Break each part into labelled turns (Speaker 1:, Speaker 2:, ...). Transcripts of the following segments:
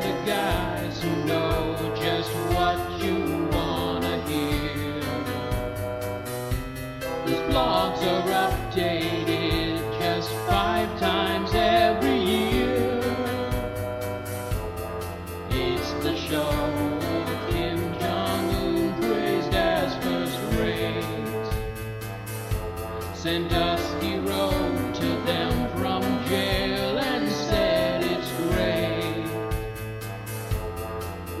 Speaker 1: the guys who know just what you wanna hear. These blogs are updated just five times every year. It's the show of Kim Jong Un praised as first rate. Sandusky wrote to them from jail and said it's great.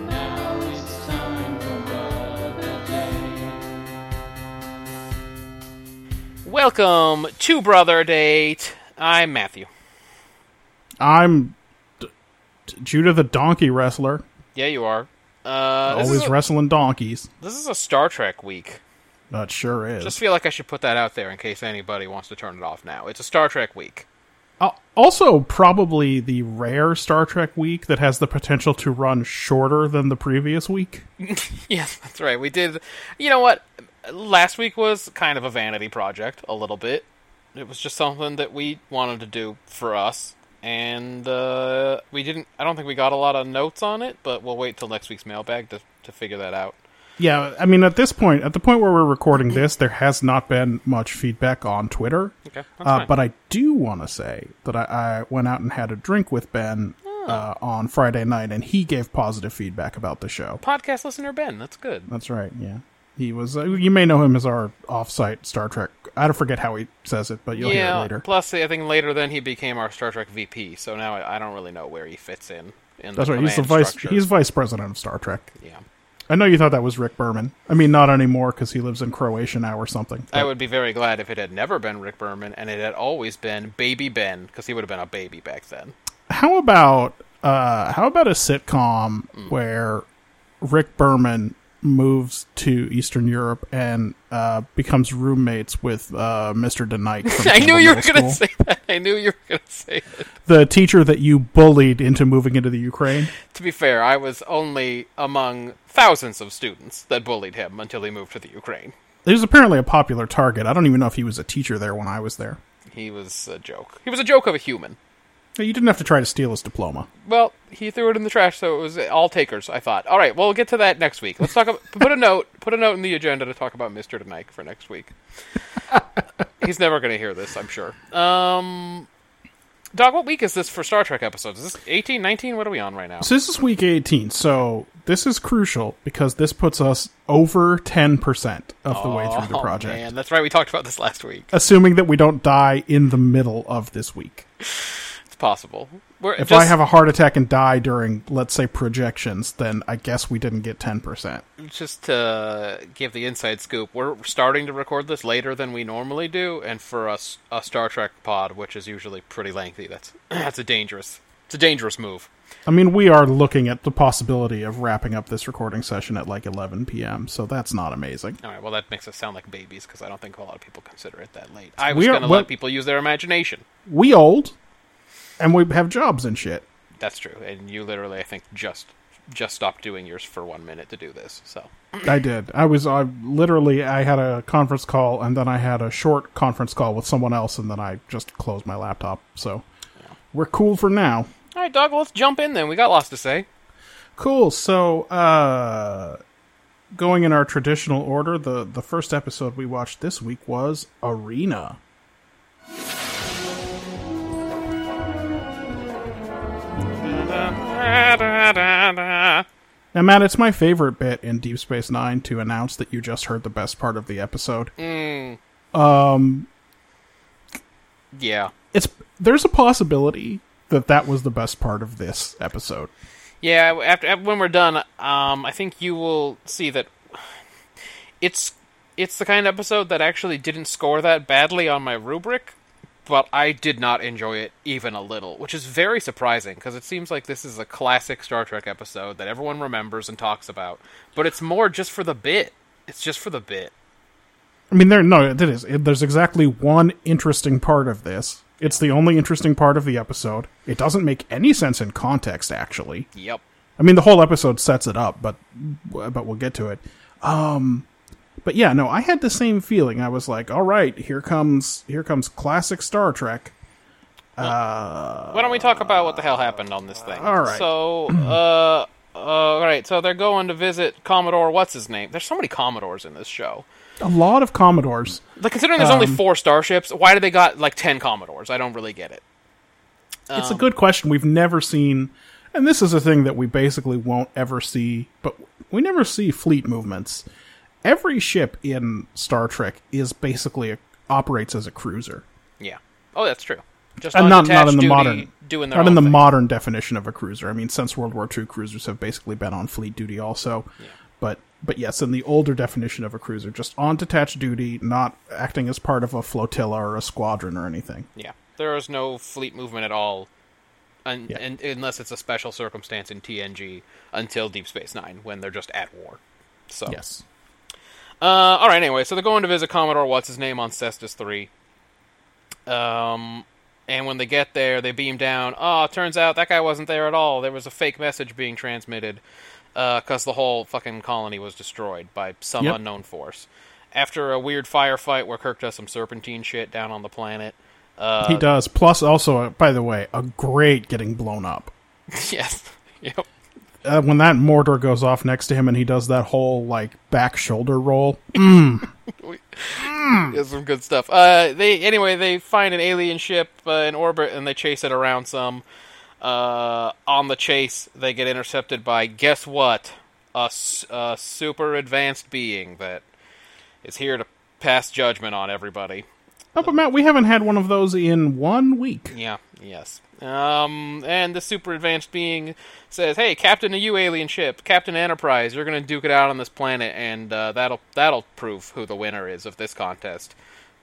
Speaker 1: Now it's time for Brother Day.
Speaker 2: Welcome to Brother Date. I'm Matthew.
Speaker 3: I'm D- D- Judah the Donkey Wrestler,
Speaker 2: Yeah, you are. Uh, this,
Speaker 3: always
Speaker 2: is a,
Speaker 3: wrestling donkeys.
Speaker 2: this is a Star Trek week.
Speaker 3: That sure is.
Speaker 2: Just feel like I should put that out there in case anybody wants to turn it off now. It's a Star Trek week.
Speaker 3: Al- also, probably the rare Star Trek week that has the potential to run shorter than the previous week.
Speaker 2: Yes, that's right. We did. You know what? Last week was kind of a vanity project, a little bit. It was just something that we wanted to do for us, and uh, we didn't. I don't think we got a lot of notes on it, but we'll wait till next week's mailbag to to figure that out.
Speaker 3: Yeah, I mean, at this point, at the point where we're recording this, there has not been much feedback on Twitter.
Speaker 2: Okay, that's
Speaker 3: Uh,
Speaker 2: fine.
Speaker 3: but I do want to say that I, I went out and had a drink with Ben
Speaker 2: Oh.
Speaker 3: uh, on Friday night, and he gave positive feedback about the show.
Speaker 2: podcast listener Ben, that's good.
Speaker 3: That's right. Yeah, he was. Uh, you may know him as our off-site Star Trek. I don't forget how he says it, but you'll hear it later.
Speaker 2: Plus, I think later then he became our Star Trek VP, so now I, I don't really know where he fits in. in
Speaker 3: That's
Speaker 2: the
Speaker 3: right. He's the
Speaker 2: command
Speaker 3: vice.
Speaker 2: structure.
Speaker 3: He's vice president of Star Trek.
Speaker 2: yeah.
Speaker 3: I know you thought that was Rick Berman. I mean, not anymore because he lives in Croatia now or something.
Speaker 2: I would be very glad if it had never been Rick Berman and it had always been Baby Ben, because he would have been a baby back then.
Speaker 3: How about uh, how about a sitcom
Speaker 2: Hmm.
Speaker 3: where Rick Berman moves to Eastern Europe and uh, becomes roommates with uh, Mr. DeKnight? from
Speaker 2: I knew
Speaker 3: Campbell
Speaker 2: you were
Speaker 3: Middle
Speaker 2: going to
Speaker 3: School,
Speaker 2: say that. I knew you were going to say it.
Speaker 3: the teacher that you bullied into moving into the Ukraine.
Speaker 2: To be fair, I was only among thousands of students that bullied him until he moved to the Ukraine.
Speaker 3: He was apparently a popular target. I don't even know if he was a teacher there when I was there.
Speaker 2: He was a joke. He was a joke of a human.
Speaker 3: You didn't have to try to steal his diploma.
Speaker 2: Well, he threw it in the trash, so it was all takers. I thought. All right, well, we'll get to that next week. Let's talk. About, put a note. Put a note in the agenda to talk about Mister Tonight for next week. He's never going to hear this, I'm sure. Um, Doc, what week is this for Star Trek episodes? Is this 18, 19? What are we on right now?
Speaker 3: So this is week 18. So this is crucial because this puts us over 10% of the way through the project.
Speaker 2: Oh, Man, that's right. We talked about this last week.
Speaker 3: Assuming that we don't die in the middle of this week.
Speaker 2: It's possible. We're,
Speaker 3: If I have a heart attack and die during, let's say, projections, then I guess we didn't get 10%.
Speaker 2: just to give the inside scoop, we're starting to record this later than we normally do, and for us a Star Trek pod, which is usually pretty lengthy, that's that's a dangerous it's a dangerous move.
Speaker 3: I mean, we are looking at the possibility of wrapping up this recording session at like 11 p.m., so that's not amazing.
Speaker 2: All right, well that makes us sound like babies because I don't think a lot of people consider it that late. I was
Speaker 3: We are-
Speaker 2: going to
Speaker 3: well-
Speaker 2: let people use their imagination.
Speaker 3: We old, and we have jobs and shit.
Speaker 2: That's true, and you literally, I think, just just stopped doing yours for one minute to do this. So
Speaker 3: I did. I was I literally I had a conference call and then I had a short conference call with someone else and then I just closed my laptop. So we're cool for now.
Speaker 2: all right, Doug, let's jump in then. We got lots to say.
Speaker 3: Cool. So uh going in our traditional order, the the first episode we watched this week was Arena. Now, Matt, it's my favorite bit in Deep Space Nine to announce that you just heard the best part of the episode.
Speaker 2: Hmm.
Speaker 3: Um,
Speaker 2: Yeah.
Speaker 3: It's there's a possibility that that was the best part of this episode.
Speaker 2: Yeah, after, af- when we're done, um, I think you will see that it's it's the kind of episode that actually didn't score that badly on my rubric, but I did not enjoy it even a little, which is very surprising because it seems like this is a classic Star Trek episode that everyone remembers and talks about, but it's more just for the bit. It's just for the bit.
Speaker 3: I mean, there no, it is. It- There's exactly one interesting part of this. It's the only interesting part of the episode. It doesn't make any sense in context, actually.
Speaker 2: Yep.
Speaker 3: I mean, the whole episode sets it up, but but we'll get to it. Um, But yeah, no, I had the same feeling. I was like, all right, here comes here comes classic Star Trek.
Speaker 2: Why don't we talk about what the hell happened on this thing?
Speaker 3: all right.
Speaker 2: So, uh, uh, all right. So they're going to visit Commodore. What's his name? There's so many Commodores in this show.
Speaker 3: A lot of Commodores.
Speaker 2: Like considering there's
Speaker 3: Um,
Speaker 2: only four starships, why do they got like ten Commodores? I don't really get it.
Speaker 3: it's a
Speaker 2: Um,
Speaker 3: good question. We've never seen, and this is a thing that we basically won't ever see, but we never see fleet movements. Every ship in Star Trek is basically a, operates as a cruiser,
Speaker 2: Yeah. Oh, that's true. Just
Speaker 3: and
Speaker 2: on
Speaker 3: not not
Speaker 2: detached
Speaker 3: in the
Speaker 2: duty,
Speaker 3: modern
Speaker 2: doing their
Speaker 3: not
Speaker 2: own
Speaker 3: in the
Speaker 2: thing.
Speaker 3: modern definition of a cruiser. I mean, since World War II, cruisers have basically been on fleet duty also, but but yes, in the older definition of a cruiser, just on detached duty, not acting as part of a flotilla or a squadron or anything.
Speaker 2: Yeah, there is no fleet movement at all, un-
Speaker 3: Yeah.
Speaker 2: un- unless it's a special circumstance in TNG until Deep Space Nine when they're just at war. So
Speaker 3: Yes.
Speaker 2: Uh, all right. Anyway, so they're going to visit Commodore. What's his name on Cestus Three? Um, and when they get there, they beam down. Oh, turns out that guy wasn't there at all. There was a fake message being transmitted because the whole fucking colony was destroyed by some
Speaker 3: Yep.
Speaker 2: unknown force. After a weird firefight where Kirk does some serpentine shit down on the planet. Uh,
Speaker 3: He does. Plus, also, uh, by the way, a great getting blown up.
Speaker 2: yes. Yep.
Speaker 3: Uh, when that mortar goes off next to him and he does that whole, like, back shoulder roll.
Speaker 2: Yeah, some good stuff. Uh, they anyway, they find an alien ship uh, in orbit and they chase it around some. Uh, on the chase, they get intercepted by guess what? A, s- a super advanced being that is here to pass judgment on everybody.
Speaker 3: oh, but Matt, we haven't had one of those in one week.
Speaker 2: Yeah. Yes. Um, and the super advanced being says, "Hey, Captain of you alien ship, Captain Enterprise, you're gonna duke it out on this planet, and uh, that'll that'll prove who the winner is of this contest."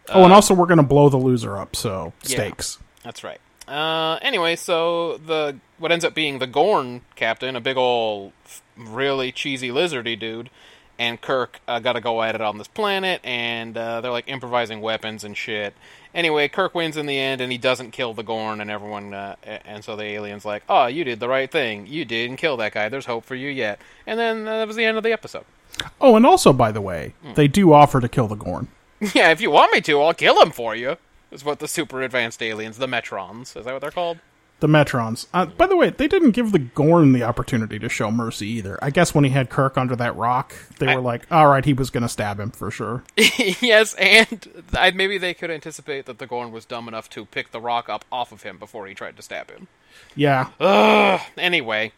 Speaker 3: oh, and also, we're going to blow the loser up, so stakes.
Speaker 2: That's right. Uh, anyway, so the what ends up being the Gorn captain, a big ol' f- really cheesy lizardy dude, and Kirk uh, got to go at it on this planet, and uh, they're like improvising weapons and shit. Anyway, Kirk wins in the end, and he doesn't kill the Gorn, and everyone, uh, a- and so the aliens like, oh, you did the right thing. You didn't kill that guy. There's hope for you yet. And then uh, that was the end of the episode.
Speaker 3: Oh, and also, by the way, they do offer to kill the Gorn.
Speaker 2: yeah, if you want me to, I'll kill him for you. Is what the super advanced aliens, the Metrons, is that what they're called?
Speaker 3: The Metrons. Uh, by the way, they didn't give the Gorn the opportunity to show mercy either. I guess when he had Kirk under that rock, they were like, all right, he was going to stab him for sure.
Speaker 2: yes, and I, maybe they could anticipate that the Gorn was dumb enough to pick the rock up off of him before he tried to stab him.
Speaker 3: yeah.
Speaker 2: Anyway,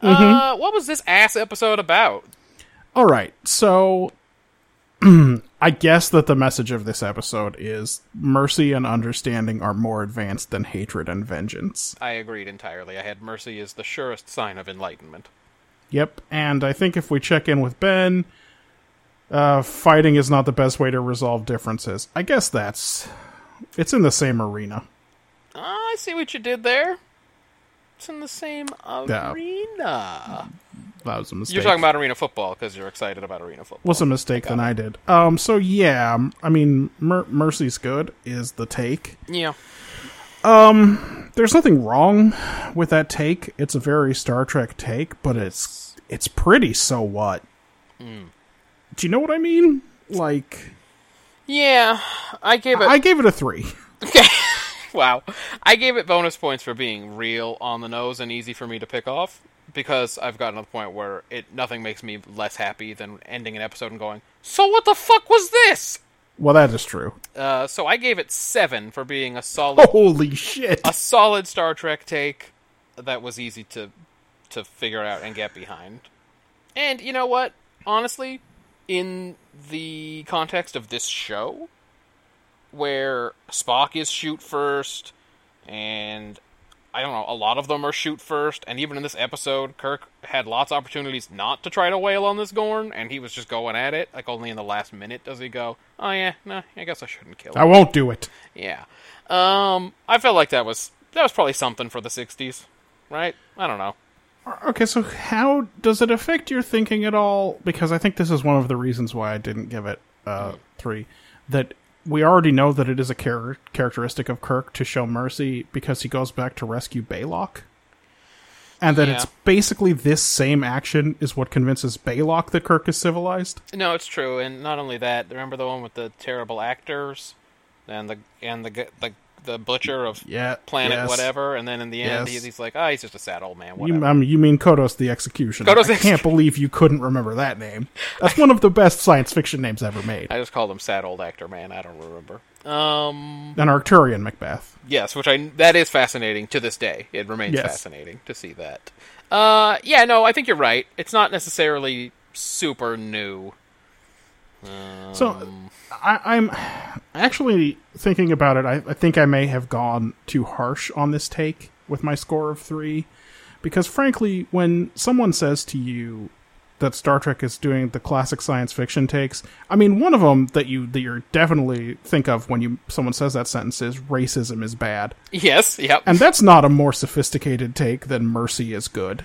Speaker 2: uh, what was this ass episode about?
Speaker 3: All right. So I guess that the message of this episode is mercy and understanding are more advanced than hatred and vengeance.
Speaker 2: I agreed entirely. I had mercy is the surest sign of enlightenment.
Speaker 3: Yep. And I think if we check in with Ben, uh, fighting is not the best way to resolve differences. I guess that's. It's in the same arena.
Speaker 2: Ah, I see what you did there. It's in the same
Speaker 3: Yeah.
Speaker 2: arena.
Speaker 3: That was a mistake.
Speaker 2: You're talking about arena football because you're excited about arena football.
Speaker 3: was a mistake than I did. Um. So yeah, m- I mean, mer- mercy's good is the take.
Speaker 2: Yeah.
Speaker 3: there's nothing wrong with that take. It's a very Star Trek take, but it's it's pretty. So what? Do you know what I mean? Like,
Speaker 2: Yeah, I gave it.
Speaker 3: I gave it a three.
Speaker 2: Wow. I gave it bonus points for being real on the nose and easy for me to pick off because I've gotten to the point where it nothing makes me less happy than ending an episode and going, "So what the fuck was this?"
Speaker 3: Well, that is true.
Speaker 2: Uh, so I gave it 7 for being a solid
Speaker 3: Holy shit!
Speaker 2: a solid Star Trek take that was easy to to figure out and get behind. And you know what? Honestly, in the context of this show, where Spock is shoot first, and I don't know, a lot of them are shoot first, and even in this episode, Kirk had lots of opportunities not to try to wail on this Gorn, and he was just going at it. Like only in the last minute does he go, "Oh yeah, no, I guess I shouldn't kill him."
Speaker 3: I won't do it.
Speaker 2: Yeah. Um, I felt like that was that was probably something for the '60s, right? I don't know.
Speaker 3: Okay, so how does it affect your thinking at all? Because I think this is one of the reasons why I didn't give it uh, three. That we already know that it is a char- characteristic of Kirk to show mercy because he goes back to rescue Baylock. and that
Speaker 2: Yeah.
Speaker 3: it's basically this same action is what convinces Baylock that Kirk is civilized.
Speaker 2: No, it's true, and not only that. Remember the one with the terrible actors, and the and the gu- the the butcher of
Speaker 3: Yeah,
Speaker 2: planet
Speaker 3: yes.
Speaker 2: whatever, and then in the end
Speaker 3: Yes.
Speaker 2: he, he's like, ah, he's just a sad old man.
Speaker 3: You,
Speaker 2: Whatever.
Speaker 3: I mean, you mean Kodos the Executioner?
Speaker 2: Kodos the
Speaker 3: I can't
Speaker 2: Execu-
Speaker 3: believe you couldn't remember that name. That's one of the best science fiction names ever made.
Speaker 2: I just called him sad old actor man. I don't remember. Um,
Speaker 3: An Arcturian Macbeth.
Speaker 2: yes, which I that is fascinating to this day. It remains
Speaker 3: Yes.
Speaker 2: fascinating to see that. Uh, yeah, no, I think you're right. It's not necessarily super new.
Speaker 3: So I, I'm actually thinking about it. I, I think I may have gone too harsh on this take with my score of three, because frankly, when someone says to you that Star Trek is doing the classic science fiction takes, I mean, one of them that you that you definitely think of when you someone says that sentence is racism is bad,
Speaker 2: Yes, yep.
Speaker 3: and that's not a more sophisticated take than mercy is good,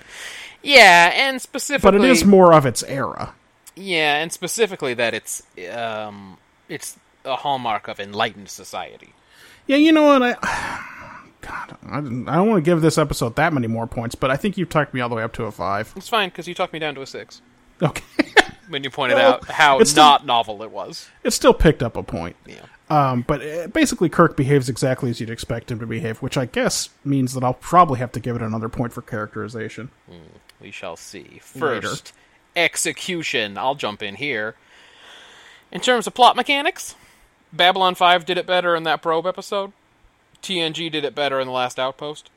Speaker 2: yeah, and specifically
Speaker 3: but it is more of its era.
Speaker 2: Yeah, and specifically that it's um, it's a hallmark of enlightened society.
Speaker 3: Yeah, you know what? I God, I, didn't, I don't want to give this episode that many more points, but I think you've talked me all the way up to a five.
Speaker 2: It's fine because you talked me down to a six
Speaker 3: Okay,
Speaker 2: when you pointed
Speaker 3: Well,
Speaker 2: out how
Speaker 3: it's still-
Speaker 2: not novel it was.
Speaker 3: it still picked up a point.
Speaker 2: Yeah.
Speaker 3: Um, but uh basically, Kirk behaves exactly as you'd expect him to behave, which I guess means that I'll probably have to give it another point for characterization.
Speaker 2: We shall see.
Speaker 3: Later.
Speaker 2: First, execution. I'll jump in here. In terms of plot mechanics, Babylon 5 did it better in that probe episode. TNG did it better in The Last Outpost.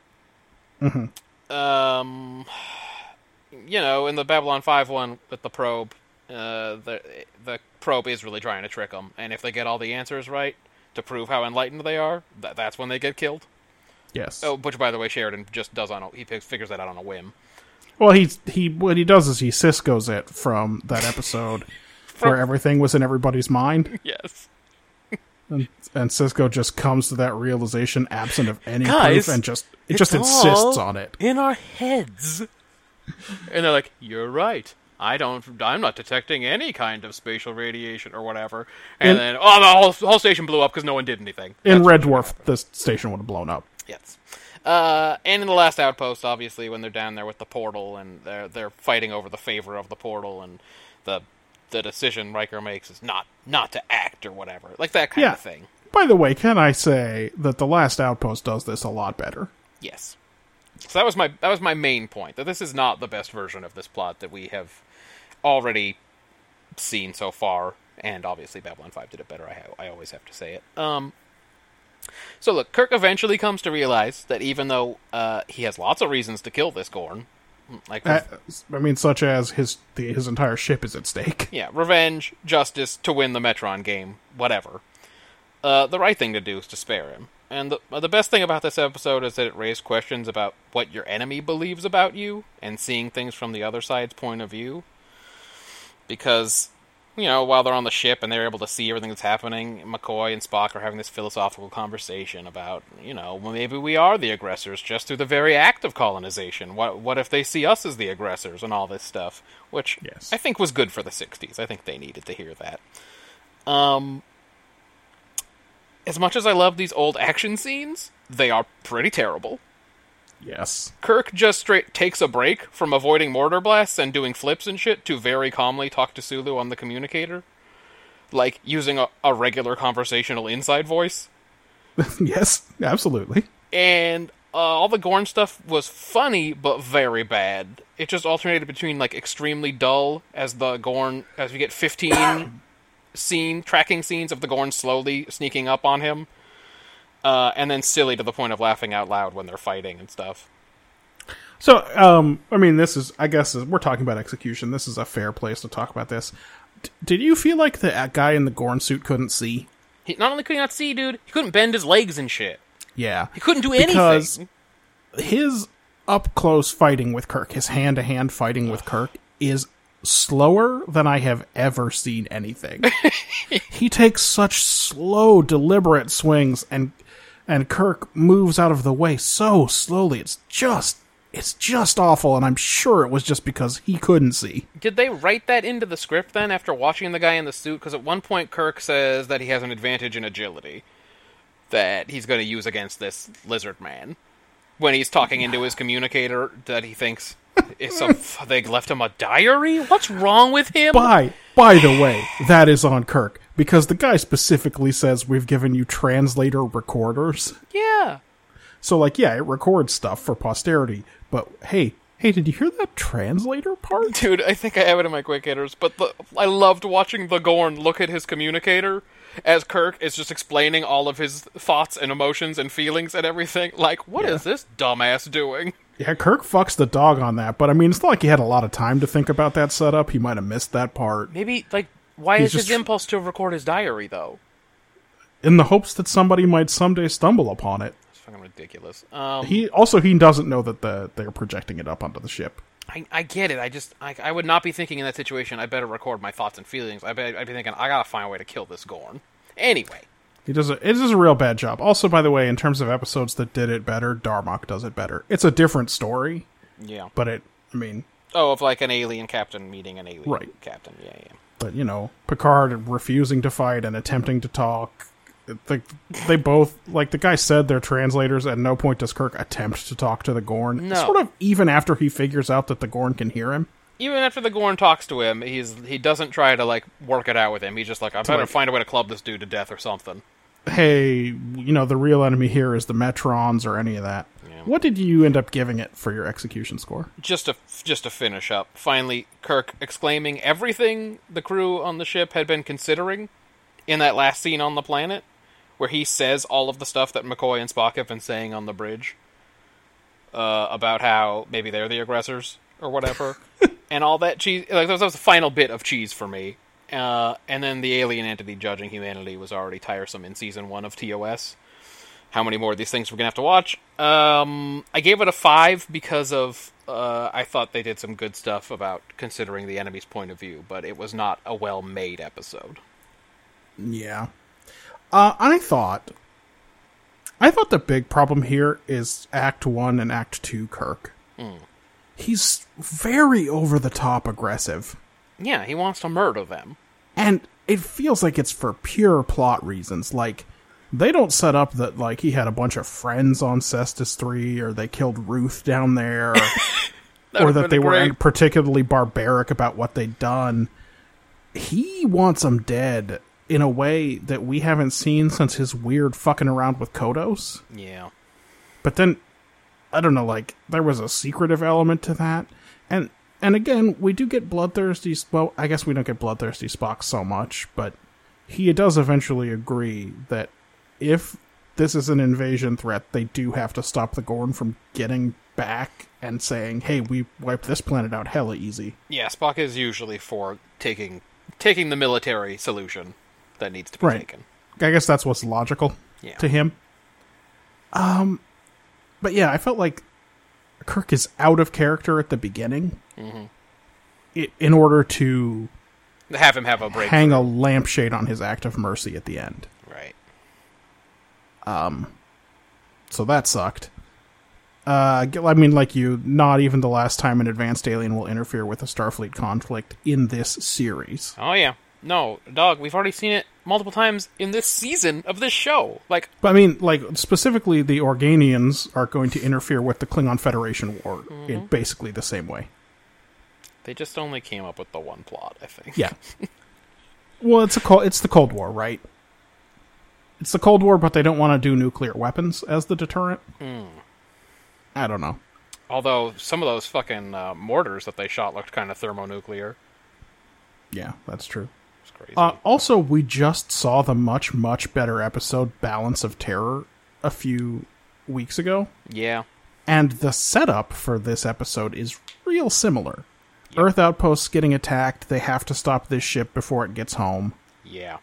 Speaker 2: Um, you know, in the Babylon 5 one with the probe, uh, the, the probe is really trying to trick them. And if they get all the answers right to prove how enlightened they are, th- that's when they get killed.
Speaker 3: Yes.
Speaker 2: Oh, which, by the way, Sheridan just does on a, he picks, figures that out on a whim.
Speaker 3: Well, he's he what he does is he Cisco's it from that episode where everything was in everybody's mind,
Speaker 2: Yes.
Speaker 3: and Cisco just comes to that realization absent of any
Speaker 2: Guys,
Speaker 3: proof and just it just insists on it.
Speaker 2: in our heads. And they're like, "You're right. I don't. I'm not detecting any kind of spatial radiation or whatever." And
Speaker 3: In-
Speaker 2: then, oh, the whole, whole station blew up because no one did anything.
Speaker 3: In
Speaker 2: That's-
Speaker 3: Red Dwarf, the station would have blown up.
Speaker 2: yes. Uh, and in the last outpost, obviously, when they're down there with the portal and they're they're fighting over the favor of the portal and the the decision Riker makes is not not to act or whatever, like that kind
Speaker 3: Yeah.
Speaker 2: of thing.
Speaker 3: By the way, can I say that the Last Outpost does this a lot better?
Speaker 2: Yes. So that was my that was my main point that this is not the best version of this plot that we have already seen so far, and obviously Babylon Five did it better. I ha- I always have to say it. Um. So look, Kirk eventually comes to realize that even though uh, he has lots of reasons to kill this Gorn, like
Speaker 3: Uh, I mean, such as his the, his entire ship is at stake.
Speaker 2: yeah, revenge, justice, to win the Metron game, whatever. Uh, the right thing to do is to spare him. And the, uh, the best thing about this episode is that it raised questions about what your enemy believes about you and seeing things from the other side's point of view. Because, you know, while they're on the ship and they're able to see everything that's happening, McCoy and Spock are having this philosophical conversation about, you know, well, maybe we are the aggressors just through the very act of colonization. What, what if they see us as the aggressors and all this stuff? Which
Speaker 3: Yes.
Speaker 2: I think was good for the 60s. I think they needed to hear that. Um, as much as I love these old action scenes, they are pretty terrible.
Speaker 3: Yes,
Speaker 2: Kirk just straight takes a break from avoiding mortar blasts and doing flips and shit to very calmly talk to Sulu on the communicator. Like, using a, a regular conversational inside voice.
Speaker 3: yes, absolutely.
Speaker 2: And uh, all the Gorn stuff was funny, but very bad. It just alternated between, like, extremely dull as the Gorn, as we get 15 scene, tracking scenes of the Gorn slowly sneaking up on him, uh, and then silly to the point of laughing out loud when they're fighting and stuff.
Speaker 3: So, um, I mean, this is I guess is, we're talking about execution. This is a fair place to talk about this. D- did you feel like the uh, guy in the Gorn suit couldn't see?
Speaker 2: He not only could he not see, dude, he couldn't bend his legs and shit.
Speaker 3: Yeah,
Speaker 2: He couldn't do anything.
Speaker 3: Because- his up close fighting with Kirk, his hand to hand fighting with Kirk, is slower than I have ever seen anything. he takes such slow, deliberate swings, and and Kirk moves out of the way so slowly. It's just it's just awful, and I'm sure it was just because he couldn't see.
Speaker 2: Did they write that into the script then after watching the guy in the suit? Because at one point Kirk says that he has an advantage in agility that he's going to use against this lizard man. when he's talking into his communicator that he thinks it's a f- they left him a diary. What's wrong with him?
Speaker 3: By by the way, that is on Kirk because the guy specifically says we've given you translator recorders.
Speaker 2: Yeah.
Speaker 3: So like, yeah, it records stuff for posterity, but hey, hey, did you hear that translator part?
Speaker 2: Dude, I think I have it in my quick hitters, but the, I loved watching the Gorn look at his communicator as Kirk is just explaining all of his thoughts and emotions and feelings and everything. Like, what is this dumbass doing?
Speaker 3: Yeah, Kirk fucks the dog on that, but I mean, it's not like he had a lot of time to think about that setup. He might have missed that part
Speaker 2: Maybe, like, why
Speaker 3: He's
Speaker 2: is
Speaker 3: just-
Speaker 2: his impulse to record his diary, though?
Speaker 3: in the hopes that somebody might someday stumble upon it.
Speaker 2: It's fucking ridiculous. Um,
Speaker 3: He also he doesn't know that the they're projecting it up onto the ship.
Speaker 2: I, I get it. I just, I, I would not be thinking in that situation, I better record my thoughts and feelings. I bet, I'd be thinking, I gotta find a way to kill this Gorn. Anyway.
Speaker 3: He does a, it is a real bad job. Also, by the way, in terms of episodes that did it better, Darmok does it better. It's a different story,
Speaker 2: Yeah.
Speaker 3: but it I mean,
Speaker 2: Oh, of like an alien captain meeting an alien
Speaker 3: Right.
Speaker 2: captain. Yeah, yeah.
Speaker 3: but you know, Picard refusing to fight and attempting to talk. They, they both like the guy said they're translators. At no point does Kirk attempt to talk to the Gorn.
Speaker 2: No.
Speaker 3: Sort of even after he figures out that the Gorn can hear him.
Speaker 2: even after the Gorn talks to him, he's he doesn't try to like work it out with him. He's just like, I better
Speaker 3: like-
Speaker 2: find a way to club this dude to death or something.
Speaker 3: Hey, you know the real enemy here is the Metrons or any of that. What did you end up giving it for your execution score?
Speaker 2: Just to just to finish up. Finally, Kirk exclaiming everything the crew on the ship had been considering in that last scene on the planet, where he says all of the stuff that McCoy and Spock have been saying on the bridge uh, about how maybe they're the aggressors or whatever, and all that cheese. Like that was, that was the final bit of cheese for me. Uh, and then the alien entity judging humanity was already tiresome in season one of TOS. How many more of these things we're gonna have to watch? Um, I gave it a five because of uh, I thought they did some good stuff about considering the enemy's point of view, but it was not a well-made episode.
Speaker 3: Yeah. Uh, I thought. I thought the big problem here is Act 1 and Act 2 Kirk. He's very over the top aggressive.
Speaker 2: Yeah, he wants to murder them.
Speaker 3: And it feels like it's for pure plot reasons. Like, they don't set up that, like, he had a bunch of friends on Cestus 3 or they killed Ruth down there. or that they were
Speaker 2: Great.
Speaker 3: particularly barbaric about what they'd done. He wants them dead in a way that we haven't seen since his weird fucking around with Kodos.
Speaker 2: yeah.
Speaker 3: But then, I don't know, like there was a secretive element to that, and and again, we do get bloodthirsty. Sp- Well, I guess we don't get bloodthirsty Spock so much, but he does eventually agree that if this is an invasion threat, they do have to stop the Gorn from getting back and saying, "Hey, we wiped this planet out hella easy."
Speaker 2: Yeah, Spock is usually for taking taking the military solution that needs to be
Speaker 3: Right.
Speaker 2: taken.
Speaker 3: I guess that's what's logical
Speaker 2: Yeah.
Speaker 3: to him. Um, but yeah, I felt like Kirk is out of character at the beginning,
Speaker 2: Mm-hmm.
Speaker 3: i- in order to
Speaker 2: Have him have a break.
Speaker 3: hang a lampshade on his act of mercy at the end.
Speaker 2: right.
Speaker 3: So that sucked. Uh, g- I mean, like you, not even the last time an advanced alien will interfere with a Starfleet conflict in this series.
Speaker 2: Oh yeah. No, dog, we've already seen it multiple times in this season of this show. Like
Speaker 3: But I mean, like specifically, the Organians are going to interfere with the Klingon Federation War
Speaker 2: Mm-hmm.
Speaker 3: in basically the same way.
Speaker 2: they just only came up with the one plot, I think.
Speaker 3: Yeah. well, it's a col- it's the Cold War, right? It's the Cold War, but they don't want to do nuclear weapons as the deterrent. I don't know.
Speaker 2: Although some of those fucking uh, mortars that they shot looked kind of thermonuclear.
Speaker 3: Yeah, that's true.
Speaker 2: It's crazy.
Speaker 3: Uh, also, we just saw the much much better episode Balance of Terror a few weeks ago,
Speaker 2: yeah.
Speaker 3: and the setup for this episode is real similar. Earth outposts getting attacked. They have to stop this ship before it gets home.
Speaker 2: Yeah.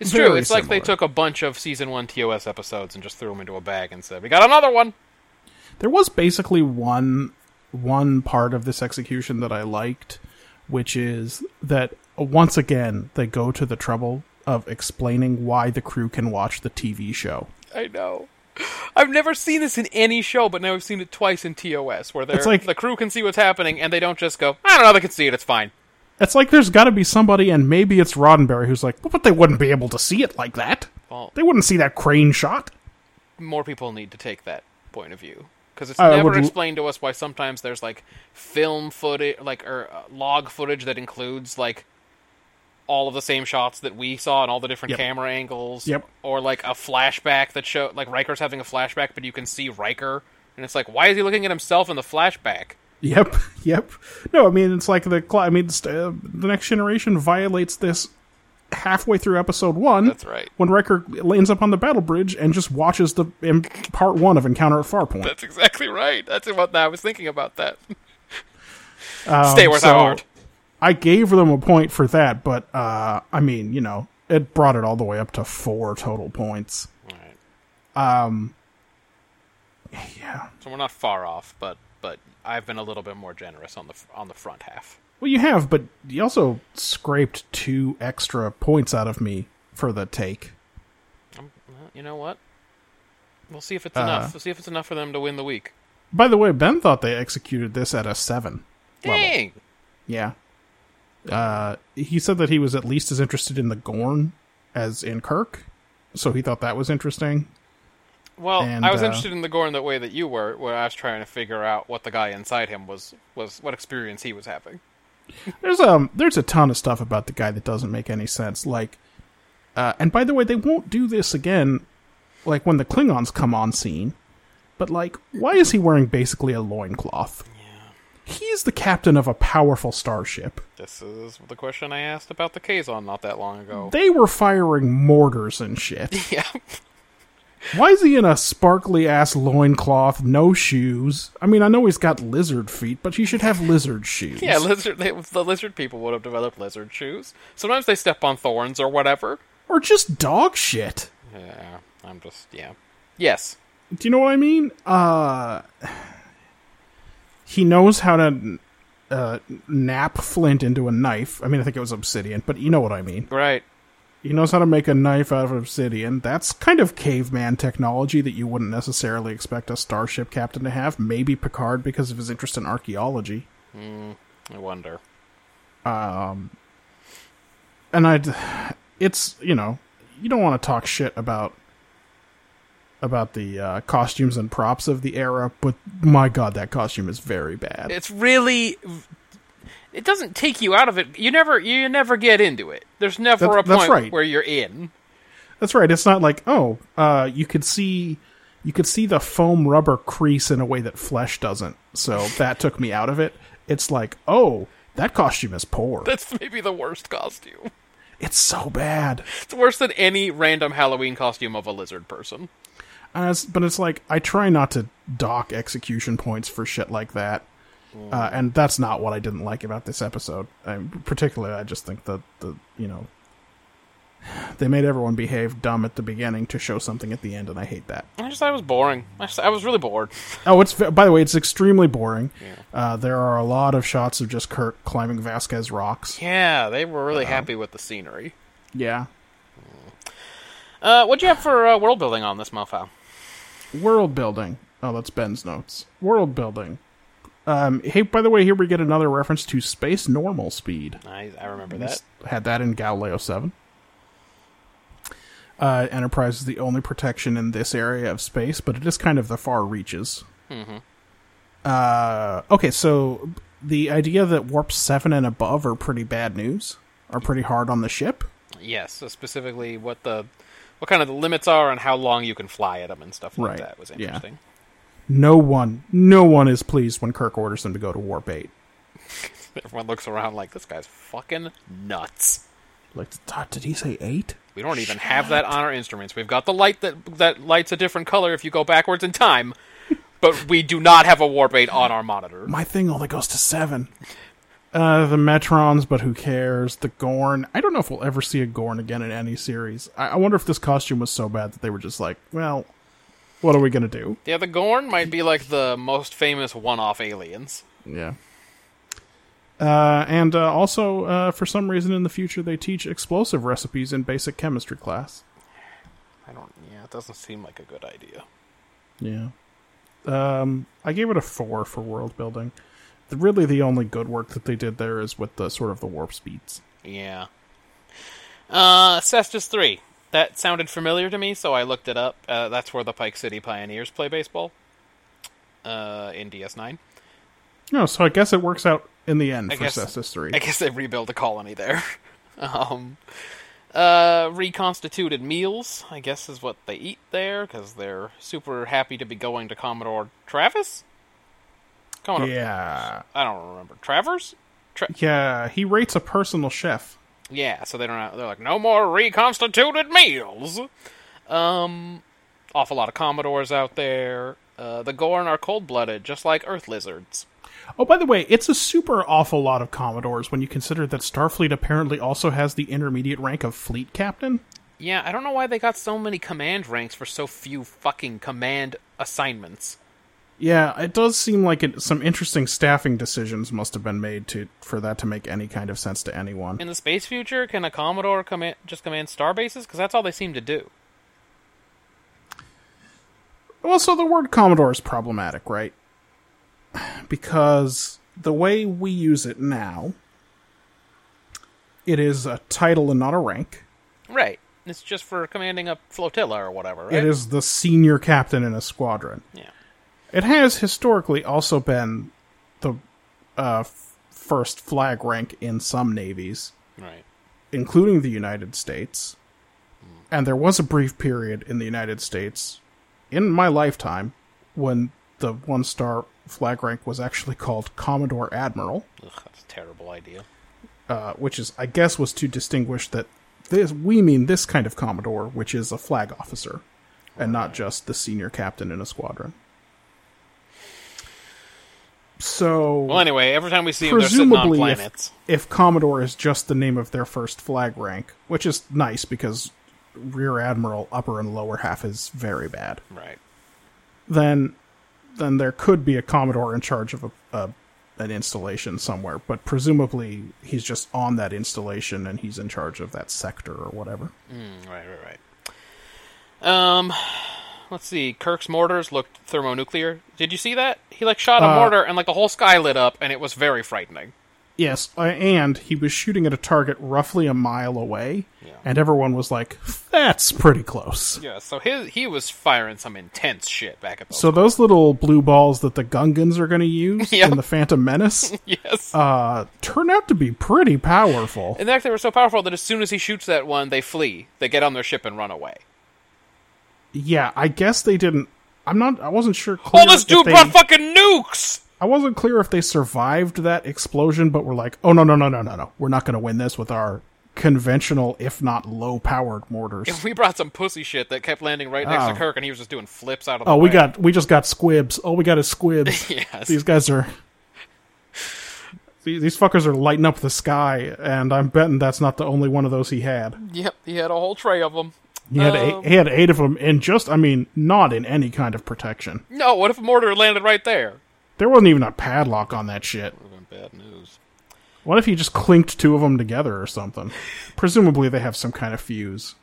Speaker 2: It's
Speaker 3: Very
Speaker 2: true. It's like they
Speaker 3: similar.
Speaker 2: took a bunch of season 1 TOS episodes and just threw them into a bag and said, "We got another one."
Speaker 3: There was basically one one part of this execution that I liked, which is that uh, once again they go to the trouble of explaining why the crew can watch the TV show.
Speaker 2: I know. I've never seen this in any show, but now I've seen it twice in TOS, where they're,
Speaker 3: It's like-
Speaker 2: the crew can see what's happening, and they don't just go, "I don't know, they can see it, it's fine."
Speaker 3: It's like there's got to be somebody, and maybe it's Roddenberry who's like, but they wouldn't be able to see it like that.
Speaker 2: Well-
Speaker 3: They wouldn't see that crane shot.
Speaker 2: More people need to take that point of view because it's
Speaker 3: I
Speaker 2: never
Speaker 3: would l-
Speaker 2: explained to us why sometimes there's like film footage, like or uh, log footage that includes like all of the same shots that we saw and all the different
Speaker 3: Yep.
Speaker 2: camera angles.
Speaker 3: Yep.
Speaker 2: Or like a flashback that show like Riker's having a flashback, but you can see Riker, and it's like, why is he looking at himself in the flashback?
Speaker 3: Yep, yep. No, I mean it's like the cl- I mean it's, uh, the next generation violates this halfway through episode one.
Speaker 2: That's right.
Speaker 3: When Riker lands up on the battle bridge and just watches the in part one of Encounter at Farpoint.
Speaker 2: That's exactly right. That's what I was thinking about that. Stay where
Speaker 3: Um, so-
Speaker 2: thou art.
Speaker 3: I gave them a point for that, but uh, I mean, you know, it brought it all the way up to four total points.
Speaker 2: Alright.
Speaker 3: Um, Yeah.
Speaker 2: So we're not far off, but but I've been a little bit more generous on the on the front half.
Speaker 3: Well, you have, but you also scraped two extra points out of me for the take.
Speaker 2: Well, you know what? We'll see if it's
Speaker 3: Uh-huh.
Speaker 2: enough. We'll see if it's enough for them to win the week.
Speaker 3: By the way, Ben thought they executed this at a seven. level.
Speaker 2: Dang!
Speaker 3: Yeah. Uh, he said that he was at least as interested in the Gorn as in Kirk, so he thought that was interesting.
Speaker 2: Well,
Speaker 3: And,
Speaker 2: I was
Speaker 3: uh,
Speaker 2: interested in the Gorn that way that you were, where I was trying to figure out what the guy inside him was, was what experience he was having.
Speaker 3: There's um, there's a ton of stuff about the guy that doesn't make any sense. Like, uh, and by the way, they won't do this again. Like when the Klingons come on scene, but like, why is he wearing basically a loincloth? He's the captain of a powerful starship.
Speaker 2: This is the question I asked about the Kazon not that long ago.
Speaker 3: They were firing mortars and shit.
Speaker 2: yeah.
Speaker 3: Why is he in a sparkly ass loincloth, no shoes? I mean, I know he's got lizard feet, but he should have lizard shoes.
Speaker 2: Yeah, lizard. They, the lizard people would have developed lizard shoes. Sometimes they step on thorns or whatever.
Speaker 3: or just dog shit.
Speaker 2: Yeah, I'm just yeah. Yes,
Speaker 3: Do you know what I mean? Uh, he knows how to uh, nap flint into a knife. I mean, I think it was obsidian, but you know what I mean.
Speaker 2: right.
Speaker 3: He knows how to make a knife out of obsidian. That's kind of caveman technology that you wouldn't necessarily expect a starship captain to have. Maybe Picard because of his interest in archaeology.
Speaker 2: I wonder.
Speaker 3: and I'd it's you know you don't want to talk shit about about the uh, costumes and props of the era, but my god, that costume is very bad.
Speaker 2: It's really. It doesn't take you out of it. You never, you never get into it. There's never
Speaker 3: That-
Speaker 2: a
Speaker 3: that's
Speaker 2: point
Speaker 3: right.
Speaker 2: where you're in.
Speaker 3: That's right. It's not like oh, uh, you could see you could see the foam rubber crease in a way that flesh doesn't. So that took me out of it. It's like oh, that costume is poor.
Speaker 2: That's maybe the worst costume.
Speaker 3: It's so bad.
Speaker 2: It's worse than any random Halloween costume of a lizard person.
Speaker 3: And it's, but it's like I try not to dock execution points for shit like that, uh, and that's not what I didn't like about this episode. I, particularly, I just think that the you know they made everyone behave dumb at the beginning to show something at the end, and I hate that.
Speaker 2: I just, I was boring. I, just- I was really bored.
Speaker 3: Oh, it's ve- by the way, it's extremely boring. Uh, there are a lot of shots of just Kirk climbing Vasquez rocks.
Speaker 2: Yeah, they were really happy with the scenery.
Speaker 3: Yeah,
Speaker 2: Uh, what'd you have for uh, world building on this mofo?
Speaker 3: world building. Oh, that's Ben's notes. World building. Um, hey, by the way, here we get another reference to space normal speed.
Speaker 2: I, I remember
Speaker 3: We
Speaker 2: that.
Speaker 3: s- had that in Galileo 7. Uh, Enterprise is the only protection in this area of space, but it is kind of the far reaches. Uh, okay, so the idea that warp 7 and above are pretty bad news, are pretty hard on the ship.
Speaker 2: Yes, so specifically what the what kind of the limits are and how long you can fly at them and stuff like
Speaker 3: Right,
Speaker 2: that was
Speaker 3: yeah.
Speaker 2: interesting.
Speaker 3: No one, no one is pleased when Kirk orders them to go to warp 8.
Speaker 2: Everyone looks around like this guy's fucking nuts.
Speaker 3: Like, "Todd, did he say 8?
Speaker 2: We don't even have that on our instruments. We've got the light that that lights a different color if you go backwards in time, but we do not have a warp eight on our monitor.
Speaker 3: My thing only goes to seven. Uh, the Metrons, but who cares? The Gorn. I don't know if we'll ever see a Gorn again in any series. I, I wonder if this costume was so bad that they were just like, well, what are we gonna do?
Speaker 2: Yeah, the Gorn might be like the most famous one-off aliens.
Speaker 3: Yeah. Uh, and uh, also, uh, for some reason in the future, they teach explosive recipes in basic chemistry class.
Speaker 2: I don't. Yeah, it doesn't seem like a good idea.
Speaker 3: Yeah. Um, I gave it a four for world building. The, really, the only good work that they did there is with the sort of the warp speeds.
Speaker 2: Yeah. Uh, Cestus 3. That sounded familiar to me, so I looked it up. Uh, that's where the Pike City Pioneers play baseball. uh, in DS9.
Speaker 3: No, so I guess it works out in the end
Speaker 2: I
Speaker 3: for
Speaker 2: guess-
Speaker 3: Cestus 3.
Speaker 2: I guess they rebuilt a colony there. um, uh, reconstituted meals, I guess, is what they eat there because they're super happy to be going to Commodore Travis. Commodore,
Speaker 3: yeah.
Speaker 2: I don't remember Travers. Tra-
Speaker 3: Yeah, he rates a personal chef.
Speaker 2: yeah, so they don't. Have, they're like, no more reconstituted meals. Um, awful lot of Commodores out there. Uh, the Gorn are cold-blooded, just like Earth lizards.
Speaker 3: Oh, by the way, it's a super awful lot of Commodores when you consider that Starfleet apparently also has the intermediate rank of fleet captain.
Speaker 2: Yeah, I don't know why they got so many command ranks for so few fucking command assignments.
Speaker 3: Yeah, it does seem like it, some interesting staffing decisions must have been made to for that to make any kind of sense to anyone.
Speaker 2: in the space future, can a Commodore command just command star bases? Because that's all they seem to do.
Speaker 3: Well, so the word Commodore is problematic, right? Because the way we use it now, it is a title and not a rank.
Speaker 2: Right. It's just for commanding a flotilla or whatever. Right?
Speaker 3: It is the senior captain in a squadron.
Speaker 2: Yeah.
Speaker 3: It has historically also been the uh, f- first flag rank in some navies,
Speaker 2: Right.
Speaker 3: including the United States. And there was a brief period in the United States in my lifetime when the one star flag rank was actually called Commodore Admiral,
Speaker 2: Ugh, that's a terrible idea.
Speaker 3: uh, which is, I guess, was to distinguish that this, we mean this kind of Commodore, which is a flag officer and not just the senior captain in a squadron. So.
Speaker 2: Well, anyway, every time we see them, they're sitting on
Speaker 3: presumably if,
Speaker 2: planets.
Speaker 3: if commodore is just the name of their first flag rank which is nice because rear admiral upper and lower half is very bad
Speaker 2: Right.
Speaker 3: then then there could be a commodore in charge of a, a an installation somewhere but presumably he's just on that installation and he's in charge of that sector or whatever
Speaker 2: Mm, right. Right. Right. Um. Let's see. Kirk's mortars looked thermonuclear. Did you see that? He like shot a
Speaker 3: Uh,
Speaker 2: mortar and like the whole sky lit up, and it was very frightening.
Speaker 3: yes uh, and he was shooting at a target roughly a mile away
Speaker 2: Yeah.
Speaker 3: and everyone was like that's pretty close
Speaker 2: Yeah. So his he was firing some intense shit back at those.
Speaker 3: So those little blue balls that the Gungans are going to use
Speaker 2: Yeah.
Speaker 3: in the Phantom Menace
Speaker 2: yes.
Speaker 3: uh, turn out to be pretty powerful.
Speaker 2: In fact, they were so powerful that as soon as he shoots that one, they flee. They get on their ship and run away.
Speaker 3: Yeah, I guess they didn't. I'm not. I wasn't sure. Clear
Speaker 2: Oh, this
Speaker 3: if
Speaker 2: dude
Speaker 3: they-
Speaker 2: brought fucking nukes!
Speaker 3: I wasn't clear if they survived that explosion, but were like, oh no no no no no no, we're not going to win this with our conventional, if not low-powered mortars.
Speaker 2: We brought some pussy shit that kept landing right next to
Speaker 3: Oh.
Speaker 2: Kirk, and he was just doing flips out of the
Speaker 3: oh, we
Speaker 2: way.
Speaker 3: got we just got squibs. Oh, we got is squibs.
Speaker 2: Yes.
Speaker 3: These guys are. These these fuckers are lighting up the sky, and I'm betting that's not the only one of those he had.
Speaker 2: Yep, he had a whole tray of them.
Speaker 3: He had eight, he had eight of them, and just I mean, not in any kind of protection.
Speaker 2: No, what if a mortar landed right there?
Speaker 3: There wasn't even a padlock on that shit.
Speaker 2: Bad news.
Speaker 3: What if he just clinked two of them together or something? Presumably, they have some kind of fuse.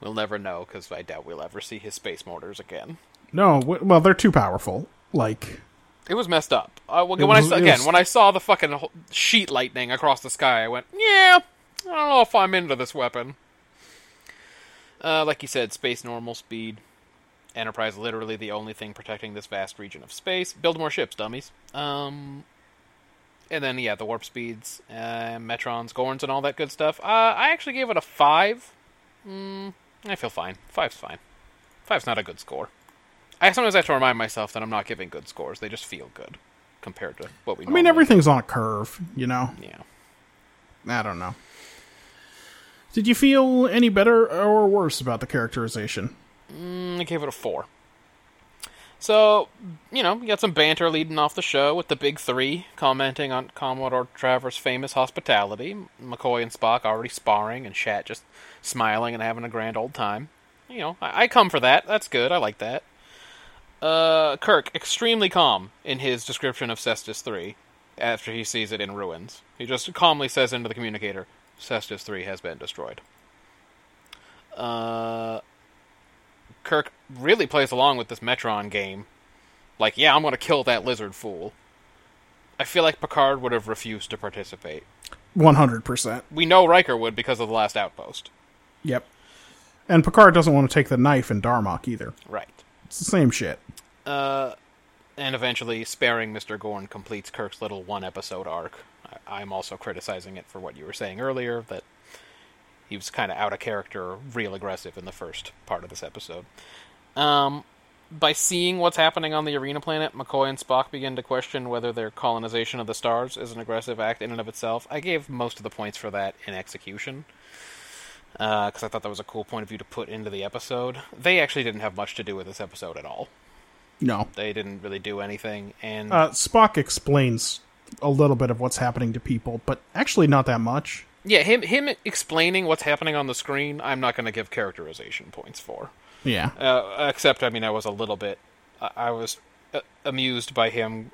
Speaker 2: We'll never know, because I doubt we'll ever see his space mortars again.
Speaker 3: No, w- well, they're too powerful. Like,
Speaker 2: It was messed up. Uh, when
Speaker 3: It
Speaker 2: when I
Speaker 3: was-
Speaker 2: saw,
Speaker 3: it
Speaker 2: again,
Speaker 3: was-
Speaker 2: when I saw the fucking ho- sheet lightning across the sky, I went, "Yeah, I don't know if I'm into this weapon." Uh, like you said, space normal speed. Enterprise literally the only thing protecting this vast region of space. Build more ships, dummies. Um, and then yeah, the warp speeds, uh, metrons, gorns, and all that good stuff. Uh, I actually gave it a five. Mm, I feel fine. Five's fine. Five's not a good score. I sometimes have to remind myself that I'm not giving good scores. They just feel good compared to what we.
Speaker 3: I mean, everything's on a curve, you know.
Speaker 2: Yeah.
Speaker 3: I don't know. Did you feel any better or worse about the characterization?
Speaker 2: Mm, I gave it a four. So you know, you got some banter leading off the show with the big three commenting on Commodore Travers' famous hospitality. McCoy and Spock already sparring, and Shat just smiling and having a grand old time. You know, I, I come for that. That's good. I like that. Uh, Kirk extremely calm in his description of Cestus Three after he sees it in ruins. He just calmly says into the communicator, "Cestus Three has been destroyed." Uh, Kirk really plays along with this Metron game. Like, yeah, I'm going to kill that lizard fool. I feel like Picard would have refused to participate.
Speaker 3: One hundred percent.
Speaker 2: We know Riker would because of the last outpost.
Speaker 3: Yep. And Picard doesn't want to take the knife in Darmok either.
Speaker 2: Right.
Speaker 3: It's the same shit.
Speaker 2: and eventually sparing Mr. Gorn completes Kirk's little one episode arc. I- I'm also criticizing it for what you were saying earlier that he was kind of out of character, real aggressive in the first part of this episode. Um, by seeing what's happening on the arena planet, McCoy and Spock begin to question whether their colonization of the stars is an aggressive act in and of itself. I gave most of the points for that in execution because I thought that was a cool point of view to put into the episode. They actually didn't have much to do with this episode at all.
Speaker 3: No.
Speaker 2: They didn't really do anything, and
Speaker 3: Uh, Spock explains a little bit of what's happening to people, but actually not that much.
Speaker 2: yeah, him him explaining what's happening on the screen, I'm not going to give characterization points for.
Speaker 3: Yeah.
Speaker 2: Uh, except, I mean, I was a little bit, I, I was uh, amused by him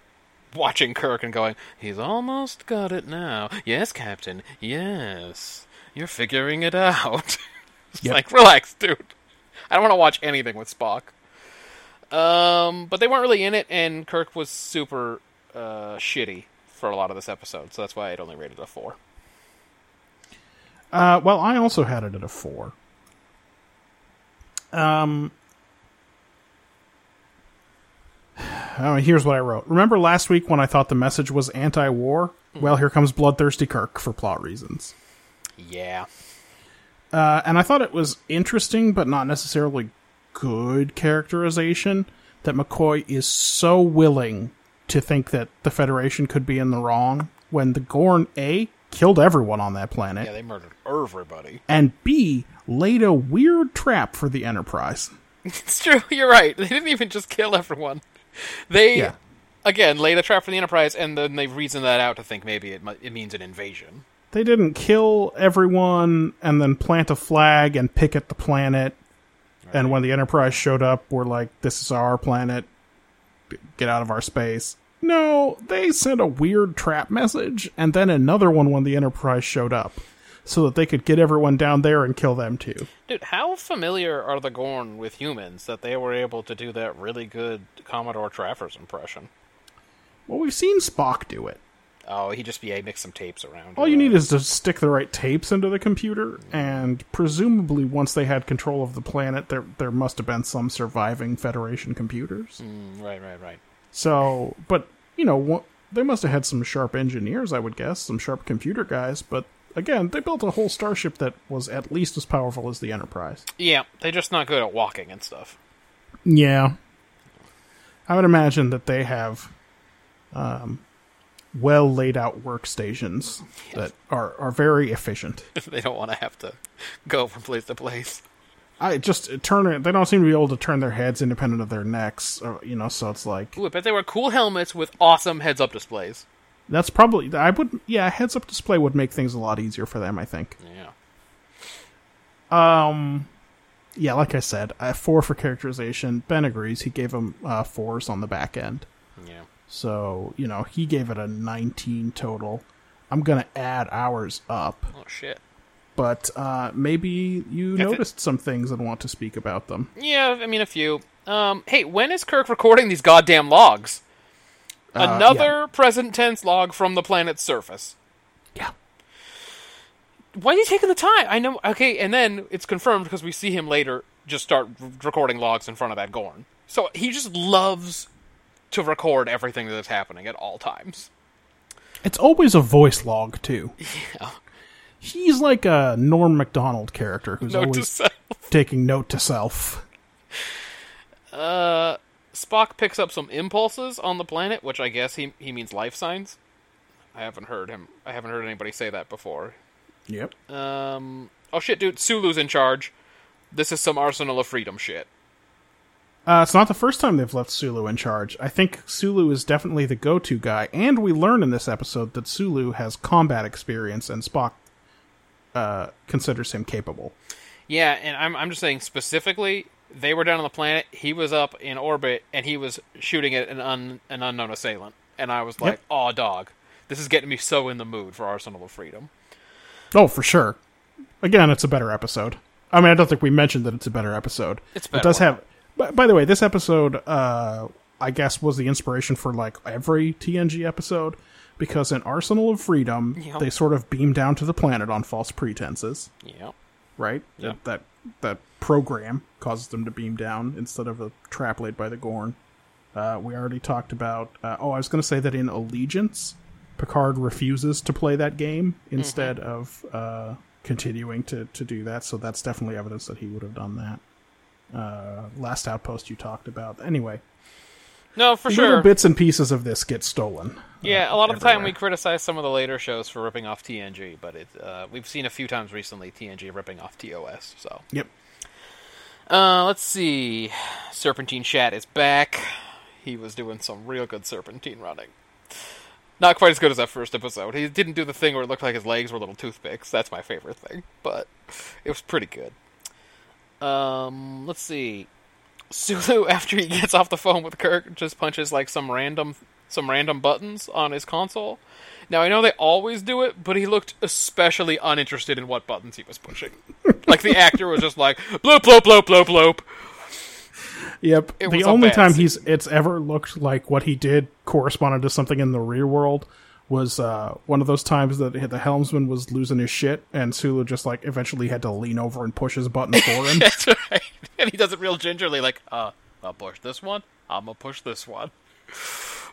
Speaker 2: watching Kirk and going, "He's almost got it now." Yes, Captain. Yes, you're figuring it out. it's
Speaker 3: Yep.
Speaker 2: like, relax, dude. I don't want to watch anything with Spock. Um, but they weren't really in it, and Kirk was super uh, shitty for a lot of this episode, so that's why I'd only rated it a four.
Speaker 3: Uh, well, I also had it at a four. Um, oh, here's what I wrote. Remember last week when I thought the message was anti-war? Well, here comes bloodthirsty Kirk for plot reasons.
Speaker 2: Yeah.
Speaker 3: Uh, and I thought it was interesting, but not necessarily good characterization that McCoy is so willing to think that the Federation could be in the wrong when the Gorn A killed everyone on that planet
Speaker 2: Yeah, they murdered everybody.
Speaker 3: and B laid a weird trap for the Enterprise.
Speaker 2: It's true. You're right. They didn't even just kill everyone. They
Speaker 3: Yeah.
Speaker 2: again laid a trap for the Enterprise, and then they reasoned that out to think maybe it mu- it means an invasion.
Speaker 3: They didn't kill everyone and then plant a flag and picket the planet. And when the Enterprise showed up, we're like, "This is our planet. Get out of our space." No, they sent a weird trap message and then another one when the Enterprise showed up, so that they could get everyone down there and kill them too.
Speaker 2: Dude, how familiar are the Gorn with humans that they were able to do that really good Commodore Traffers impression?
Speaker 3: Well, we've seen Spock do it.
Speaker 2: Oh, he just be yeah, mix some tapes around.
Speaker 3: All you need is to stick the right tapes into the computer, and presumably, once they had control of the planet, there there must have been some surviving Federation computers.
Speaker 2: Mm, right, right, right.
Speaker 3: So, but you know, wha- they must have had some sharp engineers, I would guess, some sharp computer guys. But again, they built a whole starship that was at least as powerful as the Enterprise.
Speaker 2: Yeah, they're just not good at walking and stuff.
Speaker 3: Yeah, I would imagine that they have, um, well laid out workstations that are are very efficient.
Speaker 2: they don't want to have to go from place to place.
Speaker 3: I just it turn it. They don't seem to be able to turn their heads independent of their necks, or, you know. So it's like
Speaker 2: Ooh, I bet they wear cool helmets with awesome heads-up displays.
Speaker 3: that's probably I would yeah. Heads up display would make things a lot easier for them. I think.
Speaker 2: Yeah.
Speaker 3: Yeah, like I said, I four for characterization. Ben agrees. He gave him uh, fours on the back end,
Speaker 2: Yeah.
Speaker 3: so you know he gave it a nineteen total. I'm gonna add ours up,
Speaker 2: Oh shit.
Speaker 3: but uh, maybe you
Speaker 2: That's it.
Speaker 3: noticed some things and want to speak about them.
Speaker 2: Yeah, I mean a few. Um, hey, when is Kirk recording these goddamn logs?
Speaker 3: Uh,
Speaker 2: Another present tense log from the planet's surface.
Speaker 3: Yeah.
Speaker 2: Why is he taking the time? I know. Okay, and then it's confirmed because we see him later just start r- recording logs in front of that Gorn. So he just loves to record everything that is happening at all times.
Speaker 3: It's always a voice log too. Yeah. He's like a Norm Macdonald character who's
Speaker 2: Note to
Speaker 3: always
Speaker 2: self.
Speaker 3: taking note to self.
Speaker 2: Spock picks up some impulses on the planet, which I guess he he means life signs. I haven't heard him. I haven't heard anybody say that before.
Speaker 3: Yep.
Speaker 2: Um. Oh shit, dude. Sulu's in charge. This is some Arsenal of Freedom shit.
Speaker 3: Uh, it's not the first time they've left Sulu in charge. I think Sulu is definitely the go-to guy, and we learn in this episode that Sulu has combat experience, and Spock uh, considers him capable.
Speaker 2: Yeah, and I'm I'm just saying specifically, they were down on the planet. He was up in orbit, and he was shooting at an un, an unknown assailant. And I was like,
Speaker 3: Yep.
Speaker 2: "Aw, dog, this is getting me so in the mood for Arsenal of Freedom."
Speaker 3: Oh, for sure. Again, it's a better episode. I mean, I don't think we mentioned that it's a better episode.
Speaker 2: It's a
Speaker 3: It
Speaker 2: better
Speaker 3: does
Speaker 2: one.
Speaker 3: have. By, by the way, this episode, uh, I guess, was the inspiration for like every TNG episode because in Arsenal of Freedom,
Speaker 2: Yep.
Speaker 3: they sort of beam down to the planet on false pretenses,
Speaker 2: Yeah.
Speaker 3: right?
Speaker 2: Yeah.
Speaker 3: That, that that program causes them to beam down instead of a trap laid by the Gorn. Uh, we already talked about. Uh, oh, I was going to say that in Allegiance, Picard refuses to play that game
Speaker 2: Mm-hmm.
Speaker 3: instead of uh, continuing to, to do that. So that's definitely evidence that he would have done that. Uh, last outpost you talked about. Anyway,
Speaker 2: No, for
Speaker 3: little
Speaker 2: sure.
Speaker 3: bits and pieces of this get stolen.
Speaker 2: yeah, a lot of the time
Speaker 3: everywhere.
Speaker 2: we criticize some of the later shows for ripping off TNG, but it uh, we've seen a few times recently TNG ripping off TOS. So
Speaker 3: Yep.
Speaker 2: uh, let's see, Serpentine Shat is back. He was doing some real good Serpentine running. Not quite as good as that first episode. He didn't do the thing where it looked like his legs were little toothpicks. That's my favorite thing, but it was pretty good. Um, let's see. Sulu, after he gets off the phone with Kirk, just punches like some random some random buttons on his console. Now I know they always do it, but he looked especially uninterested in what buttons he was pushing. like the actor was just like bloop bloop bloop bloop bloop.
Speaker 3: Yep.
Speaker 2: It was
Speaker 3: the
Speaker 2: a
Speaker 3: only
Speaker 2: bad
Speaker 3: time he's it's ever looked like what he did corresponded to something in the real world was uh, one of those times that the helmsman was losing his shit and Sulu just like eventually had to lean over and push his button for him.
Speaker 2: That's right. And he does it real gingerly, like uh, I'll push this one. I'm gonna push this one.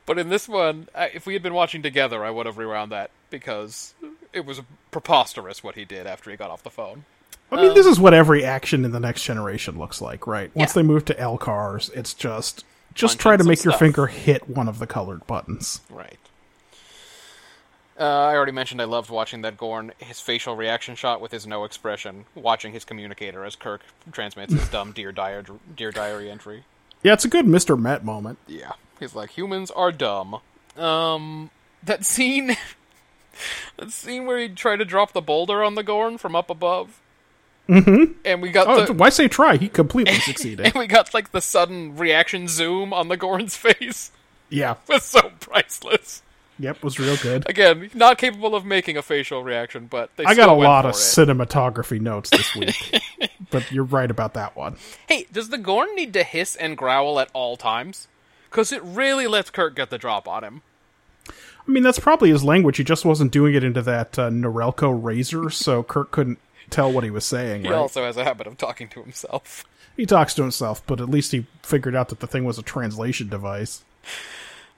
Speaker 2: But in this one, I- if we had been watching together, I would have rewound that because it was preposterous what he did after he got off the phone.
Speaker 3: I mean, this is what every action in the next generation looks like, right? Once
Speaker 2: Yeah.
Speaker 3: they move to L cars, it's just just
Speaker 2: Punching
Speaker 3: try to
Speaker 2: some
Speaker 3: make your
Speaker 2: stuff.
Speaker 3: finger hit one of the colored buttons.
Speaker 2: Right. Uh, I already mentioned I loved watching that Gorn, his facial reaction shot with his no expression, watching his communicator as Kirk transmits his dumb Dear, Diar- Dear Diary entry.
Speaker 3: Yeah, it's a good Mr. Met moment.
Speaker 2: Yeah. He's like, humans are dumb. Um, that scene. that scene where he tried to drop the boulder on the Gorn from up above. Mm hmm. And we got
Speaker 3: Oh,
Speaker 2: the.
Speaker 3: why say try? He completely succeeded.
Speaker 2: And we got like the sudden reaction zoom on the Gorn's face
Speaker 3: yeah.
Speaker 2: was so priceless.
Speaker 3: Yep, was real good.
Speaker 2: Again, not capable of making a facial reaction, but they
Speaker 3: I got a
Speaker 2: still went
Speaker 3: lot
Speaker 2: for
Speaker 3: of
Speaker 2: it.
Speaker 3: cinematography notes this week, but you're right about that one.
Speaker 2: Hey, does the Gorn need to hiss and growl at all times? Because it really lets Kirk get the drop on him.
Speaker 3: I mean, that's probably his language. He just wasn't doing it into that uh, Norelco razor, so Kirk couldn't tell what he was saying.
Speaker 2: He
Speaker 3: right?
Speaker 2: also has a habit of talking to himself.
Speaker 3: He talks to himself, but at least he figured out that the thing was a translation device.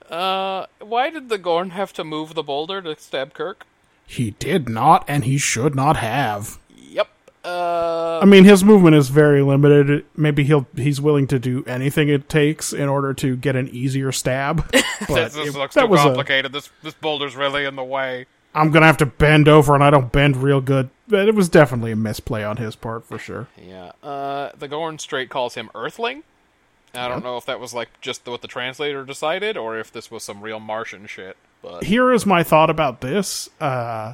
Speaker 2: Uh, why did the Gorn have to move the boulder to stab Kirk?
Speaker 3: He did not, and he should not have.
Speaker 2: Yep. Uh,
Speaker 3: I mean, his movement is very limited. Maybe he'll he's willing to do anything it takes in order to get an easier stab. But
Speaker 2: this, this
Speaker 3: it-
Speaker 2: looks
Speaker 3: that
Speaker 2: too
Speaker 3: was a-
Speaker 2: complicated. This this boulder's really in the way.
Speaker 3: I'm gonna have to bend over, and I don't bend real good. But it was definitely a misplay on his part for sure.
Speaker 2: Yeah. Uh, the Gorn straight calls him Earthling. I don't know if that was like just what the translator decided, or if this was some real Martian shit. But
Speaker 3: Here is my thought about this. Uh,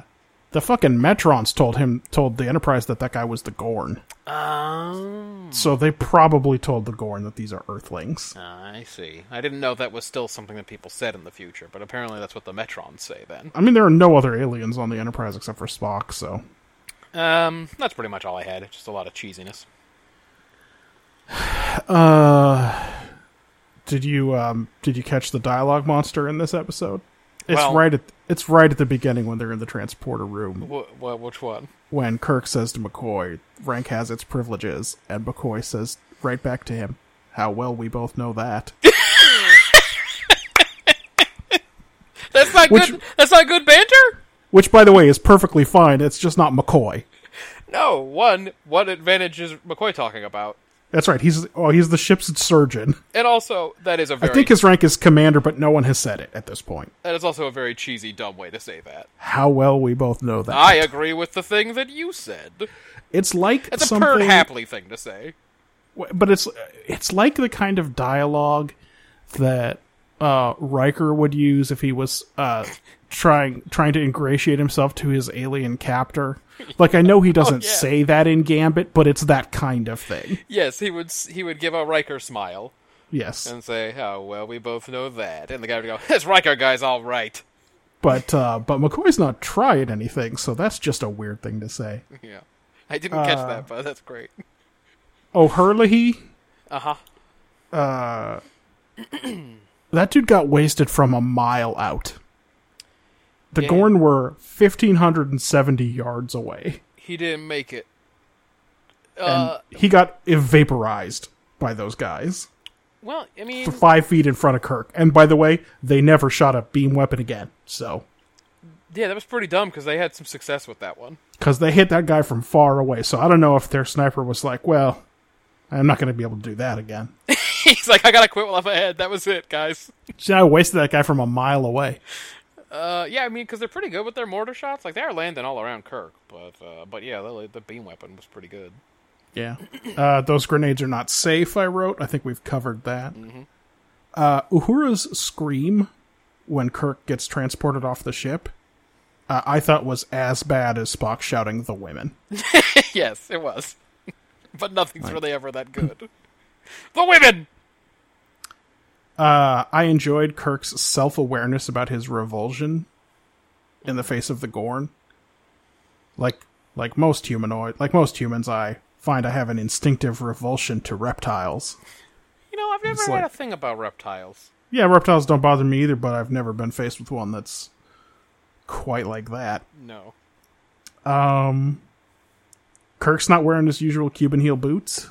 Speaker 3: the fucking Metrons told him told the Enterprise that that guy was the Gorn,
Speaker 2: um,
Speaker 3: so they probably told the Gorn that these are Earthlings.
Speaker 2: Ah, I see. I didn't know that was still something that people said in the future, but apparently that's what the Metrons say then.
Speaker 3: I mean, there are no other aliens on the Enterprise except for Spock, so
Speaker 2: Um, that's pretty much all I had. Just a lot of cheesiness.
Speaker 3: did you um did you catch the dialogue monster in this episode? It's
Speaker 2: Well-
Speaker 3: right at it's right at the beginning when they're in the transporter room
Speaker 2: Wh- wh- which one?
Speaker 3: when Kirk says to McCoy, "Rank has its privileges," and McCoy says right back to him, "How well we both know that."
Speaker 2: That's not
Speaker 3: Which-
Speaker 2: good. That's not good banter.
Speaker 3: Which, by the way, is perfectly fine. It's just not McCoy.
Speaker 2: No one. What advantage is McCoy talking about?
Speaker 3: That's right. He's oh, he's the ship's surgeon.
Speaker 2: And also, that is a very
Speaker 3: I think his rank is commander, but no one has said it at this point.
Speaker 2: that is also a very cheesy, dumb way to say that.
Speaker 3: How well we both know that.
Speaker 2: I agree with the thing that you said.
Speaker 3: it's like
Speaker 2: That's a
Speaker 3: something.
Speaker 2: pert hapley thing to say.
Speaker 3: w- but it's it's like the kind of dialogue that uh, Riker would use if he was uh, trying trying to ingratiate himself to his alien captor. Like I know he doesn't
Speaker 2: Oh, yeah.
Speaker 3: say that in Gambit, but it's that kind of thing.
Speaker 2: Yes, he would. s- He would give a Riker smile
Speaker 3: Yes,
Speaker 2: and say, "Oh well, we both know that." And the guy would go, "This Riker guy's all right."
Speaker 3: but uh, but McCoy's not trying anything, so that's just a weird thing to say.
Speaker 2: Yeah, I didn't catch
Speaker 3: Uh.
Speaker 2: that, but that's great.
Speaker 3: Oh, O'Herlihy,
Speaker 2: Uh huh.
Speaker 3: that dude got wasted from a mile out. The
Speaker 2: Yeah.
Speaker 3: Gorn were fifteen hundred and seventy yards away.
Speaker 2: He didn't make it. Uh,
Speaker 3: and he got evaporized by those guys.
Speaker 2: Well, I mean,
Speaker 3: five feet in front of Kirk. And by the way, they never shot a beam weapon again. So
Speaker 2: yeah, that was pretty dumb because they had some success with that one.
Speaker 3: because they hit that guy from far away. So I don't know if their sniper was like, well, I'm not going to be able to do that again.
Speaker 2: He's like, I gotta quit while I'm ahead. That was it, guys.
Speaker 3: See, I wasted that guy from a mile away.
Speaker 2: Uh, yeah, I mean, because they're pretty good with their mortar shots. Like they are landing all around Kirk, but uh, but yeah, the, the beam weapon was pretty good.
Speaker 3: Yeah. Uh, those grenades are not safe, I wrote. I think we've covered that. Uh, Uhura's scream when Kirk gets transported off the ship, uh, I thought was as bad as Spock shouting the women.
Speaker 2: yes, it was. but nothing's really ever that good. the women.
Speaker 3: Uh, I enjoyed Kirk's self awareness about his revulsion in the face of the Gorn. Like, like most humanoid, like most humans, I find I have an instinctive revulsion to reptiles.
Speaker 2: You know, I've never
Speaker 3: It's
Speaker 2: had
Speaker 3: like-
Speaker 2: a thing about reptiles.
Speaker 3: Yeah, reptiles don't bother me either, but I've never been faced with one that's quite like that.
Speaker 2: No.
Speaker 3: Kirk's not wearing his usual Cuban heel boots.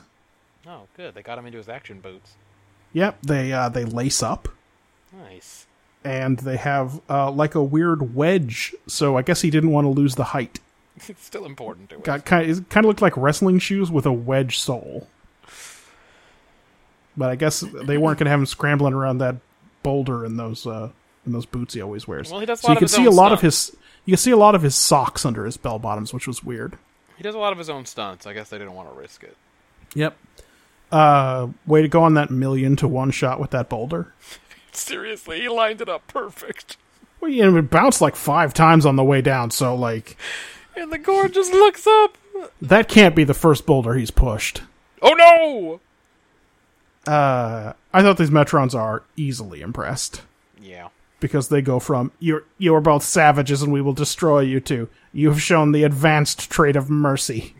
Speaker 2: Oh, good. They got him into his action boots.
Speaker 3: Yep, they uh, they lace up
Speaker 2: Nice.
Speaker 3: and they have uh, like a weird wedge. So I guess he didn't want to lose the height.
Speaker 2: It's still important to us.
Speaker 3: Got kind it kind of looked like wrestling shoes with a wedge sole. But I guess they weren't going to have him scrambling around that boulder in those uh, in those boots he always wears.
Speaker 2: Well, he does a
Speaker 3: so
Speaker 2: lot
Speaker 3: you
Speaker 2: of
Speaker 3: can
Speaker 2: his
Speaker 3: see
Speaker 2: own
Speaker 3: a lot of
Speaker 2: stuff.
Speaker 3: his you can see a lot of his socks under his bell bottoms, which was weird.
Speaker 2: He does a lot of his own stunts. I guess they didn't want to risk it.
Speaker 3: Yep. Uh, way to go on that million to one shot with that boulder.
Speaker 2: Seriously, he lined it up perfect.
Speaker 3: Well, you know, it bounced like five times on the way down, so like
Speaker 2: And the gore just looks up.
Speaker 3: that can't be the first boulder he's pushed.
Speaker 2: Oh no!
Speaker 3: I thought these Metrons are easily impressed
Speaker 2: Yeah.
Speaker 3: because they go from you're you are both savages and we will destroy you too. You have shown the advanced trait of mercy.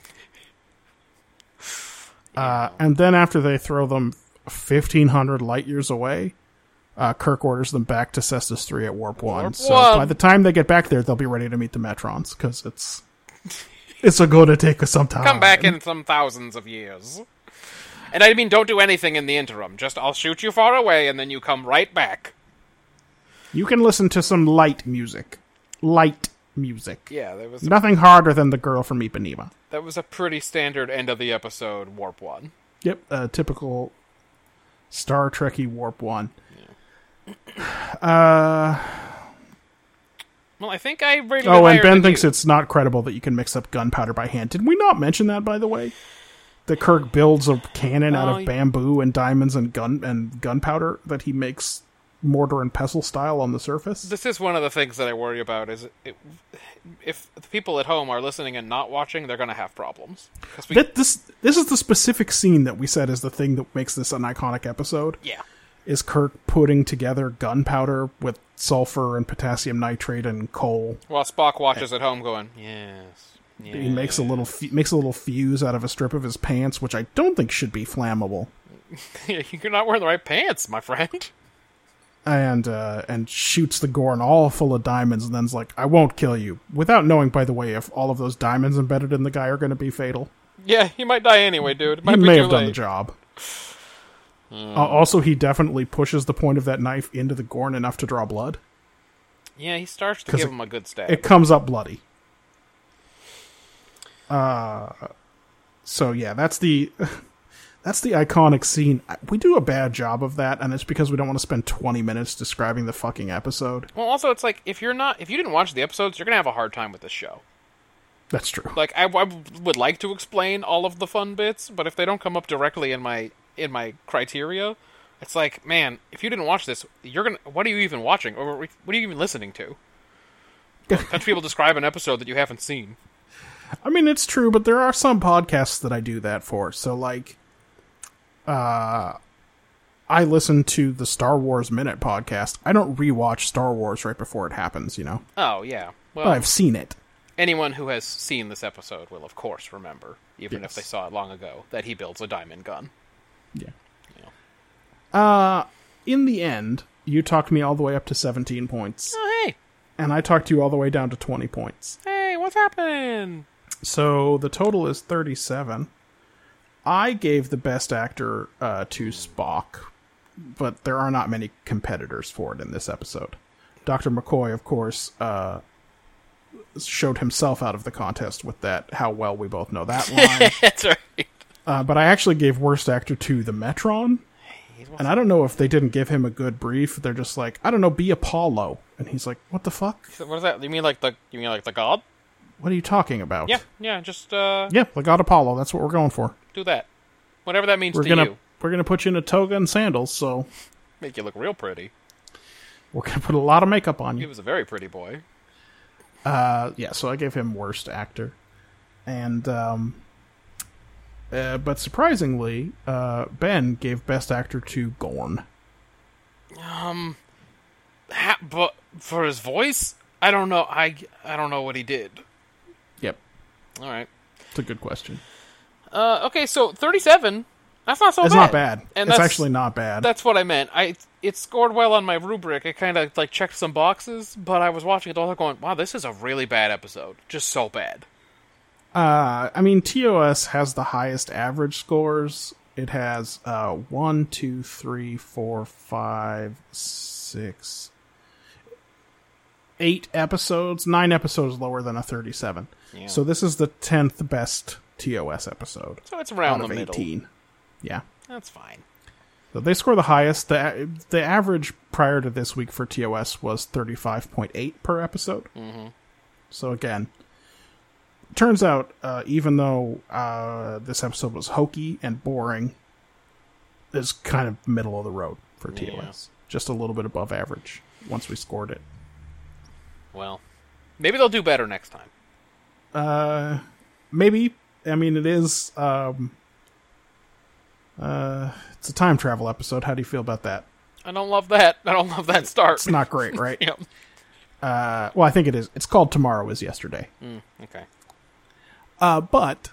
Speaker 3: Uh, and then after they throw them fifteen hundred light years away, uh, Kirk orders them back to Cestus Three at Warp One.
Speaker 2: Warp
Speaker 3: so
Speaker 2: one.
Speaker 3: by the time they get back there, they'll be ready to meet the Metrons because it's it's a gonna take us some time.
Speaker 2: Come back in some thousands of years. And I mean, don't do anything in the interim. Just I'll shoot you far away, and then you come right back.
Speaker 3: You can listen to some light music, light music.
Speaker 2: Yeah, that was
Speaker 3: Nothing harder than the girl from Ipanema.
Speaker 2: that was a pretty standard end of the episode warp one.
Speaker 3: Yep, a typical Star Trekky warp one.
Speaker 2: Well, I think I rated.
Speaker 3: Oh,
Speaker 2: it
Speaker 3: and
Speaker 2: higher
Speaker 3: Ben
Speaker 2: than
Speaker 3: thinks
Speaker 2: you.
Speaker 3: it's not credible that you can mix up gunpowder by hand. Did we not mention that, by the way? That Kirk builds a cannon
Speaker 2: Oh,
Speaker 3: out
Speaker 2: y-
Speaker 3: of bamboo and diamonds and gun and gunpowder that he makes mortar and pestle style on the surface.
Speaker 2: This is one of the things that I worry about. Is it, if the people at home are listening and not watching, they're going to have problems. 'Cause we-
Speaker 3: That- this this is the specific scene that we said is the thing that makes this an iconic episode.
Speaker 2: yeah,
Speaker 3: Is Kirk putting together gunpowder with sulfur and potassium nitrate and coal
Speaker 2: while Spock watches at home, going, "Yes, yes.
Speaker 3: He makes a little fu- makes a little fuse out of a strip of his pants, which I don't think should be flammable.
Speaker 2: You're not wearing the right pants, my friend."
Speaker 3: And uh, and shoots the Gorn all full of diamonds, and then's like, "I won't kill you," without knowing, by the way, if all of those diamonds embedded in the guy are going to be fatal.
Speaker 2: Yeah, he might die anyway, dude. It might
Speaker 3: He
Speaker 2: be
Speaker 3: may
Speaker 2: too
Speaker 3: have done the
Speaker 2: late.
Speaker 3: job. Uh, also, he definitely pushes the point of that knife into the Gorn enough to draw blood.
Speaker 2: Yeah, he starts to
Speaker 3: 'Cause
Speaker 2: give
Speaker 3: it-
Speaker 2: him a good stab.
Speaker 3: It comes up bloody. Uh, so yeah, that's the that's the iconic scene. I- We do a bad job of that, and it's because we don't want to spend twenty minutes describing the fucking episode.
Speaker 2: well, also, it's like if you're not if you didn't watch the episodes, you're going to have a hard time with this show.
Speaker 3: That's true.
Speaker 2: Like I, I would like to explain all of the fun bits, but if they don't come up directly in my in my criteria, it's like, man, if you didn't watch this, you're gonna. What are you even watching, or what are you even listening to? Touch people describe an episode that you haven't seen.
Speaker 3: I mean, it's true, but there are some podcasts that I do that for. So like, uh, I listen to the Star Wars Minute podcast. I don't rewatch Star Wars right before it happens. You know,
Speaker 2: Oh yeah. Well,
Speaker 3: but I've seen it.
Speaker 2: anyone who has seen this episode will, of course, remember, even if
Speaker 3: Yes.
Speaker 2: they saw it long ago, that he builds a diamond gun.
Speaker 3: Yeah. Uh, in the end, you talked me all the way up to 17 points,
Speaker 2: Oh hey,
Speaker 3: and I talked you all the way down to 20 points.
Speaker 2: hey, what's happening?
Speaker 3: So the total is 37. I gave the best actor uh, to Spock but there are not many competitors for it in this episode. Dr. McCoy, of course, uh, showed himself out of the contest with that. How well we both know that line.
Speaker 2: That's right.
Speaker 3: uh, but I actually gave worst actor to the Metron, and I don't know if they didn't give him a good brief. They're just like, I don't know, be Apollo, and he's like, what the fuck?
Speaker 2: What is that? You mean like the you mean like the god?
Speaker 3: What are you talking about?
Speaker 2: Yeah, yeah. Just uh,
Speaker 3: yeah, the god Apollo. That's what we're going for.
Speaker 2: do that. Whatever that means
Speaker 3: We're
Speaker 2: to
Speaker 3: gonna
Speaker 2: you.
Speaker 3: we're gonna put you in a toga and sandals, so
Speaker 2: Make you look real pretty.
Speaker 3: we're gonna put a lot of makeup on
Speaker 2: He
Speaker 3: you. Uh,
Speaker 2: was a very pretty boy.
Speaker 3: yeah, so I gave him worst actor, and um, uh, but surprisingly, uh, Ben gave best actor to Gorn.
Speaker 2: Ha- but for his voice, I don't know. I I don't know what he did.
Speaker 3: Yep,
Speaker 2: All right.
Speaker 3: it's a good question.
Speaker 2: Uh, okay, so thirty-seven. That's not so
Speaker 3: It's
Speaker 2: bad.
Speaker 3: not bad.
Speaker 2: Oh, And
Speaker 3: it's
Speaker 2: that's,
Speaker 3: actually not bad.
Speaker 2: that's what I meant. I it scored well on my rubric. It kind of like checked some boxes, but I was watching it all going, "Wow, this is a really bad episode. Just so bad."
Speaker 3: Uh, I mean, TOS has the highest average scores. It has uh, one, two, three, four, five, six, eight episodes, nine episodes lower than a 37. So this is the 10th best TOS episode
Speaker 2: So it's
Speaker 3: out
Speaker 2: around
Speaker 3: of
Speaker 2: the middle.
Speaker 3: 18. Yeah.
Speaker 2: That's fine.
Speaker 3: So they score the highest. The, the average prior to this week for TOS was 35.8 per episode. Mm-hmm. So again, turns out, uh, even though uh, this episode was hokey and boring, it's kind of middle of the road for TOS. Just a little bit above average once we scored it.
Speaker 2: Well, maybe they'll do better next time.
Speaker 3: Maybe. I mean, it is. Um, uh, it's a time travel episode. How do you feel about that?
Speaker 2: I don't love that. I don't love that start.
Speaker 3: It's not great, right?
Speaker 2: Yep.
Speaker 3: Uh, well, I think it is. It's called Tomorrow is Yesterday.
Speaker 2: Okay.
Speaker 3: Uh, but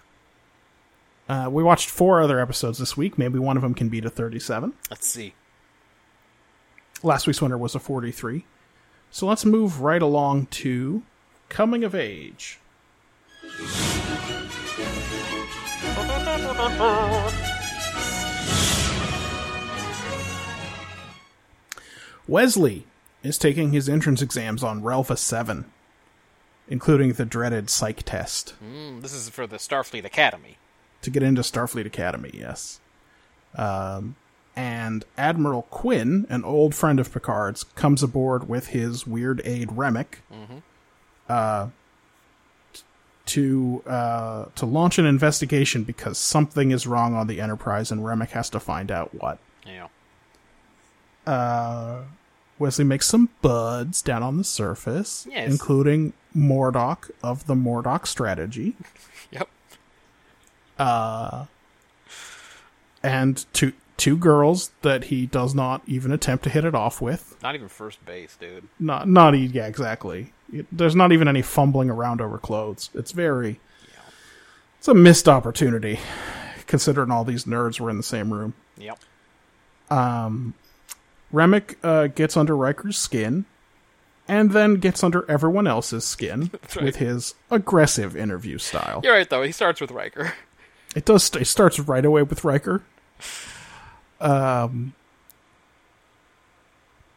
Speaker 3: uh, we watched four other episodes this week. Maybe one of them can beat a 37.
Speaker 2: Let's see.
Speaker 3: Last week's winner was a 43. So let's move right along to Coming of Age. Wesley is taking his entrance exams on Relva 7, including the dreaded psych test.
Speaker 2: Mm, This is for the Starfleet Academy.
Speaker 3: to get into Starfleet Academy, yes. Um, and Admiral Quinn, an old friend of Picard's, comes aboard with his weird aide Remick uh, t- to uh, to launch an investigation because something is wrong on the Enterprise, and Remick has to find out what.
Speaker 2: Yeah.
Speaker 3: Wesley makes some buds down on the surface,
Speaker 2: Yes.
Speaker 3: including Mordock of the Mordock strategy.
Speaker 2: Yep.
Speaker 3: and two two girls that he does not even attempt to hit it off with.
Speaker 2: Not even first base, dude.
Speaker 3: Not not e- yeah exactly. It- there's not even any fumbling around over clothes. It's very it's a missed opportunity, considering all these nerds were in the same room.
Speaker 2: Yep.
Speaker 3: Remick uh, gets under Riker's skin, and then gets under everyone else's skin
Speaker 2: right.
Speaker 3: with his aggressive interview style.
Speaker 2: You're right though. He starts with Riker.
Speaker 3: It does. St- it starts right away with Riker. Um.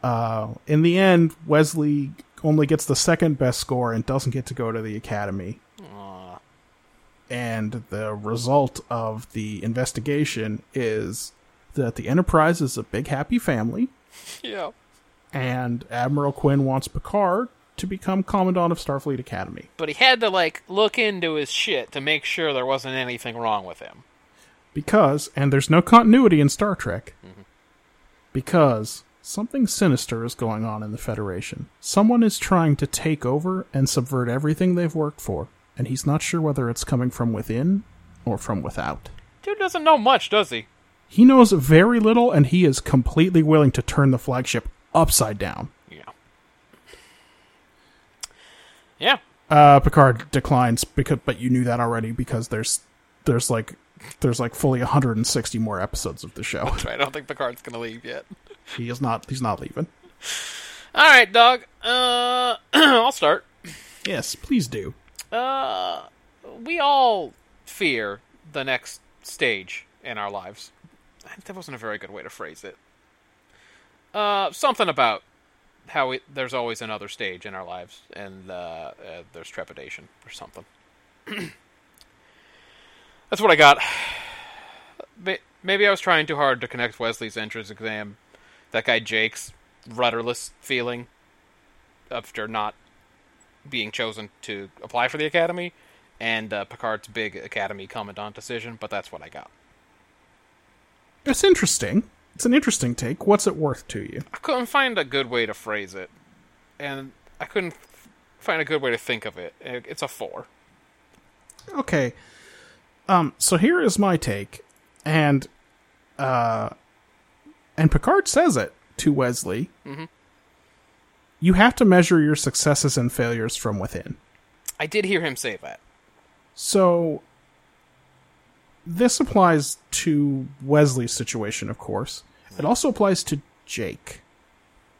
Speaker 3: Uh, in the end, Wesley only gets the second best score and doesn't get to go to the academy. And the result of the investigation is that the Enterprise is a big happy family,
Speaker 2: Yeah.
Speaker 3: and Admiral Quinn wants Picard to become Commandant of Starfleet Academy.
Speaker 2: But he had to like look into his shit to make sure there wasn't anything wrong with him.
Speaker 3: Because, and there's no continuity in Star Trek, because something sinister is going on in the Federation. Someone is trying to take over and subvert everything they've worked for, and he's not sure whether it's coming from within or from without.
Speaker 2: Dude doesn't know much, does he?
Speaker 3: He knows very little, and he is completely willing to turn the flagship upside down.
Speaker 2: Yeah. Yeah.
Speaker 3: Uh, Picard declines because, but you knew that already because there's, there's like, there's like fully 160 more episodes of the show.
Speaker 2: I don't think Picard's gonna leave yet.
Speaker 3: he is not, he's not leaving.
Speaker 2: All right, dog. Uh, I'll start.
Speaker 3: Yes, please do.
Speaker 2: Uh, we all fear the next stage in our lives. That wasn't a very good way to phrase it. Uh, something about how it, there's always another stage in our lives, and uh, uh, there's trepidation or something. That's what I got. May- Maybe I was trying too hard to connect Wesley's entrance exam, that guy Jake's rudderless feeling after not being chosen to apply for the academy, and uh, Picard's big academy commandant decision. But that's what I got.
Speaker 3: It's interesting. It's an interesting take. What's it worth to you?
Speaker 2: I couldn't find a good way to phrase it, and I couldn't f- find a good way to think of it. It- It's a four.
Speaker 3: Okay. Um, so here is my take, and uh, and Picard says it to Wesley. You have to measure your successes and failures from within.
Speaker 2: I did hear him say that.
Speaker 3: So this applies to Wesley's situation, of course. It also applies to Jake.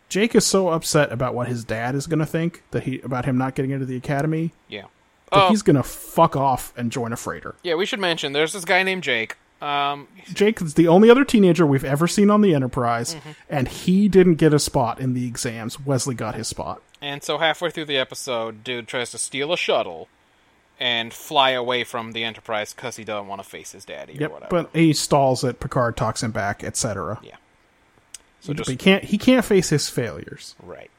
Speaker 3: Jake is so upset about what his dad is going to think that he about him not getting into the academy
Speaker 2: Yeah.
Speaker 3: that
Speaker 2: Oh,
Speaker 3: he's going to fuck off and join a freighter.
Speaker 2: yeah. We should mention there's this guy named Jake. Um,
Speaker 3: Jake is the only other teenager we've ever seen on the Enterprise,
Speaker 2: Mm-hmm.
Speaker 3: and he didn't get a spot in the exams. Wesley got his spot.
Speaker 2: and so halfway through the episode, dude tries to steal a shuttle and fly away from the Enterprise because he doesn't want to face his daddy or
Speaker 3: Yep,
Speaker 2: whatever.
Speaker 3: but he stalls it. Picard talks him back, etc.
Speaker 2: yeah. So
Speaker 3: But
Speaker 2: just
Speaker 3: he can't. He can't face his failures.
Speaker 2: right.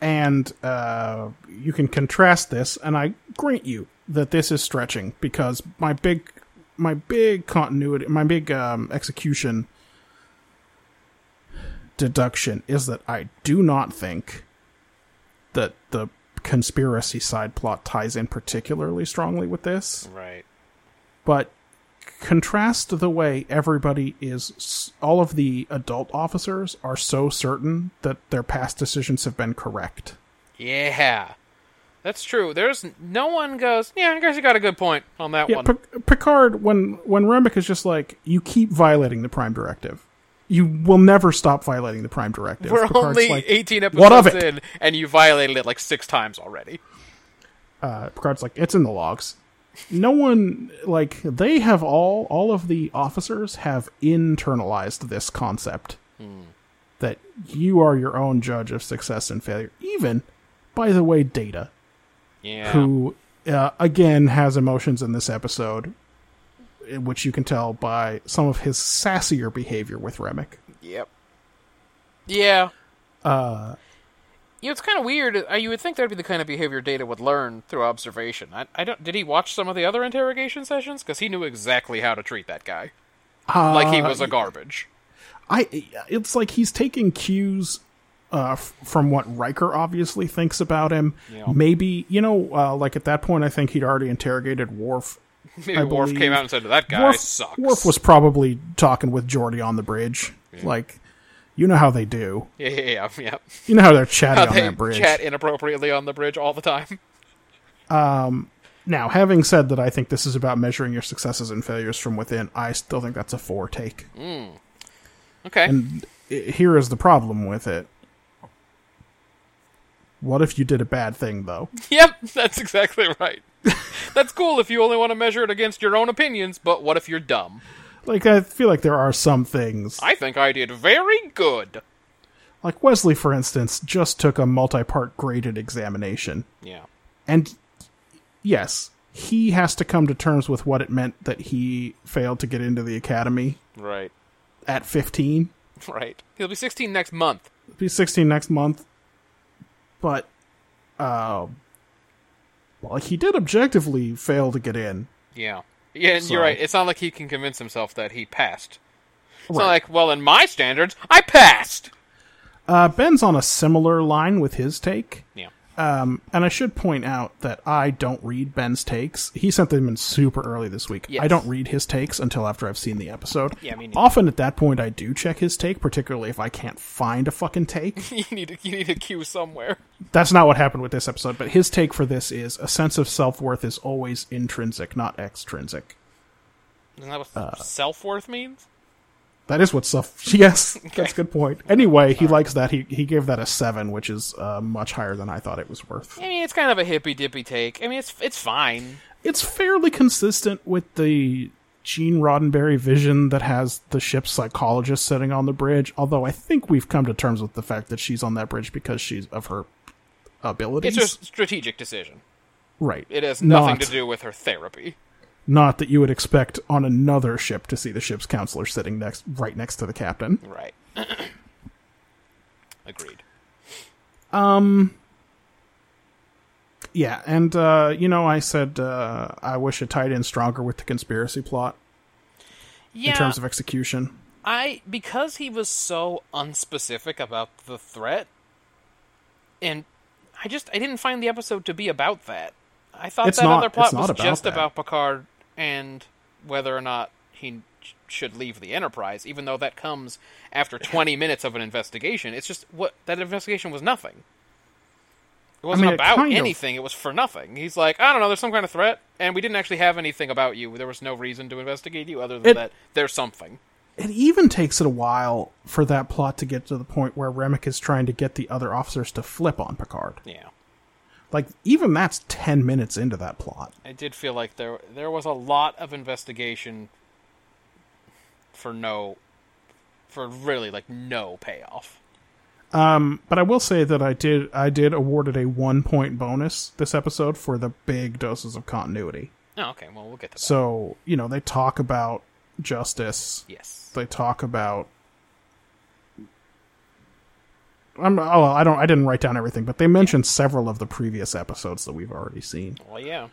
Speaker 3: and uh, you can contrast this and i grant you that this is stretching because my big my big continuity my big um, execution deduction is that i do not think that the conspiracy side plot ties in particularly strongly with this
Speaker 2: Right.
Speaker 3: but contrast the way everybody is all of the adult officers are so certain that their past decisions have been correct
Speaker 2: Yeah. That's true. There's no one goes. Yeah, I guess you got a good point on that
Speaker 3: Yeah,
Speaker 2: one.
Speaker 3: Pic- Picard, when when Remick is just like, you keep violating the Prime Directive. You will never stop violating the Prime Directive.
Speaker 2: We're
Speaker 3: Picard's
Speaker 2: only
Speaker 3: like,
Speaker 2: 18 episodes
Speaker 3: "What of it?"
Speaker 2: in, and you violated it like six times already.
Speaker 3: uh, Picard's like, it's in the logs. No one like they have all all of the officers have internalized this concept
Speaker 2: Hmm.
Speaker 3: that you are your own judge of success and failure. Even by the way, Data,
Speaker 2: Yeah.
Speaker 3: who uh, again has emotions in this episode, in which you can tell by some of his sassier behavior with Remick.
Speaker 2: Yep. Yeah. Uh. You know, it's kind of weird. Uh, You would think that'd be the kind of behavior Data would learn through observation. I, I don't. Did he watch some of the other interrogation sessions? Because he knew exactly how to treat that guy. like
Speaker 3: Uh,
Speaker 2: he was a garbage.
Speaker 3: I it's like he's taking cues uh, f- from what Riker obviously thinks about him.
Speaker 2: Yeah.
Speaker 3: Maybe you know, uh, like at that point, I think he'd already interrogated Worf.
Speaker 2: Maybe
Speaker 3: I
Speaker 2: Worf
Speaker 3: believe-
Speaker 2: came out and said, "That guy sucks."
Speaker 3: Worf was probably talking with Geordi on the bridge. Like, you know how they do.
Speaker 2: Yeah, yeah, yeah. yeah.
Speaker 3: You know how they're chatty
Speaker 2: How
Speaker 3: on
Speaker 2: they
Speaker 3: that bridge.
Speaker 2: chat inappropriately on the bridge all the time.
Speaker 3: Now, having said that, I think this is about measuring your successes and failures from within. I still think that's a four take.
Speaker 2: Okay.
Speaker 3: And i- here is the problem with it. What if you did a bad thing though?
Speaker 2: Yep, that's exactly right. that's cool if you only want to measure it against your own opinions, but what if you're dumb?
Speaker 3: Like I feel like there are some things.
Speaker 2: I think I did very good.
Speaker 3: Like Wesley for instance just took a multi-part graded examination.
Speaker 2: Yeah.
Speaker 3: And yes, he has to come to terms with what it meant that he failed to get into the academy
Speaker 2: Right.
Speaker 3: at 15.
Speaker 2: Right. He'll be 16 next month.
Speaker 3: He'll be 16 next month. But uh like he did objectively fail to get in.
Speaker 2: Yeah. Yeah, and you're
Speaker 3: So-
Speaker 2: right. It's not like he can convince himself that he passed. It's
Speaker 3: Right.
Speaker 2: not like, well, in my standards, I passed.
Speaker 3: Uh, Ben's on a similar line with his take.
Speaker 2: Yeah.
Speaker 3: Um, and I should point out that I don't read Ben's takes. He sent them in super early this week.
Speaker 2: Yes.
Speaker 3: I don't read his takes until after I've seen the episode.
Speaker 2: Yeah, me neither.
Speaker 3: Often at that point, I do check his take, particularly if I can't find a fucking take.
Speaker 2: you need to, you need a cue somewhere.
Speaker 3: That's not what happened with this episode, but his take for this is a sense of self worth is always intrinsic, not extrinsic.
Speaker 2: Isn't that what self worth means?
Speaker 3: That is what self. Yes, that's a good point. Anyway, he likes that. He he gave that a seven, which is uh, much higher than I thought it was worth.
Speaker 2: I mean, it's kind of a hippy dippy take. I mean, it's it's fine.
Speaker 3: it's fairly consistent with the Gene Roddenberry vision that has the ship's psychologist sitting on the bridge. Although I think we've come to terms with the fact that she's on that bridge because she's of her abilities.
Speaker 2: It's a strategic decision.
Speaker 3: right.
Speaker 2: It has nothing
Speaker 3: Not-
Speaker 2: to do with her therapy.
Speaker 3: Not that you would expect on another ship to see the ship's counselor sitting next, right next to the captain.
Speaker 2: Right. Agreed.
Speaker 3: Yeah, and uh, you know, I said uh, I wish it tied in stronger with the conspiracy plot
Speaker 2: Yeah.
Speaker 3: in terms of execution.
Speaker 2: I because he was so unspecific about the threat, and I just I didn't find the episode to be about that. I thought
Speaker 3: It's
Speaker 2: that
Speaker 3: not-
Speaker 2: other plot
Speaker 3: it's not
Speaker 2: was
Speaker 3: about
Speaker 2: just
Speaker 3: that.
Speaker 2: about Picard and whether or not he sh- should leave the Enterprise, even though that comes after twenty minutes of an investigation. It's just what that investigation was nothing. It wasn't
Speaker 3: mean, it
Speaker 2: about
Speaker 3: kind of-
Speaker 2: anything. It was for nothing. He's like, I don't know. There's some kind of threat, and we didn't actually have anything about you. There was no reason to investigate you other than
Speaker 3: It-
Speaker 2: that there's something.
Speaker 3: It even takes it a while for that plot to get to the point where Remick is trying to get the other officers to flip on Picard.
Speaker 2: Yeah.
Speaker 3: Like, even that's 10 minutes into that plot.
Speaker 2: I did feel like there there was a lot of investigation for no for really like no payoff.
Speaker 3: But I will say that I did I did award it a 1 point bonus this episode for the big doses of continuity.
Speaker 2: Oh, okay, well we'll get to that.
Speaker 3: So, you know, they talk about justice.
Speaker 2: yes.
Speaker 3: They talk about I'm, oh, I don't. I didn't write down everything, but they mentioned several of the previous episodes that we've already seen.
Speaker 2: Well, yeah.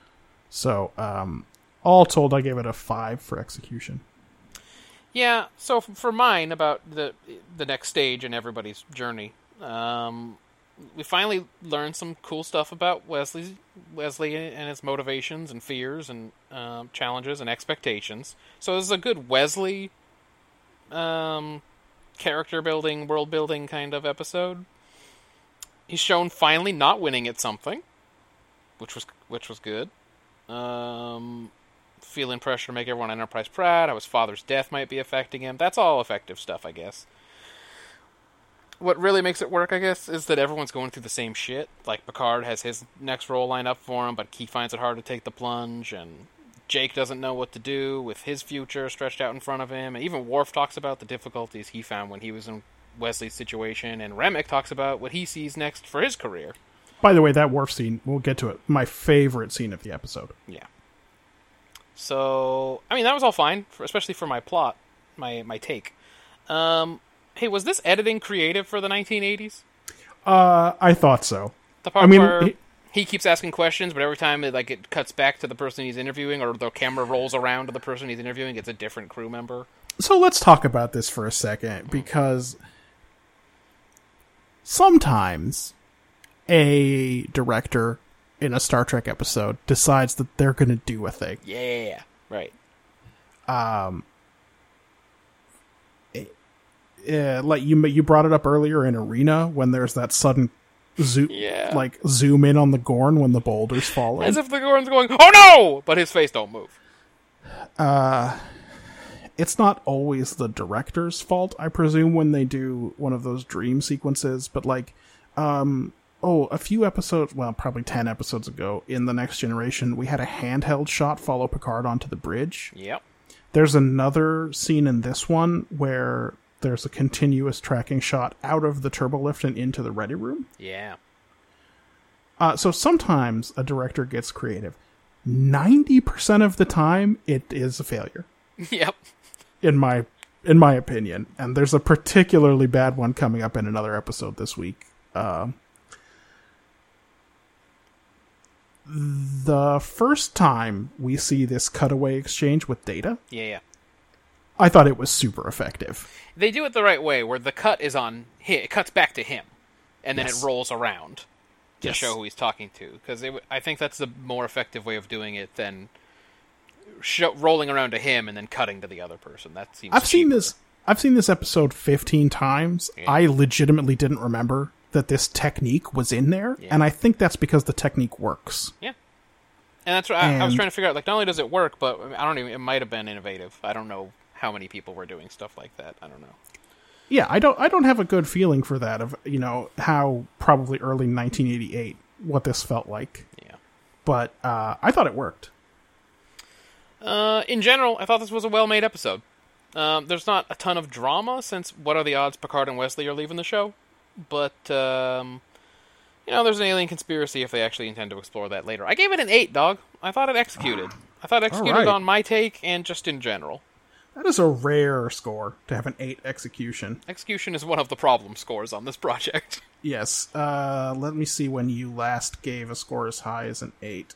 Speaker 3: So, um, all told, I gave it a five for execution.
Speaker 2: Yeah, so f- for mine about the the next stage in everybody's journey. Um we finally learned some cool stuff about Wesley's Wesley and his motivations and fears and um, challenges and expectations. So this is a good Wesley um, character building, world building kind of episode. He's shown finally not winning at something, which was which was good. Um, feeling pressure to make everyone on Enterprise proud, how his father's death might be affecting him. That's all effective stuff, I guess. What really makes it work, I guess, is that everyone's going through the same shit. Like Picard has his next role lined up for him, but he finds it hard to take the plunge, and Jake doesn't know what to do with his future stretched out in front of him, and even Worf talks about the difficulties he found when he was in Wesley's situation, and Remick talks about what he sees next for his career.
Speaker 3: By the way, that wharf scene, we'll get to it. My favorite scene of the episode.
Speaker 2: Yeah. So, I mean, that was all fine, for, especially for my plot, my my take. Um, hey, was this editing creative for the 1980s?
Speaker 3: Uh, I thought so.
Speaker 2: The part
Speaker 3: I mean,
Speaker 2: where
Speaker 3: he-
Speaker 2: he, keeps asking questions, but every time it like it cuts back to the person he's interviewing, or the camera rolls around to the person he's interviewing, it's a different crew member.
Speaker 3: So let's talk about this for a second because sometimes a director in a Star Trek episode decides that they're going to do a thing.
Speaker 2: Yeah, right.
Speaker 3: uh, like you you brought it up earlier in arena when there's that sudden zoom
Speaker 2: Yeah.
Speaker 3: like zoom in on the gorn when the boulders fall in.
Speaker 2: As if the Gorn's going, "Oh no!" but his face don't move.
Speaker 3: it's not always the director's fault i presume when they do one of those dream sequences but like um oh a few episodes well probably 10 episodes ago in the next generation we had a handheld shot follow picard onto the bridge
Speaker 2: Yep.
Speaker 3: there's another scene in this one where there's a continuous tracking shot out of the turbolift and into the ready room
Speaker 2: Yeah.
Speaker 3: Uh, so sometimes a director gets creative. 90% of the time it is a failure
Speaker 2: Yep.
Speaker 3: in my in my opinion and there's a particularly bad one coming up in another episode this week Um the first time we see this cutaway exchange with data
Speaker 2: Yeah. Yeah.
Speaker 3: i thought it was super effective
Speaker 2: they do it the right way where the cut is on hi- it cuts back to him and then
Speaker 3: Yes.
Speaker 2: it rolls around to
Speaker 3: Yes.
Speaker 2: show who he's talking to because i think that's the more effective way of doing it than show, rolling around to him and then cutting to the other person that seems
Speaker 3: I've seen
Speaker 2: cheaper.
Speaker 3: this. I've seen this episode fifteen times. I legitimately didn't remember that this technique was in there, and I think that's because the technique works.
Speaker 2: yeah and that's what I, I was
Speaker 3: And-
Speaker 2: trying to figure out like not only does it work but i don't even it might have been innovative i don't know how many people were doing stuff like that i don't know
Speaker 3: Yeah, I don't. I don't have a good feeling for that. Of you know how probably early nineteen eighty eight what this felt like,
Speaker 2: yeah
Speaker 3: but uh, I thought it worked.
Speaker 2: Uh, in general, I thought this was a well made episode. Um, there's not a ton of drama since what are the odds Picard and Wesley are leaving the show? But um, you know, there's an alien conspiracy if they actually intend to explore that later. I gave it an eight, dog. I thought it executed. I thought it executed
Speaker 3: right.
Speaker 2: on my take and just in general.
Speaker 3: That is a rare score to have an eight execution.
Speaker 2: Execution is one of the problem scores on this project.
Speaker 3: Yes. Uh, let me see when you last gave a score as high as an eight.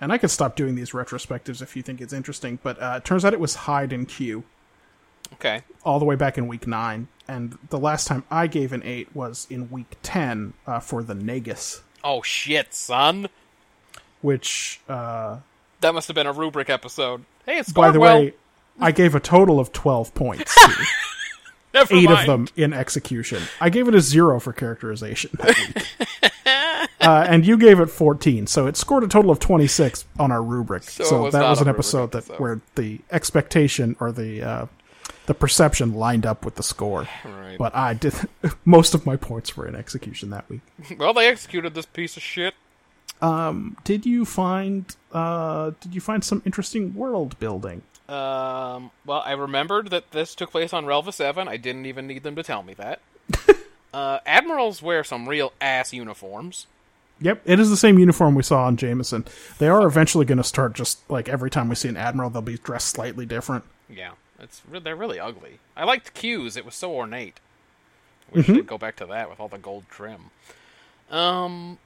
Speaker 3: And I could stop doing these retrospectives if you think it's interesting, but uh, it turns out it was Hyde and Q
Speaker 2: okay.
Speaker 3: all the way back in week nine. And the last time I gave an eight was in week 10 uh, for the Negus,
Speaker 2: Oh shit, son.
Speaker 3: which, uh,
Speaker 2: That must have been a rubric episode. Hey, it's
Speaker 3: by
Speaker 2: scored
Speaker 3: the
Speaker 2: Oh, well.
Speaker 3: way, I gave a total of 12 points,
Speaker 2: Never
Speaker 3: eight of
Speaker 2: mind.
Speaker 3: them in execution. I gave it a zero for characterization that week. Uh, and you gave it 14, so it scored a total of 26 on our rubric. So,
Speaker 2: it was
Speaker 3: that
Speaker 2: not
Speaker 3: was
Speaker 2: a
Speaker 3: an
Speaker 2: rubric
Speaker 3: episode that
Speaker 2: episode.
Speaker 3: where the expectation or the uh, the perception lined up with the score.
Speaker 2: Right.
Speaker 3: But I did most of my points were in execution that week.
Speaker 2: Well, they executed this piece of shit.
Speaker 3: did you find uh did you find some interesting world building
Speaker 2: Um, well, I remembered that this took place on Relva 7. I didn't even need them to tell me that. uh, admirals wear some real ass uniforms.
Speaker 3: yep it is the same uniform we saw on jameson they are eventually going to start just like every time we see an admiral they'll be dressed slightly different
Speaker 2: Yeah, it's re- they're really ugly. I liked Q's. It was so ornate. We
Speaker 3: Mm-hmm.
Speaker 2: should go back to that with all the gold trim. Um,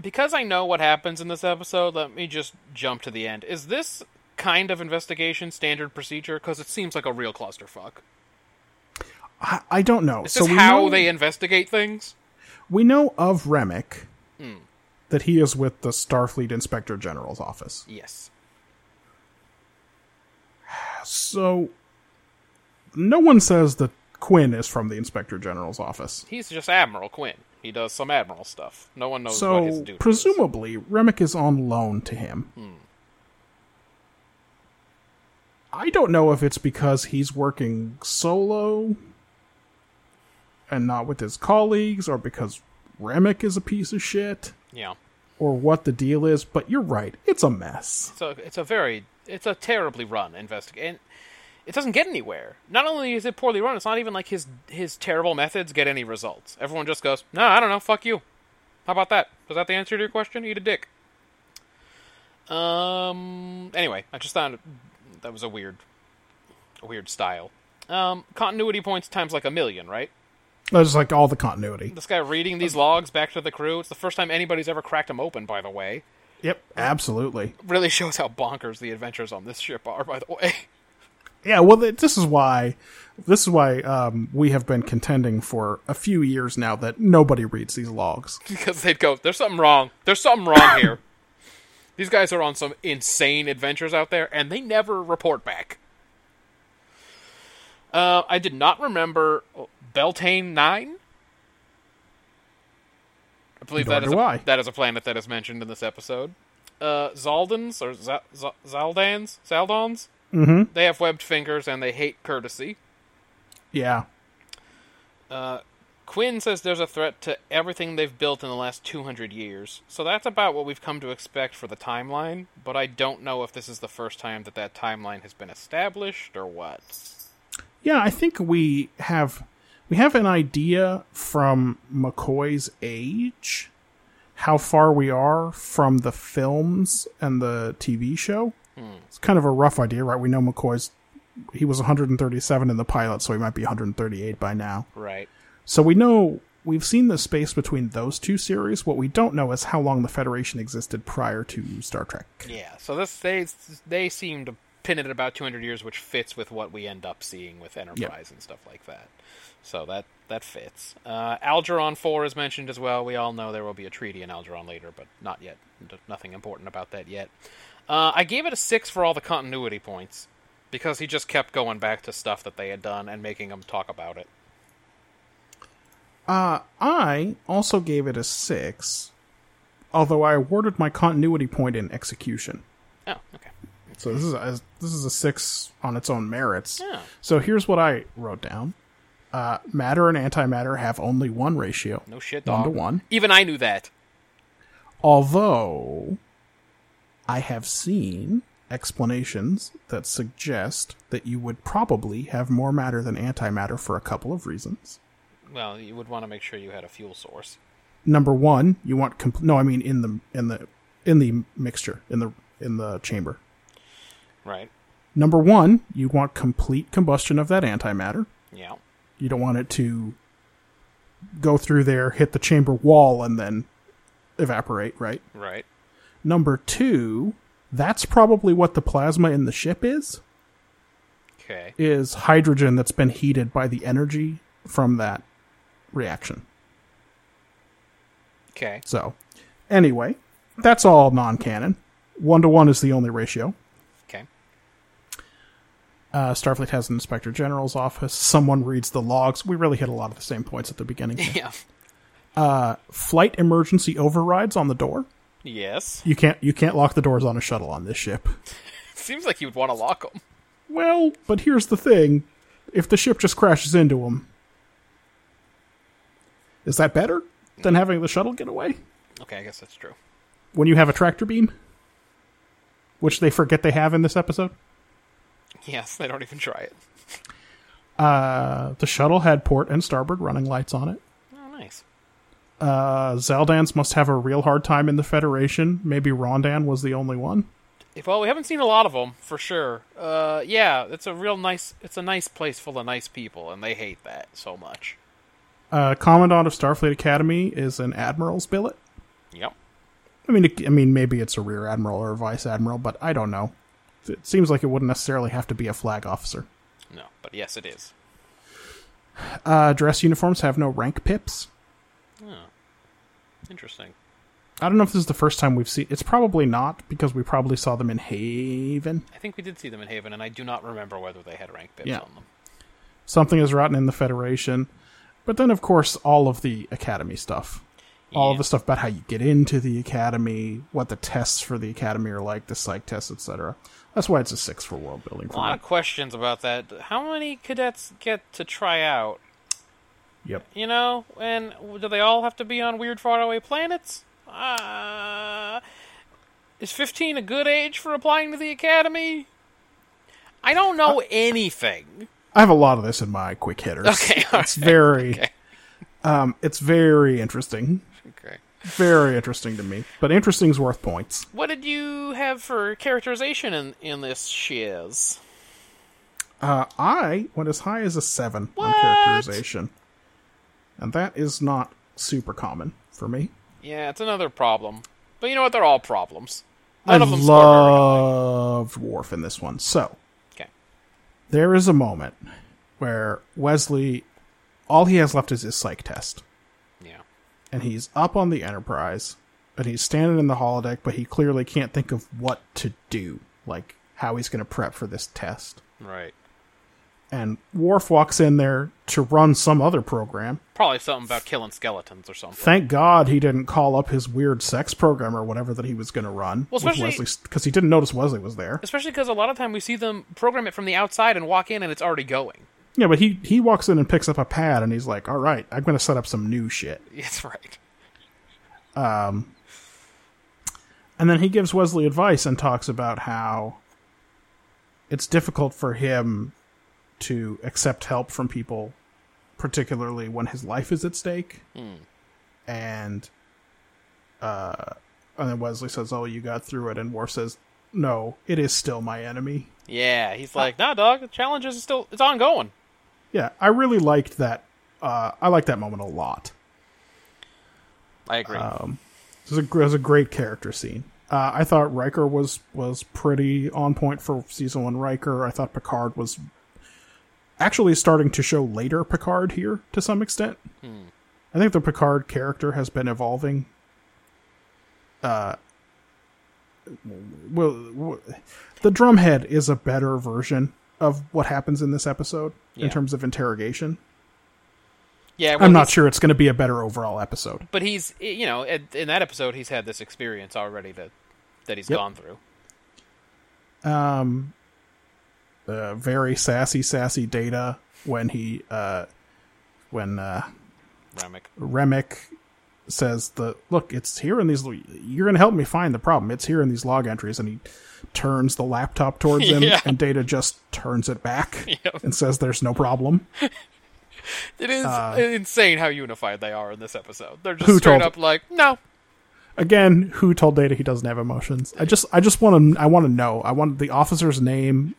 Speaker 2: because I know what happens in this episode, let me just jump to the end. Is this kind of investigation standard procedure? Because it seems like a real clusterfuck.
Speaker 3: i, I don't know
Speaker 2: Is
Speaker 3: so
Speaker 2: this
Speaker 3: we
Speaker 2: how
Speaker 3: know,
Speaker 2: they investigate things?
Speaker 3: we know of remick
Speaker 2: Hmm.
Speaker 3: that he is with the starfleet inspector general's office
Speaker 2: Yes.
Speaker 3: so no one says that quinn is from the inspector general's office
Speaker 2: He's just Admiral Quinn. He does some admiral stuff. No one knows Oh, what his
Speaker 3: so
Speaker 2: duty is. Hmm.
Speaker 3: presumably Remick is on loan to him. I don't know if it's because he's working solo and not with his colleagues, or because Remick is a piece of shit,
Speaker 2: Yeah.
Speaker 3: or what the deal is. But you're right; it's a mess.
Speaker 2: So it's a very, it's a terribly run investigation. It doesn't get anywhere. Not only is it poorly run, it's not even like his his terrible methods get any results. Everyone just goes, "No, I don't know. Fuck you." How about that? Was that the answer to your question? Eat a dick. Um. Anyway, I just thought that was a weird, a weird style. Um, continuity points times like a million, right?
Speaker 3: That's just like all the continuity.
Speaker 2: This guy reading these logs back to the crew. It's the first time anybody's ever cracked them open, by the way.
Speaker 3: Yep, absolutely.
Speaker 2: Really shows how bonkers the adventures on this ship are, by the way.
Speaker 3: Yeah, well, th- this is why this is why um, we have been contending for a few years now that nobody reads these logs.
Speaker 2: because they'd go, "There's something wrong. There's something wrong here." These guys are on some insane adventures out there, and they never report back. Uh, I did not remember oh, Beltane Nine. I believe
Speaker 3: Nor
Speaker 2: that is
Speaker 3: do
Speaker 2: a,
Speaker 3: I.
Speaker 2: that is a planet that is mentioned in this episode. Uh, Zaldans or Z- Z- Zaldans, Zaldons. Mm-hmm. They have webbed fingers and they hate courtesy.
Speaker 3: Yeah,
Speaker 2: Quinn says there's a threat to everything they've built in the last 200 years. So that's about what we've come to expect for the timeline, but I don't know if this is the first time that that timeline has been established or what.
Speaker 3: Yeah, I think we have we have an idea from McCoy's age how far we are from the films and the TV show. It's kind of a rough idea, right? We know McCoy's he was 137 in the pilot, so he might be 138 by now.
Speaker 2: Right.
Speaker 3: So we know we've seen the space between those two series. What we don't know is how long the Federation existed prior to Star Trek.
Speaker 2: Yeah. So this they they seem to pin it at about 200 years, which fits with what we end up seeing with Enterprise and stuff like that. So that that fits. Uh, Algeron Four is mentioned as well. We all know there will be a treaty in Algeron later, but not yet. N- Nothing important about that yet. Uh, I gave it a six for all the continuity points because he just kept going back to stuff that they had done and making them talk about it.
Speaker 3: I also gave it a 6, although I awarded my continuity point in execution.
Speaker 2: Oh, okay.
Speaker 3: So this is a, this is a 6 on its own merits.
Speaker 2: Yeah.
Speaker 3: So here's what I wrote down. Uh, matter and antimatter have only one ratio.
Speaker 2: No shit,
Speaker 3: One
Speaker 2: dog.
Speaker 3: to one.
Speaker 2: Even I knew that.
Speaker 3: Although I have seen explanations that suggest that you would probably have more matter than antimatter for a couple of reasons.
Speaker 2: Well, you would want to make sure you had a fuel source.
Speaker 3: Number one, you want compl- no, I mean in the in the in the mixture in the in the chamber.
Speaker 2: Right.
Speaker 3: Number one, you want complete combustion of that antimatter.
Speaker 2: Yeah.
Speaker 3: You don't want it to go through there, hit the chamber wall, and then evaporate, right?
Speaker 2: Right.
Speaker 3: Number two, that's probably what the plasma in the ship is,
Speaker 2: Okay.
Speaker 3: is hydrogen that's been heated by the energy from that reaction.
Speaker 2: Okay.
Speaker 3: So, anyway, that's all non canon. One to one is the only ratio.
Speaker 2: Okay.
Speaker 3: Uh, Starfleet has an inspector general's office. Someone reads the logs. We really hit a lot of the same points at the beginning.
Speaker 2: Yeah.
Speaker 3: Flight emergency overrides on the door.
Speaker 2: Yes.
Speaker 3: You can't you can't lock the doors on a shuttle on this ship.
Speaker 2: Seems like you would want to lock them.
Speaker 3: Well, but here's the thing: if the ship just crashes into them, is that better than having the shuttle get away
Speaker 2: Okay, I guess that's true.
Speaker 3: when you have a tractor beam, which they forget they have in this episode?
Speaker 2: Yes, they don't even try it.
Speaker 3: Uh, the shuttle had port and starboard running lights on it.
Speaker 2: Oh, nice.
Speaker 3: Uh, Zeldans must have a real hard time in the Federation. Maybe Rondan was the only one.
Speaker 2: If, well, we haven't seen a lot of them for sure. Uh, yeah, it's a real nice. It's a nice place full of nice people, and they hate that so much.
Speaker 3: Uh, Commandant of Starfleet Academy is an admiral's billet.
Speaker 2: Yep.
Speaker 3: I mean, it, I mean, maybe it's a rear admiral or a vice admiral, but I don't know. It seems like it wouldn't necessarily have to be a flag officer.
Speaker 2: No, but yes, it is.
Speaker 3: Uh, dress uniforms have no rank pips.
Speaker 2: Interesting.
Speaker 3: I don't know if this is the first time we've seen. It's probably not because we probably saw them in Haven.
Speaker 2: I think we did see them in Haven, and I do not remember whether they had rank bibs
Speaker 3: Yeah.
Speaker 2: on them.
Speaker 3: Something is rotten in the Federation, but then of course all of the academy stuff, all of
Speaker 2: Yeah.
Speaker 3: the stuff about how you get into the academy, what the tests for the academy are like, the psych tests, etc. That's why it's a six for world building.
Speaker 2: A
Speaker 3: For
Speaker 2: lot
Speaker 3: me.
Speaker 2: of questions about that. How many cadets get to try out?
Speaker 3: Yep.
Speaker 2: You know, and do they all have to be on weird faraway planets? Uh, is 15 a good age for applying to the academy? I don't know anything.
Speaker 3: I have a lot of this in my quick hitters.
Speaker 2: Okay, all
Speaker 3: it's very,
Speaker 2: okay.
Speaker 3: um, it's very interesting,
Speaker 2: Okay.
Speaker 3: very interesting to me. But interesting's worth points.
Speaker 2: What did you have for characterization in, in this shiz?
Speaker 3: Uh, I went as high as a seven
Speaker 2: What?
Speaker 3: on characterization, and that is not super common for me.
Speaker 2: Yeah, it's another problem. But you know what? They're all problems. None
Speaker 3: I
Speaker 2: of them score very high.
Speaker 3: loved Worf in this one. So
Speaker 2: Okay.
Speaker 3: there is a moment where Wesley, all he has left is his psych test.
Speaker 2: Yeah.
Speaker 3: and he's up on the Enterprise, and he's standing in the holodeck, but he clearly can't think of what to do, like how he's going to prep for this test.
Speaker 2: Right.
Speaker 3: And Worf walks in there to run some other program.
Speaker 2: Probably something about killing skeletons or something.
Speaker 3: Thank God he didn't call up his weird sex program or whatever that he was going to run
Speaker 2: Well,
Speaker 3: with
Speaker 2: especially-
Speaker 3: Wesley, because he didn't notice Wesley was there.
Speaker 2: Especially because a lot of time we see them program it from the outside and walk in and it's already going.
Speaker 3: Yeah, but he he walks in and picks up a pad, and he's like, "All right, I'm going to set up some new shit."
Speaker 2: That's right.
Speaker 3: And then he gives Wesley advice and talks about how it's difficult for him to accept help from people, particularly when his life is at stake. And uh, and then Wesley says, "Oh, you got through it," and Worf says, "No, it is still my enemy."
Speaker 2: Yeah, he's like, nah, dog. The challenge is still it's ongoing.
Speaker 3: Yeah, I really liked that. Uh, I like that moment a lot.
Speaker 2: I agree.
Speaker 3: Um, It was a, it was a great character scene. Uh, I thought Riker was was pretty on point for season one Riker. I thought Picard was actually starting to show later Picard here to some extent.
Speaker 2: Hmm.
Speaker 3: I think the Picard character has been evolving. Uh, well, w- the Drumhead is a better version of what happens in this episode
Speaker 2: Yeah.
Speaker 3: in terms of interrogation.
Speaker 2: yeah, well,
Speaker 3: I'm not
Speaker 2: he's-
Speaker 3: sure it's going to be a better overall episode.
Speaker 2: But he's eh, you know in in that episode he's had this experience already that that he's
Speaker 3: Yep.
Speaker 2: gone through.
Speaker 3: uh, very sassy, sassy data when he uh, when uh,
Speaker 2: Remick.
Speaker 3: Remick says the look, it's here in these. You're going to help me find the problem. It's here in these log entries, and he turns the laptop towards him,
Speaker 2: Yeah.
Speaker 3: and Data just turns it back and says, "There's no problem."
Speaker 2: It is insane how unified they are in this episode. They're just
Speaker 3: Uh, Who
Speaker 2: straight
Speaker 3: told-
Speaker 2: up like, no,
Speaker 3: Again, who told Data he doesn't have emotions? I just, I just want to, I want to know. I want the officer's name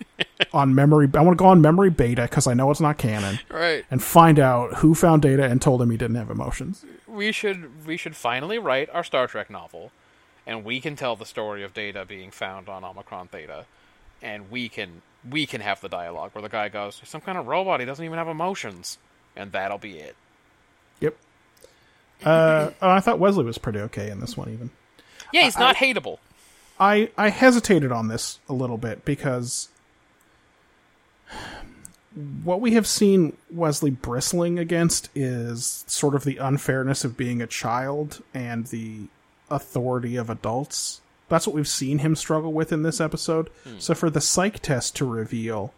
Speaker 3: on memory. I want to go on memory beta because I know it's not canon,
Speaker 2: right.
Speaker 3: and find out who found Data and told him he didn't have emotions.
Speaker 2: we should we should finally write our Star Trek novel, and we can tell the story of Data being found on Omicron Theta, and we can we can have the dialogue where the guy goes, "He's some kind of robot. He doesn't even have emotions," and that'll be it.
Speaker 3: Yep. Uh, oh, I thought Wesley was pretty okay in this one, even.
Speaker 2: Yeah, he's not hateable.
Speaker 3: I, I hesitated on this a little bit because what we have seen Wesley bristling against is sort of the unfairness of being a child and the authority of adults. That's what we've seen him struggle with in this episode. So for the psych test to reveal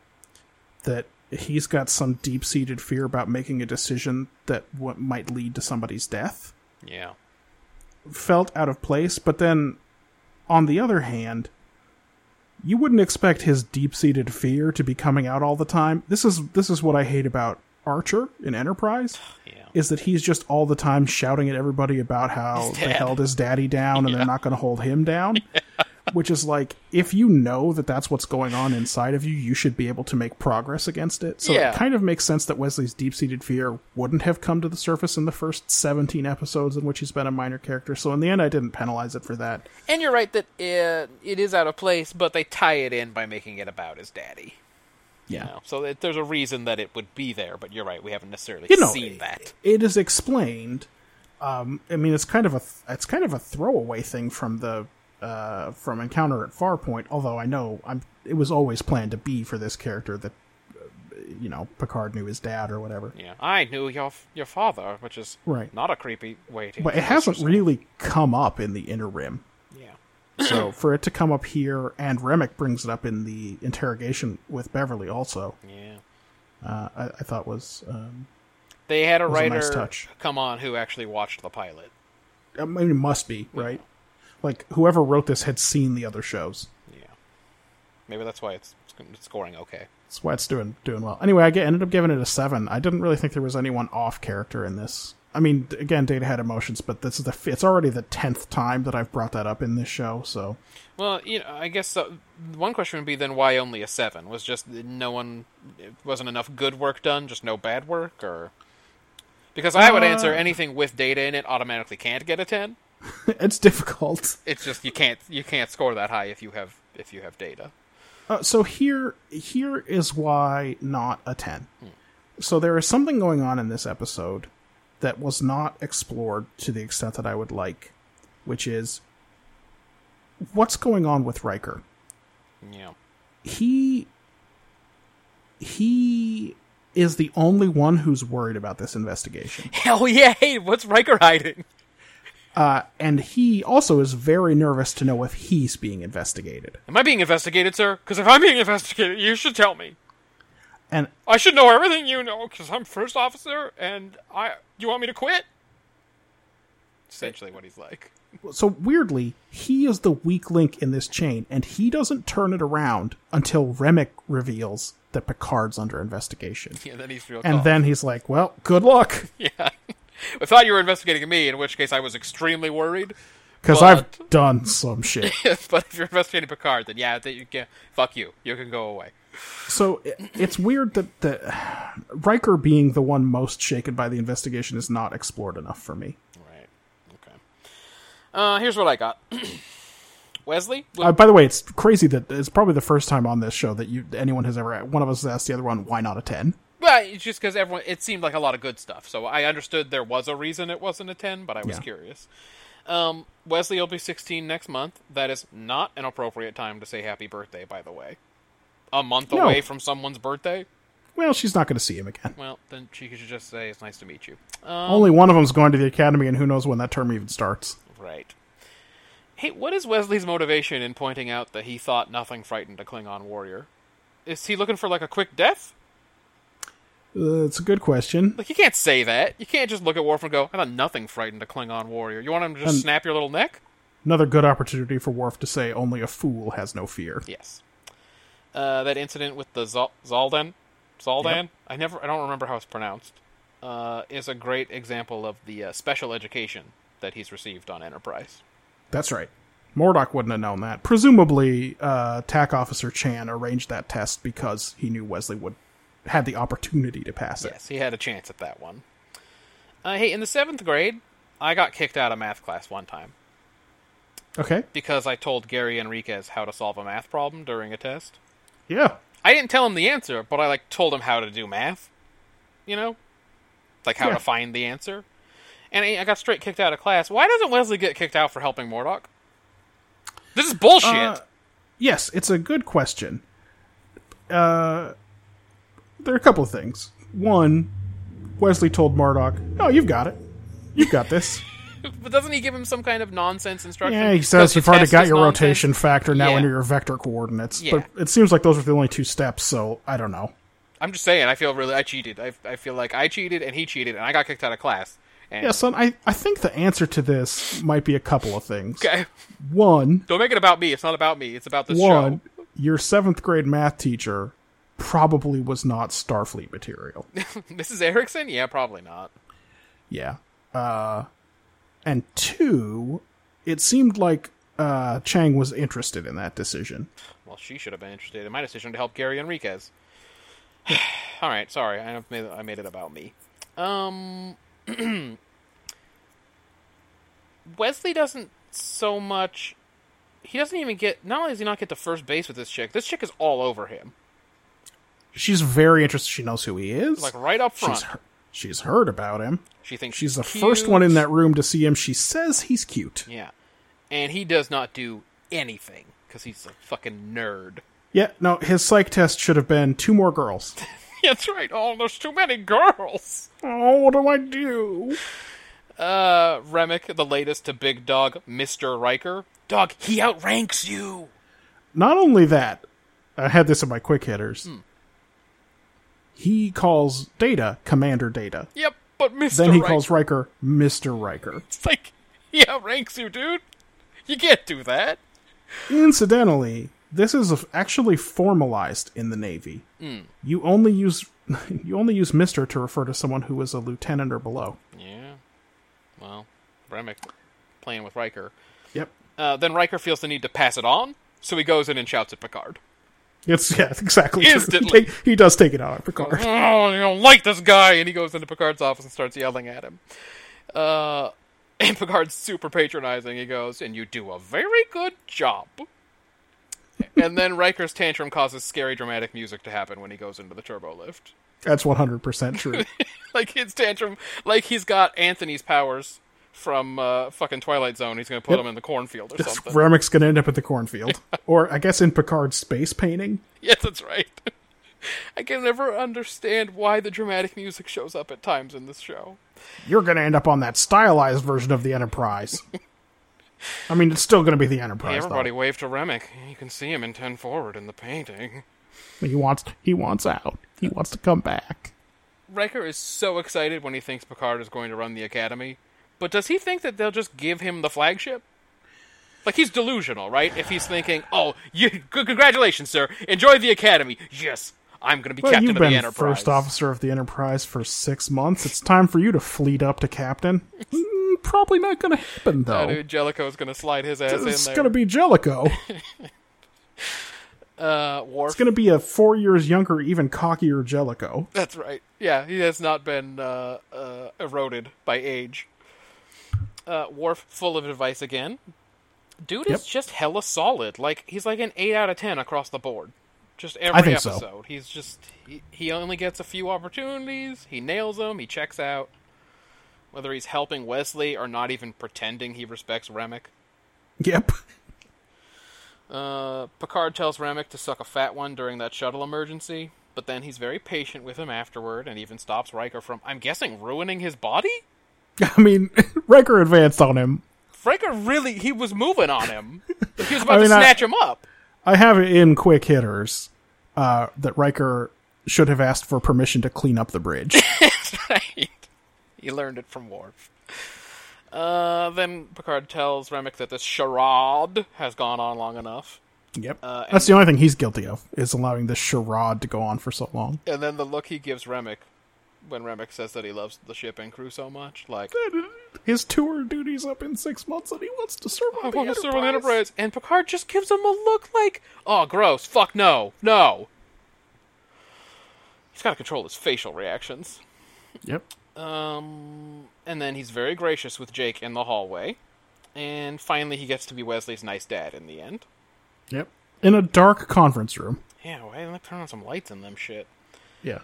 Speaker 3: that he's got some deep seated fear about making a decision that what might lead to somebody's death
Speaker 2: Yeah,
Speaker 3: felt out of place, but then on the other hand, you wouldn't expect his deep-seated fear to be coming out all the time. This is this is what I hate about Archer in Enterprise
Speaker 2: yeah,
Speaker 3: is that he's just all the time shouting at everybody about how
Speaker 2: His
Speaker 3: they
Speaker 2: dad.
Speaker 3: held his daddy down and they're not going to hold him down. Which is like, if you know that that's what's going on inside of you, you should be able to make progress against it. So
Speaker 2: Yeah.
Speaker 3: it kind of makes sense that Wesley's deep seated fear wouldn't have come to the surface in the first 17 episodes in which he's been a minor character. So in the end, I didn't penalize it for that.
Speaker 2: and you're right that it, it is out of place, but they tie it in by making it about his daddy.
Speaker 3: Yeah.
Speaker 2: You know? So it, there's a reason that it would be there, but you're right, we haven't necessarily
Speaker 3: You know,
Speaker 2: seen that.
Speaker 3: it is explained. Um, I mean, it's kind of a th- it's kind of a throwaway thing from the uh, from Encounter at Farpoint. Although I know I'm, it was always planned to be for this character that uh, you know Picard knew his dad or whatever.
Speaker 2: Yeah, I knew your f- your father, which is
Speaker 3: Right.
Speaker 2: not a creepy way to.
Speaker 3: But it
Speaker 2: introduce
Speaker 3: hasn't
Speaker 2: yourself.
Speaker 3: really come up in the Inner Rim.
Speaker 2: Yeah.
Speaker 3: So for it to come up here, and Remick brings it up in the interrogation with Beverly. Also,
Speaker 2: Yeah.
Speaker 3: uh, I, I thought was um,
Speaker 2: They had a
Speaker 3: was a
Speaker 2: writer
Speaker 3: nice touch.
Speaker 2: come on who actually watched the pilot.
Speaker 3: I mean, it must be right. Like whoever wrote this had seen the other shows.
Speaker 2: Yeah. Maybe that's why it's, it's scoring okay.
Speaker 3: That's why it's doing doing well. Anyway, I get, ended up giving it a seven. I didn't really think there was anyone off character in this. I mean, d- again, Data had emotions, but this is the f- it's already the tenth time that I've brought that up in this show. So
Speaker 2: Well, you know, I guess uh, one question would be then why only a seven? Was just that no one, it wasn't enough good work done, just no bad work, or because I would answer anything with data in it automatically can't get a ten.
Speaker 3: it's difficult.
Speaker 2: It's just you can't you can't score that high if you have if you have data.
Speaker 3: Uh, so here here is why not a 10 so there is something going on in this episode that was not explored to the extent that i would like which is what's going on with riker
Speaker 2: Yeah.
Speaker 3: he he is the only one who's worried about this investigation
Speaker 2: Hell yeah! Hey, what's Riker hiding?
Speaker 3: and he also is very nervous to know if he's being investigated
Speaker 2: Am I being investigated, sir? Because if I'm being investigated, you should tell me.
Speaker 3: and
Speaker 2: I should know everything you know because I'm first officer, and I. You want me to quit? Essentially, what he's like.
Speaker 3: so weirdly, he is the weak link in this chain, and he doesn't turn it around until Remick reveals that Picard's under investigation.
Speaker 2: Yeah, then he's real.
Speaker 3: And
Speaker 2: calm.
Speaker 3: then he's like, "Well, good luck,
Speaker 2: yeah, I thought you were investigating me, in which case I was extremely worried.
Speaker 3: because
Speaker 2: But-
Speaker 3: I've done some shit."
Speaker 2: but if you're investigating Picard, then yeah, that you can fuck you. You can go away.
Speaker 3: so it, it's weird that the Riker being the one most shaken by the investigation is not explored enough for me.
Speaker 2: Right. Okay. Uh, here's what I got. Wesley,
Speaker 3: Uh, by the way, it's crazy that it's probably the first time on this show that you anyone has ever one of us has asked the other one, "Why not a 10?
Speaker 2: Well, it's just because everyone. It seemed like a lot of good stuff, so I understood there was a reason it wasn't a ten, but I was
Speaker 3: Yeah.
Speaker 2: curious. Um, Wesley will be sixteen next month. That is not an appropriate time to say happy birthday. By the way, a month
Speaker 3: No.
Speaker 2: away from someone's birthday.
Speaker 3: Well, she's not going to see him again.
Speaker 2: Well, then she could just say it's nice to meet you.
Speaker 3: Only one of them's going to the academy, and who knows when that term even starts.
Speaker 2: Right. Hey, what is Wesley's motivation in pointing out that he thought nothing frightened a Klingon warrior? Is he looking for like a quick death?
Speaker 3: Uh, it's a good question.
Speaker 2: Like you can't say that. You can't just look at Worf and go, "I thought nothing frightened a Klingon warrior." You want him to just
Speaker 3: Um,
Speaker 2: snap your little neck?
Speaker 3: Another good opportunity for Worf to say, "Only a fool has no fear."
Speaker 2: Yes. Uh, that incident with the Zal- Zaldan, Zaldan.
Speaker 3: Yep.
Speaker 2: I never, I don't remember how it's pronounced. Uh, is a great example of the uh, special education that he's received on Enterprise.
Speaker 3: That's right. Mordok wouldn't have known that. Presumably, uh, TAC Officer Chan arranged that test because he knew Wesley would had the opportunity to pass it.
Speaker 2: Yes, he had a chance at that one. Uh, hey, in the seventh grade, I got kicked out of math class one time
Speaker 3: Okay.
Speaker 2: because I told Gary Enriquez how to solve a math problem during a test.
Speaker 3: Yeah.
Speaker 2: I didn't tell him the answer, but I like told him how to do math. You know, like how
Speaker 3: Yeah.
Speaker 2: to find the answer. And I I got straight kicked out of class. Why doesn't Wesley get kicked out for helping Mordok? This is bullshit.
Speaker 3: Uh, yes, it's a good question. Uh, there are a couple of things. One, Wesley told Mardok, "No, you've got it. You've got this."
Speaker 2: but doesn't he give him some kind of nonsense instruction?
Speaker 3: yeah, he
Speaker 2: Because
Speaker 3: says
Speaker 2: the
Speaker 3: you've already
Speaker 2: test
Speaker 3: got
Speaker 2: is
Speaker 3: your
Speaker 2: nonsense.
Speaker 3: rotation factor. Now
Speaker 2: Yeah.
Speaker 3: enter your vector coordinates.
Speaker 2: Yeah.
Speaker 3: But it seems like those are the only two steps. So I don't know.
Speaker 2: I'm just saying. I feel really. I cheated. I, I feel like I cheated and he cheated and I got kicked out of class. And,
Speaker 3: Yeah, son, I, I think the answer to this might be a couple of things.
Speaker 2: Okay.
Speaker 3: One,
Speaker 2: Don't make it about me. It's not about me. It's about this
Speaker 3: one,
Speaker 2: show.
Speaker 3: your seventh grade math teacher probably was not Starfleet material.
Speaker 2: Mrs. Erickson? Yeah, probably not.
Speaker 3: Yeah. Uh, and two, it seemed like uh, Chang was interested in that decision.
Speaker 2: Well, she should have been interested in my decision to help Gary Enriquez. All right, sorry, I made I made it about me. Um, Wesley doesn't so much. He doesn't even get. Not only does he not get to first base with this chick, this chick is all over him,
Speaker 3: She's very interested. She knows who he is.
Speaker 2: like right up front.
Speaker 3: she's, he- she's heard about him.
Speaker 2: she thinks
Speaker 3: She's the
Speaker 2: cute.
Speaker 3: first one in that room to see him. She says he's cute.
Speaker 2: Yeah, and he does not do anything because he's a fucking nerd.
Speaker 3: Yeah, no, his psych test should have been two more girls.
Speaker 2: That's right. Oh, there's too many girls.
Speaker 3: oh, what do I do?
Speaker 2: Uh, Remick, the latest to Big Dog, Mr. Riker. Dog, he outranks you!
Speaker 3: Not only that, I had this in my quick hitters.
Speaker 2: Hmm.
Speaker 3: He calls Data Commander Data.
Speaker 2: Yep, but Mr.
Speaker 3: Then he
Speaker 2: Riker,
Speaker 3: calls Riker Mr. Riker.
Speaker 2: it's like, he outranks you, dude! You can't do that!
Speaker 3: Incidentally, this is f- actually formalized in the Navy.
Speaker 2: Hmm.
Speaker 3: You only use you only use Mister to refer to someone who is a lieutenant or below.
Speaker 2: Yeah. Well, Remick playing with Riker.
Speaker 3: Yep,
Speaker 2: Uh, then Riker feels the need to pass it on, so he goes in and shouts at Picard.
Speaker 3: it's yeah it's exactly. true.
Speaker 2: Instantly.
Speaker 3: He, take- he does take it out on Picard.
Speaker 2: Oh, you don't like this guy! And he goes into Picard's office and starts yelling at him. Uh, and Picard's super patronizing. He goes, and you do a very good job. and then Riker's tantrum causes scary dramatic music to happen when he goes into the turbo lift.
Speaker 3: That's one hundred percent true.
Speaker 2: Like his tantrum, like he's got Anthony's powers from uh, fucking Twilight Zone. He's gonna put
Speaker 3: Yep.
Speaker 2: him in the cornfield or something.
Speaker 3: Remick's gonna end up at the cornfield, or I guess in Picard's space painting.
Speaker 2: Yes, that's right. I can never understand why the dramatic music shows up at times in this show.
Speaker 3: You're gonna end up on that stylized version of the Enterprise. I mean, it's still gonna be the Enterprise.
Speaker 2: Hey,
Speaker 3: though.
Speaker 2: everybody wave to Remick. You can see him in 10 forward in the painting.
Speaker 3: He wants he wants out. He wants to come back.
Speaker 2: Riker is so excited when he thinks Picard is going to run the Academy, but does he think that they'll just give him the flagship? Like, he's delusional, right? If he's thinking, oh, you, c- congratulations, sir. Enjoy the Academy. Yes, I'm going to be
Speaker 3: Well,
Speaker 2: captain
Speaker 3: you've
Speaker 2: of the
Speaker 3: been
Speaker 2: Enterprise.
Speaker 3: first officer of the Enterprise for six months. It's time for you to fleet up to captain. Mm, Probably not going to happen
Speaker 2: Oh,
Speaker 3: though.
Speaker 2: dude, Jellicoe's going to slide his ass
Speaker 3: It's
Speaker 2: in
Speaker 3: going to
Speaker 2: there.
Speaker 3: be Jellicoe.
Speaker 2: uh, Worf.
Speaker 3: It's going to be a four years younger, even cockier Jellicoe.
Speaker 2: That's right. Yeah, he has not been uh, uh, eroded by age. Uh, Worf, full of advice again. Dude is
Speaker 3: Yep.
Speaker 2: just hella solid. Like he's like an eight out of ten across the board. Just every
Speaker 3: think so.
Speaker 2: episode, he's just he, he only gets a few opportunities. He nails them. He checks out. Whether he's helping Wesley or not even pretending he respects Remick.
Speaker 3: Yep.
Speaker 2: Uh, Picard tells Remick to suck a fat one during that shuttle emergency, but then he's very patient with him afterward and even stops Riker from, I'm guessing, ruining his body?
Speaker 3: I mean, Riker advanced on him.
Speaker 2: Riker really, he was moving on him. He was about
Speaker 3: I
Speaker 2: to
Speaker 3: mean, I-
Speaker 2: snatch him up.
Speaker 3: I have it in quick hitters uh, that Riker should have asked for permission to clean up the bridge.
Speaker 2: Right. He learned it from Worf. Uh, then Picard tells Remick that this charade has gone on long enough.
Speaker 3: Yep.
Speaker 2: Uh,
Speaker 3: That's the only thing he's guilty of is allowing this charade to go on for so long.
Speaker 2: And then the look he gives Remick when Remick says that he loves the ship and crew so much, like
Speaker 3: His tour duties up in six months, and he wants to serve on
Speaker 2: I
Speaker 3: the
Speaker 2: want to
Speaker 3: Enterprise.
Speaker 2: serve on the Enterprise, and Picard just gives him a look like, "Oh, gross! Fuck no, no." He's got to control his facial reactions.
Speaker 3: Yep.
Speaker 2: Um, and then he's very gracious with Jake in the hallway, and finally he gets to be Wesley's nice dad in the end.
Speaker 3: Yep. In a dark conference room.
Speaker 2: Yeah, why didn't they turn on some lights in them shit?
Speaker 3: Yeah.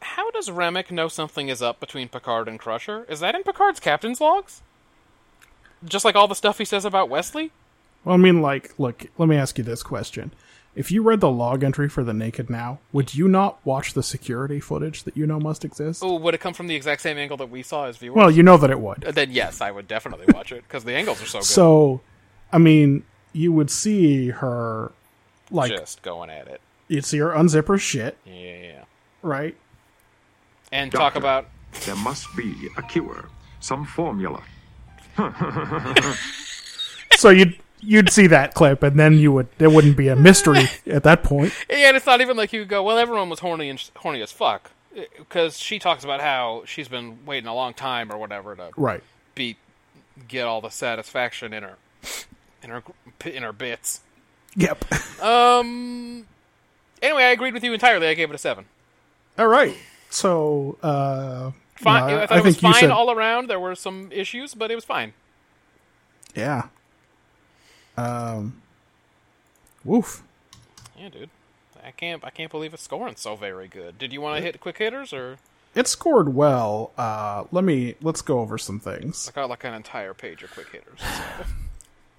Speaker 2: How does Remick know something is up between Picard and Crusher? Is that in Picard's captain's logs? Just like all the stuff he says about Wesley?
Speaker 3: Well, I mean, like, look, let me ask you this question. If you read the log entry for the Naked Now, would you not watch the security footage that you know must exist?
Speaker 2: Oh, would it come from the exact same angle that we saw as viewers?
Speaker 3: Well, you know that it would.
Speaker 2: Uh, then yes, I would definitely watch it because the angles are so good.
Speaker 3: So, I mean, you would see her, like,
Speaker 2: just going at it.
Speaker 3: you'd see her unzip her shit,
Speaker 2: Yeah.
Speaker 3: right?
Speaker 2: And talk
Speaker 4: Doctor.
Speaker 2: about
Speaker 4: There must be a cure, some formula.
Speaker 3: So you'd you'd see that clip, and then you would there wouldn't be a mystery at that point.
Speaker 2: yeah, and it's not even like you go. Well, everyone was horny and horny as fuck because she talks about how she's been waiting a long time or whatever to
Speaker 3: Right.
Speaker 2: be get all the satisfaction in her in her in her bits.
Speaker 3: Yep.
Speaker 2: Anyway, I agreed with you entirely. I gave it a seven.
Speaker 3: All right. So, uh,
Speaker 2: Fine.
Speaker 3: yeah,
Speaker 2: I thought it was
Speaker 3: think you
Speaker 2: fine
Speaker 3: said-
Speaker 2: all around. There were some issues, but it was fine.
Speaker 3: yeah. Um. Woof.
Speaker 2: Yeah, dude. I can't. I can't believe it's scoring so very good. Did you want to hit quick hitters or
Speaker 3: It scored well. Uh, let me let's go over some things.
Speaker 2: I got like an entire page of quick hitters?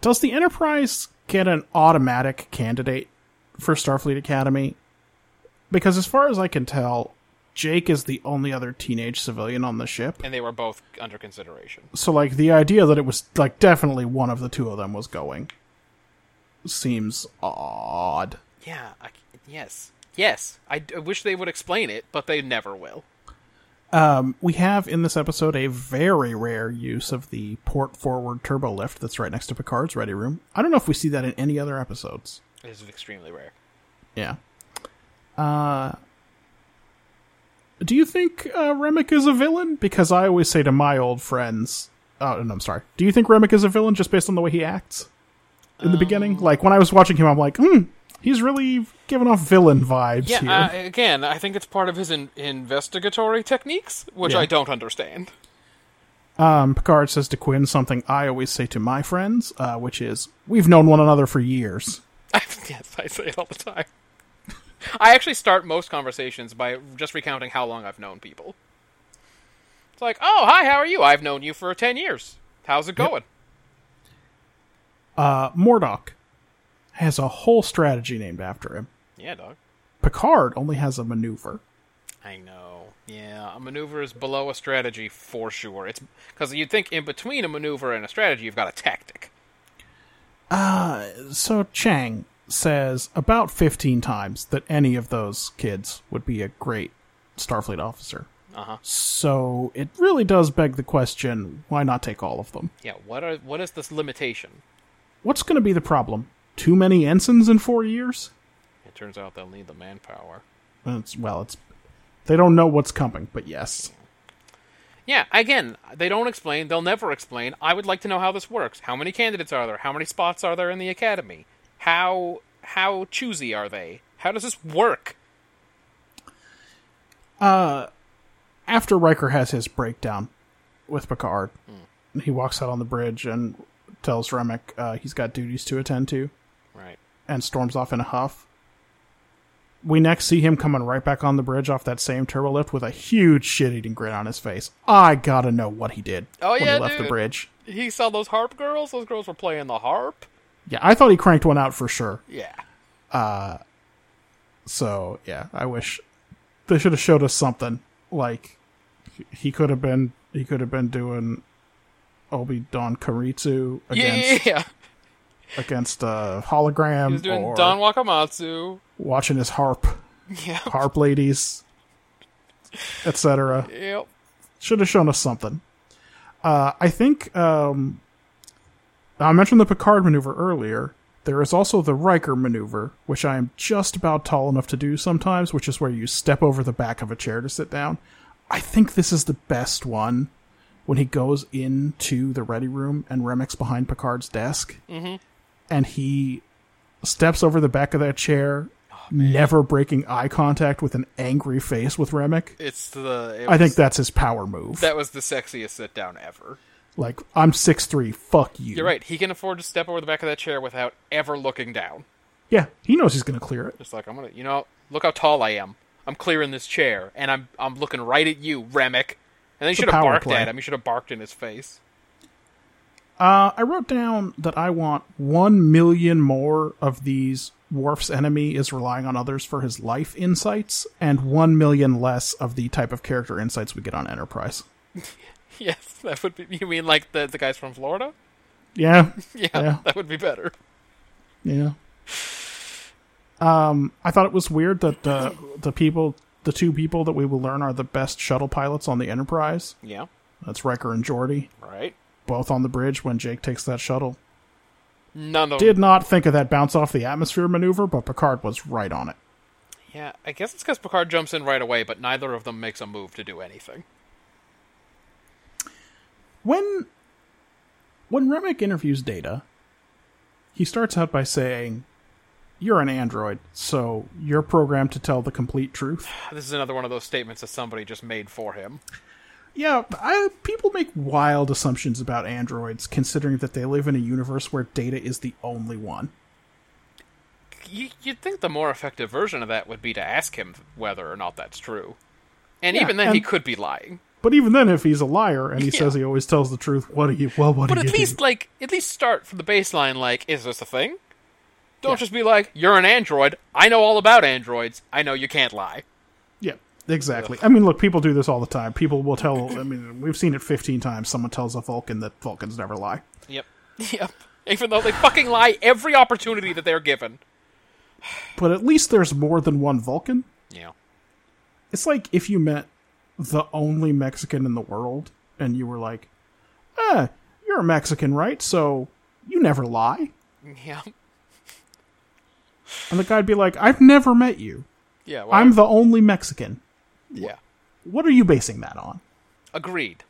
Speaker 3: Does the Enterprise get an automatic candidate for Starfleet Academy? Because as far as I can tell, Jake is the only other teenage civilian on the ship.
Speaker 2: and they were both under consideration.
Speaker 3: So like the idea that it was like definitely one of the two of them was going seems odd.
Speaker 2: Yeah. I, yes. Yes. I, d- I wish they would explain it, but they never will.
Speaker 3: We have in this episode a very rare use of the port forward turbo lift that's right next to Picard's ready room. I don't know if we see that in any other episodes.
Speaker 2: It's extremely rare.
Speaker 3: Yeah. Uh, do you think uh, Remick is a villain? Because I always say to my old friends, oh, no, I'm sorry. Do you think Remick is a villain just based on the way he acts in the
Speaker 2: Um,
Speaker 3: beginning? Like when I was watching him, I'm like, hmm, he's really giving off villain vibes
Speaker 2: Yeah.
Speaker 3: here.
Speaker 2: Uh, again, I think it's part of his in- investigatory techniques, which
Speaker 3: Yeah.
Speaker 2: I don't understand.
Speaker 3: um, Picard says to Quinn something I always say to my friends, uh, which is, we've known one another for years.
Speaker 2: yes, I say it all the time. I actually start most conversations by just recounting how long I've known people. It's like, oh, hi, how are you? I've known you for 10 years. How's it going?
Speaker 3: Uh, Mordok has a whole strategy named after him.
Speaker 2: Yeah, dog.
Speaker 3: Picard only has a maneuver.
Speaker 2: I know. Yeah, a maneuver is below a strategy for sure. It's because you'd think in between a maneuver and a strategy, you've got a tactic.
Speaker 3: So Chang says about 15 times that any of those kids would be a great Starfleet officer.
Speaker 2: Uh-huh.
Speaker 3: So it really does beg the question why not take all of them?
Speaker 2: Yeah. What are what is this limitation?
Speaker 3: What's going to be the problem? Too many ensigns in four years?
Speaker 2: It turns out they'll need the manpower.
Speaker 3: It's, well, it's. They don't know what's coming, but yes.
Speaker 2: Yeah. Again, they don't explain. They'll never explain. I would like to know how this works. How many candidates are there? How many spots are there in the academy? How how choosy are they? How does this work?
Speaker 3: After Riker has his breakdown with Picard, he walks out on the bridge and tells Remick uh, he's got duties to attend to.
Speaker 2: Right.
Speaker 3: and storms off in a huff. We next see him coming right back on the bridge off that same turbo lift with a huge shit eating grin on his face. I gotta know what he did
Speaker 2: Oh,
Speaker 3: when
Speaker 2: yeah,
Speaker 3: he left
Speaker 2: dude.
Speaker 3: the bridge.
Speaker 2: He saw those harp girls. Those girls were playing the harp.
Speaker 3: Yeah, I thought he cranked one out for sure.
Speaker 2: Yeah.
Speaker 3: So yeah, I wish they should have showed us something. Like he could have been he could have been doing Obi Don Karitsu
Speaker 2: Yeah.
Speaker 3: against
Speaker 2: yeah, yeah.
Speaker 3: against uh hologram
Speaker 2: He was doing
Speaker 3: or
Speaker 2: Don Wakamatsu.
Speaker 3: watching his harp
Speaker 2: Yeah.
Speaker 3: harp ladies etc.
Speaker 2: Yep.
Speaker 3: Should have shown us something. Uh, I think um, I mentioned the Picard maneuver earlier. There is also the Riker maneuver, which I am just about tall enough to do sometimes, which is where you step over the back of a chair to sit down. I think this is the best one when he goes into the ready room and Remix behind Picard's desk,
Speaker 2: Mm-hmm.
Speaker 3: and he steps over the back of that chair,
Speaker 2: Oh,
Speaker 3: never breaking eye contact with an angry face with Remick.
Speaker 2: It's the. It
Speaker 3: I think
Speaker 2: was-
Speaker 3: that's his power move.
Speaker 2: that was the sexiest sit down ever.
Speaker 3: like I'm six three. Fuck you.
Speaker 2: You're right. He can afford to step over the back of that chair without ever looking down.
Speaker 3: Yeah, he knows he's gonna clear it.
Speaker 2: Just like I'm gonna, you know, look how tall I am. I'm clearing this chair, and I'm I'm looking right at you, Remick. And then you
Speaker 3: a
Speaker 2: should have
Speaker 3: power
Speaker 2: barked
Speaker 3: play.
Speaker 2: at him. You should have barked in his face.
Speaker 3: Uh, I wrote down that I want one million more of these. Worf's enemy is relying on others for his life insights, and one million less of the type of character insights we get on Enterprise.
Speaker 2: Yes, that would be. You mean like the the guys from Florida?
Speaker 3: Yeah,
Speaker 2: Yeah,
Speaker 3: Yeah.
Speaker 2: that would be better.
Speaker 3: Yeah. Um, I thought it was weird that uh, the people, the two people that we will learn are the best shuttle pilots on the Enterprise.
Speaker 2: Yeah,
Speaker 3: That's Riker and Geordi,
Speaker 2: right.
Speaker 3: both on the bridge when Jake takes that shuttle.
Speaker 2: None of
Speaker 3: Did not think of that bounce off the atmosphere maneuver, but Picard was right on it.
Speaker 2: Yeah, I guess it's because Picard jumps in right away, but neither of them makes a move to do anything.
Speaker 3: When when Remick interviews Data, he starts out by saying, "You're an android, so you're programmed to tell the complete truth."
Speaker 2: This is another one of those statements that somebody just made for him.
Speaker 3: Yeah, I, people make wild assumptions about androids, considering that they live in a universe where data is the only one.
Speaker 2: You, you'd think the more effective version of that would be to ask him whether or not that's true. And
Speaker 3: Yeah,
Speaker 2: even then, he
Speaker 3: and-
Speaker 2: could be lying.
Speaker 3: But even then, if he's a liar and he
Speaker 2: Yeah.
Speaker 3: says he always tells the truth, what do you? Well, what
Speaker 2: But
Speaker 3: do
Speaker 2: at
Speaker 3: you
Speaker 2: least,
Speaker 3: do?
Speaker 2: like, at least start from the baseline. Like, is this a thing? Don't just be like, "You're an android. I know all about androids. I know you can't lie."
Speaker 3: Yeah, exactly. I mean, look, people do this all the time. People will tell. I mean, we've seen it fifteen times. Someone tells a Vulcan that Vulcans never lie.
Speaker 2: Yep. Yep. Even though they fucking lie every opportunity that they're given.
Speaker 3: But at least there's more than one Vulcan.
Speaker 2: Yeah.
Speaker 3: It's like if you met the only Mexican in the world and you were like, "Ah, you're a Mexican, right? So you never lie."
Speaker 2: Yeah.
Speaker 3: And the guy'd be like, I've never met you.
Speaker 2: Yeah. Well,
Speaker 3: I'm the only Mexican.
Speaker 2: yeah.
Speaker 3: What are you basing that on?
Speaker 2: Agreed.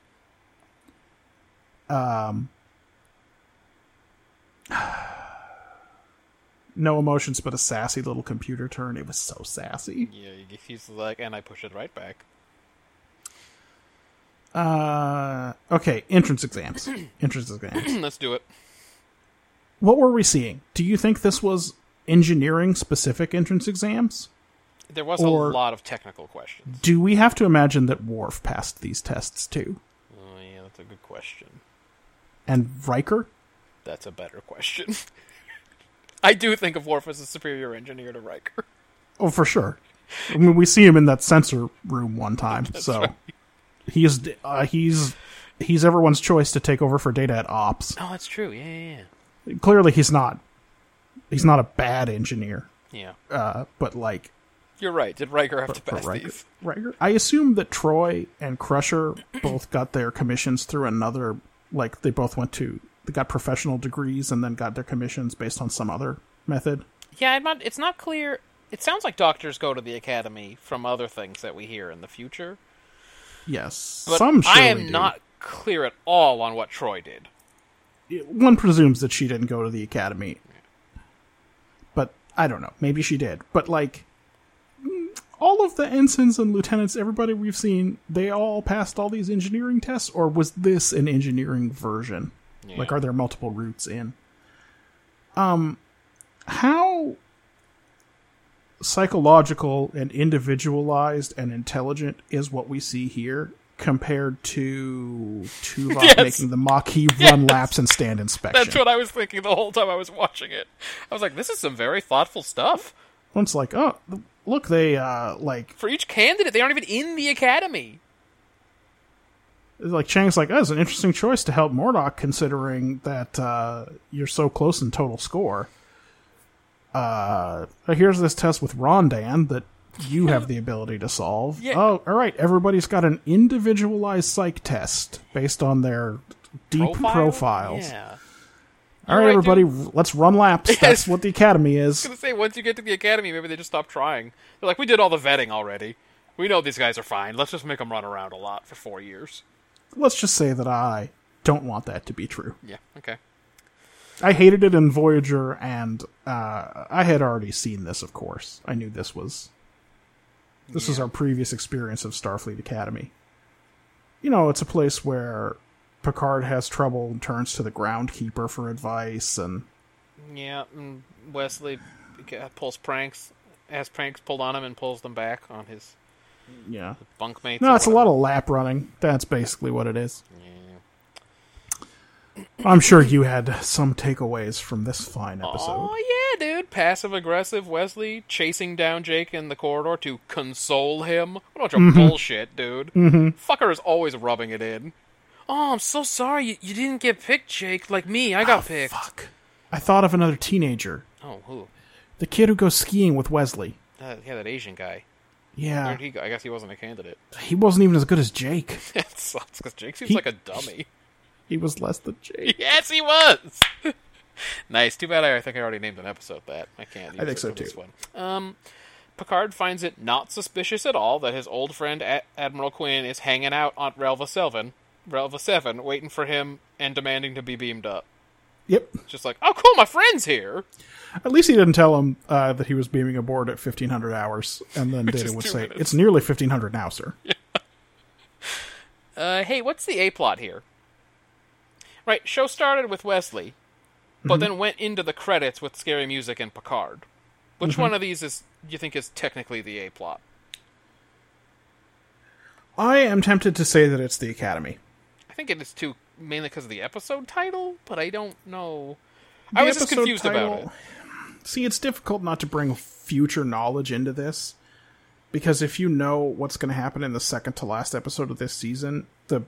Speaker 3: No emotions, but a sassy little computer turn. It was so sassy.
Speaker 2: Yeah, he's like, and I push it right back.
Speaker 3: Uh, okay, entrance exams. entrance exams.
Speaker 2: Let's do it.
Speaker 3: What were we seeing? Do you think this was engineering specific entrance exams?
Speaker 2: There was
Speaker 3: Or-
Speaker 2: a lot of technical questions.
Speaker 3: Do we have to imagine that Worf passed these tests too?
Speaker 2: Oh, yeah, that's a good question.
Speaker 3: And Riker?
Speaker 2: That's a better question. I do think of Worf as a superior engineer to Riker.
Speaker 3: Oh, for sure. I mean, we see him in that sensor room one time, so he's uh, he's he's everyone's choice to take over for data at ops.
Speaker 2: Oh, that's true. Yeah, yeah,
Speaker 3: Clearly, he's not he's not a bad engineer,
Speaker 2: yeah. Yeah.
Speaker 3: uh, but like
Speaker 2: You're right. Did Riker have to
Speaker 3: for
Speaker 2: pass
Speaker 3: Riker,
Speaker 2: these?
Speaker 3: Riker, I assume that Troy and Crusher both got their commissions through another. Like they both went to they got professional degrees and then got their commissions based on some other method.
Speaker 2: Yeah, I'm not, it's not clear. It sounds like doctors go to the academy from other things that we hear in the future.
Speaker 3: Yes,
Speaker 2: But
Speaker 3: some.
Speaker 2: I
Speaker 3: surely
Speaker 2: am
Speaker 3: do.
Speaker 2: not clear at all on what Troy did.
Speaker 3: one presumes that she didn't go to the academy. But I don't know. Maybe she did. But like mm, all of the ensigns and lieutenants, everybody we've seen, they all passed all these engineering tests, or was this an engineering version? Like, are there multiple routes in? Um, how psychological and individualized and intelligent is what we see here compared to Tuvok
Speaker 2: Yes.
Speaker 3: making the Maquis run laps and stand inspection?
Speaker 2: That's what I was thinking the whole time I was watching it. I was like, this is some very thoughtful stuff.
Speaker 3: One's like, oh, look, they uh, like
Speaker 2: For each candidate, they aren't even in the academy.
Speaker 3: like Chang's like, oh, that's an interesting choice to help Mordok, considering that uh, you're so close in total score. Uh, here's this test with Rondan that you have the ability to solve.
Speaker 2: Yeah.
Speaker 3: Oh, all right. Everybody's got an individualized psych test based on their deep profiles.
Speaker 2: Yeah.
Speaker 3: All right,
Speaker 2: Alright,
Speaker 3: everybody, r- let's run laps. That's what the academy is.
Speaker 2: I was gonna say once you get to the academy, maybe they just stop trying. They're like, we did all the vetting already. We know these guys are fine. Let's just make them run around a lot for four years.
Speaker 3: Let's just say that I don't want that to be true.
Speaker 2: Yeah. Okay.
Speaker 3: I hated it in Voyager, and uh, I had already seen this. Of course, I knew this was this was our previous experience of Starfleet Academy. You know, it's a place where Picard has trouble and turns to the groundkeeper for advice, and
Speaker 2: Yeah. And Wesley g- pulls pranks, has pranks pulled on him, and pulls them back on his
Speaker 3: yeah,
Speaker 2: bunkmates.
Speaker 3: no,
Speaker 2: or
Speaker 3: it's a lot
Speaker 2: whatever.
Speaker 3: of lap running. That's basically what it is. I'm sure you had some takeaways from this fine episode.
Speaker 2: Oh yeah, dude! Passive aggressive Wesley chasing down Jake in the corridor to console him. What a bunch of
Speaker 3: Mm-hmm.
Speaker 2: bullshit, dude! Fucker is always rubbing it in. Oh, I'm so sorry you, you didn't get picked, Jake. Like me, I got picked.
Speaker 3: Oh, Fuck! I thought of another teenager,
Speaker 2: Oh, who?
Speaker 3: the kid who goes skiing with Wesley.
Speaker 2: Uh, yeah, that Asian guy.
Speaker 3: Yeah,
Speaker 2: Where'd he go? I guess he wasn't a candidate.
Speaker 3: he wasn't even as good as Jake.
Speaker 2: that sucks because Jake seems
Speaker 3: He-
Speaker 2: like a dummy.
Speaker 3: He was less than Jake.
Speaker 2: yes, he was. nice. Too bad. I, I think I already named an episode that I can't. Use
Speaker 3: think
Speaker 2: it
Speaker 3: so,
Speaker 2: for This
Speaker 3: too.
Speaker 2: one. Um, Picard finds it not suspicious at all that his old friend a- Admiral Quinn is hanging out on Relva Seven, Relva Seven, waiting for him and demanding to be beamed up.
Speaker 3: Yep.
Speaker 2: Just like, oh, cool, my friend's here.
Speaker 3: At least he didn't tell him uh, that he was beaming aboard at 1500 hours, and then
Speaker 2: is
Speaker 3: Data would
Speaker 2: two
Speaker 3: say,
Speaker 2: minutes.
Speaker 3: "It's nearly 1500 now, sir."
Speaker 2: Uh, hey, what's the A plot here? Right, show started with Wesley,
Speaker 3: Mm-hmm.
Speaker 2: but then went into the credits with scary music and Picard. Which
Speaker 3: Mm-hmm.
Speaker 2: one of these is you think is technically the A plot?
Speaker 3: I am tempted to say that it's the Academy.
Speaker 2: I think it is too mainly because of the episode title, but I don't know. I was just
Speaker 3: episode
Speaker 2: confused about it.
Speaker 3: title- See, it's difficult not to bring future knowledge into this because if you know what's going to happen in the second to last episode of this season, the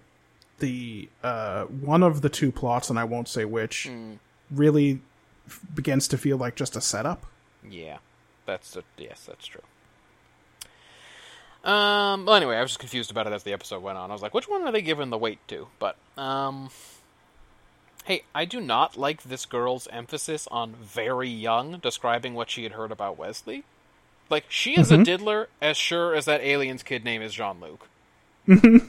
Speaker 3: the uh, one of the two plots, and I won't say which,
Speaker 2: Hmm.
Speaker 3: really f- begins to feel like just a setup.
Speaker 2: Yeah, that's a, yes, that's true. Um. Well, anyway, I was just confused about it as the episode went on. I was like, which one are they giving the weight to? But um. Hey, I do not like this girl's emphasis on very young describing what she had heard about Wesley. Like, she is a diddler as sure as that alien's kid name is Jean Luc.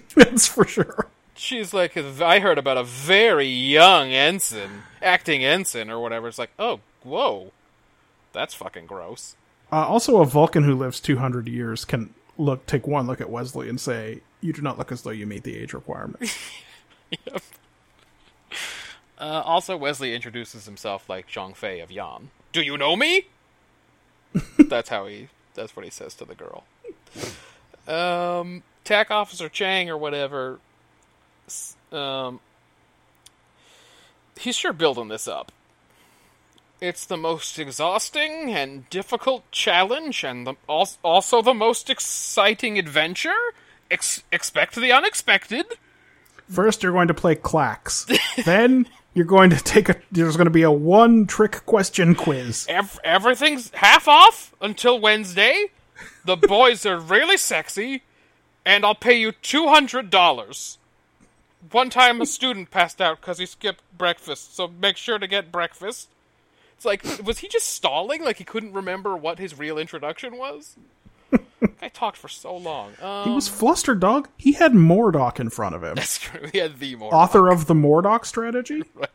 Speaker 3: That's for sure.
Speaker 2: She's like, I heard about a very young ensign, acting ensign or whatever. It's like, oh, whoa. That's fucking gross.
Speaker 3: Uh, also, a Vulcan who lives 200 years can look take one look at Wesley and say, "You do not look as though you meet the age requirement."
Speaker 2: Uh, also, Wesley introduces himself like Zhang Fei of Yan. Do you know me? that's how he. That's what he says to the girl. Um, TAC Officer Chang or whatever. s- Um, he's sure building this up. It's the most exhausting and difficult challenge, and the, al- also the most exciting adventure. Ex- expect the unexpected.
Speaker 3: First, you're going to play clacks. then you're going to take a. There's going to be a one trick question quiz.
Speaker 2: Ev- everything's half off until Wednesday. The boys are really sexy, and I'll pay you two hundred dollars. One time, a student passed out because he skipped breakfast, so make sure to get breakfast. It's like, was he just stalling? Like he couldn't remember what his real introduction was. I talked for so long. Um,
Speaker 3: He was flustered, dog. He had Mordock in front of him.
Speaker 2: screw- he had the more.
Speaker 3: Author of the Mordock strategy.
Speaker 2: right.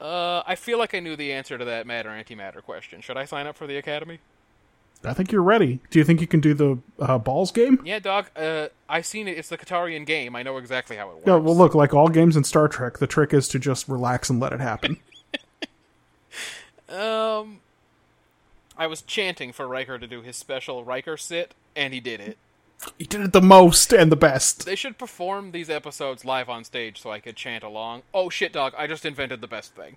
Speaker 2: Uh, I feel like I knew the answer to that matter antimatter question. Should I sign up for the academy?
Speaker 3: I think you're ready. Do you think you can do the uh, balls game?
Speaker 2: Yeah, dog. Uh, I've seen it. It's the Qatarian game. I know exactly how it works.
Speaker 3: Yeah, well, look, like all games in Star Trek, the trick is to just relax and let it happen.
Speaker 2: I was chanting for Riker to do his special Riker sit, and he did it.
Speaker 3: he did it the most and the best.
Speaker 2: They should perform these episodes live on stage so I could chant along. Oh shit, dog! I just invented the best thing.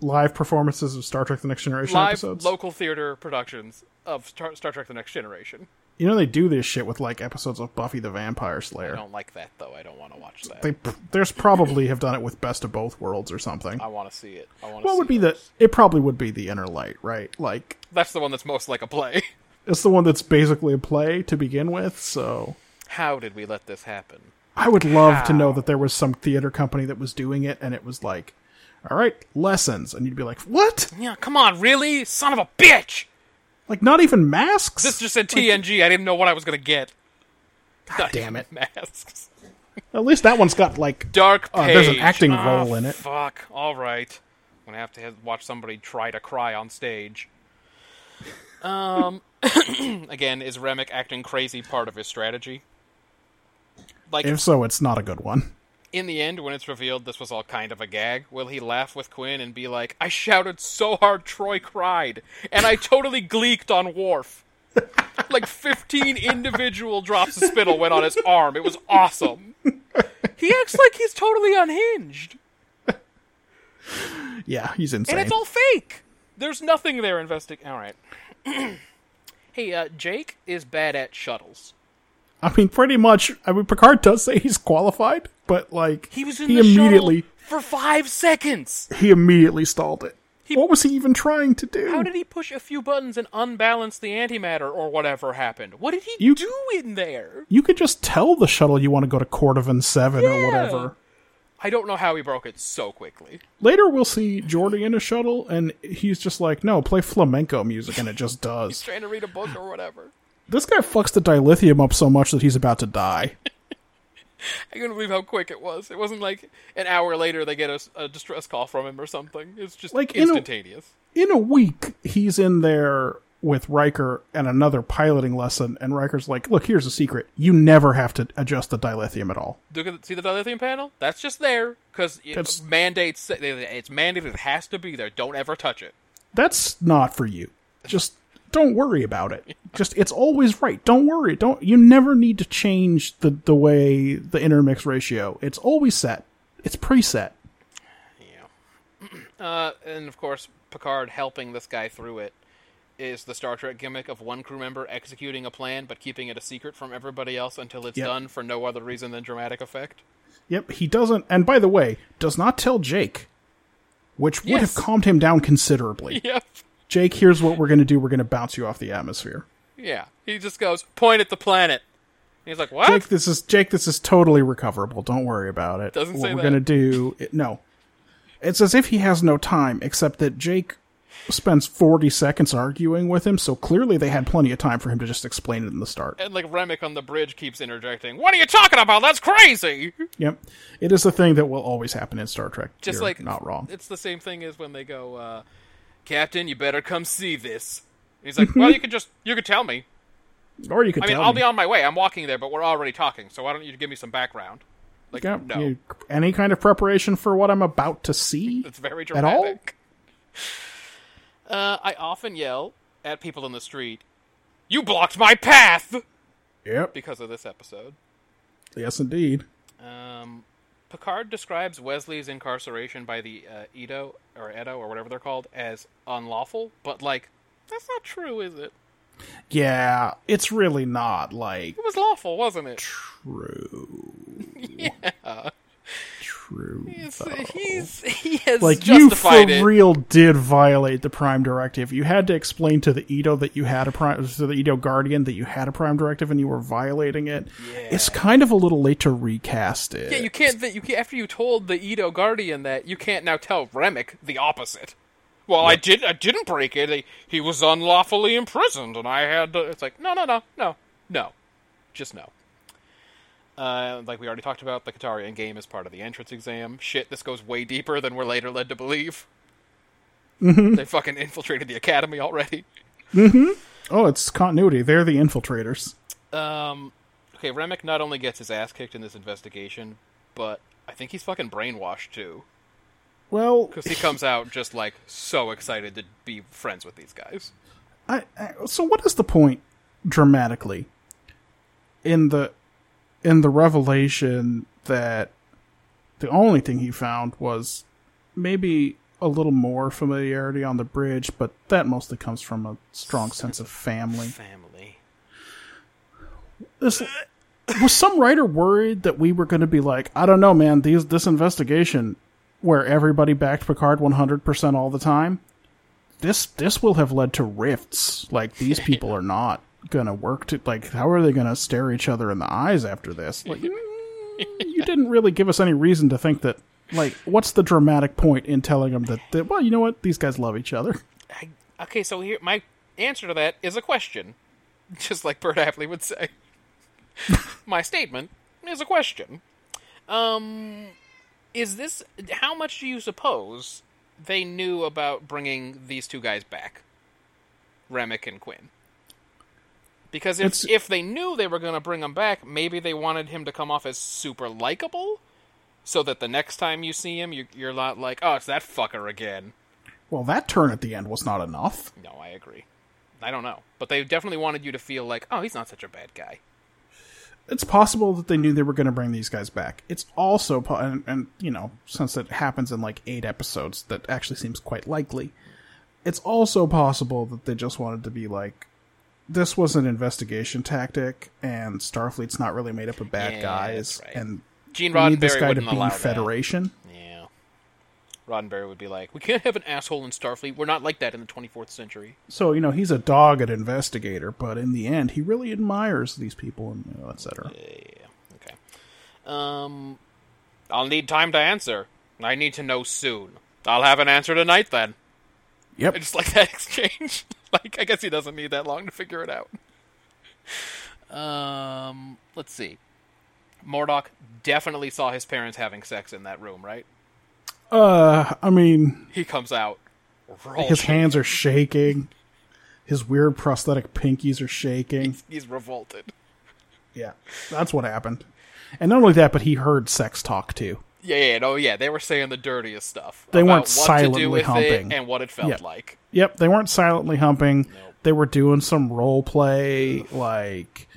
Speaker 3: Live performances of Star Trek: The Next Generation
Speaker 2: Live
Speaker 3: episodes.
Speaker 2: local theater productions of Star-, Star Trek: The Next Generation.
Speaker 3: you know they do this shit with like episodes of Buffy the Vampire Slayer.
Speaker 2: I don't like that though. I don't want to watch that.
Speaker 3: They pr- there's probably have done it with Best of Both Worlds or something.
Speaker 2: I want to see it. I want to.
Speaker 3: What would be the? It probably would be the Inner Light, right? Like
Speaker 2: That's the one that's most like a play.
Speaker 3: It's the one that's basically a play to begin with, so
Speaker 2: How did we let this happen?
Speaker 3: I would love to know that there was some theater company that was doing it and it was like, all right, lessons. And you'd be like, what?
Speaker 2: Yeah, come on, really? Son of a bitch!
Speaker 3: Like, not even masks?
Speaker 2: This just said TNG. I didn't know what I was going to get. God
Speaker 3: damn it.
Speaker 2: Masks.
Speaker 3: At least that one's got, like,
Speaker 2: Dark
Speaker 3: Uh,
Speaker 2: page.
Speaker 3: there's an acting
Speaker 2: Ah,
Speaker 3: role in it.
Speaker 2: Fuck. All right. I'm gonna have to have, watch somebody try to cry on stage. Um. again, is Remick acting crazy part of his strategy? Like
Speaker 3: if so, it's not a good one.
Speaker 2: in the end, when it's revealed this was all kind of a gag, will he laugh with Quinn and be like, "I shouted so hard, Troy cried, and I totally gleeked on Worf." like 15 individual drops of spittle went on his arm. It was awesome. He acts like he's totally unhinged.
Speaker 3: Yeah, he's insane.
Speaker 2: And it's all fake. There's nothing there investigating. All right. hey, uh, Jake is bad at shuttles.
Speaker 3: I mean, pretty much, I mean, Picard does say he's qualified, but, like,
Speaker 2: He was in
Speaker 3: he
Speaker 2: the
Speaker 3: immediately,
Speaker 2: shuttle for five seconds.
Speaker 3: He immediately stalled it. what was he even trying to do?
Speaker 2: How did he push a few buttons and unbalance the antimatter or whatever happened? What did he
Speaker 3: You-
Speaker 2: do in there?
Speaker 3: you could just tell the shuttle you want to go to Cordovan 7 or whatever.
Speaker 2: I don't know how he broke it so quickly.
Speaker 3: Later, we'll see Jordy in a shuttle, and he's just like, no, play flamenco music, and it just does.
Speaker 2: Trying to read a book or whatever.
Speaker 3: This guy fucks the dilithium up so much that he's about to die.
Speaker 2: I couldn't believe how quick it was. It wasn't like an hour later they get a, a distress call from him or something. It's just
Speaker 3: Like, you know-
Speaker 2: instantaneous.
Speaker 3: In a week, he's in there with Riker and another piloting lesson, and Riker's like, look, here's a secret. You never have to adjust the dilithium at all.
Speaker 2: Look at see the dilithium panel. That's just there because
Speaker 3: That's-
Speaker 2: mandates. say- It's mandated. It has to be there. Don't ever touch it.
Speaker 3: That's not for you. Just don't worry about it. Just it's always right. Don't worry. Don't you never need to change the the way the intermix ratio. It's always set. It's preset.
Speaker 2: Uh, and of course, Picard helping this guy through it is the Star Trek gimmick of one crew member executing a plan but keeping it a secret from everybody else until it's
Speaker 3: Yep.
Speaker 2: done for no other reason than dramatic effect.
Speaker 3: Yep, he doesn't. And by the way, does not tell Jake, which would
Speaker 2: Yes.
Speaker 3: have calmed him down considerably.
Speaker 2: Yep.
Speaker 3: Jake, here's what we're going to do. We're going to bounce you off the atmosphere.
Speaker 2: Yeah. He just goes point at the planet. And he's like, "What?"
Speaker 3: Jake, this is Jake. This is totally recoverable. Don't worry about it.
Speaker 2: Doesn't
Speaker 3: what
Speaker 2: say
Speaker 3: we're
Speaker 2: that.
Speaker 3: going to do. It, no, it's as if he has no time, except that Jake spends forty seconds arguing with him. So clearly, they had plenty of time for him to just explain it in the start.
Speaker 2: and like Remick on the bridge keeps interjecting, "What are you talking about? That's crazy."
Speaker 3: Yep, it is a thing that will always happen in Star Trek.
Speaker 2: just
Speaker 3: You're
Speaker 2: like
Speaker 3: not wrong.
Speaker 2: It's the same thing as when they go, uh, "Captain, you better come see this." And he's like, "Well, you could just you could tell me.
Speaker 3: Or you could.
Speaker 2: I mean,
Speaker 3: tell
Speaker 2: I'll
Speaker 3: him.
Speaker 2: be on my way. I'm walking there, but we're already talking. So why don't you give me some background?" Like,
Speaker 3: Yeah,
Speaker 2: no,
Speaker 3: you- any kind of preparation for what I'm about to see
Speaker 2: it's very
Speaker 3: at all.
Speaker 2: dramatic. Uh, I often yell at people in the street, "You blocked my path!"
Speaker 3: Yep.
Speaker 2: because of this episode.
Speaker 3: Yes, indeed.
Speaker 2: Um, Picard describes Wesley's incarceration by the uh, Edo or Edo or whatever they're called as unlawful, but like that's not true, is it?
Speaker 3: Yeah, it's really not like
Speaker 2: It was lawful, wasn't it?
Speaker 3: true. True.
Speaker 2: He's,
Speaker 3: though.
Speaker 2: he's he has
Speaker 3: like you for
Speaker 2: justified it.
Speaker 3: real did violate the prime directive. You had to explain to the Edo that you had a prime to the Edo Guardian that you had a prime directive and you were violating it. It's kind of a little late to recast it.
Speaker 2: yeah, you can't. Th- you can't, after you told the Edo Guardian that you can't now tell Remick the opposite. Well, I did. I didn't break it. He- He was unlawfully imprisoned, and I had. To, it's like no, no, no, no, no, just no. Uh, like we already talked about, the Katarian game is part of the entrance exam. Shit, this goes way deeper than we're later led to believe. They fucking infiltrated the academy already.
Speaker 3: oh, it's continuity. They're the infiltrators.
Speaker 2: Um, okay, Remick not only gets his ass kicked in this investigation, but I think he's fucking brainwashed too.
Speaker 3: Well,
Speaker 2: Because he comes out just like so excited to be friends with these guys.
Speaker 3: I, I, so what is the point dramatically in the in the revelation that the only thing he found was maybe a little more familiarity on the bridge, but that mostly comes from a strong sense of family.
Speaker 2: Family.
Speaker 3: This, was some writer worried that we were going to be like, I don't know, man, these this investigation where everybody backed Picard 100% all the time this this will have led to rifts. Like these people are not gonna work to like how are they gonna stare each other in the eyes after this? Like mm, you didn't really give us any reason to think that like what's the dramatic point in telling them that, that well, you know what, these guys love each other.
Speaker 2: I, okay, so here my answer to that is a question, just like Bert Apley would say. my statement is a question. Um, is this how much do you suppose they knew about bringing these two guys back, Remick and Quinn? Because if
Speaker 3: It's-
Speaker 2: if they knew they were going to bring him back, maybe they wanted him to come off as super likable, so that the next time you see him, you, you're not like, oh, it's that fucker again.
Speaker 3: Well, that turn at the end was not enough.
Speaker 2: No, I agree. I don't know, but they definitely wanted you to feel like, oh, he's not such a bad guy.
Speaker 3: It's possible that they knew they were going to bring these guys back. It's also, po- and, and you know, since it happens in like eight episodes, that actually seems quite likely. It's also possible that they just wanted to be like, this was an investigation tactic, and Starfleet's not really made up of bad
Speaker 2: Yeah,
Speaker 3: guys,
Speaker 2: that's right.
Speaker 3: and
Speaker 2: Gene
Speaker 3: we need this
Speaker 2: Roddenberry
Speaker 3: guy to
Speaker 2: wouldn't allow
Speaker 3: be
Speaker 2: that.
Speaker 3: Federation.
Speaker 2: Yeah. Roddenberry would be like, we can't have an asshole in Starfleet. We're not like that in the 24th century.
Speaker 3: So you know, he's a dogged investigator, but in the end, he really admires these people and you know, etc.
Speaker 2: Okay. Um, I'll need time to answer. I need to know soon. I'll have an answer tonight then.
Speaker 3: Yep.
Speaker 2: I just like that exchange. like, I guess he doesn't need that long to figure it out. Um, let's see. Mordok definitely saw his parents having sex in that room, right?
Speaker 3: Uh, I mean,
Speaker 2: He comes out. Roll
Speaker 3: His hands are shaking. His weird prosthetic pinkies are shaking.
Speaker 2: He's revolted.
Speaker 3: Yeah, that's what happened. And not only that, but he heard sex talk too.
Speaker 2: Yeah, yeah, no, yeah. They were saying the dirtiest stuff.
Speaker 3: They
Speaker 2: about
Speaker 3: weren't
Speaker 2: what to
Speaker 3: silently
Speaker 2: do with
Speaker 3: humping.
Speaker 2: it and what it felt
Speaker 3: Yeah.
Speaker 2: like.
Speaker 3: Yep, they weren't silently humping. They were doing some role play. Like,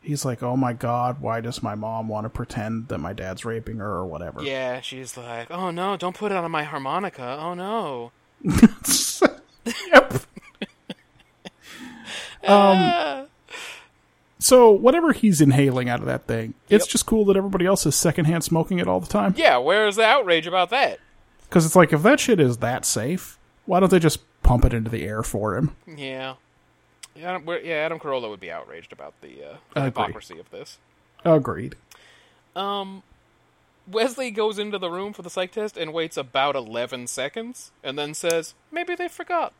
Speaker 3: he's like, oh my god, why does my mom want to pretend that my dad's raping her or whatever?
Speaker 2: Yeah, she's like, "Oh no, don't put it on my harmonica." Oh no.
Speaker 3: yep. um, so, whatever he's inhaling out of that thing, it's just cool that everybody else is secondhand smoking it all the time.
Speaker 2: Yeah, where's the outrage about that?
Speaker 3: Because it's like, if that shit is that safe, why don't they just pump it into the air for him?
Speaker 2: Yeah. Yeah, Adam, we're- yeah, Adam Carolla would be outraged about the, uh, the
Speaker 3: I agree.
Speaker 2: hypocrisy of this. Um,
Speaker 3: Agreed.
Speaker 2: Wesley goes into the room for the psych test and waits about 11 seconds and then says, Maybe they forgot.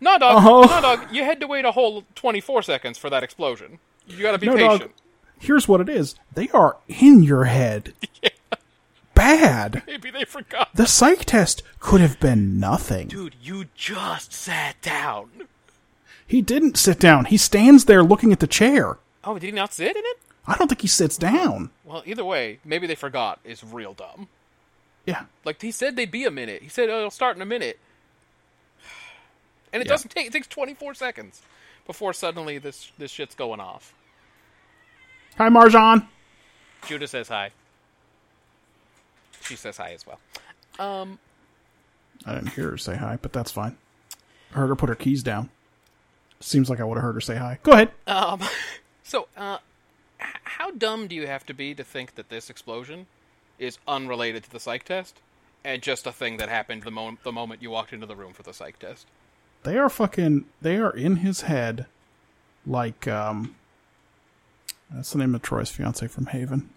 Speaker 2: No, dog.
Speaker 3: Oh.
Speaker 2: No, dog. You had to wait a whole 24 seconds for that explosion. You gotta be
Speaker 3: No,
Speaker 2: patient.
Speaker 3: dog. Here's what it is they are in your head. Bad.
Speaker 2: Maybe they forgot.
Speaker 3: The psych test could have been nothing.
Speaker 2: Dude, you just sat down.
Speaker 3: He didn't sit down, he stands there looking at the chair.
Speaker 2: Oh, did he not sit in it?
Speaker 3: I don't think he sits down.
Speaker 2: Well, either way, maybe they forgot is real dumb.
Speaker 3: Yeah.
Speaker 2: Like he said they'd be a minute. He said oh, it'll start in a minute. And it doesn't take it takes 24 seconds before suddenly this this shit's going off.
Speaker 3: Hi, Marjan.
Speaker 2: Judah says hi. She says hi as well.
Speaker 3: I didn't hear her say hi, but that's fine. I heard her put her keys down. Seems like I would have heard her say hi. Go ahead.
Speaker 2: So, uh h- how dumb do you have to be to think that this explosion is unrelated to the psych test and just a thing that happened the moment the moment you walked into the room for the psych test?
Speaker 3: they are fucking they are in his head like um that's the name of Troy's fiance from Haven.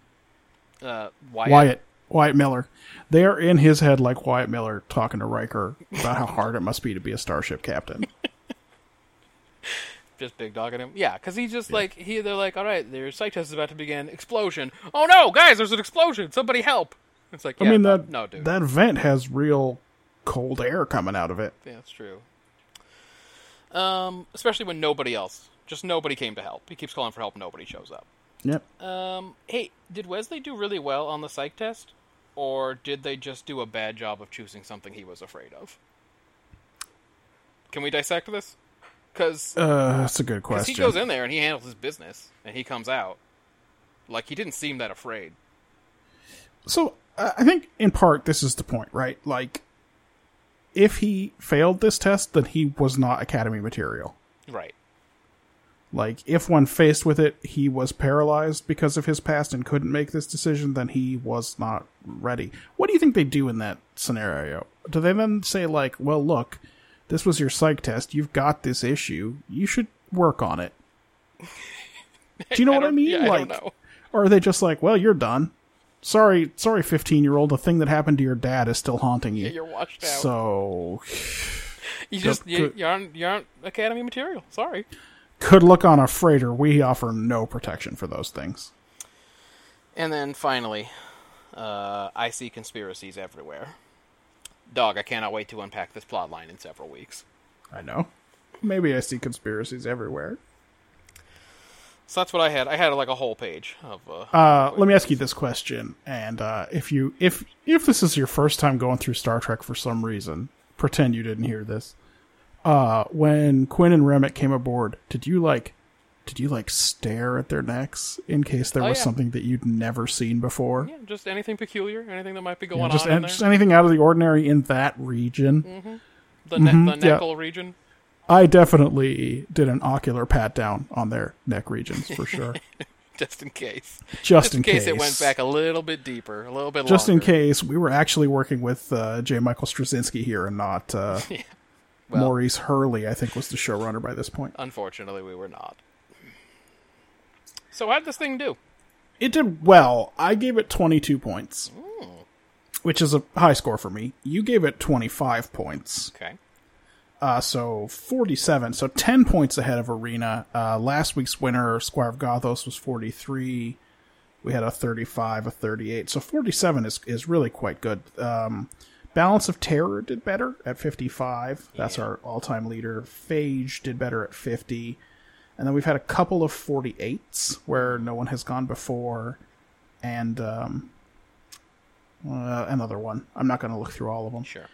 Speaker 2: Uh Wyatt,
Speaker 3: Wyatt. Wyatt Miller. They are in his head like Wyatt Miller talking to Riker about how hard it must be to be a starship captain.
Speaker 2: just big dogging him. Yeah, because he's just like he. They're like, all right, their psych test is about to begin. Explosion! Oh no, guys, there's an explosion! Somebody help! It's like, yeah,
Speaker 3: I mean
Speaker 2: no,
Speaker 3: that
Speaker 2: no, dude,
Speaker 3: that vent has real cold air coming out of it.
Speaker 2: yeah, that's true. Um, especially when nobody else, just nobody came to help. He keeps calling for help, nobody shows up.
Speaker 3: Yep.
Speaker 2: Um, hey, did Wesley do really well on the psych test, or did they just do a bad job of choosing something he was afraid of? Can we dissect this? Because
Speaker 3: Uh that's a good
Speaker 2: Because
Speaker 3: question.
Speaker 2: he goes in there and he handles his business, and he comes out like he didn't seem that afraid.
Speaker 3: So I I think in part this is the point, right? Like if he failed this test, then he was not academy material.
Speaker 2: Right.
Speaker 3: Like, if when faced with it, he was paralyzed because of his past and couldn't make this decision, then he was not ready. What do you think they do in that scenario? Do they then say, like, well, look, This was your psych test. You've got this issue. You should work on it. Do you know what I
Speaker 2: don't-
Speaker 3: mean?
Speaker 2: yeah, I
Speaker 3: like,
Speaker 2: don't know.
Speaker 3: or are they just like, well, you're done. Sorry, sorry, fifteen year old. The thing that happened to your dad is still haunting you.
Speaker 2: You're washed out.
Speaker 3: so
Speaker 2: you just you,
Speaker 3: good.
Speaker 2: you aren't you aren't Academy material. Sorry.
Speaker 3: could look on a freighter. We offer no protection for those things.
Speaker 2: And then finally, uh, I see conspiracies everywhere. Dog, I cannot wait to unpack this plotline in several weeks.
Speaker 3: I know. Maybe I see conspiracies everywhere.
Speaker 2: So that's what I had. I had like a whole page of. Uh,
Speaker 3: Uh, let me ask you this question, and uh, if you if if this is your first time going through Star Trek for some reason, pretend you didn't hear this. Uh, when Quinn and Remick came aboard, did you like did you like stare at their necks in case there
Speaker 2: Oh,
Speaker 3: was
Speaker 2: yeah.
Speaker 3: something that you'd never seen before?
Speaker 2: yeah, just anything peculiar, anything that might be
Speaker 3: You know,
Speaker 2: going
Speaker 3: just,
Speaker 2: on in
Speaker 3: an-
Speaker 2: there. Mm.
Speaker 3: just anything out of the ordinary in that region.
Speaker 2: the, ne- the
Speaker 3: Mm-hmm, yeah.
Speaker 2: neckle region.
Speaker 3: I definitely did an ocular pat down on their neck regions for sure.
Speaker 2: just in case.
Speaker 3: Just in
Speaker 2: it went
Speaker 3: case.
Speaker 2: back a little bit deeper, a little bit
Speaker 3: just in
Speaker 2: longer.
Speaker 3: case we were actually working with uh, J. Michael Straczynski here and not uh,
Speaker 2: Well-
Speaker 3: Maurice Hurley, I think was the showrunner by this point.
Speaker 2: Unfortunately, we were not. So how'd this thing do?
Speaker 3: It did well. I gave it 22 points, which is a high score for me. You gave it 25 points,
Speaker 2: Okay.
Speaker 3: uh, so 47, so 10 points ahead of Arena. Uh, last week's winner, Squire of Gothos, was 43. We had a 35, a 38, so 47 is is really quite good. Um, Balance of Terror did better at 55. That's our all time leader. Phage did better at 50. And then we've had a couple of 48s where no one has gone before. And um, uh, another one. I'm not going to look through all of them.
Speaker 2: Sure.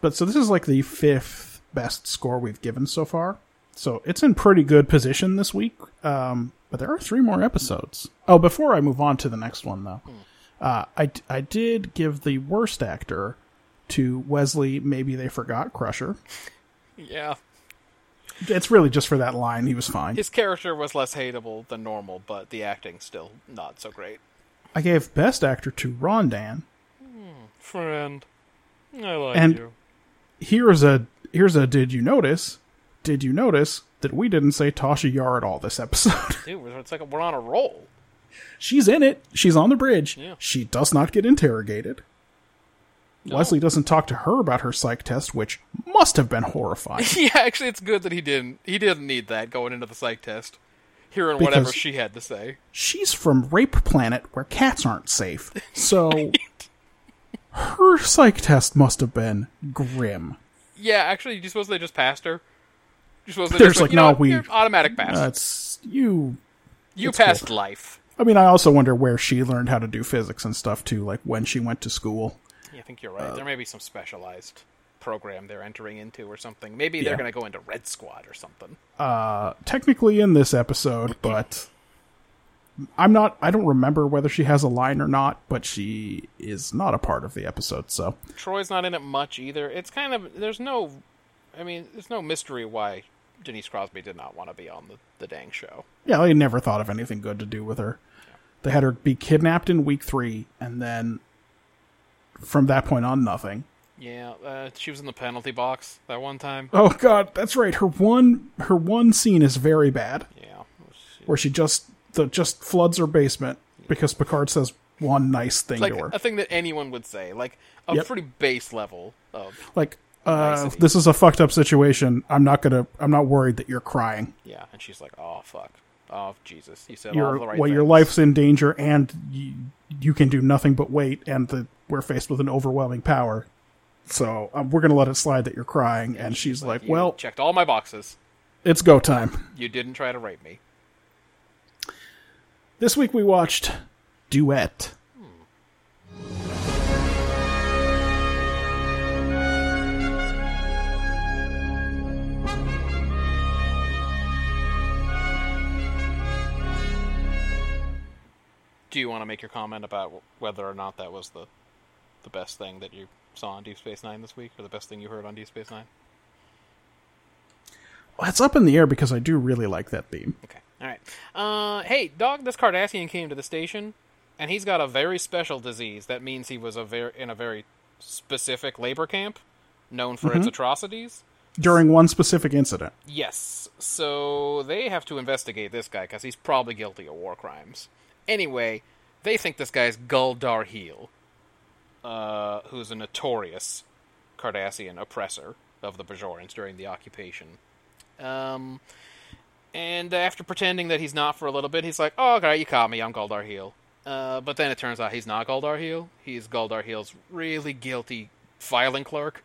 Speaker 3: But so this is like the fifth best score we've given so far. So it's in pretty good position this week. Um, but there are three more episodes. Oh, before I move on to the next one, though, uh, I, d- I did give the worst actor to Wesley. Maybe they forgot Crusher.
Speaker 2: Yeah.
Speaker 3: It's really just for that line. He was fine.
Speaker 2: His character was less hateable than normal, but the acting still not so great.
Speaker 3: I gave best actor to Rondan.
Speaker 2: Hmm, Friend, I like
Speaker 3: And- you. Here's a here's a. Did you notice? Did you notice that we didn't say Tasha Yar at all this episode?
Speaker 2: Dude, we're- it's like we're on a roll.
Speaker 3: She's in it. She's on the bridge.
Speaker 2: Yeah.
Speaker 3: She does not get interrogated. Wesley doesn't talk to her about her psych test, which must have been horrifying.
Speaker 2: Yeah, actually, it's good that he didn't. He didn't need that going into the psych test, hearing whatever
Speaker 3: Because-
Speaker 2: she had to say.
Speaker 3: She's from Rape Planet, where cats aren't safe. So her psych test must have been grim.
Speaker 2: Yeah, actually, you suppose they just passed her. You suppose they
Speaker 3: There's
Speaker 2: just
Speaker 3: like,
Speaker 2: you know
Speaker 3: no,
Speaker 2: what,
Speaker 3: we-
Speaker 2: you're automatic pass.
Speaker 3: That's you.
Speaker 2: you
Speaker 3: it's cool.
Speaker 2: passed life.
Speaker 3: I mean, I also wonder where she learned how to do physics and stuff too, like when she went to school.
Speaker 2: Yeah, I think you're right. there
Speaker 3: Uh,
Speaker 2: may be some specialized program they're entering into or something. Maybe they're
Speaker 3: Yeah.
Speaker 2: going to go into Red Squad or something.
Speaker 3: technically in this episode, but I'm not. I don't remember whether she has a line or not, but she is not a part of the episode. So
Speaker 2: Troy's not in it much either. It's kind of there's no, I mean, there's no mystery why Denise Crosby did not want to be on the, the dang show.
Speaker 3: yeah, they never thought of anything good to do with her. They had her be kidnapped in week three, and then from that point on, nothing.
Speaker 2: Yeah, uh, she was in the penalty box that one time.
Speaker 3: Oh God, that's right. Her one her one scene is very bad,
Speaker 2: Yeah, it's
Speaker 3: where she just the just floods her basement because Picard says one nice thing
Speaker 2: like
Speaker 3: to her.
Speaker 2: a thing that anyone would say, like a
Speaker 3: Yep.
Speaker 2: pretty base level of
Speaker 3: like
Speaker 2: Oh,
Speaker 3: uh,
Speaker 2: Nicety.
Speaker 3: this is a fucked up situation. I'm not gonna. I'm not worried that you're crying.
Speaker 2: yeah. And she's like, "Oh fuck, oh Jesus, you said all
Speaker 3: Your
Speaker 2: the right
Speaker 3: well, your
Speaker 2: things."
Speaker 3: life's in danger, and you, you can do nothing but wait. And the, we're faced with an overwhelming power. So um, we're gonna let it slide that you're crying. And, she's like,
Speaker 2: You
Speaker 3: "Well,
Speaker 2: checked all my boxes.
Speaker 3: it's go time."
Speaker 2: You didn't try to rape me."
Speaker 3: This week we watched Duet.
Speaker 2: Do you want to make your comment about wh- whether or not that was the the best thing that you saw on Deep Space Nine this week, or the best thing you heard on Deep Space Nine?
Speaker 3: Well, it's up in the air because I do really like that theme.
Speaker 2: Okay, all right. Uh, hey, dog. This Cardassian came to the station, and he's got a very special disease. That means he was a very in a very specific labor camp, known for its atrocities.
Speaker 3: during one specific incident.
Speaker 2: Yes. So they have to investigate this guy because he's probably guilty of war crimes. Anyway, they think this guy's Gul Darheel, uh, who's a notorious Cardassian oppressor of the Bajorans during the occupation. Um, and after pretending that he's not for a little bit, he's like, "Oh, okay, you caught me. I'm Gul Darheel." Uh, but then it turns out he's not Gul Darheel. He's Gul Darheel's really guilty filing clerk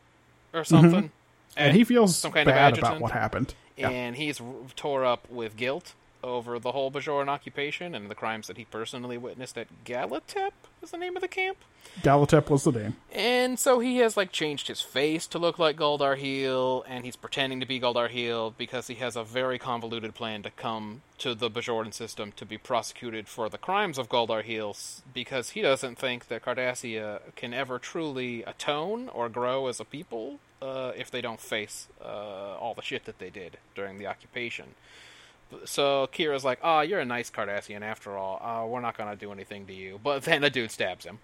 Speaker 2: or something.
Speaker 3: And he feels
Speaker 2: some kind of
Speaker 3: bad about
Speaker 2: adjutant.
Speaker 3: what happened. Yeah.
Speaker 2: and he's r- tore up with guilt over the whole Bajoran occupation and the crimes that he personally witnessed at Galatep is the name of the camp.
Speaker 3: Galatep was the name.
Speaker 2: And so he has like changed his face to look like Goldar Heel, and he's pretending to be Goldar Heel because he has a very convoluted plan to come to the Bajoran system to be prosecuted for the crimes of Goldar Heel s- because he doesn't think that Cardassia can ever truly atone or grow as a people uh, if they don't face uh, all the shit that they did during the occupation. So Kira's like, "Ah, you're a nice Cardassian after all. Uh, we're not gonna do anything to you." But then a dude stabs him.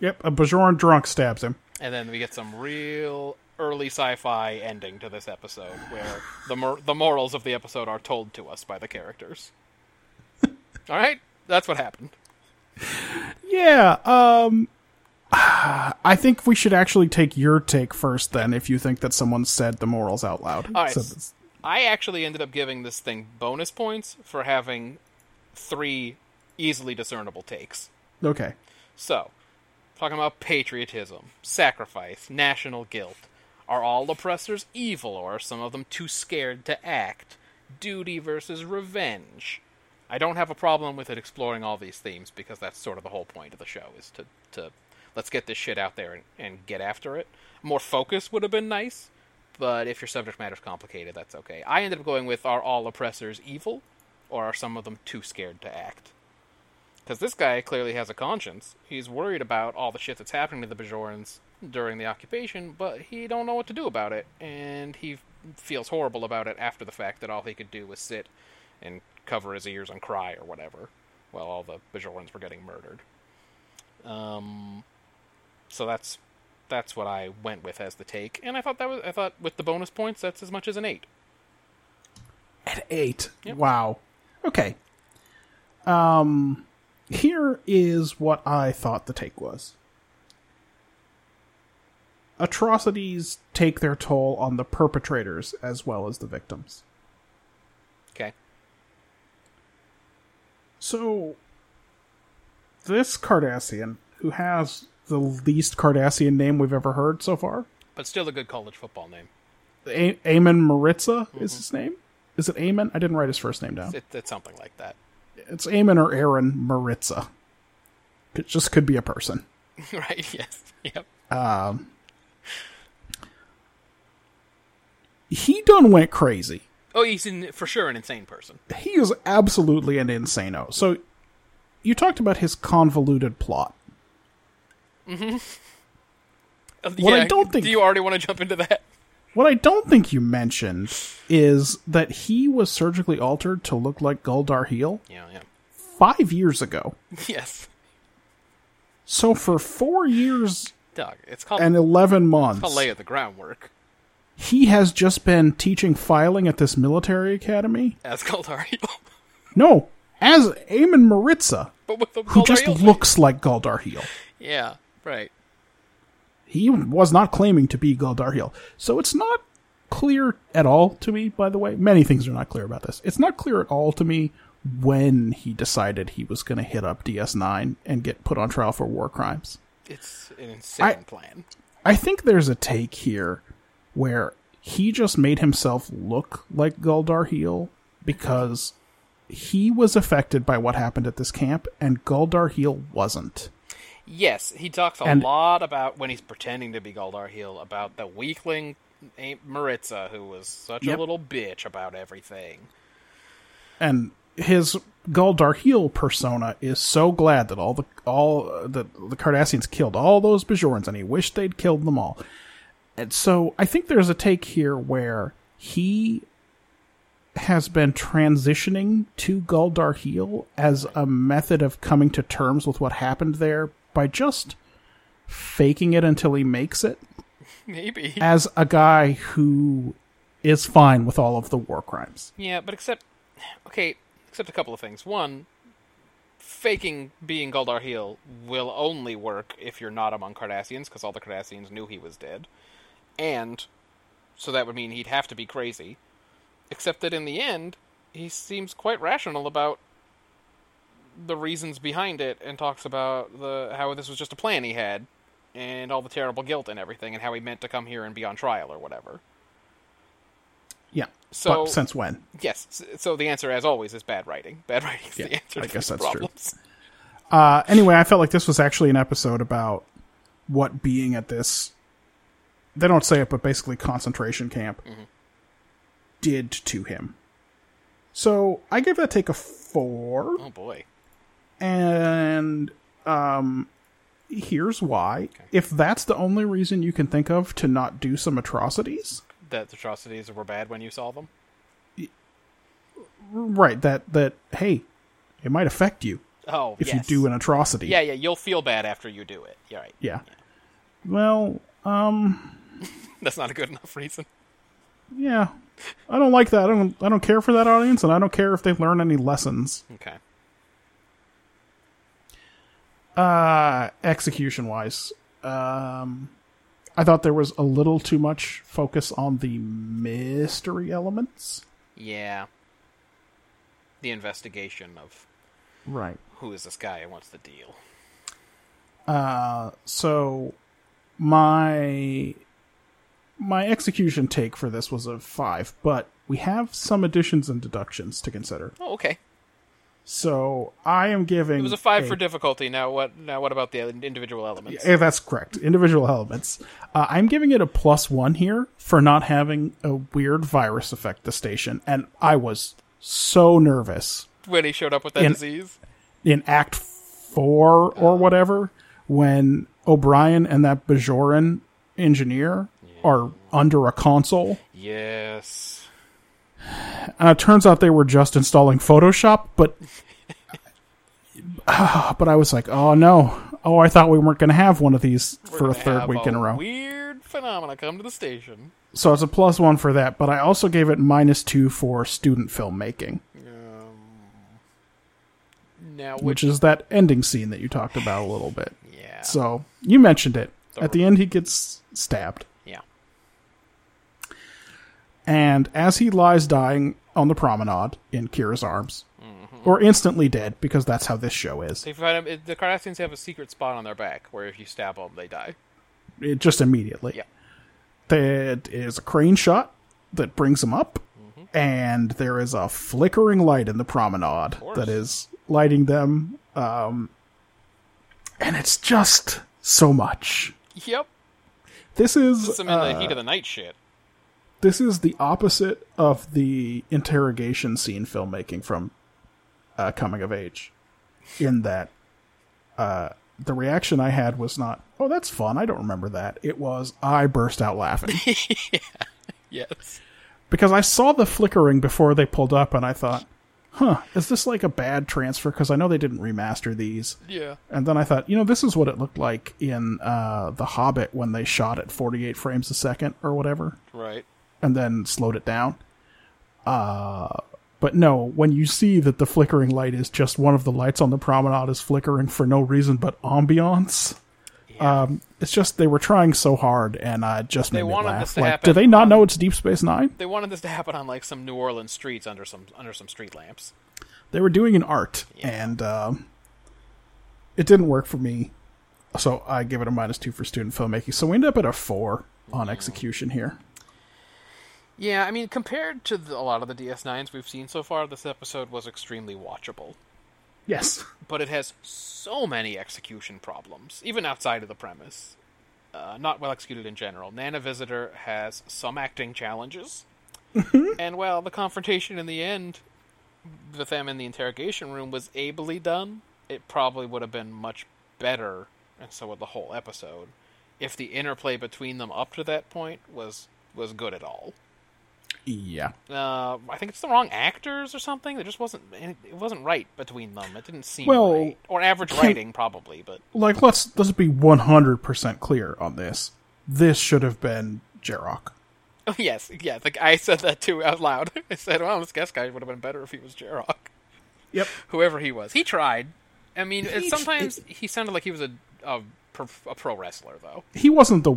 Speaker 3: Yep, a Bajoran drunk stabs him.
Speaker 2: And then we get some real early sci-fi ending to this episode, where the mor- the morals of the episode are told to us by the characters. All right, that's what happened.
Speaker 3: Yeah, um I think we should actually take your take first then if you think that someone said the morals out loud.
Speaker 2: All right.
Speaker 3: So that's-
Speaker 2: I actually ended up giving this thing bonus points for having three easily discernible takes.
Speaker 3: okay.
Speaker 2: So, talking about patriotism, sacrifice, national guilt. Are all oppressors evil, or are some of them too scared to act? Duty versus revenge. I don't have a problem with it exploring all these themes because that's sort of the whole point of the show is to, to let's get this shit out there and, and get after it. More focus would have been nice, but if your subject matter's complicated, that's okay. I ended up going with are all oppressors evil, or are some of them too scared to act? Because this guy clearly has a conscience. He's worried about all the shit that's happening to the Bajorans during the occupation, but he don't know what to do about it, and he f- feels horrible about it after the fact that all he could do was sit and cover his ears and cry or whatever, while all the Bajorans were getting murdered. Um, so that's that's what I went with as the take, and I thought that was I thought with the bonus points that's as much as an eight.
Speaker 3: At eight. Wow. Okay. Um, here is what I thought the take was. Atrocities take their toll on the perpetrators as well as the victims.
Speaker 2: Okay.
Speaker 3: So, this Cardassian, who has the least Cardassian name we've ever heard so far,
Speaker 2: But still a good college football name.
Speaker 3: a- Amon Maritza is his name. Is it Amon? I didn't write his first name down.
Speaker 2: It, Mm-hmm. it's something like that.
Speaker 3: It's Amon or Aaron Maritza. It just could be a person.
Speaker 2: right, yes. Yep.
Speaker 3: he done went crazy.
Speaker 2: Oh, he's in, for sure an insane person.
Speaker 3: He is absolutely an insano. So you talked about his convoluted plot. What I don't think-
Speaker 2: Do you already want to jump into that?
Speaker 3: What I don't think you mentioned is that he was surgically altered to look like Guldar Heel
Speaker 2: Yeah, yeah.
Speaker 3: five years ago.
Speaker 2: Yes.
Speaker 3: So for four years
Speaker 2: Doug, it's called
Speaker 3: and eleven months,
Speaker 2: the lay of the groundwork.
Speaker 3: he has just been teaching filing at this military academy.
Speaker 2: As Galdario.
Speaker 3: No, as Amon Maritza,
Speaker 2: but with the
Speaker 3: who just
Speaker 2: Galdario-
Speaker 3: looks like Guldar Heel.
Speaker 2: Yeah, right.
Speaker 3: he was not claiming to be Galdarhiel. So it's not clear at all to me, by the way. Many things are not clear about this. It's not clear at all to me when he decided he was going to hit up DS9 and get put on trial for war crimes.
Speaker 2: It's an insane
Speaker 3: I-
Speaker 2: plan.
Speaker 3: I think there's a take here where he just made himself look like Galdarhiel because he was affected by what happened at this camp and Galdarhiel wasn't.
Speaker 2: Yes, he talks a
Speaker 3: And-
Speaker 2: lot about when he's pretending to be Goldar Heel about the weakling Aunt Maritza, who was such
Speaker 3: Yep.
Speaker 2: a little bitch about everything.
Speaker 3: and his Galdar heel persona is so glad that all the all uh, that the Cardassians killed all those Bajorans, and he wished they'd killed them all. And so I think there's a take here where he has been transitioning to Galdar heel as a method of coming to terms with what happened there by just faking it until he makes it
Speaker 2: Maybe.
Speaker 3: as a guy who is fine with all of the war crimes.
Speaker 2: Yeah, but except okay, except a couple of things. One, faking being Goldar Heel will only work if you're not among Cardassians, because all the Cardassians knew he was dead, and so that would mean he'd have to be crazy. Except that in the end, he seems quite rational about the reasons behind it, and talks about the how this was just a plan he had, and all the terrible guilt and everything, and how he meant to come here and be on trial or whatever.
Speaker 3: Yeah.
Speaker 2: So-
Speaker 3: but since when?
Speaker 2: Yes. s- So the answer, as always, is bad writing. Bad writing is the answer.
Speaker 3: I
Speaker 2: to
Speaker 3: guess
Speaker 2: these
Speaker 3: that's true.
Speaker 2: problems.
Speaker 3: Uh, anyway, I felt like this was actually an episode about what being at this. They don't say it, but basically concentration camp
Speaker 2: Mm-hmm.
Speaker 3: did to him. So I gave that take a four,
Speaker 2: Oh boy.
Speaker 3: and um, here's why. If that's the only reason you can think of to not do some atrocities,
Speaker 2: That atrocities were bad when you saw them.
Speaker 3: right? That that hey, it might affect you
Speaker 2: Oh,
Speaker 3: if
Speaker 2: yes.
Speaker 3: you do an atrocity.
Speaker 2: Yeah, yeah. You'll feel bad after you do it. You're right.
Speaker 3: yeah. Well,
Speaker 2: That's not a good enough reason.
Speaker 3: yeah i don't like that i don't i don't care for that audience and i don't care if they learn any lessons
Speaker 2: Okay.
Speaker 3: uh execution wise um i thought there was a little too much focus on the mystery elements
Speaker 2: Yeah. The investigation of
Speaker 3: right
Speaker 2: who is this guy and what's the deal.
Speaker 3: so my my execution take for this was a five but we have some additions and deductions to consider
Speaker 2: Oh, okay.
Speaker 3: so i am giving
Speaker 2: It was a five for difficulty. Now what? Now what about the individual elements?
Speaker 3: Yeah, that's correct. Individual elements. Uh, I'm giving it a plus one here for not having a weird virus affect the station, and I was so nervous
Speaker 2: When he showed up with that
Speaker 3: In-
Speaker 2: disease.
Speaker 3: in Act Four or whatever when O'Brien and that Bajoran engineer are under a console.
Speaker 2: Yes.
Speaker 3: Uh, turns out they were just installing Photoshop, but Ah, but I was like, oh no, oh I thought we weren't going to have one of these
Speaker 2: We're
Speaker 3: for a
Speaker 2: gonna
Speaker 3: third
Speaker 2: have
Speaker 3: week in a row.
Speaker 2: Weird phenomena come to the station.
Speaker 3: So it's a plus one for that, but I also gave it minus two for student filmmaking,
Speaker 2: Now
Speaker 3: which is that ending scene that you talked about a little bit.
Speaker 2: Yeah.
Speaker 3: So you mentioned it. At the end, he gets stabbed.
Speaker 2: Yeah.
Speaker 3: And as he lies dying on the promenade in Kira's arms, or instantly dead, because that's how this show is,
Speaker 2: They find them, the Cardassians have a secret spot on their back where if you stab them, they die.
Speaker 3: it just immediately.
Speaker 2: Yeah.
Speaker 3: There is a crane shot that brings him up,
Speaker 2: Mm-hmm.
Speaker 3: and there is a flickering light in the promenade
Speaker 2: course.
Speaker 3: that is lighting them. Um, and it's just so much.
Speaker 2: Yep.
Speaker 3: This is
Speaker 2: Some in
Speaker 3: uh,
Speaker 2: the heat of the night shit.
Speaker 3: this is the opposite of the interrogation scene filmmaking from uh, Coming of Age, in that uh, the reaction I had was not, "Oh, that's fun." I don't remember that. It was I burst out laughing.
Speaker 2: Yes.
Speaker 3: because I saw the flickering before they pulled up, and I thought, "Huh, is this like a bad transfer?" Because I know they didn't remaster these.
Speaker 2: Yeah.
Speaker 3: And then I thought, you know, this is what it looked like in uh, The Hobbit when they shot at 48 frames a second or whatever,
Speaker 2: Right.
Speaker 3: and then slowed it down. Uh, but no, when you see that the flickering light is just one of the lights on the promenade is flickering for no reason but ambiance. Um, it's just they were trying so hard, and uh, it just
Speaker 2: They
Speaker 3: made me
Speaker 2: wanted
Speaker 3: laugh.
Speaker 2: this to
Speaker 3: like,
Speaker 2: happen
Speaker 3: do they not
Speaker 2: on-
Speaker 3: know it's Deep Space Nine?
Speaker 2: They wanted this to happen on like some New Orleans streets under some under some street lamps.
Speaker 3: they were doing an art and um, it didn't work for me so i give it a minus two for student filmmaking so we end up at a four on execution here
Speaker 2: Yeah, I mean, compared to the, a lot of the DS9s we've seen so far, this episode was extremely watchable.
Speaker 3: yes
Speaker 2: But it has so many execution problems, even outside of the premise. Uh, not well executed in general. Nana Visitor has some acting challenges. and well, the confrontation in the end with them in the interrogation room was ably done. It probably would have been much better, and so would the whole episode, if the interplay between them up to that point was was good at all
Speaker 3: yeah
Speaker 2: uh, I think it's the wrong actors or something. There just wasn't it wasn't right between them. It didn't seem
Speaker 3: Well,
Speaker 2: right. or average
Speaker 3: can't-
Speaker 2: writing probably, but
Speaker 3: like let's let's be 100% clear on this this should have been Jerok.
Speaker 2: Oh, yes, yeah. The, I said that too out loud. I said, "Well, this guest guy would have been better if he was Jerok,
Speaker 3: Yep.
Speaker 2: whoever he was." He tried. I mean, it-
Speaker 3: He-
Speaker 2: sometimes he sounded like he was a a, pro- a pro wrestler, though.
Speaker 3: He wasn't the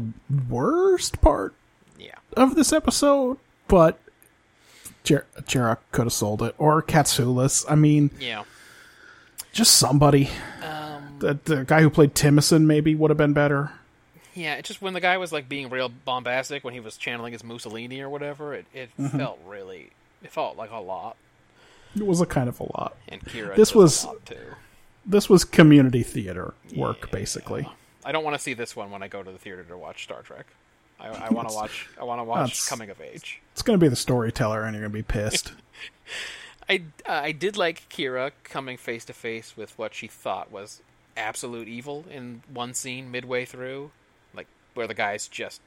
Speaker 3: worst part
Speaker 2: Yeah.
Speaker 3: of this episode, but Jer- Jericho could have sold it or Katsoulis. I mean,
Speaker 2: Yeah.
Speaker 3: just somebody. the, the guy who played Timison maybe would have been better.
Speaker 2: Yeah, it just when the guy was like being real bombastic when he was channeling his Mussolini or whatever, it, it
Speaker 3: Mm-hmm.
Speaker 2: felt really it felt like a lot.
Speaker 3: It was a kind of a lot.
Speaker 2: And Kira
Speaker 3: This
Speaker 2: does
Speaker 3: was-
Speaker 2: a lot too.
Speaker 3: This was community theater work, basically.
Speaker 2: I don't want to see this one when I go to the theater to watch Star Trek. I, I want to watch. I want to watch
Speaker 3: That's-
Speaker 2: Coming of Age.
Speaker 3: It's going to be the storyteller, and you're going to be pissed.
Speaker 2: I I did like Kira coming face to face with what she thought was absolute evil in one scene midway through, like where the guy's just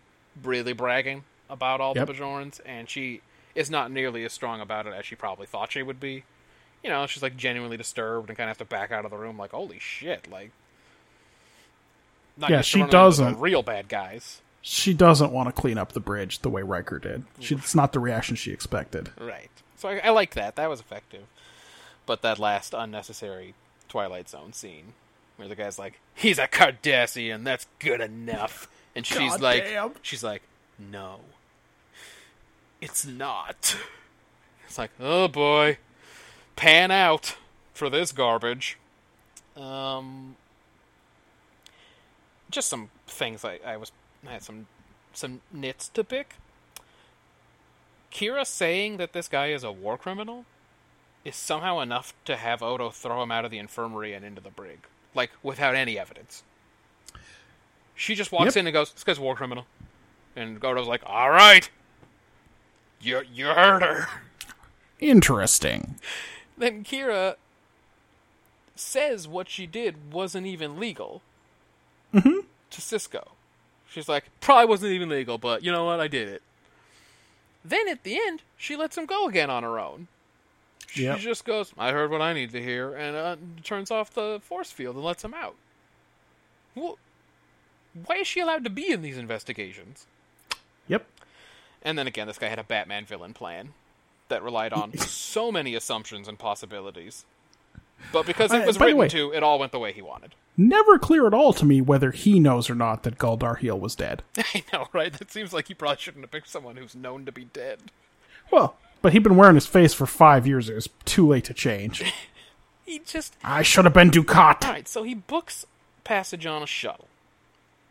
Speaker 2: really bragging about all
Speaker 3: Yep.
Speaker 2: the Bajorans, and she is not nearly as strong about it as she probably thought she would be. You know, she's like genuinely disturbed and kind of has to back out of the room, like holy shit, like. Not
Speaker 3: Yeah,
Speaker 2: used to
Speaker 3: she
Speaker 2: running into the
Speaker 3: doesn't.
Speaker 2: Real bad guys,
Speaker 3: she doesn't want to clean up the bridge the way Riker did. She, it's not the reaction she expected.
Speaker 2: right? So I, I like that. That was effective, but that last unnecessary Twilight Zone scene where the guy's like, "He's a Cardassian. That's good enough," and she's
Speaker 3: God
Speaker 2: like,
Speaker 3: damn.
Speaker 2: "She's like, no, it's not." It's like, oh boy, pan out for this garbage. Um, just some things I, I was I had some some nits to pick. Kira saying that this guy is a war criminal is somehow enough to have Odo throw him out of the infirmary and into the brig, like without any evidence. She just walks
Speaker 3: Yep.
Speaker 2: in and goes, "This guy's a war criminal," and Odo's like, "All right, you you heard her."
Speaker 3: Interesting.
Speaker 2: Then Kira says what she did wasn't even legal to Cisco. She's like, probably wasn't even legal, but you know what? I did it. Then at the end, she lets him go again on her own. She
Speaker 3: Yep.
Speaker 2: just goes, I heard what I need to hear, and uh, turns off the force field and lets him out. Well, why is she allowed to be in these investigations?
Speaker 3: Yep.
Speaker 2: And then again, this guy had a Batman villain plan that relied on so many assumptions and possibilities. But because
Speaker 3: Uh,
Speaker 2: it was
Speaker 3: by the
Speaker 2: written
Speaker 3: way-
Speaker 2: to, it all went the way he wanted.
Speaker 3: Never clear at all to me whether he knows or not that Guldar Heel was dead.
Speaker 2: I know, right? That seems like he probably shouldn't have picked someone who's known to be dead.
Speaker 3: Well, but he'd been wearing his face for five years. It was too late to change.
Speaker 2: He just.
Speaker 3: I should have been Ducat.
Speaker 2: Alright, so he books passage on a shuttle.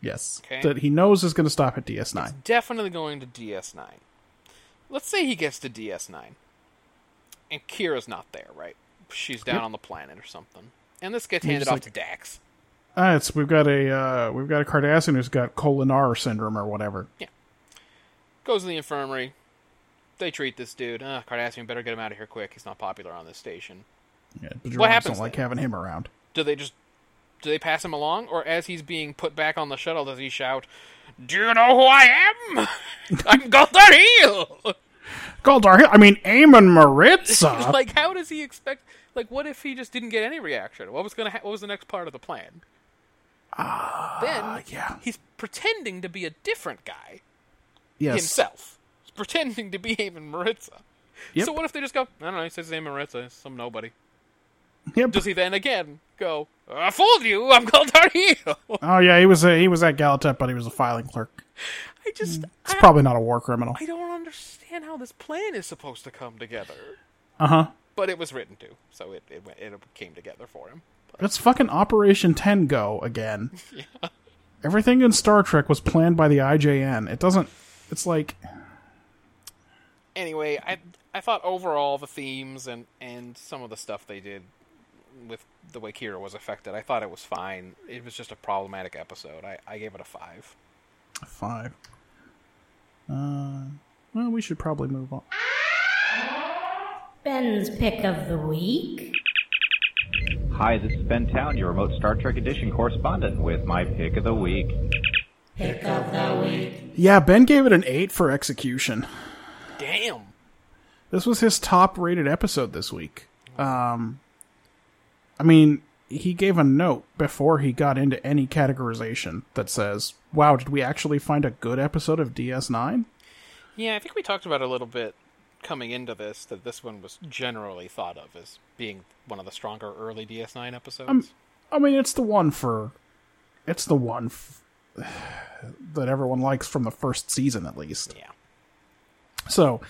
Speaker 3: Yes.
Speaker 2: Okay.
Speaker 3: That he knows is going to stop at DS9.
Speaker 2: Definitely going to DS9. Let's say he gets to DS9. And Kira's not there, right? She's down on the planet or something. And this gets handed
Speaker 3: just
Speaker 2: off
Speaker 3: like-
Speaker 2: to Dax.
Speaker 3: Ah, it's we've got a uh, we've got a Cardassian who's got colinar syndrome or whatever.
Speaker 2: goes to the infirmary. They treat this dude. Uh, Cardassian, better get him out of here quick. He's not popular on this station.
Speaker 3: Yeah, but
Speaker 2: What
Speaker 3: Jorans
Speaker 2: happens
Speaker 3: Don't like
Speaker 2: then?
Speaker 3: having him around.
Speaker 2: Do they just do they pass him along, or as he's being put back on the shuttle, does he shout, "Do you know who I am? I'm Gunther Heel."
Speaker 3: Guldar Heel. I mean, Amon Maritza.
Speaker 2: like, how does he expect? Like, what if he just didn't get any reaction? What was gonna? Ha- what was the next part of the plan? Ah, then
Speaker 3: yeah.
Speaker 2: he's pretending to be a different guy
Speaker 3: yes.
Speaker 2: himself. He's pretending to be Eamon Maritza.
Speaker 3: Yep.
Speaker 2: So what if they just go? I don't know. He says his name Maritza. He's some nobody.
Speaker 3: Yep.
Speaker 2: Does he then again go? I fooled you. I'm Goldar Heel.
Speaker 3: Oh yeah, he was a, he was at Galatep, but he was a filing clerk.
Speaker 2: I just.
Speaker 3: Mm, It's
Speaker 2: I,
Speaker 3: probably not a war criminal.
Speaker 2: Ah. I don't understand how this plan is supposed to come together.
Speaker 3: Uh huh.
Speaker 2: But it was written to, so it it, went, it came together for him.
Speaker 3: That's fucking Operation Ten Go again. Everything in Star Trek was planned by the IJN. It doesn't. It's like
Speaker 2: Anyway, I I thought overall the themes and and some of the stuff they did with the way Kira was affected, I thought it was fine. It was just a problematic episode. I I gave it a five.
Speaker 3: five. Uh, well, we should probably move on.
Speaker 5: Ben's pick of the week.
Speaker 6: Hi, this is Ben Town, your remote Star Trek Edition correspondent, with my pick of the week.
Speaker 5: Pick of the week.
Speaker 3: Yeah, Ben gave it an eight for execution.
Speaker 2: Damn.
Speaker 3: This was his top rated episode this week. Um, I mean, he gave a note before he got into any categorization that says, "Wow, did we actually find a good episode of DS9?"
Speaker 2: Yeah, I think we talked about it a little bit coming into this that this one was generally thought of as being one of the stronger early DS9 episodes.
Speaker 3: Um, I mean, it's the one for, it's the one f- that everyone likes from the first season, at least.
Speaker 2: yeah.
Speaker 3: So,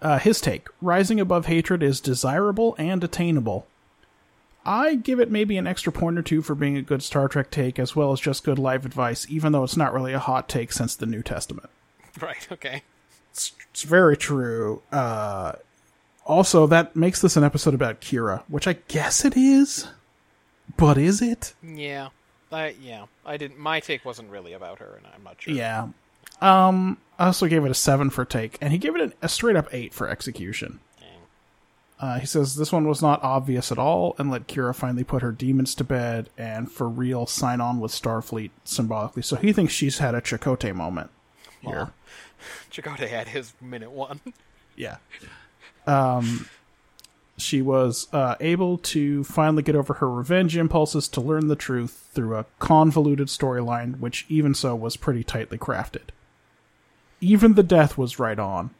Speaker 3: uh, his take: rising above hatred is desirable and attainable. I give it maybe an extra point or two for being a good Star Trek take, as well as just good life advice, even though it's not really a hot take since the New Testament.
Speaker 2: Right, okay.
Speaker 3: It's, it's very true. Uh, also, that makes this an episode about Kira, which I guess it is, but is it?
Speaker 2: Yeah. I yeah. I didn't my take wasn't really about her and I'm not sure.
Speaker 3: Yeah. Um, I also gave it a seven for take, and he gave it an, a straight up eight for execution. Uh, he says this one was not obvious at all, and let Kira finally put her demons to bed and for real sign on with Starfleet symbolically. So he thinks she's had a Chakotay moment. Here.
Speaker 2: Chakotay had his minute one.
Speaker 3: Yeah. Um, she was uh, able to finally get over her revenge impulses to learn the truth through a convoluted storyline, which even so was pretty tightly crafted. Even the death was right on,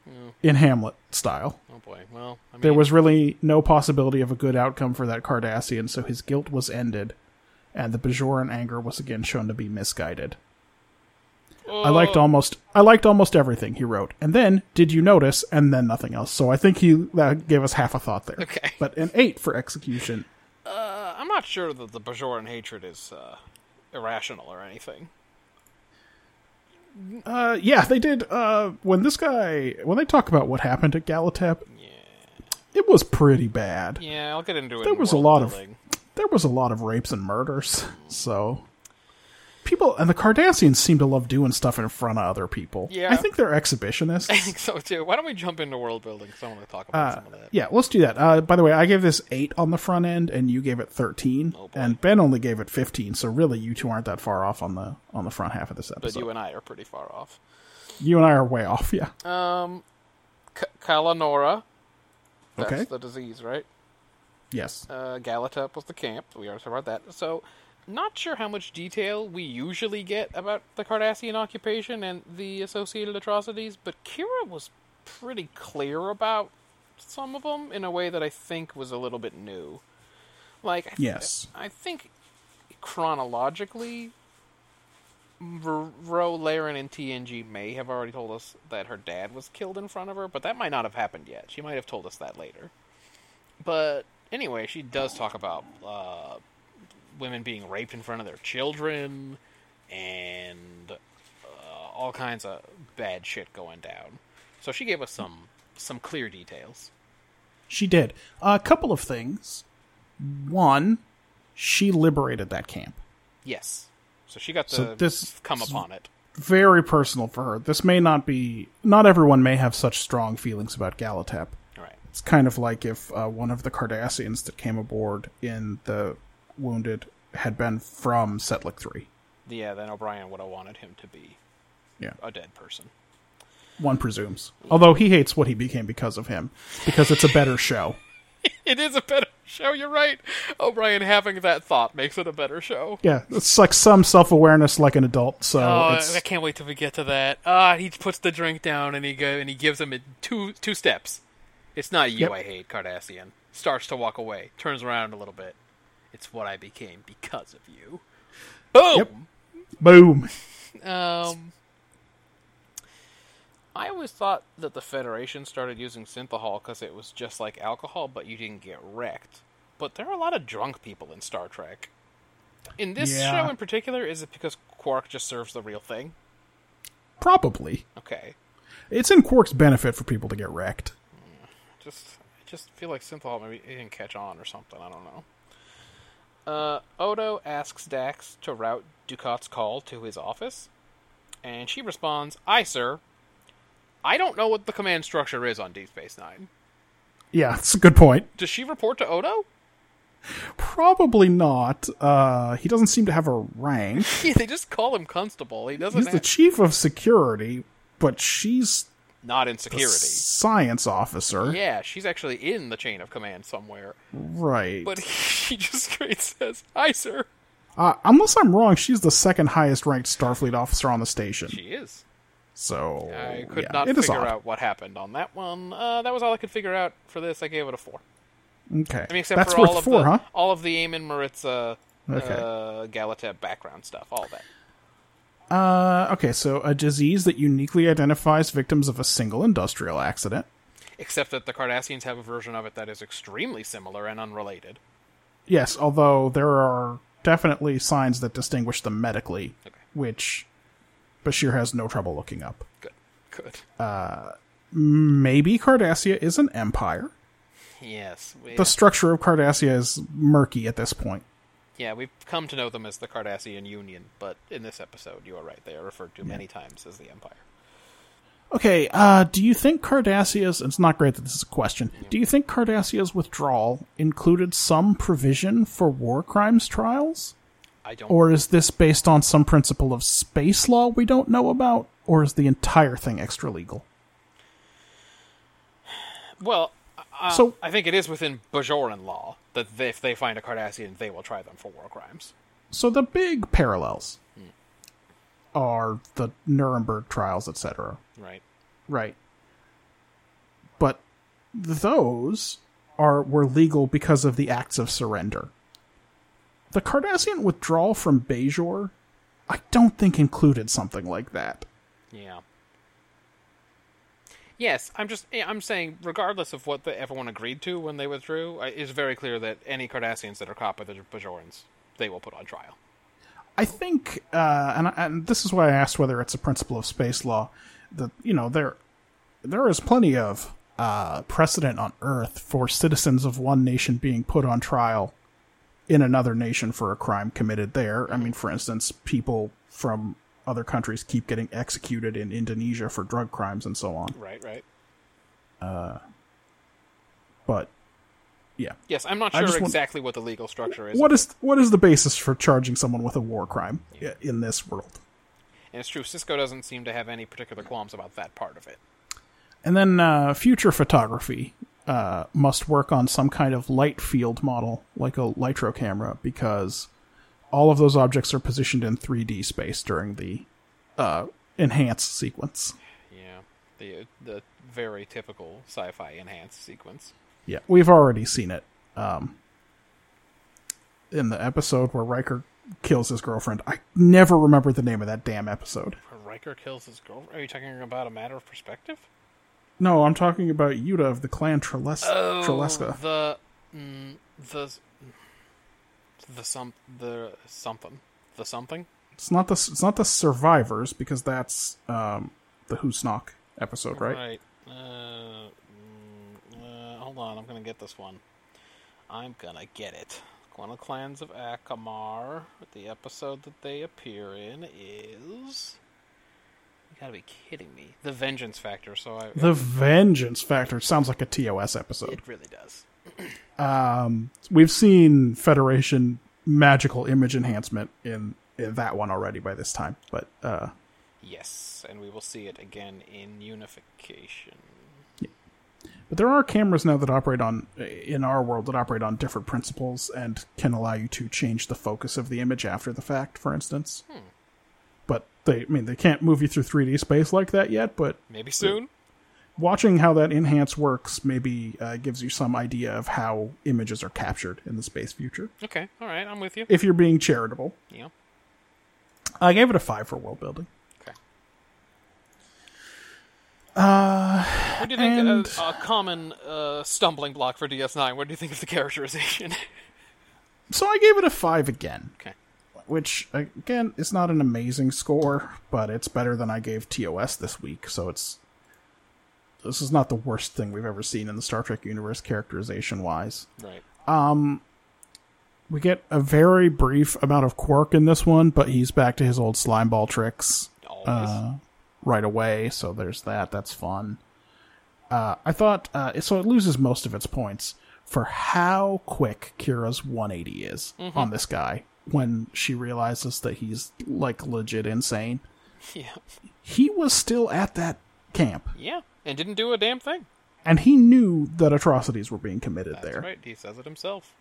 Speaker 3: in Hamlet style.
Speaker 2: Oh boy. Well, I mean
Speaker 3: There was really no possibility of a good outcome for that Cardassian, so his guilt was ended, and the Bajoran anger was again shown to be misguided. I
Speaker 2: Oh.
Speaker 3: liked almost I liked almost everything he wrote, and then did you notice? And then nothing else. So I think he that gave us half a thought there.
Speaker 2: Okay.
Speaker 3: but an eight for execution.
Speaker 2: I'm not sure that the Bajoran hatred is uh, irrational or anything.
Speaker 3: Uh, yeah, they did. Uh, when this guy when they talk about what happened at Galatep, it was pretty bad.
Speaker 2: Yeah, I'll get into it.
Speaker 3: there
Speaker 2: in
Speaker 3: was a
Speaker 2: world
Speaker 3: lot of
Speaker 2: building.
Speaker 3: there was a lot of rapes and murders so people and the cardassians seem to love doing stuff in front of other people
Speaker 2: Yeah.
Speaker 3: i think they're
Speaker 2: I
Speaker 3: exhibitionists
Speaker 2: think so too. Why don't we jump into world building? Because I want to talk about some of that.
Speaker 3: Uh, yeah let's do that uh, by the way i gave this 8 on the front end and you gave it 13
Speaker 2: Oh, boy.
Speaker 3: and ben only gave it 15 so really you two aren't that far off on the on the front half of this
Speaker 2: But
Speaker 3: episode
Speaker 2: you and I are pretty far off. Um,
Speaker 3: You and i are way off yeah
Speaker 2: Uh, K- Kalanora. That's
Speaker 3: Okay.
Speaker 2: the disease, right?
Speaker 3: yes
Speaker 2: Uh, Galatep was the camp. We already talked about that. So, not sure how much detail we usually get about the Cardassian occupation and the associated atrocities, but Kira was pretty clear about some of them in a way that I think was a little bit new. Like, I th-
Speaker 3: yes
Speaker 2: I think chronologically, R- Ro, Laren, and TNG may have already told us that her dad was killed in front of her, but that might not have happened yet. She might have told us that later. But anyway, she does talk about uh, women being raped in front of their children and uh, all kinds of bad shit going down. So she gave us some some clear details.
Speaker 3: she did a couple of things one she liberated that camp
Speaker 2: Yes. So she got to
Speaker 3: So this-
Speaker 2: come upon it.
Speaker 3: very personal for her. This may not be. Not everyone may have such strong feelings about Galatap.
Speaker 2: All right.
Speaker 3: It's kind of like if uh, one of the Cardassians that came aboard in the Wounded had been from Setlik 3.
Speaker 2: Yeah, then O'Brien would have wanted him to be
Speaker 3: Yeah.
Speaker 2: a dead person.
Speaker 3: One presumes. Although he hates what he became because of him, because it's a better show.
Speaker 2: It is a better show, you're right. O'Brien having that thought makes it a better show.
Speaker 3: Yeah, it's like some self awareness like an adult, so
Speaker 2: Oh,
Speaker 3: it's.
Speaker 2: I can't wait till we get to that. Ah, he puts the drink down and he go, and he gives him a, two two steps. It's not you
Speaker 3: Yep.
Speaker 2: I hate, Cardassian. Starts to walk away, turns around a little bit. It's what I became because of you. Boom.
Speaker 3: Boom!
Speaker 2: Um, I always thought that the Federation started using synthahol because it was just like alcohol, but you didn't get wrecked. But there are a lot of drunk people in Star Trek. In this
Speaker 3: Yeah.
Speaker 2: show in particular, is it because Quark just serves the real thing?
Speaker 3: Probably.
Speaker 2: Okay,
Speaker 3: It's in Quark's benefit for people to get wrecked.
Speaker 2: just I just feel like synthahol maybe it didn't catch on or something. I don't know. Uh, Odo asks Dax to route Ducat's call to his office, and she responds, "I sir, I don't know what the command structure is on Deep Space Nine.
Speaker 3: Yeah, it's a good point.
Speaker 2: Does she report to Odo?
Speaker 3: Probably not. Uh, he doesn't seem to have a rank.
Speaker 2: Yeah, they just call him Constable. He doesn't.
Speaker 3: He's the
Speaker 2: Have...
Speaker 3: chief of security, but she's
Speaker 2: Not in
Speaker 3: the
Speaker 2: security.
Speaker 3: science officer.
Speaker 2: Yeah, she's actually in the chain of command somewhere,
Speaker 3: Right.
Speaker 2: but he just straight says, "Hi, sir."
Speaker 3: uh, unless I'm wrong, she's the second highest ranked Starfleet officer on the station.
Speaker 2: She is.
Speaker 3: So
Speaker 2: I could
Speaker 3: Oh, yeah,
Speaker 2: not
Speaker 3: it is
Speaker 2: figure
Speaker 3: odd.
Speaker 2: out what happened on that one. Uh, that was all I could figure out for this. I gave it a four.
Speaker 3: Okay,
Speaker 2: I mean, except
Speaker 3: that's
Speaker 2: for
Speaker 3: worth
Speaker 2: all of
Speaker 3: four,
Speaker 2: the
Speaker 3: huh?
Speaker 2: all of the Eamon Maritza,
Speaker 3: Okay.
Speaker 2: uh, Galata background stuff, all that.
Speaker 3: Uh, okay, so a disease that uniquely identifies victims of a single industrial accident.
Speaker 2: Except that the Cardassians have a version of it that is extremely similar and unrelated.
Speaker 3: Yes, although there are definitely signs that distinguish them medically,
Speaker 2: Okay.
Speaker 3: which Bashir has no trouble looking up.
Speaker 2: Good, good.
Speaker 3: Uh, Maybe Cardassia is an empire.
Speaker 2: yes, we,
Speaker 3: The structure of Cardassia is murky at this point.
Speaker 2: yeah, we've come to know them as the Cardassian Union, but in this episode, you are right; they are referred to many times as the Empire.
Speaker 3: Okay, uh, do you think Cardassia's, it's not great that this is a question, do you think Cardassia's withdrawal included some provision for war crimes trials?
Speaker 2: I don't.
Speaker 3: Or is this based on some principle of space law we don't know about? Or is the entire thing extra legal?
Speaker 2: well, uh,
Speaker 3: So-
Speaker 2: I think it is within Bajoran law that they, if they find a Cardassian, they will try them for war crimes.
Speaker 3: So the big parallels
Speaker 2: Hmm.
Speaker 3: are the Nuremberg trials, etc.
Speaker 2: Right.
Speaker 3: Right. But those are were legal because of the acts of surrender. The Cardassian withdrawal from Bejor, I don't think included something like that.
Speaker 2: Yeah. Yes, I'm just yeah, I'm saying, regardless of what the, everyone agreed to when they withdrew, I- it's very clear that any Cardassians that are caught by the Bajorans, they will put on trial.
Speaker 3: I think, uh, and, and this is why I asked whether it's a principle of space law. That you know there, there is plenty of uh, precedent on Earth for citizens of one nation being put on trial in another nation for a crime committed there. I mean, for instance, people from other countries keep getting executed in Indonesia for drug crimes and so on.
Speaker 2: Right. Right.
Speaker 3: But yeah,
Speaker 2: Yes, I'm not
Speaker 3: I
Speaker 2: sure
Speaker 3: just want-
Speaker 2: exactly what the legal structure is.
Speaker 3: what is what is the basis for charging someone with a war crime i- in this world?
Speaker 2: And it's true, Cisco doesn't seem to have any particular qualms about that part of it.
Speaker 3: And then uh, future photography uh, must work on some kind of light field model, like a litro camera, because all of those objects are positioned in 3D space during the uh, enhance sequence.
Speaker 2: Yeah, the the very typical sci-fi enhanced sequence.
Speaker 3: Yeah, we've already seen it um, in the episode where Riker kills his girlfriend. I never remember the name of that damn episode.
Speaker 2: Where Riker kills his girlfriend. Are you talking about a matter of perspective?
Speaker 3: No, I'm talking about Yuta of the clan Treles- Treleska.
Speaker 2: The mm, the the some the something the something.
Speaker 3: It's not the it's not the survivors because that's um, the Husnock episode, right?
Speaker 2: Uh, mm, uh, hold on, I'm gonna get this one. I'm gonna get it. One of the clans of Akamar. The episode that they appear in is. You gotta be kidding me. The Vengeance Factor. So I.
Speaker 3: The Vengeance Factor sounds like a TOS episode.
Speaker 2: It really does.
Speaker 3: We've seen Federation magical image enhancement in, in that one already by this time, but uh,
Speaker 2: Yes, and we will see it again in Unification.
Speaker 3: but there are cameras now that operate on in our world that operate on different principles and can allow you to change the focus of the image after the fact, for instance. But they, I mean, they can't move you through 3D space like that yet, but
Speaker 2: Maybe soon.
Speaker 3: watching how that enhance works maybe uh, gives you some idea of how images are captured in the space future
Speaker 2: Okay, all right, I'm with you.
Speaker 3: if you're being charitable
Speaker 2: Yeah.
Speaker 3: i gave it a five for world building
Speaker 2: Okay. Uh, what do you think
Speaker 3: and-
Speaker 2: a, a common uh, stumbling block for DS9? What do you think of the characterization?
Speaker 3: so i gave it a five again
Speaker 2: okay.
Speaker 3: which again is not an amazing score but it's better than i gave tos this week so it's this is not the worst thing we've ever seen in the star trek universe characterization wise
Speaker 2: Right.
Speaker 3: we get a very brief amount of quirk in this one but he's back to his old slime ball tricks
Speaker 2: Always.
Speaker 3: right away, so there's that. That's fun. Uh, I thought uh, so. It loses most of its points for how quick Kira's 180 is
Speaker 2: Mm-hmm.
Speaker 3: on this guy when she realizes that he's like legit insane.
Speaker 2: yeah.
Speaker 3: He was still at that camp,
Speaker 2: Yeah. And didn't do a damn thing.
Speaker 3: and he knew that atrocities were being committed
Speaker 2: That's
Speaker 3: there,
Speaker 2: right. He says it himself.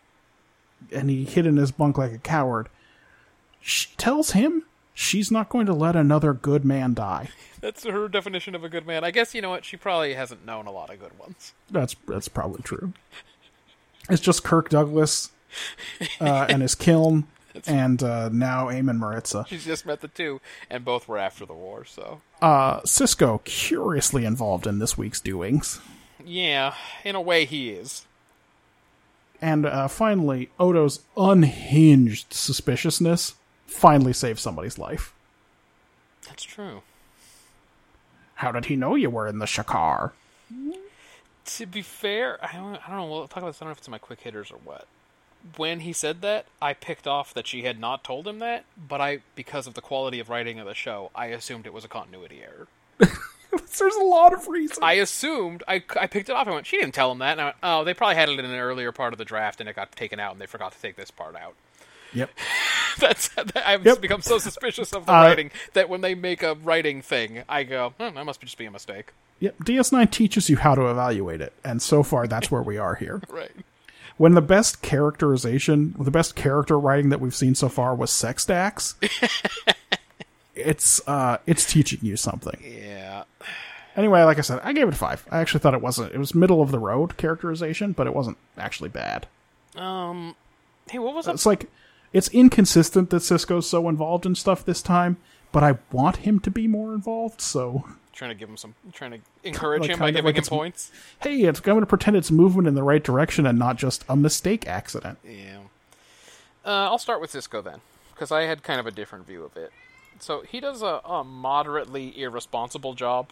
Speaker 3: and he hid in his bunk like a coward. She tells him she's not going to let another good man die.
Speaker 2: That's her definition of a good man. I guess you know what? She probably hasn't known a lot of good ones.
Speaker 3: That's that's probably true. It's just Kirk Douglas uh, and his kiln, and uh, now Eamon Maritza.
Speaker 2: She's just met the two, and both were after the war, so.
Speaker 3: Uh, Cisco curiously involved in this week's doings,
Speaker 2: Yeah, in a way he is.
Speaker 3: and uh, finally Odo's unhinged suspiciousness finally saved somebody's life.
Speaker 2: That's true.
Speaker 3: How did he know you were in the Shakar?
Speaker 2: To be fair, I don't, I don't know. We'll talk about this. I don't know if it's in my quick hitters or what. When he said that, I picked off that she had not told him that, but I, because of the quality of writing of the show, I assumed it was a continuity error.
Speaker 3: There's a lot of reasons.
Speaker 2: I assumed I, I picked it off. I went, she didn't tell him that. And I went, oh, they probably had it in an earlier part of the draft, and it got taken out, and they forgot to take this part out.
Speaker 3: Yep.
Speaker 2: That's that, I've
Speaker 3: Yep.
Speaker 2: become so suspicious of the
Speaker 3: Uh,
Speaker 2: writing that when they make a writing thing, I go, hmm, that must just be a mistake.
Speaker 3: Yep, DS9 teaches you how to evaluate it, and so far that's where we are here.
Speaker 2: Right.
Speaker 3: When the best characterization, the best character writing that we've seen so far was sex stacks, it's uh it's teaching you something.
Speaker 2: Yeah.
Speaker 3: Anyway, like I said, I gave it a five. I actually thought it wasn't it was middle of the road characterization, but it wasn't actually bad.
Speaker 2: Um. Hey, what was up?
Speaker 3: It's like it's inconsistent that Cisco's so involved in stuff this time, but I want him to be more involved, so
Speaker 2: trying to give him some, trying to encourage
Speaker 3: Like,
Speaker 2: him by
Speaker 3: kinda
Speaker 2: giving
Speaker 3: like
Speaker 2: him
Speaker 3: it's-
Speaker 2: points.
Speaker 3: hey, it's, I'm going to pretend it's movement in the right direction and not just a mistake accident.
Speaker 2: Yeah. Uh, I'll start with Cisco then, because I had kind of a different view of it. So he does a, a moderately irresponsible job,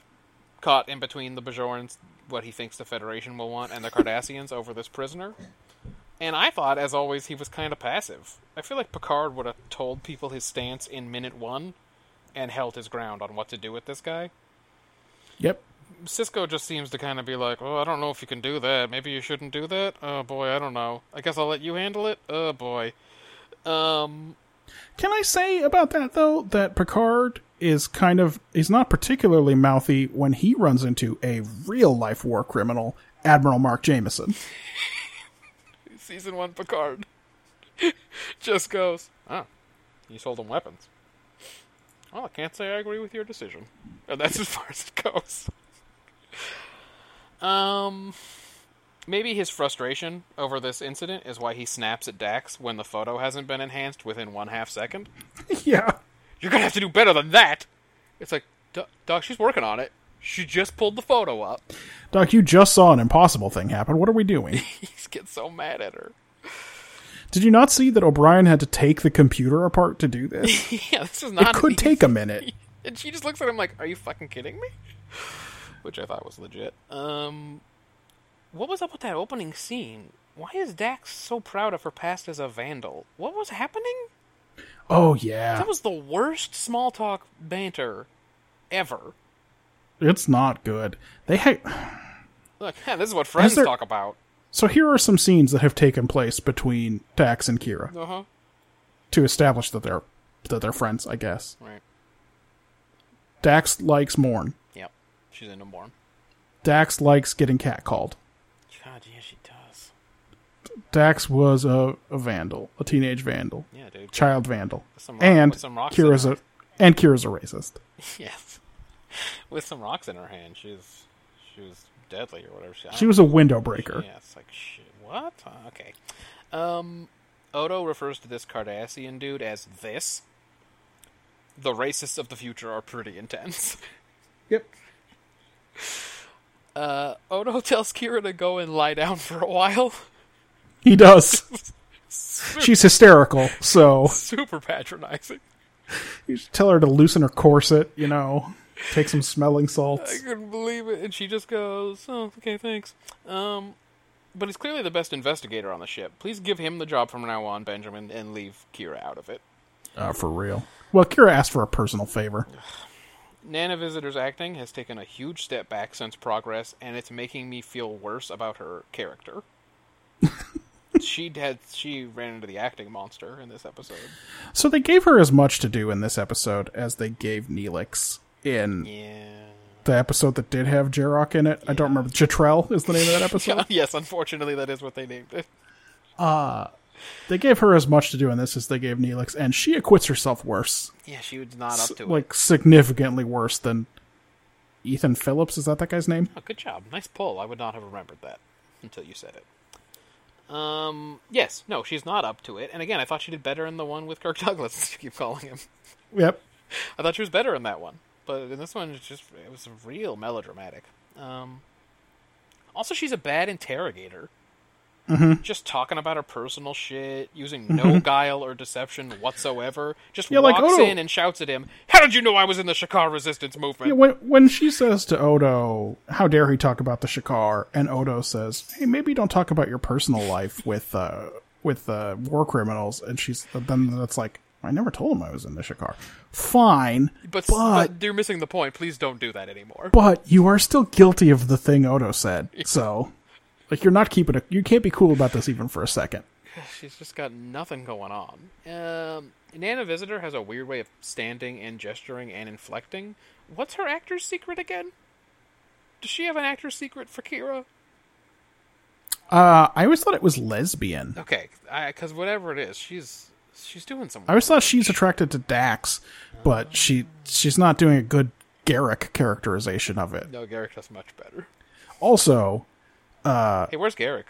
Speaker 2: caught in between the Bajorans, what he thinks the Federation will want, and the Cardassians over this prisoner. And I thought, as always, he was kind of passive. I feel like Picard would have told people his stance in minute one, and held his ground on what to do with this guy.
Speaker 3: Yep.
Speaker 2: Cisco just seems to kind of be like, "Oh, I don't know if you can do that. Maybe you shouldn't do that. Oh boy, I don't know. I guess I'll let you handle it. Oh boy." Um,
Speaker 3: Can I say about that though that Picard is kind of he's not particularly mouthy when he runs into a real life war criminal, Admiral Mark Jameson.
Speaker 2: season one Picard just goes, "Oh, you sold him weapons." Well, I can't say I agree with your decision, and that's as far as it goes. Um, maybe his frustration over this incident is why he snaps at Dax when the photo hasn't been enhanced within one half second.
Speaker 3: yeah.
Speaker 2: You're gonna have to do better than that. It's like, "Doc- Doc, she's working on it. She just pulled the photo up.
Speaker 3: Doc, you just saw an impossible thing happen. What are we doing?
Speaker 2: He gets so mad at her.
Speaker 3: Did you not see that O'Brien had to take the computer apart to do this?
Speaker 2: Yeah, this is not.
Speaker 3: It could take a minute.
Speaker 2: And she just looks at him like, "Are you fucking kidding me?" Which I thought was legit. Um, what was up with that opening scene? Why is Dax so proud of her past as a vandal? What was happening?
Speaker 3: Oh yeah.
Speaker 2: That was the worst small talk banter ever.
Speaker 3: It's not good. They ha-
Speaker 2: Look, this is what friends
Speaker 3: there-
Speaker 2: talk about.
Speaker 3: So here are some scenes that have taken place between Dax and Kira
Speaker 2: Uh huh.
Speaker 3: to establish that they're that they're friends, I guess.
Speaker 2: Right.
Speaker 3: Dax likes Morn.
Speaker 2: Yep. She's into Morn.
Speaker 3: Dax likes getting catcalled.
Speaker 2: God, yeah, she does.
Speaker 3: Dax was a, a vandal, a teenage vandal,
Speaker 2: Yeah, dude.
Speaker 3: child vandal,
Speaker 2: some rock-
Speaker 3: and
Speaker 2: with some rocks
Speaker 3: Kira's
Speaker 2: in
Speaker 3: a and Kira's a racist.
Speaker 2: Yes. With some rocks in her hand, she's she was deadly or whatever. She, I
Speaker 3: She
Speaker 2: don't-
Speaker 3: was a window breaker.
Speaker 2: Yeah, it's like shit. What? Uh, Okay. Um, Odo refers to this Cardassian dude as this. The racists of the future are pretty intense.
Speaker 3: Yep.
Speaker 2: Uh, Odo tells Kira to go and lie down for a while.
Speaker 3: He does. She's hysterical, so
Speaker 2: Super patronizing.
Speaker 3: you should tell her to loosen her corset. You know, take some smelling
Speaker 2: I
Speaker 3: salts.
Speaker 2: couldn't believe it. And she just goes, "Oh, okay, thanks." Um, but he's clearly the best investigator on the ship. Please give him the job from now on, Benjamin, and leave Kira out of it.
Speaker 3: Uh, for real. Well, Kira asked for a personal favor.
Speaker 2: Nana Visitor's acting has taken a huge step back since Progress, and it's making me feel worse about her character. she had she ran into the acting monster in this episode.
Speaker 3: So they gave her as much to do in this episode as they gave Neelix in
Speaker 2: Yeah.
Speaker 3: the episode that did have Jarok in it. I don't remember. Jatrell is the name of that episode.
Speaker 2: yes, unfortunately, that is what they named it.
Speaker 3: They gave her as much to do in this as they gave Neelix, and she acquits herself worse,
Speaker 2: Yeah, she was not up to it.
Speaker 3: like significantly worse than Ethan Phillips. Is that that guy's name?
Speaker 2: Oh, good job. Nice pull. I would not have remembered that until you said it. Um, yes, no, she's not up to it. And again, I thought she did better in the one with Kirk Douglas. You keep calling him.
Speaker 3: Yep.
Speaker 2: I thought she was better in that one, but in this one, it's just it was real melodramatic. Um, also, she's a bad interrogator.
Speaker 3: Mm-hmm.
Speaker 2: Just talking about her personal shit, using no guile or deception whatsoever. Just
Speaker 3: Yeah, like, oh,
Speaker 2: walks
Speaker 3: Odo-
Speaker 2: in and shouts at him, "How did you know I was in the Shakar resistance movement?"
Speaker 3: Yeah, when when she says to Odo, "How dare he talk about the Shikar?" and Odo says, "Hey, maybe don't talk about your personal life with uh, with uh, war criminals," and she's then that's like, "I never told him I was in the Shikar." Fine,
Speaker 2: but,
Speaker 3: but
Speaker 2: but you're missing the point. Please don't do that anymore.
Speaker 3: but you are still guilty of the thing Odo said. So, like, you're not keeping it. You can't be cool about this even for a second.
Speaker 2: She's just got nothing going on. Um, Nana Visitor has a weird way of standing and gesturing and inflecting. What's her actor's secret again? Does she have an actor's secret for Kira?
Speaker 3: Uh, I always thought it was lesbian.
Speaker 2: Okay, because whatever it is, she's she's doing some.
Speaker 3: I always thought she's attracted to Dax, but she she's not doing a good Garrick characterization of it.
Speaker 2: No, Garrick does much better.
Speaker 3: Also, Uh,
Speaker 2: Hey, where's Garrick?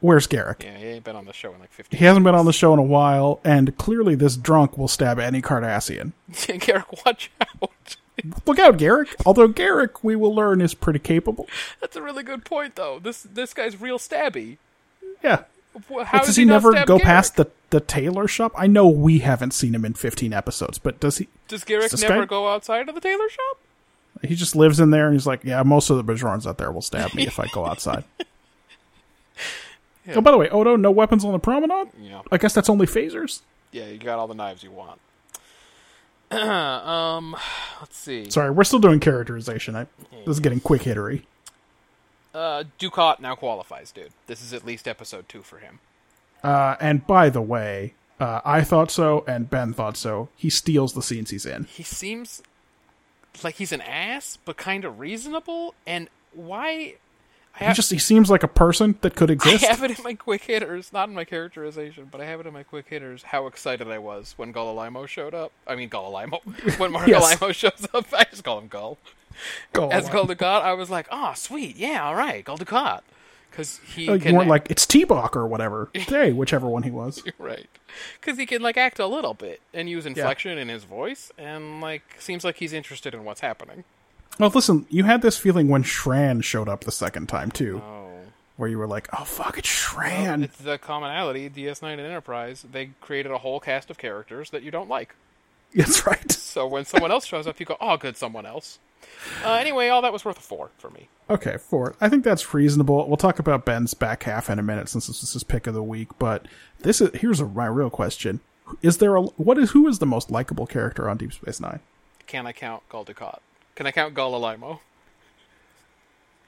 Speaker 3: where's Garrick?
Speaker 2: Yeah, he ain't been on the show in like fifteen.
Speaker 3: He hasn't been on the show in a while, and clearly this drunk will stab any Cardassian.
Speaker 2: Garrick, watch out.
Speaker 3: Look out, Garrick! Although Garrick, we will learn, is pretty capable.
Speaker 2: That's a really good point, though. This this guy's real stabby.
Speaker 3: Yeah.
Speaker 2: Wh- How
Speaker 3: Like,
Speaker 2: does,
Speaker 3: does
Speaker 2: he,
Speaker 3: he
Speaker 2: not
Speaker 3: never
Speaker 2: stab
Speaker 3: go
Speaker 2: Garrick?
Speaker 3: past the, the tailor shop? I know we haven't seen him in 15 episodes, but does he?
Speaker 2: Does Garrick
Speaker 3: this
Speaker 2: never
Speaker 3: guy-
Speaker 2: go outside of the tailor shop?
Speaker 3: He just lives in there and he's like, yeah, most of the Bajorans out there will stab me if I go outside. Oh, by the way, Odo, no weapons on the promenade?
Speaker 2: Yeah.
Speaker 3: I guess that's only phasers?
Speaker 2: Yeah, you got all the knives you want. um, let's see.
Speaker 3: Sorry, we're still doing characterization. I, this is getting quick hittery.
Speaker 2: Uh, Ducat now qualifies, dude. This is at least episode two for him.
Speaker 3: Uh, and by the way, uh, I thought so, and Ben thought so. He steals the scenes he's in.
Speaker 2: He seems like he's an ass, but kind of reasonable. And why? I,
Speaker 3: He
Speaker 2: ha-
Speaker 3: just he seems like a person that could
Speaker 2: I
Speaker 3: exist.
Speaker 2: have it in my quick hitters, not in my characterization, but I have it in my quick hitters. How excited I was when Golalimo showed up. I mean, Golalimo. when Mark
Speaker 3: Yes.
Speaker 2: Golalimo shows up, I just call him Gull.
Speaker 3: Go
Speaker 2: As
Speaker 3: on.
Speaker 2: Gull Ducat, I was like, oh, sweet, yeah, all right, Gull Ducat. Because he
Speaker 3: Like,
Speaker 2: can
Speaker 3: you weren't Uh, like it's T-Bock or whatever. Hey, whichever one he was.
Speaker 2: Right. Because he can, like, act a little bit and use inflection in his voice, and, like, seems like he's interested in what's happening.
Speaker 3: Well, listen, you had this feeling when Shran showed up the second time too, where you were like, "Oh fuck, it's Shran."
Speaker 2: It's the commonality, DS9 and Enterprise, they created a whole cast of characters that you don't like.
Speaker 3: That's right.
Speaker 2: So when someone else shows up, you go, oh, good, someone else. Uh, anyway, all that was worth a four for me.
Speaker 3: Okay, four. I think that's reasonable. We'll talk about Ben's back half in a minute since this is his pick of the week. But this is here's a, my real question: Is there a what is who is the most likable character on Deep Space Nine?
Speaker 2: Can I count Gul Dukat? Can I count Golalimo?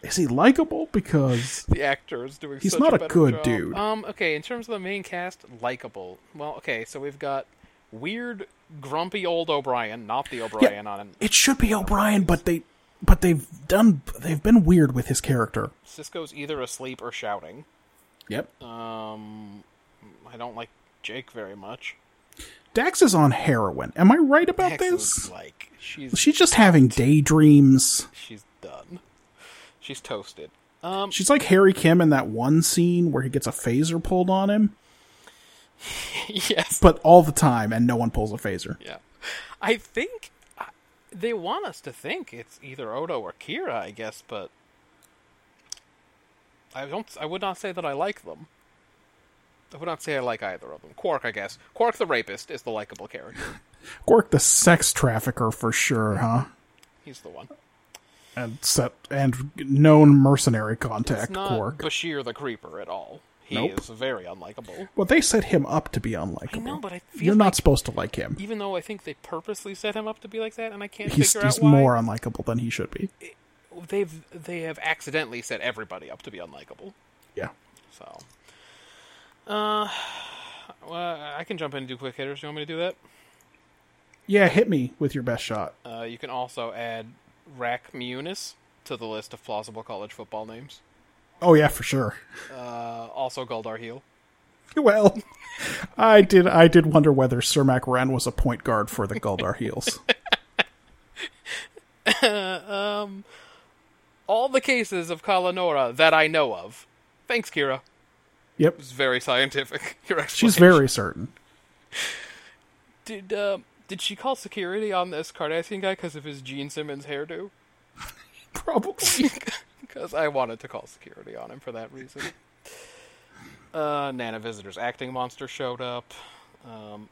Speaker 3: is he likable because
Speaker 2: The actor is doing
Speaker 3: He's
Speaker 2: such
Speaker 3: not a
Speaker 2: better
Speaker 3: good
Speaker 2: job.
Speaker 3: dude.
Speaker 2: Um, okay, in terms of the main cast, likable. Well, okay, so we've got weird, grumpy old O'Brien, not the O'Brien on
Speaker 3: it should be O'Brien, but they but they've done they've been weird with his character.
Speaker 2: Cisco's either asleep or shouting.
Speaker 3: Yep.
Speaker 2: Um, I don't like Jake very much.
Speaker 3: Dax is on heroin. Am I right about
Speaker 2: Hex is
Speaker 3: this?
Speaker 2: like she's
Speaker 3: She's just having daydreams.
Speaker 2: she's done. She's toasted. Um,
Speaker 3: She's like Harry Kim in that one scene where he gets a phaser pulled on him,
Speaker 2: yes,
Speaker 3: but all the time and no one pulls a phaser.
Speaker 2: yeah. I think I- they want us to think it's either Odo or Kira, I guess, but I don't. I would not say that I like them. I would not say I like either of them. Quark, I guess. Quark the rapist is the likable character.
Speaker 3: Gork the sex trafficker for sure, huh?
Speaker 2: He's the one.
Speaker 3: And set and known mercenary contact
Speaker 2: It's not
Speaker 3: Gork.
Speaker 2: Bashir the Creeper at all. He
Speaker 3: Nope.
Speaker 2: is very unlikable.
Speaker 3: well, they set him up to be unlikable.
Speaker 2: I know, but I feel
Speaker 3: You're
Speaker 2: like
Speaker 3: not supposed to like him.
Speaker 2: even though I think they purposely set him up to be like that, and I can't
Speaker 3: he's,
Speaker 2: figure
Speaker 3: he's
Speaker 2: out why.
Speaker 3: more unlikable than he should be.
Speaker 2: They've they have accidentally set everybody up to be unlikable.
Speaker 3: Yeah.
Speaker 2: So, uh, well, I can jump in and do quick hitters. You want me to do that?
Speaker 3: Yeah, hit me with your best shot.
Speaker 2: Uh, you can also add Rack Munis to the list of plausible college football names.
Speaker 3: Oh yeah, for sure.
Speaker 2: Uh, also Goldar Heel.
Speaker 3: Well, I did. I did wonder whether Cermak Wren was a point guard for the Guldar Heels.
Speaker 2: All the cases of Kalanora that I know of. Thanks, Kira.
Speaker 3: Yep,
Speaker 2: It's very scientific. Your
Speaker 3: she's
Speaker 2: explanation.
Speaker 3: very certain.
Speaker 2: Did uh, did she call security on this Cardassian guy because of his Gene Simmons hairdo?
Speaker 3: Probably.
Speaker 2: Because I wanted to call security on him for that reason. Uh, Nana Visitor's acting monster showed up. Um,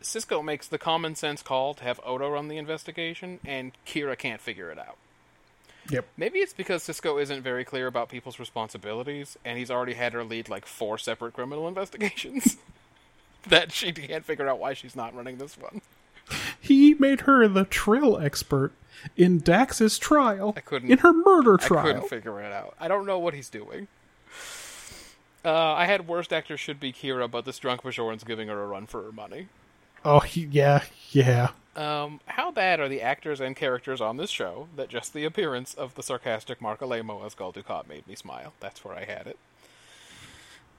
Speaker 2: Cisco makes the common sense call to have Odo run the investigation, and Kira can't figure it out.
Speaker 3: Yep.
Speaker 2: Maybe it's because Cisco isn't very clear about people's responsibilities, and he's already had her lead like four separate criminal investigations. that she can't figure out why she's not running this one.
Speaker 3: He made her the trill expert in Dax's trial. I
Speaker 2: couldn't-
Speaker 3: in her murder
Speaker 2: I
Speaker 3: trial.
Speaker 2: couldn't figure it out. I don't know what he's doing. Uh, I had worst actor should be Kira, but this drunk Bajoran's giving her a run for her money.
Speaker 3: oh, he, yeah, yeah.
Speaker 2: Um, how bad are the actors and characters on this show that just the appearance of the sarcastic Mark Alemo as Gul Dukat made me smile? That's where I had it. Uh,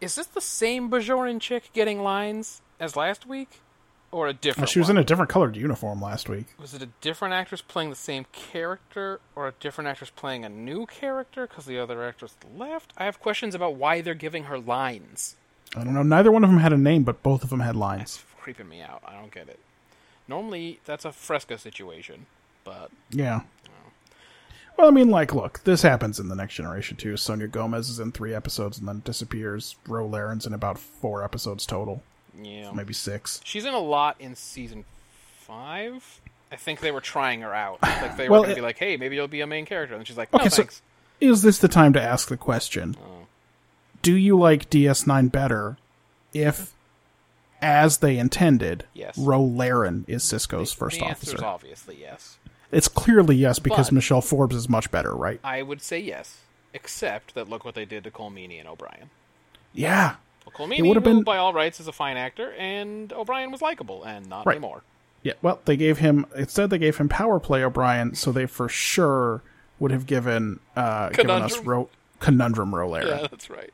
Speaker 2: is this the same Bajoran chick getting lines as last week, or a different?
Speaker 3: Uh, she was
Speaker 2: one?
Speaker 3: in a different colored uniform last week.
Speaker 2: was it a different actress playing the same character or a different actress playing a new character because the other actress left i have questions about why they're giving her lines
Speaker 3: I don't know. Neither one of them had a name, but both of them had lines.
Speaker 2: it's creeping me out i don't get it normally that's a fresca situation but
Speaker 3: Yeah. Well, I mean, like, look, this happens in the next generation too. Sonia Gomez is in three episodes and then disappears. Ro Laren's in about four episodes total,
Speaker 2: yeah
Speaker 3: maybe six.
Speaker 2: she's in a lot in season five i think they were trying her out like they
Speaker 3: Well,
Speaker 2: were gonna
Speaker 3: it-
Speaker 2: be like hey maybe you'll be a main character and she's like no
Speaker 3: Okay, so
Speaker 2: thanks
Speaker 3: is this the time to ask the question?
Speaker 2: Oh.
Speaker 3: Do you like DS9 better if, as they intended,
Speaker 2: Yes.
Speaker 3: Ro Laren is Cisco's first
Speaker 2: the answer's
Speaker 3: officer?
Speaker 2: obviously yes
Speaker 3: It's clearly yes because
Speaker 2: But-
Speaker 3: Michelle Forbes is much better, right?
Speaker 2: i would say yes except that look what they did to colmeany and o'brien
Speaker 3: Yeah.
Speaker 2: Well,
Speaker 3: It
Speaker 2: Colmini,
Speaker 3: would've
Speaker 2: who
Speaker 3: been-
Speaker 2: by all rights is a fine actor, and O'Brien was likable, and not
Speaker 3: Right.
Speaker 2: anymore.
Speaker 3: Yeah. Well, they gave him instead they gave him power play O'Brien, so they for sure would have given uh given us
Speaker 2: Conundrum.
Speaker 3: Ro- conundrum Ro Laren.
Speaker 2: Yeah, that's right.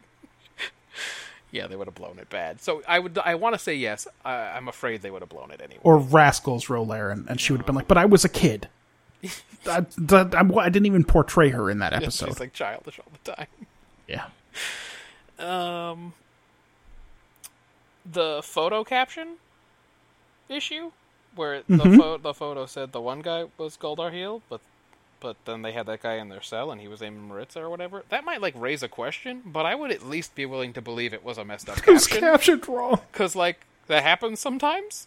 Speaker 2: yeah, they would have blown it bad. So I would, I want to say yes. I, I'm afraid they would have blown it anyway.
Speaker 3: or Rascals Rolaren, and she would have been like, "But I was a kid. I, that- I'm- I didn't even portray her in that episode."
Speaker 2: She's like childish all the time.
Speaker 3: yeah,
Speaker 2: Um, the photo caption issue where the
Speaker 3: Mm-hmm.
Speaker 2: pho- the photo said the one guy was Goldar Heel, but but then they had that guy in their cell and he was named Maritza or whatever. That might like raise a question, but I would at least be willing to believe it was a messed up
Speaker 3: it was
Speaker 2: caption
Speaker 3: captioned wrong.
Speaker 2: because like that happens sometimes.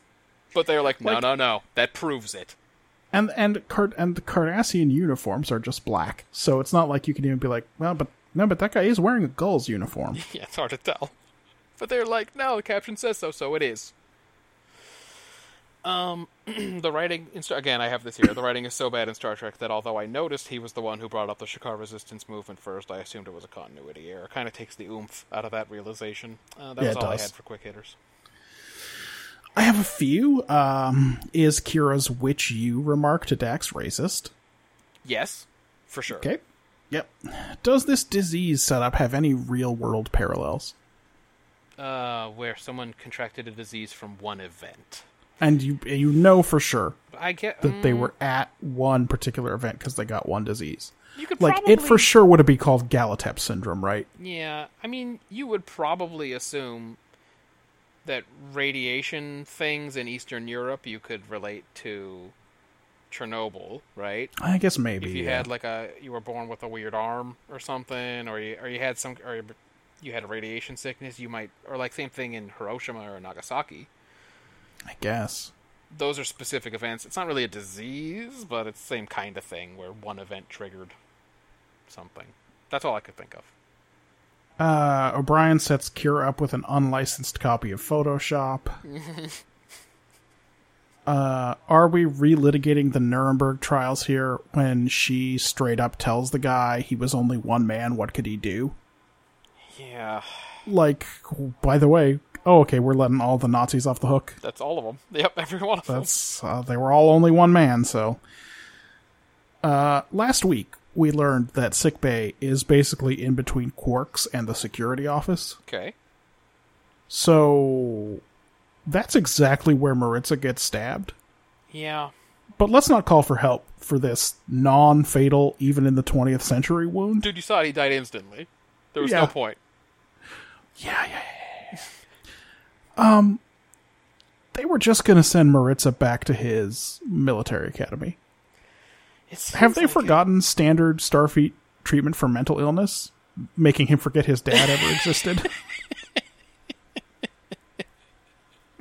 Speaker 2: But they're like, no,
Speaker 3: Like-
Speaker 2: no, no, that proves it.
Speaker 3: And and Card- and the Cardassian uniforms are just black, so it's not like you can even be like, "Well, but no, but that guy is wearing a Gull's uniform."
Speaker 2: Yeah, it's hard to tell. But they're like, no, the caption says so, so it is. Um, the writing in Star again, I have this here. The writing is so bad in Star Trek that although I noticed he was the one who brought up the Shikar Resistance movement first, I assumed it was a continuity error. Kind of takes the oomph out of that realization. Uh, that
Speaker 3: Yeah,
Speaker 2: was
Speaker 3: it
Speaker 2: all I
Speaker 3: does.
Speaker 2: had for quick hitters.
Speaker 3: I have a few. Um, is Kira's "which you" remark to Dax racist?
Speaker 2: Yes, for sure.
Speaker 3: Okay. Yep. Does this disease setup have any real world parallels?
Speaker 2: Uh, where someone contracted a disease from one event.
Speaker 3: And you you know for sure
Speaker 2: I get
Speaker 3: that they were at one particular event because they got one disease.
Speaker 2: Mm. You could
Speaker 3: Like
Speaker 2: probably,
Speaker 3: it for sure would have been called Galatep syndrome, right?
Speaker 2: Yeah, I mean, you would probably assume that radiation things in Eastern Europe you could relate to Chernobyl, right?
Speaker 3: I guess maybe.
Speaker 2: If you
Speaker 3: yeah.
Speaker 2: had like a you were born with a weird arm or something, or you or you had some or you had a radiation sickness, you might or like same thing in Hiroshima or Nagasaki.
Speaker 3: I guess.
Speaker 2: Those are specific events. It's not really a disease, but it's the same kind of thing where one event triggered something. That's all I could think of.
Speaker 3: Uh, O'Brien sets Kira up with an unlicensed copy of Photoshop. uh, are we relitigating the Nuremberg trials here when she straight up tells the guy he was only one man? What could he do?
Speaker 2: Yeah,
Speaker 3: Like, by the way, oh okay, we're letting all the Nazis off the hook.
Speaker 2: that's all of them. Yep, every one of them.
Speaker 3: That's uh, they were all only one man. So uh, last week we learned that sickbay is basically in between Quarks and the security office.
Speaker 2: Okay.
Speaker 3: So that's exactly where Maritza gets stabbed.
Speaker 2: Yeah.
Speaker 3: But let's not call for help for this non fatal, even in the 20th century wound.
Speaker 2: Dude, you saw it. He died instantly. There was
Speaker 3: Yeah.
Speaker 2: no point.
Speaker 3: Yeah, yeah, yeah, yeah, yeah. Um, they were just going to send Maritza back to his military academy.
Speaker 2: It's,
Speaker 3: Have they forgotten standard Starfleet treatment for mental illness, making him forget his dad ever existed?
Speaker 2: It'd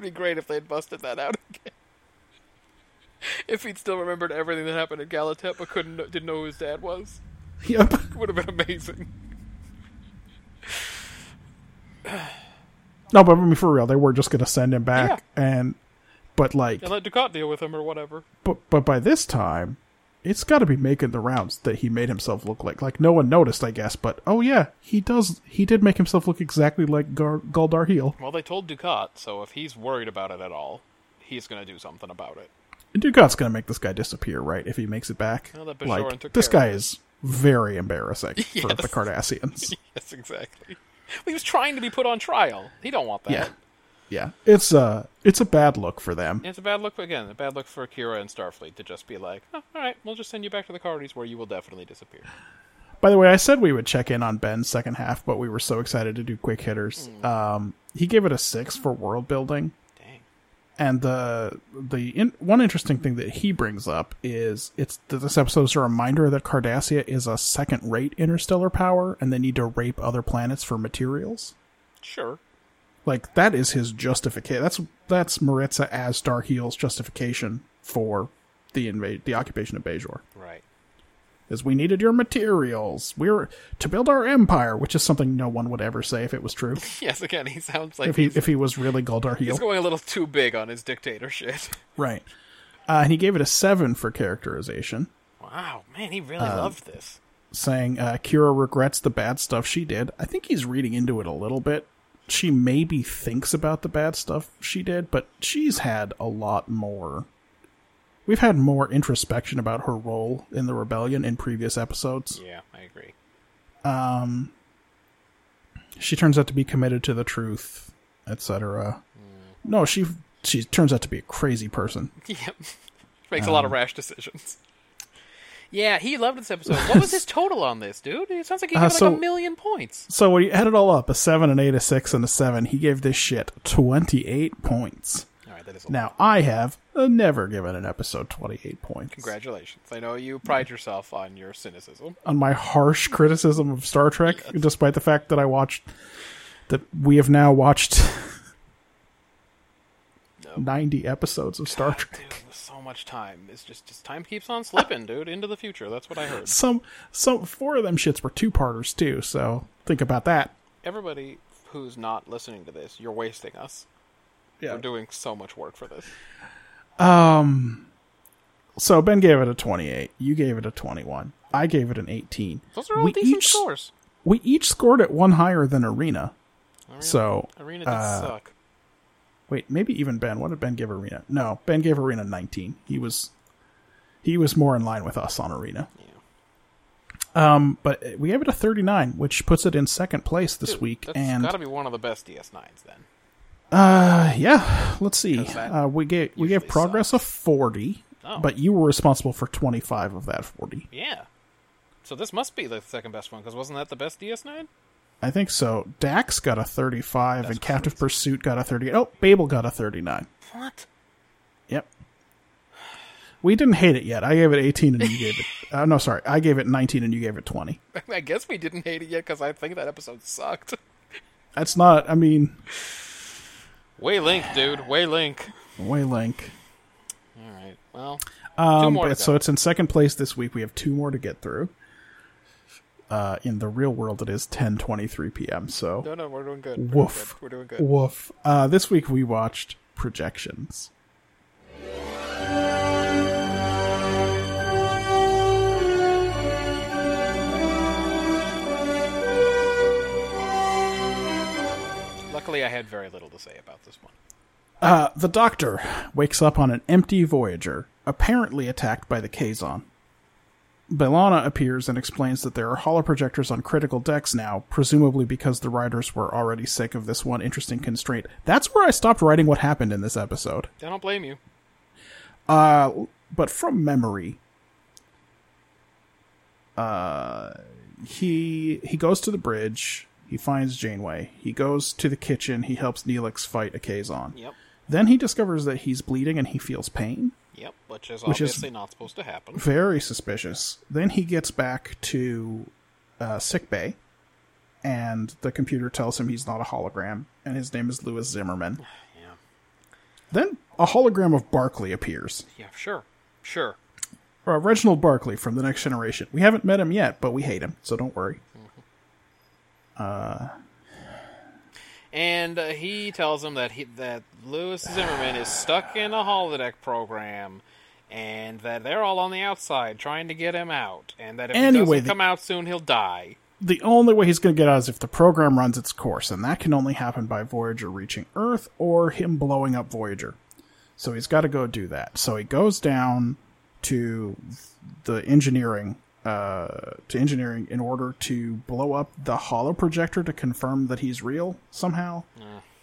Speaker 2: be great if they'd busted that out again. if he'd still remembered everything that happened at Galatep but couldn't didn't know who his dad was,
Speaker 3: yep.
Speaker 2: it would have been amazing.
Speaker 3: No, but I mean, for real, they were just going to send him back, and but like,
Speaker 2: And let Ducat deal with him or whatever.
Speaker 3: but but by this time, it's got to be making the rounds that he made himself look like. Like no one noticed, I guess. But oh yeah, he does. He did make himself look exactly like Gar- Galdar Heel.
Speaker 2: Well, they told Ducat, so if he's worried about it at all, he's going to do something about it.
Speaker 3: And Dugat's gonna make this guy disappear, right? If he makes it back,
Speaker 2: Well, that Bajoran
Speaker 3: like
Speaker 2: took
Speaker 3: this
Speaker 2: care
Speaker 3: guy
Speaker 2: of it.
Speaker 3: is very embarrassing for the
Speaker 2: Yes.
Speaker 3: Cardassians.
Speaker 2: Yes, exactly. Well, he was trying to be put on trial. He don't want that.
Speaker 3: yeah, yeah. It's a it's a bad look for them.
Speaker 2: It's a bad look again. A bad look for Akira and Starfleet to just be like, oh, "All right, we'll just send you back to the Cardies where you will definitely disappear."
Speaker 3: By the way, I said we would check in on Ben's second half, but we were so excited to do quick hitters. Um, he gave it a six for world building.
Speaker 2: Hmm. Dang.
Speaker 3: And the the in, one interesting thing that he brings up is it's that this episode is a reminder that Cardassia is a second rate interstellar power, and they need to rape other planets for materials.
Speaker 2: Sure.
Speaker 3: Like that is his justification. That's that's Maritza as Darkheel's justification for the invade the occupation of Bejor
Speaker 2: Right.
Speaker 3: is we needed your materials. We were to build our empire, which is something no one would ever say if it was true.
Speaker 2: Yes. Again, he sounds like
Speaker 3: if he
Speaker 2: he's,
Speaker 3: if he was really Goldar
Speaker 2: he's
Speaker 3: heel,
Speaker 2: going a little too big on his dictatorship.
Speaker 3: right? Uh, and he gave it a seven for characterization,
Speaker 2: Wow, man, he
Speaker 3: Um,
Speaker 2: really loved this.
Speaker 3: saying uh, Kira regrets the bad stuff she did. I think he's reading into it a little bit. She maybe thinks about the bad stuff she did, but she's had a lot more. We've had more introspection about her role in the rebellion in previous episodes.
Speaker 2: Yeah, I agree.
Speaker 3: she turns out to be committed to the truth, etc. No, she she turns out to be a crazy person.
Speaker 2: Yep. Makes a lot
Speaker 3: Um,
Speaker 2: of rash decisions. Yeah, he loved this episode. What was his total on this, dude? It sounds like he
Speaker 3: Uh,
Speaker 2: got like
Speaker 3: so-
Speaker 2: a million points.
Speaker 3: So when you add it all up, a seven, an eight, a six, and a seven, he gave this shit twenty eight points.
Speaker 2: All right, that is a lot.
Speaker 3: Now I have uh, never given an episode twenty eight points.
Speaker 2: Congratulations. I know you pride yourself on your cynicism.
Speaker 3: On my harsh criticism of Star Trek, despite the fact that I watched that we have now watched ninety episodes of Star Trek.
Speaker 2: Dude, with so much time. It's just, just time keeps on slipping, dude, into the future. That's what I heard.
Speaker 3: some some four of them shits were two parters too. So think about that.
Speaker 2: Everybody who's not listening to this, you're wasting us. We're doing so much work for this.
Speaker 3: Um. So Ben gave it a twenty-eight. You gave it a twenty-one. I gave it an eighteen.
Speaker 2: Those are all decent scores.
Speaker 3: We each scored at one higher than Arena. So
Speaker 2: Arena did
Speaker 3: uh,
Speaker 2: suck.
Speaker 3: wait, maybe even Ben. What did Ben give Arena? No, Ben gave Arena nineteen. He was he was more in line with us on Arena. Um, but we gave it a thirty-nine, which puts it in second place this
Speaker 2: Dude,
Speaker 3: week.
Speaker 2: That's
Speaker 3: and
Speaker 2: gotta be one of the best DS9s then.
Speaker 3: Uh, yeah. Let's see.
Speaker 2: that
Speaker 3: Uh, we gave we gave
Speaker 2: usually
Speaker 3: progress a forty,
Speaker 2: Oh.
Speaker 3: but you were responsible for twenty five of that forty.
Speaker 2: Yeah. So this must be the second best one, because wasn't that the best DS9?
Speaker 3: I think so. Dax got a thirty five,
Speaker 2: That's
Speaker 3: and Captive Pursuit got a thirty. Oh, Babel got a thirty nine.
Speaker 2: What?
Speaker 3: Yep. We didn't hate it yet. I gave it eighteen, and you gave it. Uh, no, sorry, I gave it nineteen, and you gave it twenty.
Speaker 2: I guess we didn't hate it yet, because I think that episode sucked.
Speaker 3: That's not. I mean,
Speaker 2: Way Link, dude. Way Link.
Speaker 3: way link.
Speaker 2: Alright, well.
Speaker 3: Um,
Speaker 2: more to
Speaker 3: but- so
Speaker 2: go.
Speaker 3: it's in second place this week. We have two more to get through. Uh, in the real world, it is ten twenty three p.m. So
Speaker 2: No, no, we're doing good. We're doing
Speaker 3: Woof.
Speaker 2: good. We're doing good.
Speaker 3: Woof. Uh, this week we watched Projections.
Speaker 2: Luckily, I had very little to say about this one.
Speaker 3: Uh, the Doctor wakes up on an empty Voyager, apparently attacked by the Kazon. Belana appears and explains that there are holoprojectors on critical decks now, presumably because the writers were already sick of this one interesting constraint. That's where I stopped writing what happened in this episode.
Speaker 2: I don't blame you.
Speaker 3: Uh, but from memory, uh, he he goes to the bridge. He finds Janeway. He goes to the kitchen. He helps Neelix fight a Kazon.
Speaker 2: Yep.
Speaker 3: Then he discovers that he's bleeding and he feels pain.
Speaker 2: Yep. Which is
Speaker 3: Which is-
Speaker 2: obviously not supposed to happen.
Speaker 3: Very suspicious. Then he gets back to uh, sick bay, and the computer tells him he's not a hologram, and his name is Lewis Zimmerman. Then a hologram of Barclay appears.
Speaker 2: Yeah. Sure. Sure.
Speaker 3: Uh, Reginald Barclay from The Next Generation. We haven't met him yet, but we hate him, so don't worry.
Speaker 2: And uh, he tells him that he that Lewis Zimmerman is stuck in a holodeck program, and that they're all on the outside trying to get him out, and that if he
Speaker 3: Anyway,
Speaker 2: doesn't
Speaker 3: the-
Speaker 2: come out soon, he'll die.
Speaker 3: The only way he's going to get out is if the program runs its course, and that can only happen by Voyager reaching Earth or him blowing up Voyager. So he's got to go do that. So he goes down to the engineering uh, to engineering in order to blow up the hollow projector to confirm that he's real somehow.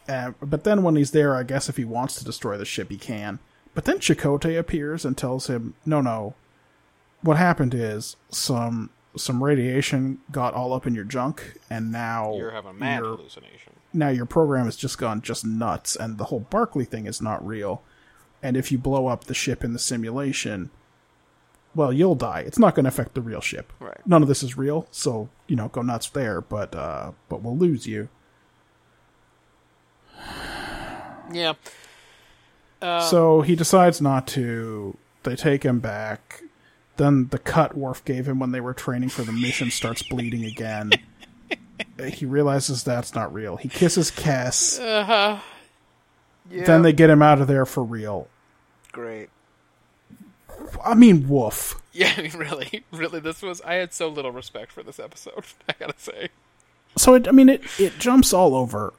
Speaker 3: Uh, but then when he's there, I guess if he wants to destroy the ship, he can. But then Chakotay appears and tells him, "No, no, what happened is some some radiation got all up in your junk, and now
Speaker 2: You're having a mad
Speaker 3: you're-
Speaker 2: hallucination.
Speaker 3: now your program has just gone just nuts, and the whole Barclay thing is not real. And if you blow up the ship in the simulation, well, you'll die. It's not going to affect the real ship.
Speaker 2: Right.
Speaker 3: None of this is real, so you know, go nuts there. But uh, but we'll lose you.
Speaker 2: Yeah.
Speaker 3: so he decides not to. They take him back. Then the cut Worf gave him when they were training for the mission starts bleeding again. he realizes that's not real. He kisses Cass. Uh-huh. Then they get him out of there for real.
Speaker 2: Great.
Speaker 3: I mean, woof.
Speaker 2: Yeah, I mean, really, really, this was. I had so little respect for this episode. I gotta say.
Speaker 3: So it, I mean, it it jumps all over.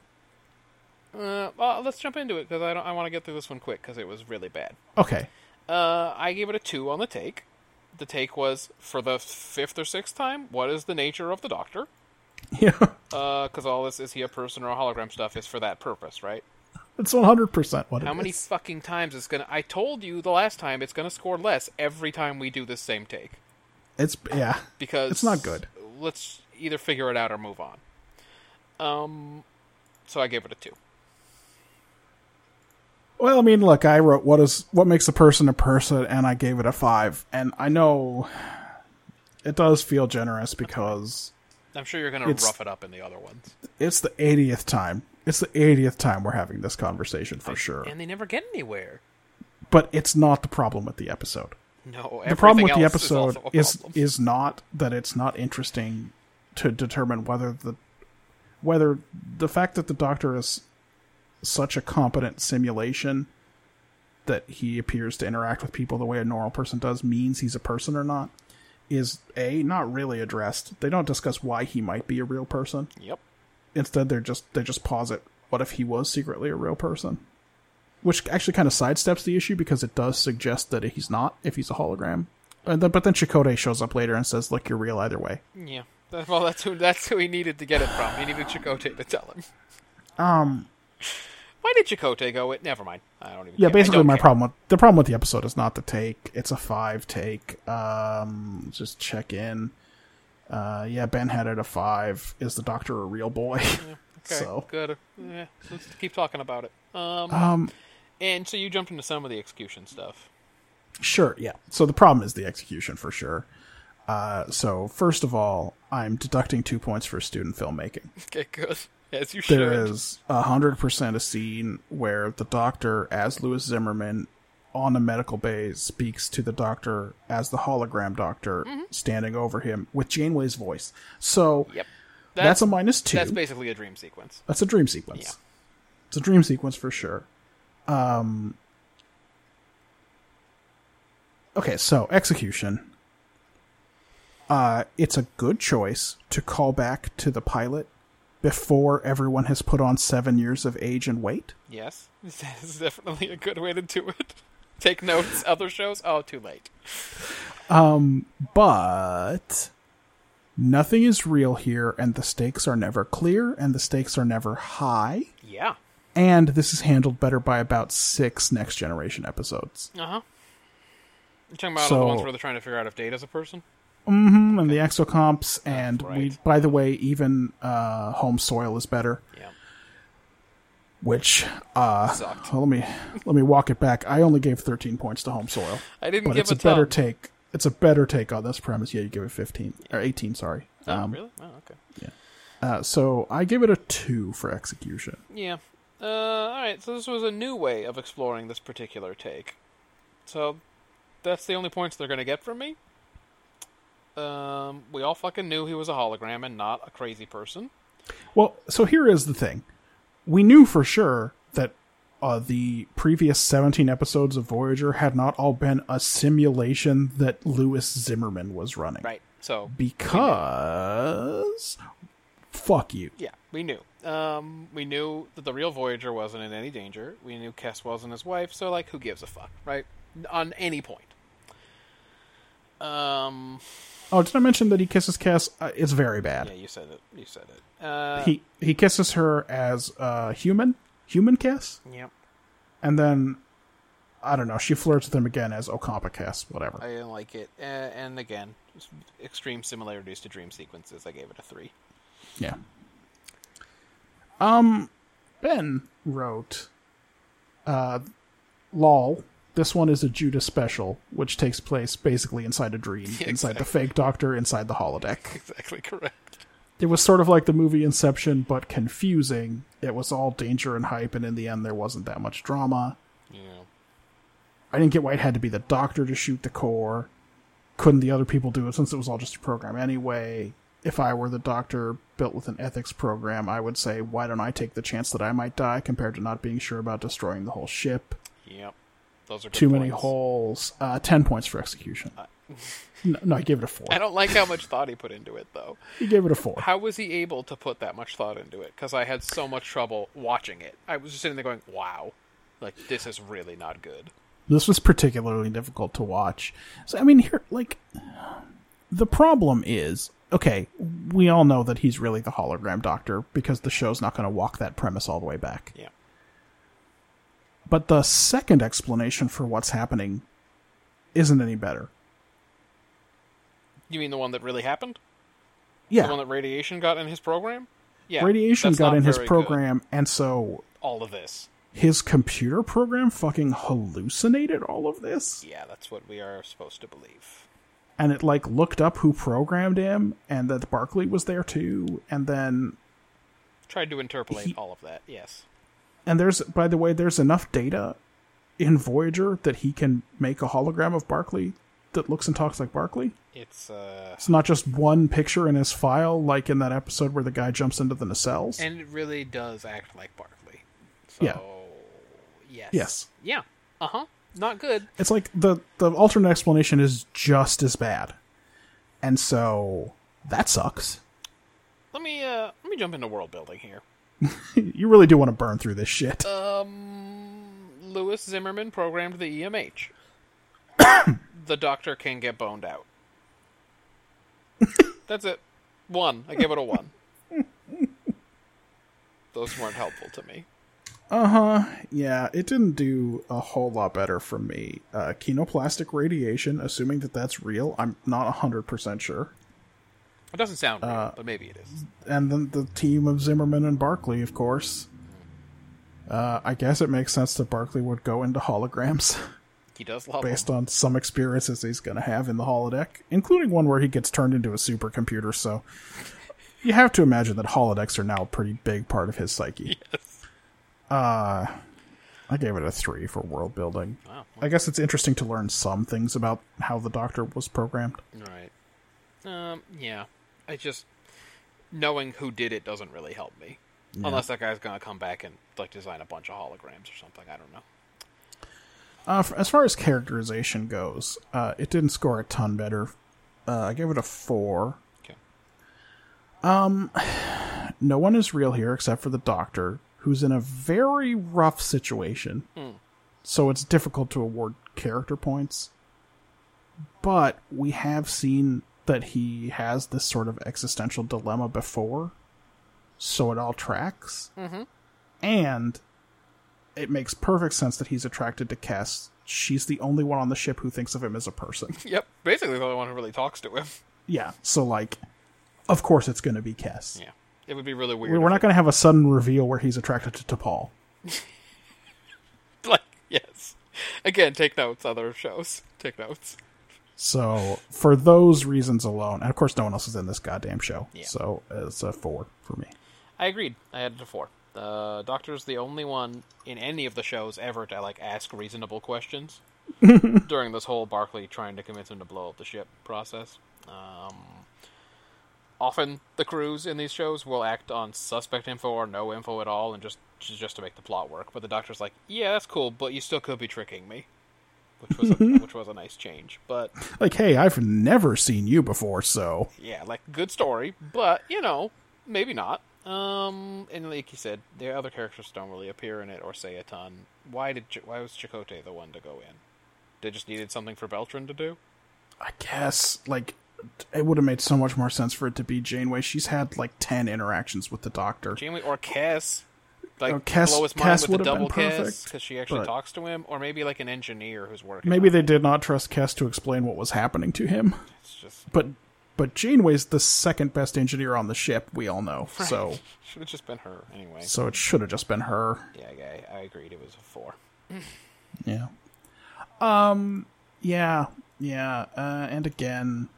Speaker 2: Uh, well, let's jump into it because I don't. I want to get through this one quick because it was really bad.
Speaker 3: Okay,
Speaker 2: Uh, I gave it a two on the take. The take was for the fifth or sixth time. What is the nature of the Doctor?
Speaker 3: yeah,
Speaker 2: Because Uh, all this is he a person or a hologram stuff is for that purpose, right?
Speaker 3: it's one hundred percent what it
Speaker 2: How many
Speaker 3: is.
Speaker 2: fucking times is gonna? I told you the last time it's gonna score less every time we do this same take
Speaker 3: It's yeah,
Speaker 2: because
Speaker 3: It's not good.
Speaker 2: Let's either figure it out or move on. Um, so I gave it a two.
Speaker 3: Well, I mean, look, I wrote what is what makes a person a person, and I gave it a five. And I know it does feel generous because
Speaker 2: I'm sure you're gonna
Speaker 3: It's-
Speaker 2: rough it up in the other ones,
Speaker 3: it's the eightieth time. It's the eightieth time we're having this conversation for sure.
Speaker 2: and they never get anywhere.
Speaker 3: But it's not the problem with the episode.
Speaker 2: No,
Speaker 3: The problem with
Speaker 2: everything else
Speaker 3: the
Speaker 2: is
Speaker 3: episode
Speaker 2: also a
Speaker 3: is
Speaker 2: problem.
Speaker 3: is not that it's not interesting to determine whether the whether the fact that the doctor is such a competent simulation that he appears to interact with people the way a normal person does means he's a person or not is a not really addressed. They don't discuss why he might be a real person.
Speaker 2: yep.
Speaker 3: Instead, they're just they just posit what if he was secretly a real person, which actually kind of sidesteps the issue because it does suggest that he's not if he's a hologram. And then, but then Chakotay shows up later and says, "Look, you're real either way."
Speaker 2: Yeah. That- Well, that's who that's who he needed to get it from. He needed Chakotay to tell him.
Speaker 3: Um,
Speaker 2: Why did Chakotay go? It. Never mind. I don't even.
Speaker 3: yeah,
Speaker 2: care. I
Speaker 3: basically,
Speaker 2: don't
Speaker 3: my
Speaker 2: care.
Speaker 3: problem with the problem with the episode is not the take; it's a five take. Um, let's just check in. Uh, yeah, Ben had it a five. Is the Doctor a real boy?
Speaker 2: Mm, Okay,
Speaker 3: so
Speaker 2: good. Yeah, let's keep talking about it. Um,
Speaker 3: Um,
Speaker 2: and so you jumped into some of the execution stuff.
Speaker 3: Sure, yeah. So the problem is the execution for sure. Uh, so first of all, I'm deducting two points for student filmmaking.
Speaker 2: Okay, good. As you
Speaker 3: There
Speaker 2: should.
Speaker 3: is a hundred percent a scene where the doctor, as Louis Zimmerman, on a medical bay, speaks to the doctor as the hologram doctor
Speaker 2: Mm-hmm.
Speaker 3: standing over him with Janeway's voice. So
Speaker 2: Yep.
Speaker 3: that's, a minus two.
Speaker 2: That's basically a dream sequence.
Speaker 3: That's a dream sequence.
Speaker 2: Yeah.
Speaker 3: It's a dream sequence for sure. Um, okay, so execution. Uh, it's a good choice to call back to the pilot before everyone has put on seven years of age and weight.
Speaker 2: Yes, that is definitely a good way to do it. Take notes. Other shows? Oh, too late.
Speaker 3: but nothing is real here and the stakes are never clear and the stakes are never high
Speaker 2: Yeah.
Speaker 3: and this is handled better by about six next generation episodes
Speaker 2: Uh huh. You're talking about all
Speaker 3: So-
Speaker 2: the ones where they're trying to figure out if Data's a person?
Speaker 3: Mm, and the exocomps and we
Speaker 2: right.
Speaker 3: by the way even uh home soil is better
Speaker 2: Yeah.
Speaker 3: which uh
Speaker 2: Sucked.
Speaker 3: let me let me walk it back i only gave 13 points to home soil
Speaker 2: I didn't
Speaker 3: but
Speaker 2: give
Speaker 3: it's
Speaker 2: a
Speaker 3: a better
Speaker 2: ton.
Speaker 3: take it's a better take on this premise yeah you give it 15 or 18 sorry
Speaker 2: Oh,
Speaker 3: um
Speaker 2: really? Oh, okay.
Speaker 3: uh, so i give it a two for execution
Speaker 2: Yeah. Uh, all right. So this was a new way of exploring this particular take. So that's the only points they're going to get from me. Um, we all fucking knew he was a hologram and not a crazy person.
Speaker 3: Well, so here is the thing. We knew for sure that uh, the previous 17 episodes of Voyager had not all been a simulation that Lewis Zimmerman was running.
Speaker 2: Right. So
Speaker 3: Because. Fuck you.
Speaker 2: yeah, we knew. Um, we knew that the real Voyager wasn't in any danger. We knew Kess wasn't his wife. So like, who gives a fuck, right? On any point. Um.
Speaker 3: Oh, did I mention that he kisses Cass? Uh, it's very bad.
Speaker 2: Yeah, you said it. You said it. Uh.
Speaker 3: He he kisses her as uh, human, human Cass,
Speaker 2: Yep.
Speaker 3: and then I don't know. She flirts with him again as Okampa Cass, whatever.
Speaker 2: I didn't like it. Uh, and again, s- extreme similarities to dream sequences. I gave it a three.
Speaker 3: Yeah. Um, Ben wrote, uh, lol. This one is a Judas special, which takes place basically inside a dream, inside the fake doctor, inside the holodeck.
Speaker 2: Exactly correct.
Speaker 3: It was sort of like the movie Inception, but confusing. It was all danger and hype, and in the end, there wasn't that much drama.
Speaker 2: Yeah.
Speaker 3: I didn't get why it had to be the doctor to shoot the core. Couldn't the other people do it since it was all just a program anyway? If I were the doctor built with an ethics program, I would say, why don't I take the chance that I might die compared to not being sure about destroying the whole ship?
Speaker 2: Yep. Those are good
Speaker 3: Too many
Speaker 2: points.
Speaker 3: holes. Uh, 10 points for execution. no, no, I gave it a 4.
Speaker 2: I don't like how much thought he put into it, though.
Speaker 3: He gave it a 4.
Speaker 2: How was he able to put that much thought into it? Because I had so much trouble watching it. I was just sitting there going, "Wow, like this is really not good."
Speaker 3: this was particularly difficult to watch. So I mean, here, like, the problem is, okay, we all know that he's really the hologram doctor because the show's not going to walk that premise all the way back.
Speaker 2: Yeah.
Speaker 3: But the second explanation for what's happening isn't any better.
Speaker 2: You mean the one that really happened?
Speaker 3: Yeah,
Speaker 2: The one that radiation got in his program? Yeah.
Speaker 3: radiation
Speaker 2: that's
Speaker 3: got
Speaker 2: not
Speaker 3: in his
Speaker 2: very good.
Speaker 3: program, and so
Speaker 2: All of this.
Speaker 3: his computer program fucking hallucinated all of this.
Speaker 2: Yeah, that's what we are supposed to believe.
Speaker 3: and it like looked up who programmed him and that Barkley was there too and then
Speaker 2: Tried to interpolate
Speaker 3: He-
Speaker 2: all of that. Yes.
Speaker 3: and there's by the way there's enough data in Voyager that he can make a hologram of Barkley that looks and talks like Barkley.
Speaker 2: It's uh
Speaker 3: It's not just one picture in his file like in that episode where the guy jumps into the nacelles.
Speaker 2: And it really does act like Barkley. So,
Speaker 3: Yeah.
Speaker 2: yes.
Speaker 3: Yes.
Speaker 2: Yeah. Uh huh. Not good.
Speaker 3: it's like the the alternate explanation is just as bad. And so that sucks.
Speaker 2: Let me uh let me jump into world building here.
Speaker 3: You really do want to burn through this shit.
Speaker 2: Lewis Zimmerman programmed the EMH. the doctor can get boned out. That's it. One. I give it a one. Those weren't helpful to me.
Speaker 3: Yeah, it didn't do a whole lot better for me. Uh, kinoplastic radiation, assuming that that's real, I'm not 100% sure.
Speaker 2: It doesn't sound
Speaker 3: Uh,
Speaker 2: real, but maybe it is.
Speaker 3: And then the team of Zimmerman and Barkley, of course. Uh, I guess it makes sense that Barkley would go into holograms
Speaker 2: He does love them.
Speaker 3: based on some experiences he's going to have in the holodeck, including one where he gets turned into a supercomputer, so you have to imagine that holodecks are now a pretty big part of his psyche. Yes. Uh, I gave it a three for world building. I guess it's interesting to learn some things about how the Doctor was programmed.
Speaker 2: Right. Um, yeah. I just knowing who did it doesn't really help me. Unless that guy's gonna come back and like design a bunch of holograms or something. I don't know.
Speaker 3: Uh, f- as far as characterization goes, uh, it didn't score a ton better. Uh, I gave it a four. Um,
Speaker 2: Okay.
Speaker 3: No one is real here except for the doctor, who's in a very rough situation. So it's difficult to award character points. But we have seen that he has this sort of existential dilemma before, so it all tracks. Mm-hmm. And it makes perfect sense that he's attracted to Cass. She's the only one on the ship who thinks of him as a person.
Speaker 2: Yep, basically the only one who really talks to him.
Speaker 3: yeah, so like, of course it's going to be Cass.
Speaker 2: Yeah, it would be really weird.
Speaker 3: We're
Speaker 2: if
Speaker 3: not going to have a sudden reveal where he's attracted to, to Paul.
Speaker 2: it- like yes. Again, take notes. Other shows, take notes.
Speaker 3: So for those reasons alone, and of course no one else is in this goddamn show,
Speaker 2: Yeah.
Speaker 3: so it's a four for me.
Speaker 2: I agreed. I had it a four. The Doctor's the only one in any of the shows ever to like ask reasonable questions during this whole Barclay trying to convince him to blow up the ship process. Um, often the crews in these shows will act on suspect info or no info at all, and just just to make the plot work. But the Doctor's like, "Yeah, that's cool, but you still could be tricking me," which was a, which was a nice change. But
Speaker 3: Like, hey, I've never seen you before, so
Speaker 2: yeah, like good story, but you know, maybe not. Um, and like you said, the other characters don't really appear in it or say a ton. Why did Ch- why was Chakotay the one to go in? They just needed something for Beltran to do.
Speaker 3: I guess like it would have made so much more sense for it to be Janeway. She's had like ten interactions with the Doctor.
Speaker 2: Janeway or Cass, like
Speaker 3: Oh, Cass-
Speaker 2: blow his mind
Speaker 3: Cass
Speaker 2: with a
Speaker 3: would've been
Speaker 2: double Cass
Speaker 3: perfect,
Speaker 2: because she actually
Speaker 3: but-
Speaker 2: talks to him, or maybe like an engineer who's working.
Speaker 3: Maybe
Speaker 2: on
Speaker 3: they
Speaker 2: it.
Speaker 3: did not trust Kess to explain what was happening to him,
Speaker 2: It's just
Speaker 3: but but Janeway's the second best engineer on the ship. We all know, so
Speaker 2: should have just been her anyway.
Speaker 3: so it should have just been her.
Speaker 2: Yeah, I, I agreed. It was a four.
Speaker 3: Yeah. Um. Yeah. Yeah. Uh, and again,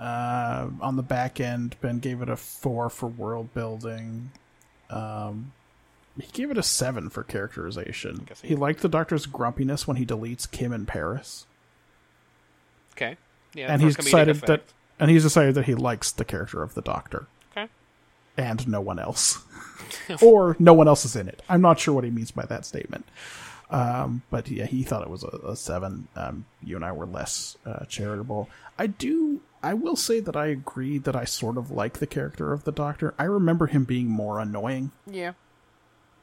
Speaker 3: uh, on the back end, Ben gave it a four for world building. Um, he gave it a seven for characterization.
Speaker 2: guess he
Speaker 3: He
Speaker 2: did.
Speaker 3: liked the Doctor's grumpiness when he deletes Kim in Paris,
Speaker 2: Okay. Yeah,
Speaker 3: and
Speaker 2: for
Speaker 3: he's
Speaker 2: comedic
Speaker 3: decided that,
Speaker 2: effect.
Speaker 3: and he's decided that he likes the character of the Doctor
Speaker 2: Okay.
Speaker 3: and no one else, or no one else is in it. I'm not sure what he means by that statement. Um, but yeah, he thought it was a, a seven. Um, you and I were less uh, charitable. I do. I will say that I agree that I sort of like the character of the Doctor. I remember him being more annoying
Speaker 2: Yeah.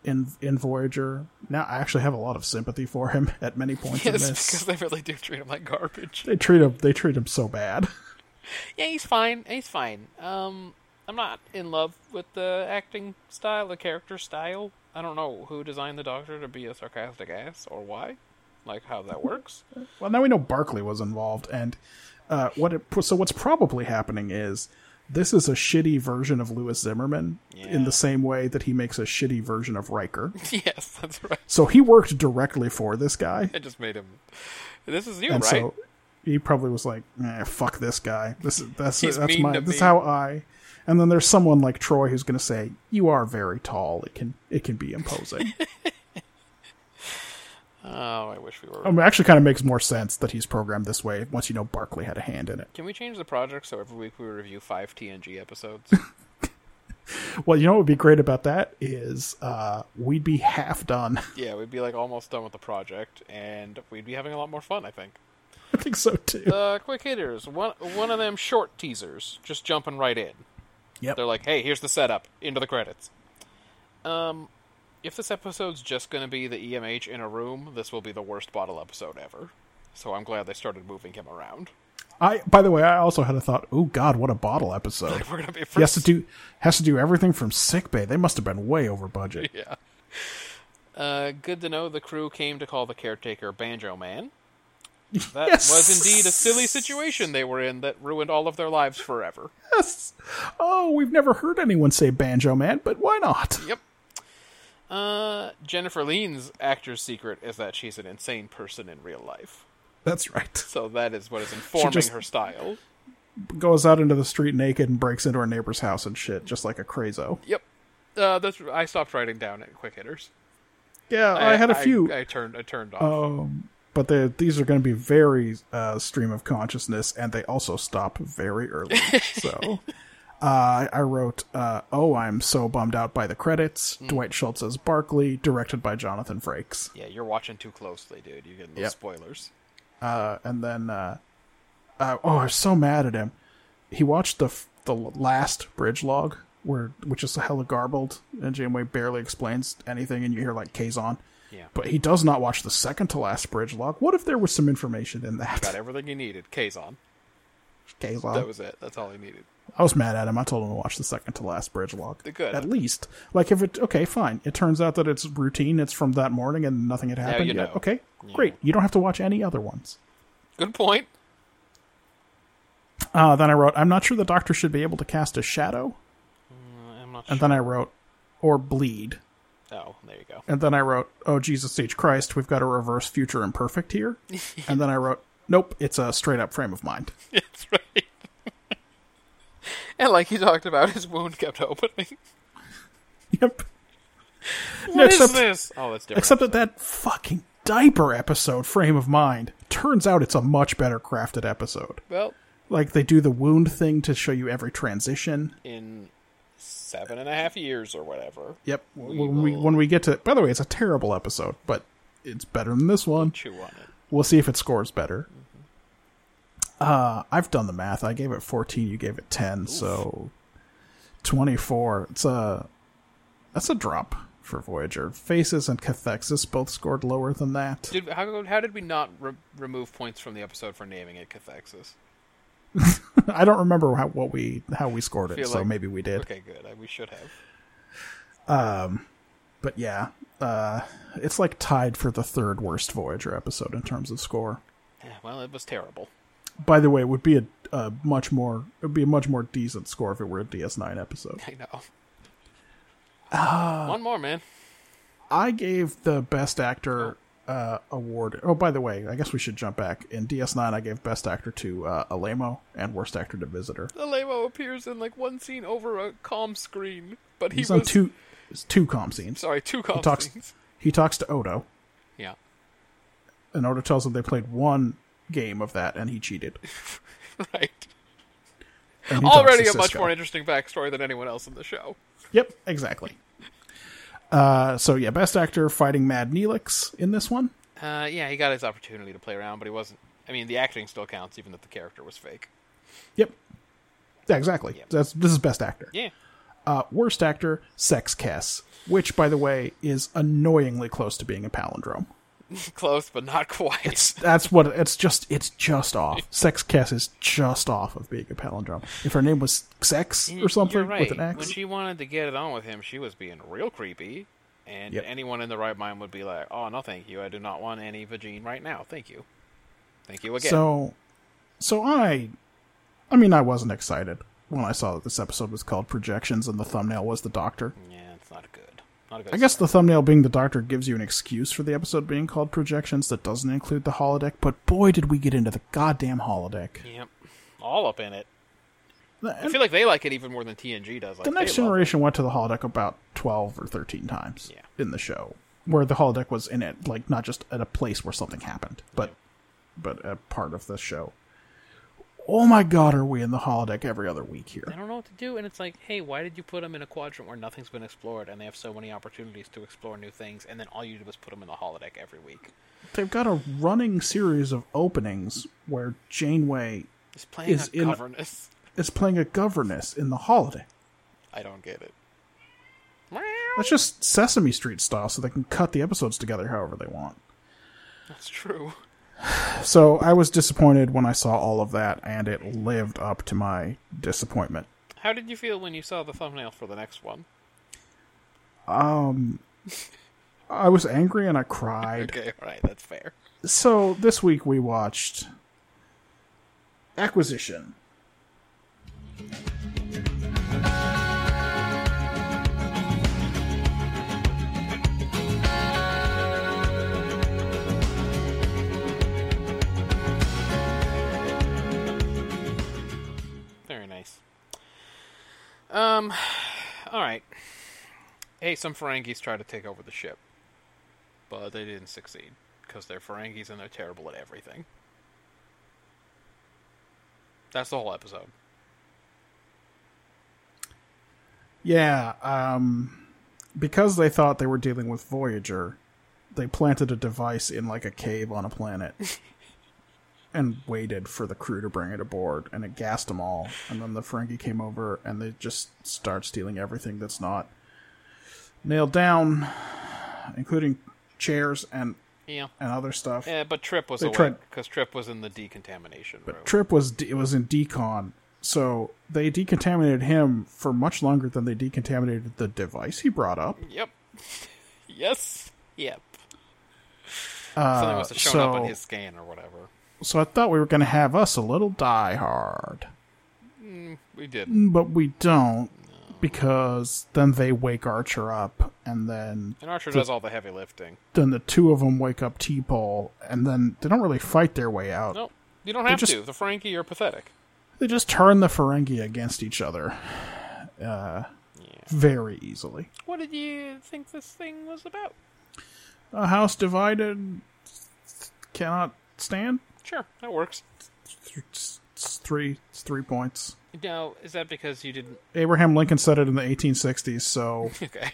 Speaker 3: in in Voyager. Now I actually have a lot of sympathy for him at many points in
Speaker 2: Yes, because
Speaker 3: this.
Speaker 2: they really do treat him like garbage.
Speaker 3: They treat him. They treat him so bad.
Speaker 2: Yeah, he's fine. He's fine. Um, I'm not in love with the acting style, the character style. I don't know who designed the Doctor to be a sarcastic ass or why, like how that works.
Speaker 3: Well, now we know Barkley was involved, and uh, what it, so what's probably happening is this is a shitty version of Lewis Zimmerman in
Speaker 2: Yeah.
Speaker 3: the same way that he makes a shitty version of Riker.
Speaker 2: yes, that's right.
Speaker 3: So he worked directly for this guy,
Speaker 2: It just made him. This is you,
Speaker 3: and
Speaker 2: right?
Speaker 3: so he probably was like, eh, "Fuck this guy. This is that's
Speaker 2: He's
Speaker 3: that's
Speaker 2: mean
Speaker 3: my
Speaker 2: to
Speaker 3: this is
Speaker 2: me."
Speaker 3: how I." And then there's someone like Troy who's going to say, "You are very tall. It can it can be imposing."
Speaker 2: oh, I wish we were.
Speaker 3: um, it actually kind of makes more sense that he's programmed this way once you know Barkley had a hand in it.
Speaker 2: Can we change the project so every week we review five TNG episodes?
Speaker 3: Well, you know what would be great about that is uh, we'd be half done.
Speaker 2: yeah, we'd be like almost done with the project, and we'd be having a lot more fun. I think.
Speaker 3: I think so too.
Speaker 2: Uh, quick hitters. One one of them short teasers, just jumping right in.
Speaker 3: Yep.
Speaker 2: They're like, "Hey, here's the setup. Into the credits." Um, if this episode's just going to be the EMH in a room, this will be the worst bottle episode ever. So I'm glad they started moving him around.
Speaker 3: I by the way, I also had a thought. Oh God, what a bottle episode!
Speaker 2: We're going to be
Speaker 3: He has to
Speaker 2: first.
Speaker 3: do has to do everything from sick bay. They must have been way over budget.
Speaker 2: yeah. Uh, good to know the crew came to call the caretaker Banjo Man. That
Speaker 3: Yes.
Speaker 2: was indeed a silly situation they were in that ruined all of their lives forever.
Speaker 3: Yes. Oh, we've never heard anyone say banjo man, but why not?
Speaker 2: Yep. Uh, Jennifer Lean's actor's secret is that she's an insane person in real life.
Speaker 3: That's right.
Speaker 2: So that is what is informing
Speaker 3: just-
Speaker 2: her style.
Speaker 3: Goes out into the street naked and breaks into our neighbor's house and shit, just like a crazo.
Speaker 2: Yep. Uh, that's I stopped writing down at quick hitters.
Speaker 3: Yeah, Oh, I, had a few. Oh.
Speaker 2: I, turned. I turned off.
Speaker 3: but they, these are going to be very uh, stream of consciousness, and they also stop very early. so uh, I wrote, uh, "Oh, I'm so bummed out by the credits."
Speaker 2: Mm.
Speaker 3: Dwight Schultz as Barkley, directed by Jonathan Frakes,
Speaker 2: yeah, you're watching too closely, dude. You're getting those
Speaker 3: Yep.
Speaker 2: spoilers.
Speaker 3: uh, and then, uh, uh, oh, I'm so mad at him. He watched the f- the last bridge log, where which is hella garbled, and Janeway barely explains anything, and you hear like Kazon.
Speaker 2: Yeah.
Speaker 3: But he does not watch the second to last bridge log. What if there was some information in that?
Speaker 2: Got everything he needed. Kazon.
Speaker 3: Okay,
Speaker 2: That
Speaker 3: well,
Speaker 2: was it. That's all he needed.
Speaker 3: I was mad at him. I told him to watch the second to last bridge log.
Speaker 2: Good.
Speaker 3: At least, like if it okay, fine. It turns out that it's routine. It's from that morning, and nothing had happened
Speaker 2: you
Speaker 3: yet.
Speaker 2: know.
Speaker 3: Okay, great. You don't have to watch any other ones.
Speaker 2: Good point.
Speaker 3: Uh, then I wrote, I'm not sure the doctor should be able to cast a shadow.
Speaker 2: Mm, I'm not
Speaker 3: And then I wrote, or bleed.
Speaker 2: Oh, there you go.
Speaker 3: And then I wrote, oh, Jesus H. Christ, we've got a reverse future imperfect here. and then I wrote, nope, it's a straight up frame of mind.
Speaker 2: That's right. and like he talked about, his wound kept opening.
Speaker 3: Yep.
Speaker 2: What is
Speaker 3: except-
Speaker 2: this? Oh, that's different.
Speaker 3: Except that that fucking diaper episode, frame of mind, turns out it's a much better crafted episode.
Speaker 2: well,
Speaker 3: Like they do the wound thing to show you every transition.
Speaker 2: in seven and a half years or whatever,
Speaker 3: Yep. When we, when we get to, by the way, it's a terrible episode, but it's better than this one.
Speaker 2: chew on it.
Speaker 3: We'll see if it scores better. Uh, I've done the math. I gave it 14. You gave it 10. So 24. It's a that's a drop for Voyager. Faces and Cathexis both scored lower than that.
Speaker 2: Did how, how did we not re- remove points from the episode for naming it Cathexis?
Speaker 3: I don't remember how what we how we scored it.
Speaker 2: Feel
Speaker 3: So
Speaker 2: like-
Speaker 3: maybe we did.
Speaker 2: Okay, good. I, we should have.
Speaker 3: But yeah, uh, it's like tied for the third worst Voyager episode in terms of score.
Speaker 2: Yeah, Well, it was terrible.
Speaker 3: By the way, it would be a, a much more it would be a much more decent score if it were a DS9 episode.
Speaker 2: I know.
Speaker 3: Ah.
Speaker 2: One more, man.
Speaker 3: I gave the best actor uh, award. Oh, by the way, I guess we should jump back. In DS9, I gave best actor to uh, Alamo and worst actor to Visitor.
Speaker 2: Alemo appears in like one scene over a calm screen, but he
Speaker 3: He's
Speaker 2: was
Speaker 3: on two it's two com scenes.
Speaker 2: sorry two calm
Speaker 3: he talks.
Speaker 2: scenes.
Speaker 3: He talks to Odo,
Speaker 2: Yeah,
Speaker 3: and Odo tells him they played one game of that and he cheated.
Speaker 2: right.
Speaker 3: And he talks
Speaker 2: Already
Speaker 3: to
Speaker 2: a much
Speaker 3: Sisko.
Speaker 2: more interesting backstory than anyone else in the show.
Speaker 3: Yep, exactly. Uh, so yeah, best actor fighting Mad Neelix in this one.
Speaker 2: Uh, yeah, he got his opportunity to play around, but he wasn't. I mean, the acting still counts, even if the character was fake.
Speaker 3: Yep. Yeah, exactly. That's this is best actor.
Speaker 2: Yeah,
Speaker 3: Uh, worst actor, Sex Cass, which by the way is annoyingly close to being a palindrome.
Speaker 2: close, but not quite.
Speaker 3: That's what it's just. It's just off. Sex Cass is just off of being a palindrome. If her name was Sex or something
Speaker 2: You're right.
Speaker 3: with an X,
Speaker 2: When she wanted to get it on with him, she was being real creepy, and
Speaker 3: Yep.
Speaker 2: anyone in the right mind would be like, "Oh no, thank you. I do not want any vagine right now. Thank you, thank you again."
Speaker 3: So, so I, I mean, I wasn't excited when I saw that this episode was called Projections and the thumbnail was the Doctor.
Speaker 2: yeah, it's not good. Not a good.
Speaker 3: I guess the thumbnail being the Doctor gives you an excuse for the episode being called Projections that doesn't include the holodeck. But boy, did we get into the goddamn holodeck!
Speaker 2: Yep. All up in it. I
Speaker 3: And
Speaker 2: feel like they like it even more than TNG does. Like,
Speaker 3: the
Speaker 2: they
Speaker 3: Next
Speaker 2: love
Speaker 3: Generation went to the holodeck about twelve or thirteen times
Speaker 2: Yeah.
Speaker 3: in the show, where the holodeck was in it, like not just at a place where something happened, but but a part of the show. Oh my God, are we in the holodeck every other week here?
Speaker 2: it. I don't know what to do, and it's like, hey, why did you put them in a quadrant where nothing's been explored, and they have so many opportunities to explore new things, and then all you do is put them in the holodeck every week?
Speaker 3: they've got a running series of openings where Janeway
Speaker 2: Just playing
Speaker 3: Is
Speaker 2: a
Speaker 3: in-
Speaker 2: governess.
Speaker 3: is playing a governess in the holiday.
Speaker 2: I don't get it.
Speaker 3: That's just Sesame Street style, so they can cut the episodes together however they want.
Speaker 2: That's true.
Speaker 3: So I was disappointed when I saw all of that, and it lived up to my disappointment.
Speaker 2: How did you feel when you saw the thumbnail for the next one?
Speaker 3: I was angry and I cried.
Speaker 2: Okay, all right, that's fair.
Speaker 3: So this week we watched Acquisition.
Speaker 2: Very nice. Um, all right. Hey, some Ferengis tried to take over the ship, but they didn't succeed because they're Ferengis and they're terrible at everything. That's the whole episode.
Speaker 3: Yeah, um, because they thought they were dealing with Voyager, they planted a device in like a cave on a planet and waited for the crew to bring it aboard, and it gassed them all. And then the Ferengi came over, and they just start stealing everything that's not nailed down, including chairs and
Speaker 2: Yeah.
Speaker 3: and other stuff.
Speaker 2: Yeah, Eh, but Trip was
Speaker 3: They
Speaker 2: away
Speaker 3: tried-
Speaker 2: because Trip was in the decontamination room.
Speaker 3: Trip was de- it was in decon, so they decontaminated him for much longer than they decontaminated the device he brought up.
Speaker 2: yep. yes. Yep. Something must have shown up on
Speaker 3: so-
Speaker 2: his scan or whatever.
Speaker 3: So I thought we were going to have us a little die hard,
Speaker 2: We did.
Speaker 3: but we don't because then they wake Archer up, and then
Speaker 2: And Archer does all the heavy lifting.
Speaker 3: then the two of them wake up T-Pole, and then they don't really fight their way out.
Speaker 2: No, you don't have
Speaker 3: just-
Speaker 2: to. The Frankie are pathetic.
Speaker 3: They just turn the Ferengi against each other, uh, very easily.
Speaker 2: What did you think this thing was about?
Speaker 3: A house divided cannot stand.
Speaker 2: Sure, that works.
Speaker 3: It's it's three, it's three points.
Speaker 2: Now, is that because you didn't?
Speaker 3: Abraham Lincoln said it in the 1860s, so
Speaker 2: Okay.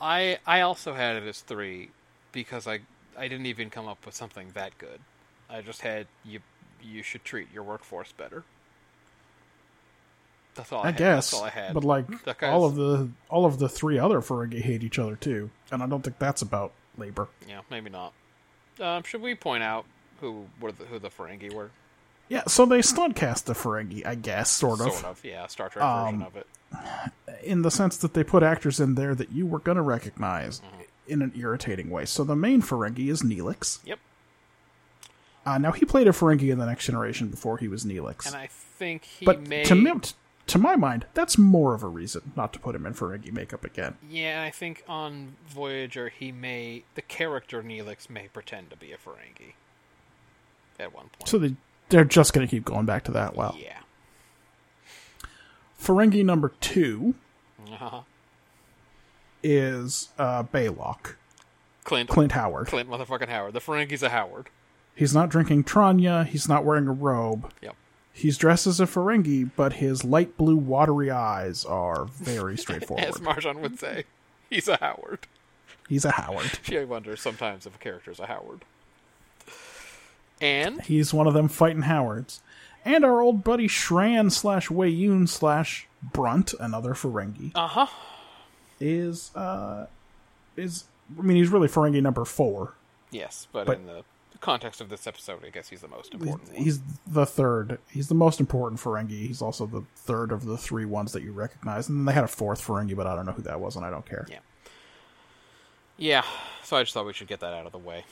Speaker 2: I I also had it as three because I I didn't even come up with something that good. I just had you you should treat your workforce better. That's all I,
Speaker 3: I
Speaker 2: had.
Speaker 3: guess.
Speaker 2: That's all I had. Hmm.
Speaker 3: But like
Speaker 2: That
Speaker 3: all
Speaker 2: guy's-
Speaker 3: of the all of the three other Ferengi hate each other too, and I don't think that's about labor.
Speaker 2: yeah, maybe not. Um, should we point out who were the, who the Ferengi were?
Speaker 3: Yeah, so they stuntcast the Ferengi, I guess, sort of, Um,
Speaker 2: Sort of, yeah, Star Trek version of it.
Speaker 3: in the sense that they put actors in there that you were going to recognize
Speaker 2: Hmm.
Speaker 3: in an irritating way. So the main Ferengi is Neelix.
Speaker 2: Yep.
Speaker 3: Uh, now he played a Ferengi in the Next Generation before he was Neelix.
Speaker 2: And I think he
Speaker 3: but
Speaker 2: may.
Speaker 3: to me, to my mind, that's more of a reason not to put him in Ferengi makeup again.
Speaker 2: Yeah, and I think on Voyager he may the character Neelix may pretend to be a Ferengi. At one point.
Speaker 3: So they they're just going to keep going back to that. Wow.
Speaker 2: yeah.
Speaker 3: Ferengi number two
Speaker 2: Uh-huh.
Speaker 3: is uh, Baylock,
Speaker 2: Clint, Clint
Speaker 3: Clint Howard.
Speaker 2: motherfucking Howard. The Ferengi's a Howard.
Speaker 3: He's not drinking Tranya. He's not wearing a robe.
Speaker 2: Yep.
Speaker 3: He's dressed as a Ferengi, but his light blue, watery eyes are very straightforward.
Speaker 2: As Marjan would say. He's a Howard.
Speaker 3: He's a Howard.
Speaker 2: She wonders sometimes if a character's a Howard. And
Speaker 3: He's one of them fighting Howards. And our old buddy Shran slash Wayoon slash Brunt, another Ferengi. Uh
Speaker 2: uh-huh.
Speaker 3: huh. Is, uh, is, I mean, he's really Ferengi number four.
Speaker 2: yes, but,
Speaker 3: But-
Speaker 2: in the context of this episode, I guess he's the most important one.
Speaker 3: He's the third. He's the most important Ferengi. He's also the third of the three ones that you recognize. And then they had a fourth Ferengi, but I don't know who that was, and I don't care.
Speaker 2: Yeah. Yeah. So I just thought we should get that out of the way.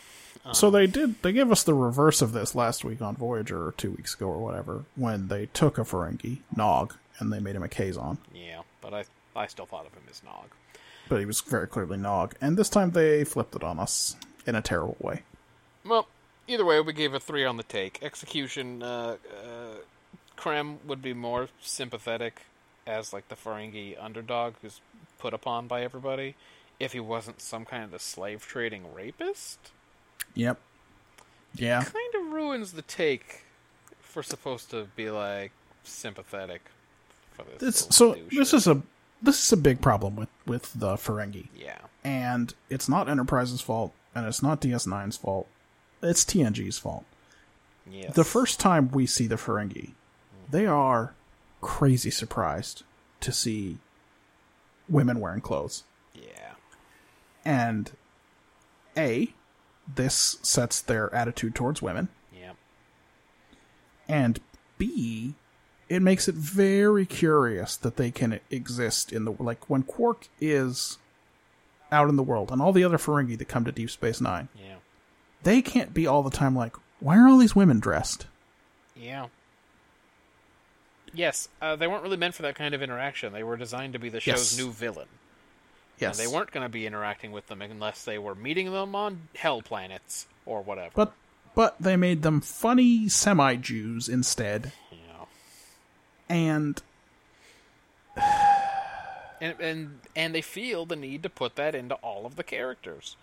Speaker 3: So they did. They gave us the reverse of this last week on Voyager, or two weeks ago, or whatever, when they took a Ferengi Nog and they made him a Kazon,
Speaker 2: Yeah, but I I still thought of him as Nog.
Speaker 3: but he was very clearly Nog. And this time they flipped it on us in a terrible way.
Speaker 2: Well, either way, we gave a three on the take. Execution, uh, uh, Krem would be more sympathetic as like the Ferengi underdog who's put upon by everybody, if he wasn't some kind of slave trading rapist.
Speaker 3: Yep. Yeah.
Speaker 2: Kind of ruins the take if we're supposed to be like sympathetic for this.
Speaker 3: It's,
Speaker 2: little
Speaker 3: so
Speaker 2: douche.
Speaker 3: this is a this is a big problem with with the Ferengi.
Speaker 2: yeah,
Speaker 3: and it's not Enterprise's fault, and it's not DS9's fault. It's TNG's fault.
Speaker 2: yes.
Speaker 3: The first time we see the Ferengi, they are crazy surprised to see women wearing clothes.
Speaker 2: yeah,
Speaker 3: And A, this sets their attitude towards women.
Speaker 2: yeah,
Speaker 3: And B, it makes it very curious that they can exist in the like when Quark is out in the world and all the other Ferengi that come to Deep Space Nine.
Speaker 2: yeah,
Speaker 3: they can't be all the time like, why are all these women dressed?
Speaker 2: yeah. Yes, uh, they weren't really meant for that kind of interaction. They were designed to be the show's
Speaker 3: Yes.
Speaker 2: new villain.
Speaker 3: Yes,
Speaker 2: And they weren't going to be interacting with them unless they were meeting them on hell planets or whatever.
Speaker 3: But but they made them funny semi Jews instead,
Speaker 2: you know.
Speaker 3: and
Speaker 2: and, and and they feel the need to put that into all of the characters,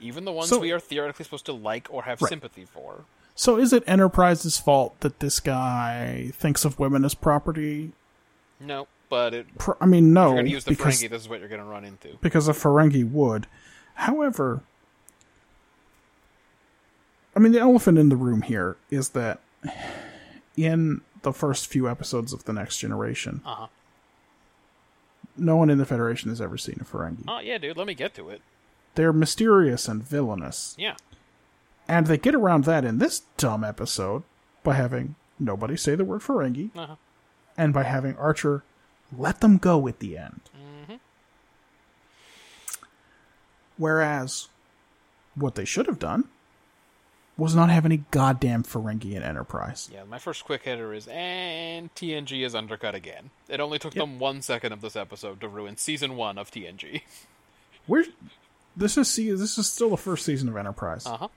Speaker 2: even the ones
Speaker 3: So-
Speaker 2: we are theoretically supposed to like or have
Speaker 3: Right.
Speaker 2: sympathy for.
Speaker 3: so is it Enterprise's fault that this guy thinks of women as property?
Speaker 2: No, but it, if
Speaker 3: Pro- I mean, no,
Speaker 2: you're going to use the
Speaker 3: Oh, because
Speaker 2: Ferengi. This is what you're going to run into.
Speaker 3: because a Ferengi would. However, I mean, the elephant in the room here is that in the first few episodes of The Next Generation,
Speaker 2: Uh-huh.
Speaker 3: no one in the Federation has ever seen a Ferengi.
Speaker 2: Oh yeah, dude. Let me get to it.
Speaker 3: They're mysterious and villainous,
Speaker 2: Yeah.
Speaker 3: and they get around that in this dumb episode by having nobody say the word Ferengi,
Speaker 2: Uh-huh.
Speaker 3: and by having Archer let them go at the end.
Speaker 2: Mm-hmm.
Speaker 3: Whereas, what they should have done was not have any goddamn Ferengi in Enterprise.
Speaker 2: Yeah. My first quick hitter is and TNG is undercut again. It only took them one second of this episode to ruin season one of TNG.
Speaker 3: We're this is see this is still the first season of Enterprise.
Speaker 2: Uh huh.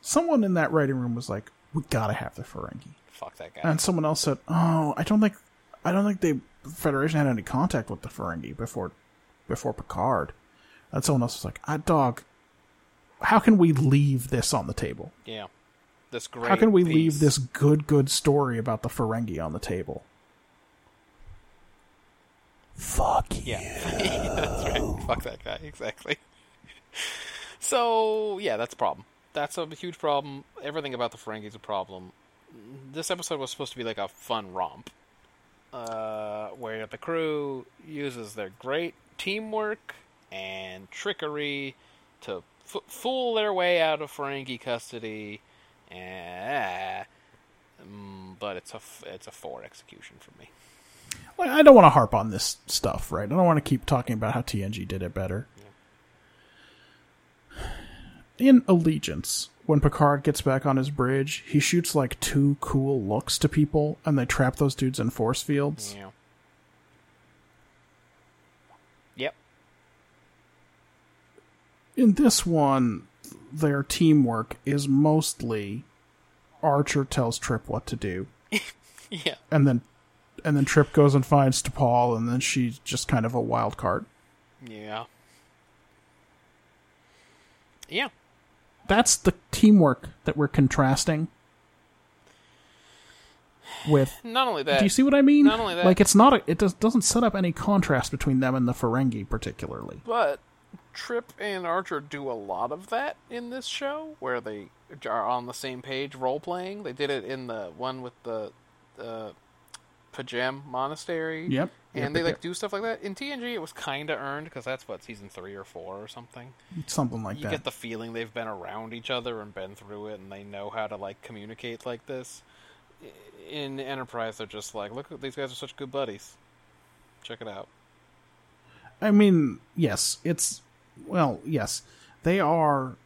Speaker 3: Someone in that writing room was like, "We gotta have the Ferengi,"
Speaker 2: Fuck that guy.
Speaker 3: and someone else said, "Oh, I don't think, I don't think they the Federation had any contact with the Ferengi before, before Picard." And someone else was like, "Ah, dog, how can we leave this on the table?
Speaker 2: yeah. This great.
Speaker 3: How can we
Speaker 2: piece.
Speaker 3: leave this good, good story about the Ferengi on the table?" Fuck you.
Speaker 2: Yeah. that's right. Fuck that guy. Exactly. So, yeah, that's a problem. That's a huge problem. Everything about the Ferengi's a problem. This episode was supposed to be like a fun romp. Uh, where the crew uses their great teamwork and trickery to f- fool their way out of Ferengi custody. Eh, mm, but it's a f- it's a four execution for me.
Speaker 3: Like, I don't want to harp on this stuff, right? I don't want to keep talking about how TNG did it better. In Allegiance, when Picard gets back on his bridge, he shoots like two cool looks to people, and they trap those dudes in force fields.
Speaker 2: Yeah. Yep.
Speaker 3: In this one, their teamwork is mostly Archer tells Trip what to do,
Speaker 2: Yeah.
Speaker 3: and then and then Trip goes and finds T'Pol, and then she's just kind of a wild card.
Speaker 2: Yeah. Yeah.
Speaker 3: that's the teamwork that we're contrasting with
Speaker 2: Not only that.
Speaker 3: do you see what i mean
Speaker 2: Not only that-
Speaker 3: like it's not a, it does, doesn't set up any contrast between them and the ferengi particularly
Speaker 2: But Trip and Archer do a lot of that in this show, where they are on the same page role playing. They did it in the one with the the Pajam Monastery.
Speaker 3: Yep.
Speaker 2: And
Speaker 3: Yep,
Speaker 2: they
Speaker 3: yep,
Speaker 2: like
Speaker 3: yep.
Speaker 2: do stuff like that. In TNG, it was kind of earned because that's what season three or four or something.
Speaker 3: something like
Speaker 2: you
Speaker 3: that
Speaker 2: get the feeling they've been around each other and been through it and they know how to like communicate like this I- in enterprise they're just like look these guys are such good buddies check it out
Speaker 3: i mean yes it's well yes they are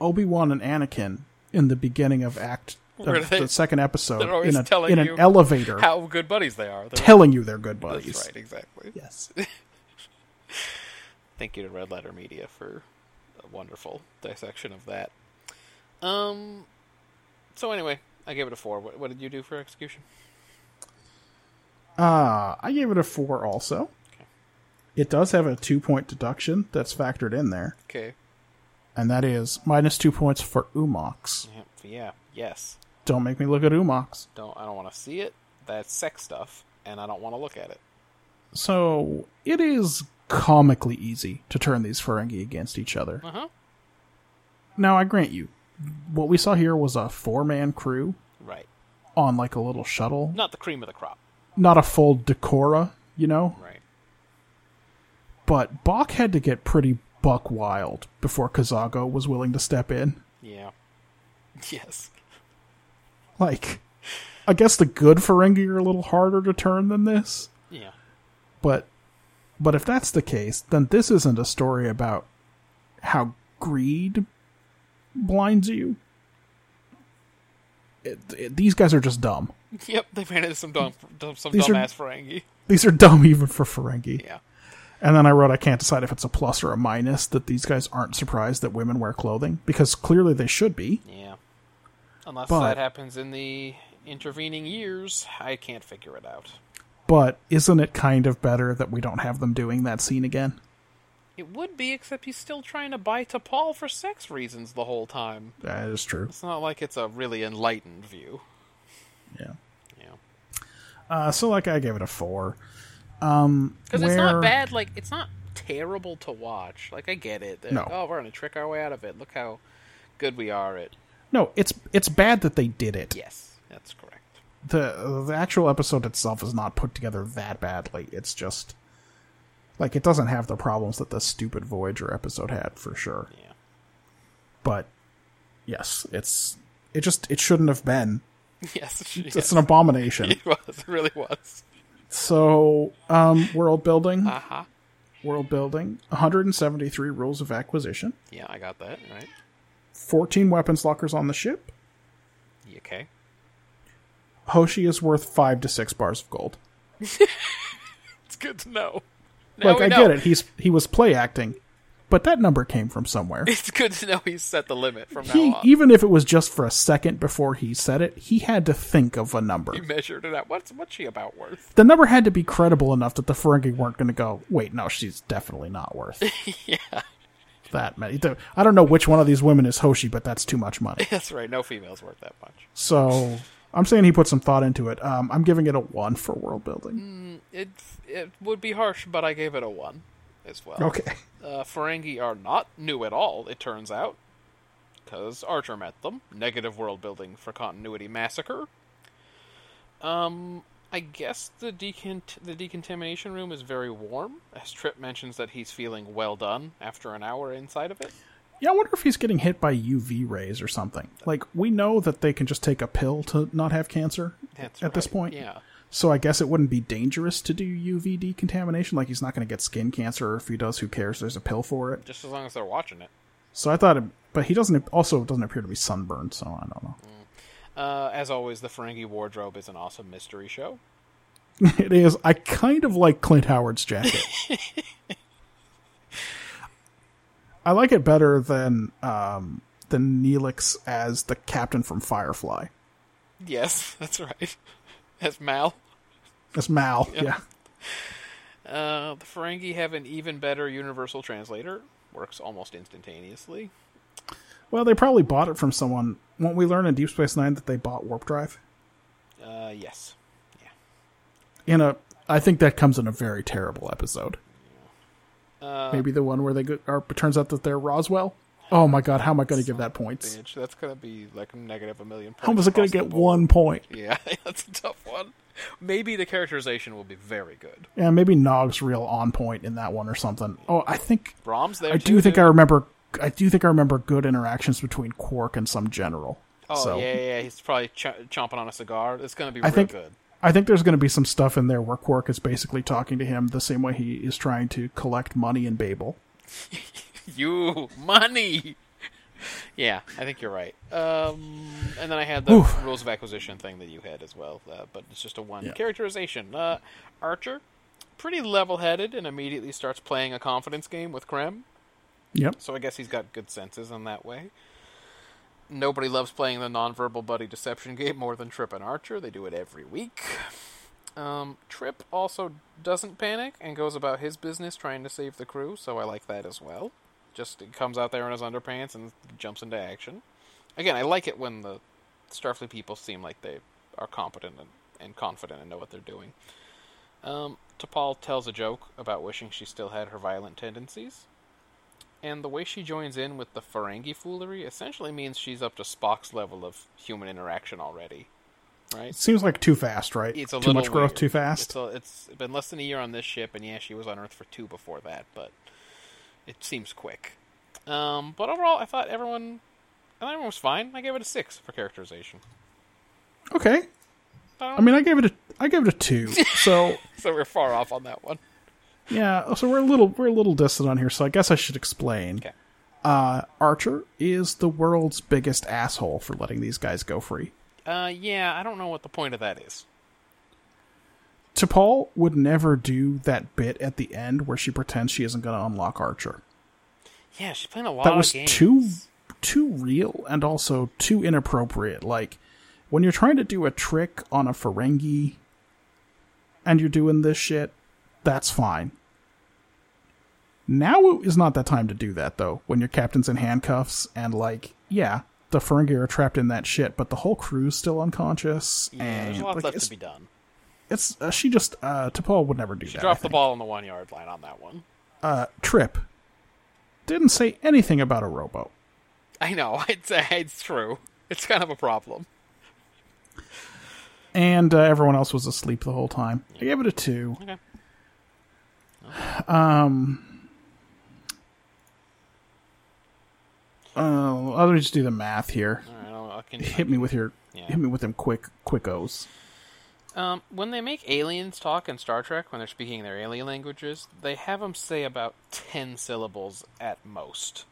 Speaker 3: obi-wan and anakin in the beginning of act
Speaker 2: Where
Speaker 3: of
Speaker 2: they-
Speaker 3: the second episode
Speaker 2: they're always
Speaker 3: Uh, in, a,
Speaker 2: telling
Speaker 3: in an
Speaker 2: you
Speaker 3: elevator
Speaker 2: how good buddies they are They're
Speaker 3: telling you they're good
Speaker 2: like,
Speaker 3: buddies
Speaker 2: that's right exactly
Speaker 3: yes
Speaker 2: thank you to red letter media for a wonderful dissection of that um so anyway i gave it a four what, what did you do for execution
Speaker 3: Uh, I gave it a four also. It does have a two point deduction that's factored in there,
Speaker 2: okay
Speaker 3: and that is minus two points for Umox.
Speaker 2: yeah, yeah yes
Speaker 3: Don't make me look at Umox.
Speaker 2: don't i don't want to see it that's sex stuff and i don't want to look at it
Speaker 3: So it is comically easy to turn these Ferengi against each other.
Speaker 2: uh-huh
Speaker 3: Now, I grant you, what we saw here was a four man crew
Speaker 2: right
Speaker 3: on like a little shuttle,
Speaker 2: not the cream of the crop,
Speaker 3: not a full Decora, you know?
Speaker 2: right?
Speaker 3: But Bach had to get pretty buck wild before Kazago was willing to step in.
Speaker 2: Yeah. Yes.
Speaker 3: Like, I guess the good Ferengi are a little harder to turn than this,
Speaker 2: Yeah.
Speaker 3: but but if that's the case, then this isn't a story about how greed blinds you. It, it- these guys are just dumb.
Speaker 2: Yep. They ran into some dumb, dumb some
Speaker 3: These are-
Speaker 2: dumbass Ferengi.
Speaker 3: These are dumb even for Ferengi.
Speaker 2: Yeah.
Speaker 3: And then I wrote, I can't decide if it's a plus or a minus that these guys aren't surprised that women wear clothing because clearly they should be.
Speaker 2: Yeah. Unless
Speaker 3: But-
Speaker 2: that happens in the intervening years, I can't figure it out.
Speaker 3: But isn't it kind of better that we don't have them doing that scene again?
Speaker 2: It would be, except he's still trying to buy to Paul for sex reasons the whole time.
Speaker 3: That is true.
Speaker 2: It's not like it's a really enlightened view.
Speaker 3: Yeah.
Speaker 2: Yeah.
Speaker 3: Uh, so like I gave it a four. Um,
Speaker 2: Because it's
Speaker 3: Where-
Speaker 2: not bad. Like it's not terrible to watch. Like I get it. They're
Speaker 3: No.
Speaker 2: like, oh, we're gonna trick our way out of it. Look how good we are at.
Speaker 3: No, it's it's bad that they did it,
Speaker 2: Yes, that's correct.
Speaker 3: the the actual episode itself is not put together that badly. It's just like it doesn't have the problems that the stupid Voyager episode had for sure.
Speaker 2: Yeah.
Speaker 3: But yes, it's it just it shouldn't have been.
Speaker 2: Yes,
Speaker 3: It's an abomination.
Speaker 2: it was. It really was.
Speaker 3: So, um, world building. Uh
Speaker 2: Uh-huh.
Speaker 3: huh. World building. 173 rules of acquisition.
Speaker 2: Yeah, I got that right.
Speaker 3: 14 weapons lockers on the ship.
Speaker 2: You Okay.
Speaker 3: Hoshi is worth five to six bars of gold.
Speaker 2: It's good to know. Now
Speaker 3: like
Speaker 2: we
Speaker 3: I
Speaker 2: know.
Speaker 3: get it. He's he was play acting, but that number came from somewhere.
Speaker 2: It's good to know he's set the limit from
Speaker 3: he
Speaker 2: now on.
Speaker 3: even if it was just for a second before he said it, he had to think of a number.
Speaker 2: He measured it out. What's what's she about worth?
Speaker 3: The number had to be credible enough that the Ferengi weren't going to go. Wait, no, she's definitely not worth. yeah. That many. I don't know which one of these women is Hoshi, but that's too much money.
Speaker 2: That's right. No female's worth that much.
Speaker 3: So I'm saying he put some thought into it. Um, I'm giving it a one for world building.
Speaker 2: It it would be harsh, but I gave it a one as well.
Speaker 3: Okay.
Speaker 2: Uh, Ferengi are not new at all. It turns out, because Archer met them. Negative world building for continuity massacre. Um, I guess the decont the decontamination room is very warm. As Trip mentions that he's feeling well done after an hour inside of it.
Speaker 3: Yeah, I wonder if he's getting hit by UV rays or something. Like we know that they can just take a pill to not have cancer
Speaker 2: That's
Speaker 3: at this
Speaker 2: right,
Speaker 3: point.
Speaker 2: yeah.
Speaker 3: So I guess it wouldn't be dangerous to do UV decontamination. Like he's not going to get skin cancer, or if he does, who cares? There's a pill for it.
Speaker 2: Just as long as they're watching it.
Speaker 3: So I thought, it, but he doesn't. Also, doesn't appear to be sunburned. So I don't know.
Speaker 2: Uh, as always, the Ferengi wardrobe is an awesome mystery show.
Speaker 3: It is. I kind of like Clint Howard's jacket. I like it better than um, than Neelix as the captain from Firefly.
Speaker 2: Yes, that's right. That's Mal.
Speaker 3: That's Mal. Yeah.
Speaker 2: Uh, the Ferengi have an even better universal translator. Works almost instantaneously.
Speaker 3: Well, they probably bought it from someone. Won't we learn in Deep Space Nine that they bought warp drive?
Speaker 2: Uh, yes. Yeah.
Speaker 3: In a, I think that comes in a very terrible episode.
Speaker 2: Uh,
Speaker 3: Maybe the one where they go, or it turns out that they're Roswell. Oh my god, how am I going to give that points?
Speaker 2: Bitch, that's gonna be like negative a million points.
Speaker 3: How was it going
Speaker 2: across
Speaker 3: to
Speaker 2: the
Speaker 3: get
Speaker 2: board.
Speaker 3: one point?
Speaker 2: Yeah, that's a tough one. Maybe the characterization will be very good.
Speaker 3: Yeah, maybe Nog's real on point in that one or something. Oh, I think
Speaker 2: Brahms there
Speaker 3: I
Speaker 2: too,
Speaker 3: do think I
Speaker 2: dude.
Speaker 3: remember. I do think I remember good interactions between Quark and some general.
Speaker 2: Oh
Speaker 3: so
Speaker 2: yeah, yeah, yeah, he's probably ch- chomping on a cigar. It's gonna be
Speaker 3: I
Speaker 2: real
Speaker 3: think
Speaker 2: good.
Speaker 3: I think there's going to be some stuff in there where Quark is basically talking to him the same way he is trying to collect money in Babel.
Speaker 2: You money. Yeah, I think you're right. Um, and then I had the
Speaker 3: Oof.
Speaker 2: rules of acquisition thing that you had as well, uh, but it's just a one
Speaker 3: Yeah.
Speaker 2: characterization. Uh, Archer, pretty level-headed, and immediately starts playing a confidence game with Krem.
Speaker 3: Yep.
Speaker 2: So I guess he's got good senses in that way. Nobody loves playing the nonverbal buddy deception game more than Trip and Archer. They do it every week. Um, Trip also doesn't panic and goes about his business trying to save the crew, so I like that as well. Just comes out there in his underpants and jumps into action. Again, I like it when the Starfleet people seem like they are competent and, and confident and know what they're doing. Um, T'Pol tells a joke about wishing she still had her violent tendencies, and the way she joins in with the Ferengi foolery essentially means she's up to Spock's level of human interaction already. Right?
Speaker 3: Seems like too fast, right?
Speaker 2: It's a
Speaker 3: too much
Speaker 2: little
Speaker 3: growth,
Speaker 2: weird.
Speaker 3: too fast.
Speaker 2: It's, a, it's been less than a year on this ship, and yeah, she was on Earth for two before that, but it seems quick. Um, but overall, I thought everyone, I thought everyone was fine. I gave it a six for characterization.
Speaker 3: okay. I mean, I gave it a I gave it a two. So
Speaker 2: So we're far off on that one.
Speaker 3: yeah, so we're a little we're a little distant on here. So I guess I should explain.
Speaker 2: Okay.
Speaker 3: Uh, Archer is the world's biggest asshole for letting these guys go free.
Speaker 2: Uh, yeah, I don't know what the point of that is.
Speaker 3: T'Pol would never do that bit at the end where she pretends she isn't going to unlock Archer.
Speaker 2: Yeah, she's playing a lot
Speaker 3: That
Speaker 2: of
Speaker 3: was
Speaker 2: games.
Speaker 3: too too real and also too inappropriate. Like when you're trying to do a trick on a Ferengi and you're doing this shit, that's fine. Now is not that time to do that though. When your captain's in handcuffs and like, yeah, the Ferengi are trapped in that shit, but the whole crew's still unconscious.
Speaker 2: Yeah, there's
Speaker 3: and
Speaker 2: a lot
Speaker 3: like,
Speaker 2: left
Speaker 3: it's,
Speaker 2: to be done.
Speaker 3: it's uh, she just uh, T'Pol would never do
Speaker 2: She
Speaker 3: that. I
Speaker 2: dropped the
Speaker 3: think.
Speaker 2: ball on the one yard line on that one.
Speaker 3: Trip didn't say anything about a rowboat.
Speaker 2: I know, it's, it's true. It's kind of a problem.
Speaker 3: and uh, everyone else was asleep the whole time. I gave it a two.
Speaker 2: Okay.
Speaker 3: Um. Uh, let me just do the math here.
Speaker 2: All right, I'll, I can
Speaker 3: Hit me with your,
Speaker 2: Yeah.
Speaker 3: hit me with them quick, quick O's.
Speaker 2: Um, when they make aliens talk in Star Trek, when they're speaking their alien languages, they have them say about ten syllables at most.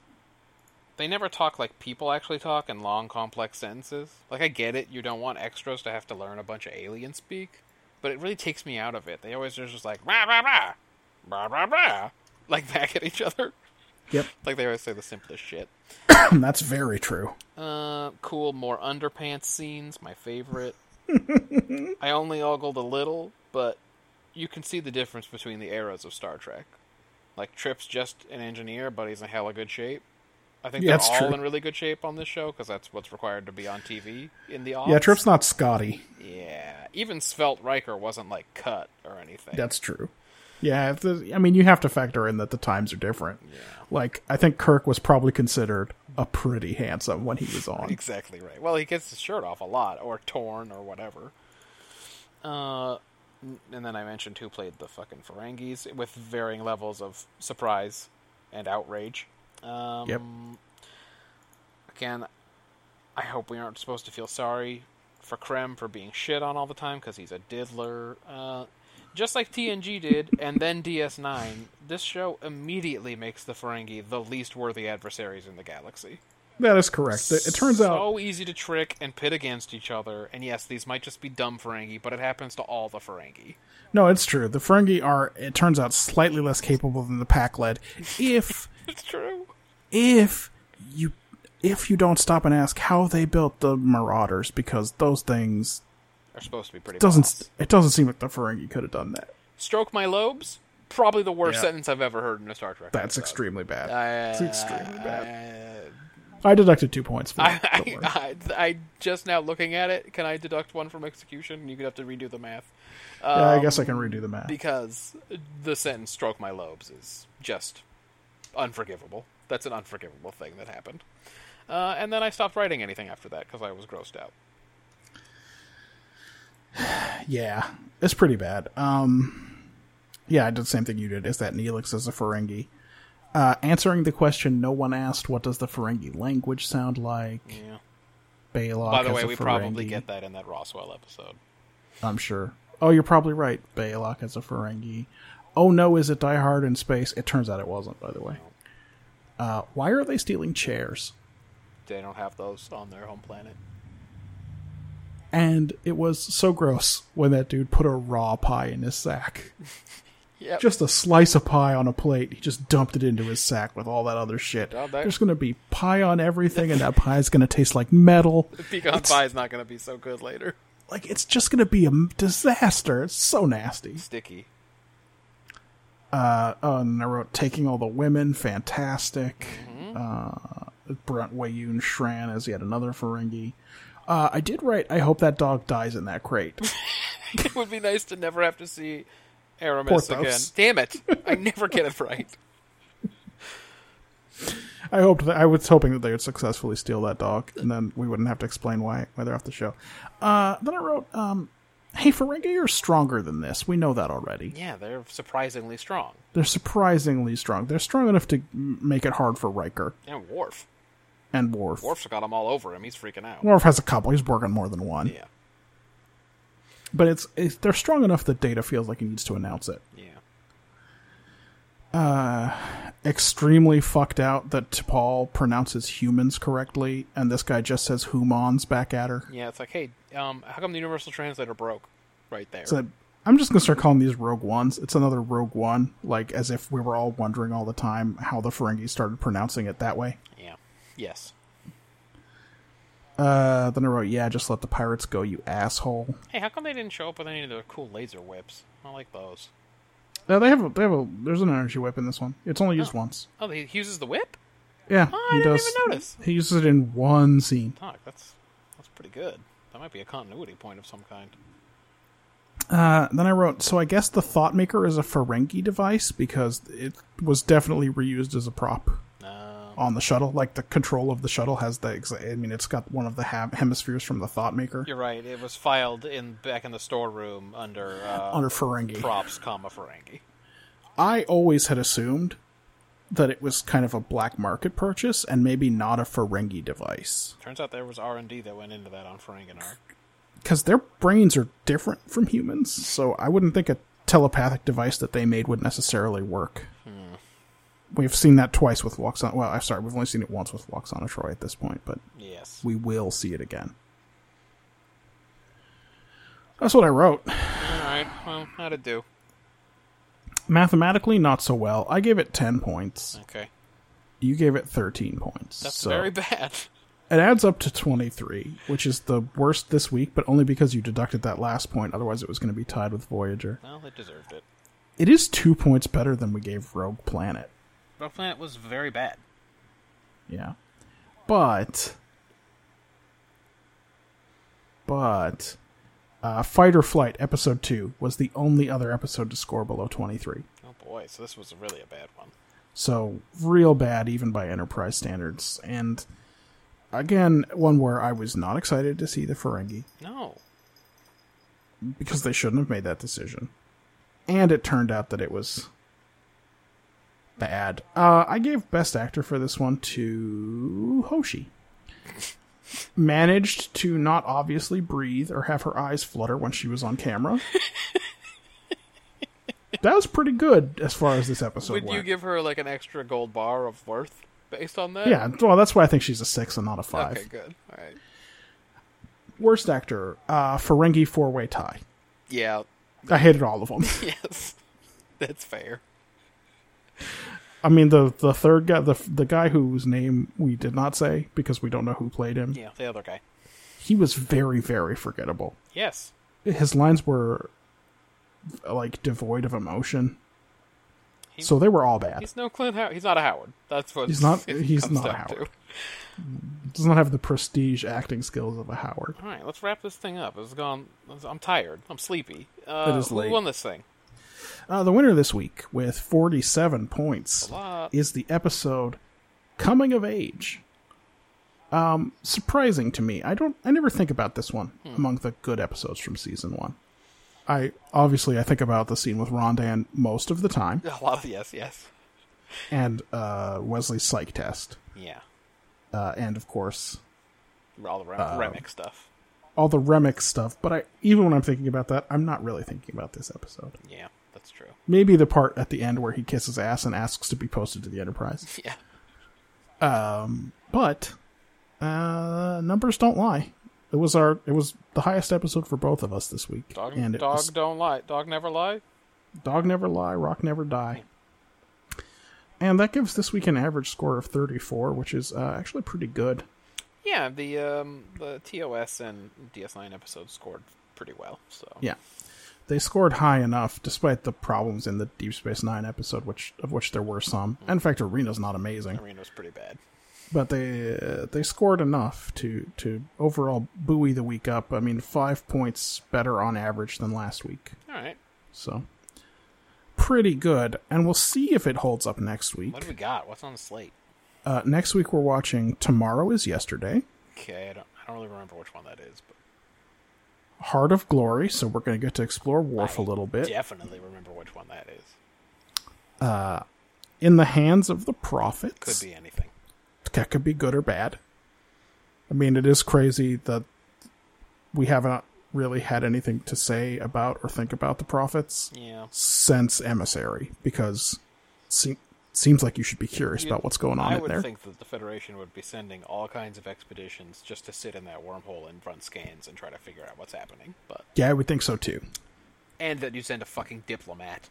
Speaker 2: They never talk like people actually talk in long, complex sentences. Like, I get it, you don't want extras to have to learn a bunch of alien speak, but it really takes me out of it. They always are just like, rah, rah, rah, rah, rah, rah, like back at each other.
Speaker 3: Yep.
Speaker 2: Like, they always say the simplest shit.
Speaker 3: That's very true.
Speaker 2: Uh, cool, more underpants scenes, my favorite. I only ogled a little, but you can see the difference between the eras of Star Trek. Like Trip's just an engineer, but he's in hella good shape. I think
Speaker 3: Yeah,
Speaker 2: they're
Speaker 3: that's
Speaker 2: all
Speaker 3: true.
Speaker 2: in really good shape on this show because that's what's required to be on TV in the off.
Speaker 3: Yeah, Trip's not Scotty.
Speaker 2: Yeah, even Svelte Riker wasn't like cut or anything.
Speaker 3: That's true. Yeah, if the, I mean, you have to factor in that the times are different. Like, I think Kirk was probably considered a pretty handsome when he was on.
Speaker 2: Exactly right. Well, he gets his shirt off a lot, or torn, or whatever. Uh, n- and then I mentioned who played the fucking Ferengis with varying levels of surprise and outrage. Um,
Speaker 3: Yep.
Speaker 2: Again, I hope we aren't supposed to feel sorry for Krem for being shit on all the time because he's a diddler. Uh, just like TNG did, and then DS9, this show immediately makes the Ferengi the least worthy adversaries in the galaxy
Speaker 3: That is correct. It, it turns out
Speaker 2: so easy to trick and pit against each other. And yes, these might just be dumb Ferengi, but it happens to all the Ferengi.
Speaker 3: no, it's true. The Ferengi are. It turns out slightly less capable than the pack led. If
Speaker 2: It's true.
Speaker 3: if you if you don't stop and ask how they built the Marauders, because those things
Speaker 2: They're supposed to be pretty.
Speaker 3: doesn't
Speaker 2: boss.
Speaker 3: it doesn't seem like the Ferengi could have done that.
Speaker 2: stroke my lobes? Probably the worst
Speaker 3: Yeah.
Speaker 2: sentence I've ever heard in a Star Trek.
Speaker 3: That's
Speaker 2: episode.
Speaker 3: extremely bad.
Speaker 2: Uh,
Speaker 3: it's extremely bad. I deducted two points for that. Don't
Speaker 2: I,
Speaker 3: worry.
Speaker 2: I, I just now looking at it. Can I deduct one from execution? You could have to redo the math
Speaker 3: Yeah,
Speaker 2: um,
Speaker 3: I guess I can redo the math.
Speaker 2: because the sentence "stroke my lobes" is just unforgivable. That's an unforgivable thing that happened. Uh, and then I stopped writing anything after that because I was grossed out.
Speaker 3: Yeah, it's pretty bad. Um, yeah, I did the same thing you did. Is that Neelix as a Ferengi? Uh, answering the question no one asked, what does the Ferengi language sound like?
Speaker 2: Yeah.
Speaker 3: Balog.
Speaker 2: By the way,
Speaker 3: as a
Speaker 2: we probably
Speaker 3: Ferengi,
Speaker 2: get that in that Roswell episode.
Speaker 3: I'm sure. Oh, you're probably right. Balok as a Ferengi. Oh no, is it Die Hard in space? It turns out it wasn't. By the way, uh, why are they stealing chairs?
Speaker 2: They don't have those on their home planet.
Speaker 3: And it was so gross when that dude put a raw pie in his sack.
Speaker 2: Yep.
Speaker 3: just a slice of pie on a plate. He just dumped it into his sack with all that other shit.
Speaker 2: Well, that-
Speaker 3: There's going to be pie on everything, and that pie is going to taste like metal.
Speaker 2: Pecan pie is not going to be so good later.
Speaker 3: Like it's just going to be a m- disaster. It's so nasty.
Speaker 2: Sticky.
Speaker 3: Uh, oh, and I wrote taking all the women, fantastic.
Speaker 2: Mm-hmm.
Speaker 3: Uh, Brunt Wayun Shran as yet another Ferengi. Uh, I did write. I hope that dog dies in that crate.
Speaker 2: it would be nice to never have to see Aramis
Speaker 3: Porthos.
Speaker 2: again. Damn it! I never get it right.
Speaker 3: I hoped that I was hoping that they would successfully steal that dog, and then we wouldn't have to explain why why they're off the show. Uh, then I wrote, um, "Hey, Ferengi are stronger than this. We know that already.
Speaker 2: Yeah, they're surprisingly strong.
Speaker 3: They're surprisingly strong. They're strong enough to m- make it hard for Riker
Speaker 2: And Worf.
Speaker 3: and Worf. Worf,
Speaker 2: Worf's got them all over him. He's freaking out.
Speaker 3: has a couple. He's working more than one.
Speaker 2: Yeah.
Speaker 3: But it's, it's they're strong enough that Data feels like he needs to announce it.
Speaker 2: Yeah.
Speaker 3: Extremely fucked out that T'Pol pronounces humans correctly, and this guy just says humans back at her.
Speaker 2: Yeah. It's like, hey, um, how come the universal translator broke? Right there.
Speaker 3: So I'm just gonna start calling these Rogue Ones. It's another Rogue One, like as if we were all wondering all the time how the Ferengi started pronouncing it that way.
Speaker 2: yeah. Yes.
Speaker 3: Uh, then I wrote, "Yeah, just let the pirates go, you asshole."
Speaker 2: Hey, how come they didn't show up with any of their cool laser whips? I like those.
Speaker 3: No, Uh, they have a, they have a there's an energy whip in this one. It's only used once.
Speaker 2: Oh, he he uses the whip.
Speaker 3: Yeah,
Speaker 2: Oh, I didn't even notice.
Speaker 3: He uses it in one scene.
Speaker 2: Fuck, that's that's pretty good. That might be a continuity point of some kind.
Speaker 3: Uh, then I wrote, "So I guess the Thought Maker is a Ferengi device because it was definitely reused as a prop."
Speaker 2: Uh,
Speaker 3: on the shuttle. Like the control of the shuttle has the. Ex- I mean, it's got one of the ham- hemispheres from the Thought Maker
Speaker 2: You're right. It was filed in back in the storeroom under uh,
Speaker 3: under Ferengi.
Speaker 2: props, comma Ferengi.
Speaker 3: I always had assumed that it was kind of a black market purchase and maybe not a Ferengi device
Speaker 2: Turns out there was R and D that went into that on Ferenginar.
Speaker 3: because their brains are different from humans. So I wouldn't think a telepathic device that they made would necessarily work.
Speaker 2: Hmm.
Speaker 3: We've seen that twice with Walks on. Well, I'm sorry, we've only seen it once with Walks on a Troy at this point, but
Speaker 2: Yes.
Speaker 3: we will see it again. That's what I wrote.
Speaker 2: All right. Well, how'd it do?
Speaker 3: Mathematically, not so well. I gave it 10 points.
Speaker 2: Okay.
Speaker 3: You gave it 13 points.
Speaker 2: That's
Speaker 3: so
Speaker 2: very bad.
Speaker 3: It adds up to 23, which is the worst this week, but only because you deducted that last point. Otherwise, it was going to be tied with Voyager.
Speaker 2: Well, it deserved it.
Speaker 3: It is two points better than we gave Rogue Planet.
Speaker 2: Rogue Planet was very bad.
Speaker 3: Yeah. But. But. Uh, Fight or Flight, Episode 2, was the only other episode to score below 23.
Speaker 2: Oh boy. So this was really a bad one.
Speaker 3: So real bad, even by enterprise standards. And again, one where I was not excited to see the Ferengi
Speaker 2: No.
Speaker 3: because they shouldn't have made that decision. And it turned out that it was bad. Uh, I gave best actor for this one to Hoshi. Managed to not obviously breathe or have her eyes flutter when she was on camera. that was pretty good as far as this episode
Speaker 2: Would you
Speaker 3: went.
Speaker 2: give her like an extra gold bar of worth based on that?
Speaker 3: Yeah, well, that's why I think she's a six and not a five.
Speaker 2: Okay. Good. All right.
Speaker 3: Worst actor, uh, Ferengi four way tie.
Speaker 2: Yeah.
Speaker 3: I hated all of them.
Speaker 2: Yes. That's fair.
Speaker 3: I mean, the the third guy, the the guy whose name we did not say because we don't know who played him.
Speaker 2: Yeah. The other guy.
Speaker 3: He was very very forgettable.
Speaker 2: Yes.
Speaker 3: His lines were like devoid of emotion, so they were all bad.
Speaker 2: He's no Clint Howard. He's not a Howard. That's what
Speaker 3: He's not-
Speaker 2: it
Speaker 3: he's
Speaker 2: comes
Speaker 3: not a
Speaker 2: down to.
Speaker 3: Howard. Does not have the prestige acting skills of a Howard.
Speaker 2: All right, let's wrap this thing up. It's gone. I'm tired. I'm sleepy. Uh,
Speaker 3: It is late.
Speaker 2: Who won this thing?
Speaker 3: Uh, the winner this week with 47 points
Speaker 2: lot.
Speaker 3: is the episode Coming of Age. Um, surprising to me. I don't I never think about this one among the good episodes from season 1. I obviously I think about the scene with Rondan most of the time
Speaker 2: A lot of yes, yes,
Speaker 3: and uh Wesley's psych test.
Speaker 2: yeah.
Speaker 3: Uh, and of course
Speaker 2: All the Rem-
Speaker 3: Uh,
Speaker 2: Remick stuff.
Speaker 3: all the Remix stuff, but I even when I'm thinking about that, I'm not really thinking about this episode.
Speaker 2: Yeah, that's true.
Speaker 3: Maybe the part at the end where he kisses ass and asks to be posted to the Enterprise.
Speaker 2: Yeah,
Speaker 3: but uh, numbers don't lie. It was our it was the highest episode for both of us this week,
Speaker 2: dog.
Speaker 3: and it
Speaker 2: dog
Speaker 3: was
Speaker 2: don't lie. Dog never lie.
Speaker 3: dog never lie, rock never die, and that gives this week an average score of thirty four, which is uh, actually pretty good.
Speaker 2: Yeah, the um the TOS and DS9 episodes scored pretty well. So
Speaker 3: Yeah, they scored high enough despite the problems in the Deep Space Nine episode, which of which there were some. And in fact, Arena's not amazing,
Speaker 2: Marina was pretty bad.
Speaker 3: but they uh, they scored enough to to overall buoy the week up. I mean, five points better on average than last week.
Speaker 2: All right,
Speaker 3: So pretty good. And we'll see if it holds up next week.
Speaker 2: what do we got? What's on the slate?
Speaker 3: Uh, next week we're watching Tomorrow is Yesterday,
Speaker 2: Okay, I don't I don't really remember which one that is, but
Speaker 3: Heart of Glory, so we're going to get to explore Worf a little bit.
Speaker 2: definitely remember which one that is.
Speaker 3: In the Hands of the Prophets.
Speaker 2: Could be anything.
Speaker 3: That could be good or bad. I mean, it is crazy that we haven't really had anything to say about or think about the Prophets
Speaker 2: Yeah.
Speaker 3: since Emissary, because se- seems like you should be curious about what's going on
Speaker 2: I
Speaker 3: in
Speaker 2: would
Speaker 3: there.
Speaker 2: think that the Federation would be sending all kinds of expeditions just to sit in that wormhole and run scans and try to figure out what's happening. But
Speaker 3: yeah, I would think so too.
Speaker 2: and that you send a fucking diplomat.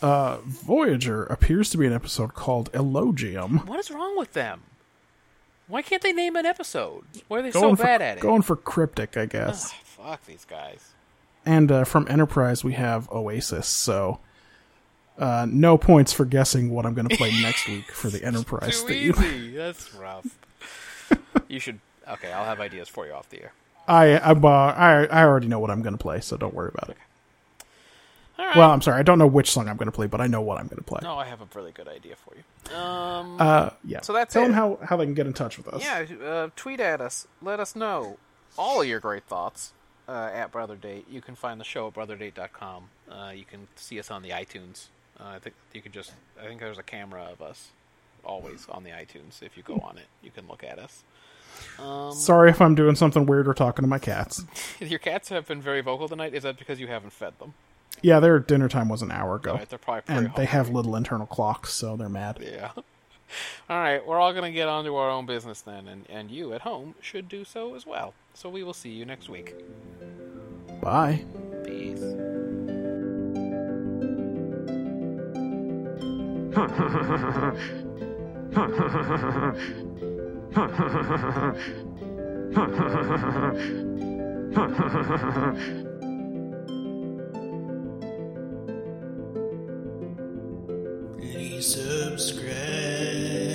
Speaker 3: Voyager appears to be an episode called Elogium.
Speaker 2: What is wrong with them? Why can't they name an episode? Why are they so
Speaker 3: Going for,
Speaker 2: bad at it?
Speaker 3: Going for cryptic, I guess.
Speaker 2: Ah, fuck these guys.
Speaker 3: And uh, from Enterprise, we have Oasis, so uh, no points for guessing what I'm going to play next week for the Enterprise
Speaker 2: Too
Speaker 3: theme.
Speaker 2: easy. That's rough. you should. Okay, I'll have ideas for you off the air.
Speaker 3: I I'm, uh, I I already know what I'm going to play, so don't worry about it. Well, I'm sorry. I don't know which song I'm going to play, but I know what I'm going to play.
Speaker 2: No, I have a really good idea for you.
Speaker 3: Uh, yeah.
Speaker 2: So that's
Speaker 3: tell
Speaker 2: it.
Speaker 3: them how how they can get in touch with us.
Speaker 2: Yeah, uh, tweet at us. Let us know all your great thoughts uh, at Brother Date. You can find the show at brotherdate.com. Uh, you can see us on the iTunes. Uh, I think you can just. I think there's a camera of us always on the iTunes. If you go on it, you can look at us. um,
Speaker 3: Sorry if I'm doing something weird or talking to my cats.
Speaker 2: Your cats have been very vocal tonight. Is that because you haven't fed them?
Speaker 3: Yeah, their dinner time was an hour ago,
Speaker 2: Right, they're probably pretty
Speaker 3: and they
Speaker 2: hungry.
Speaker 3: have little internal clocks, so they're mad.
Speaker 2: Yeah. All right, we're all going to get on to our own business then, and, and you at home should do so as well. So we will see you next week.
Speaker 3: Bye.
Speaker 2: Peace.
Speaker 7: Please subscribe.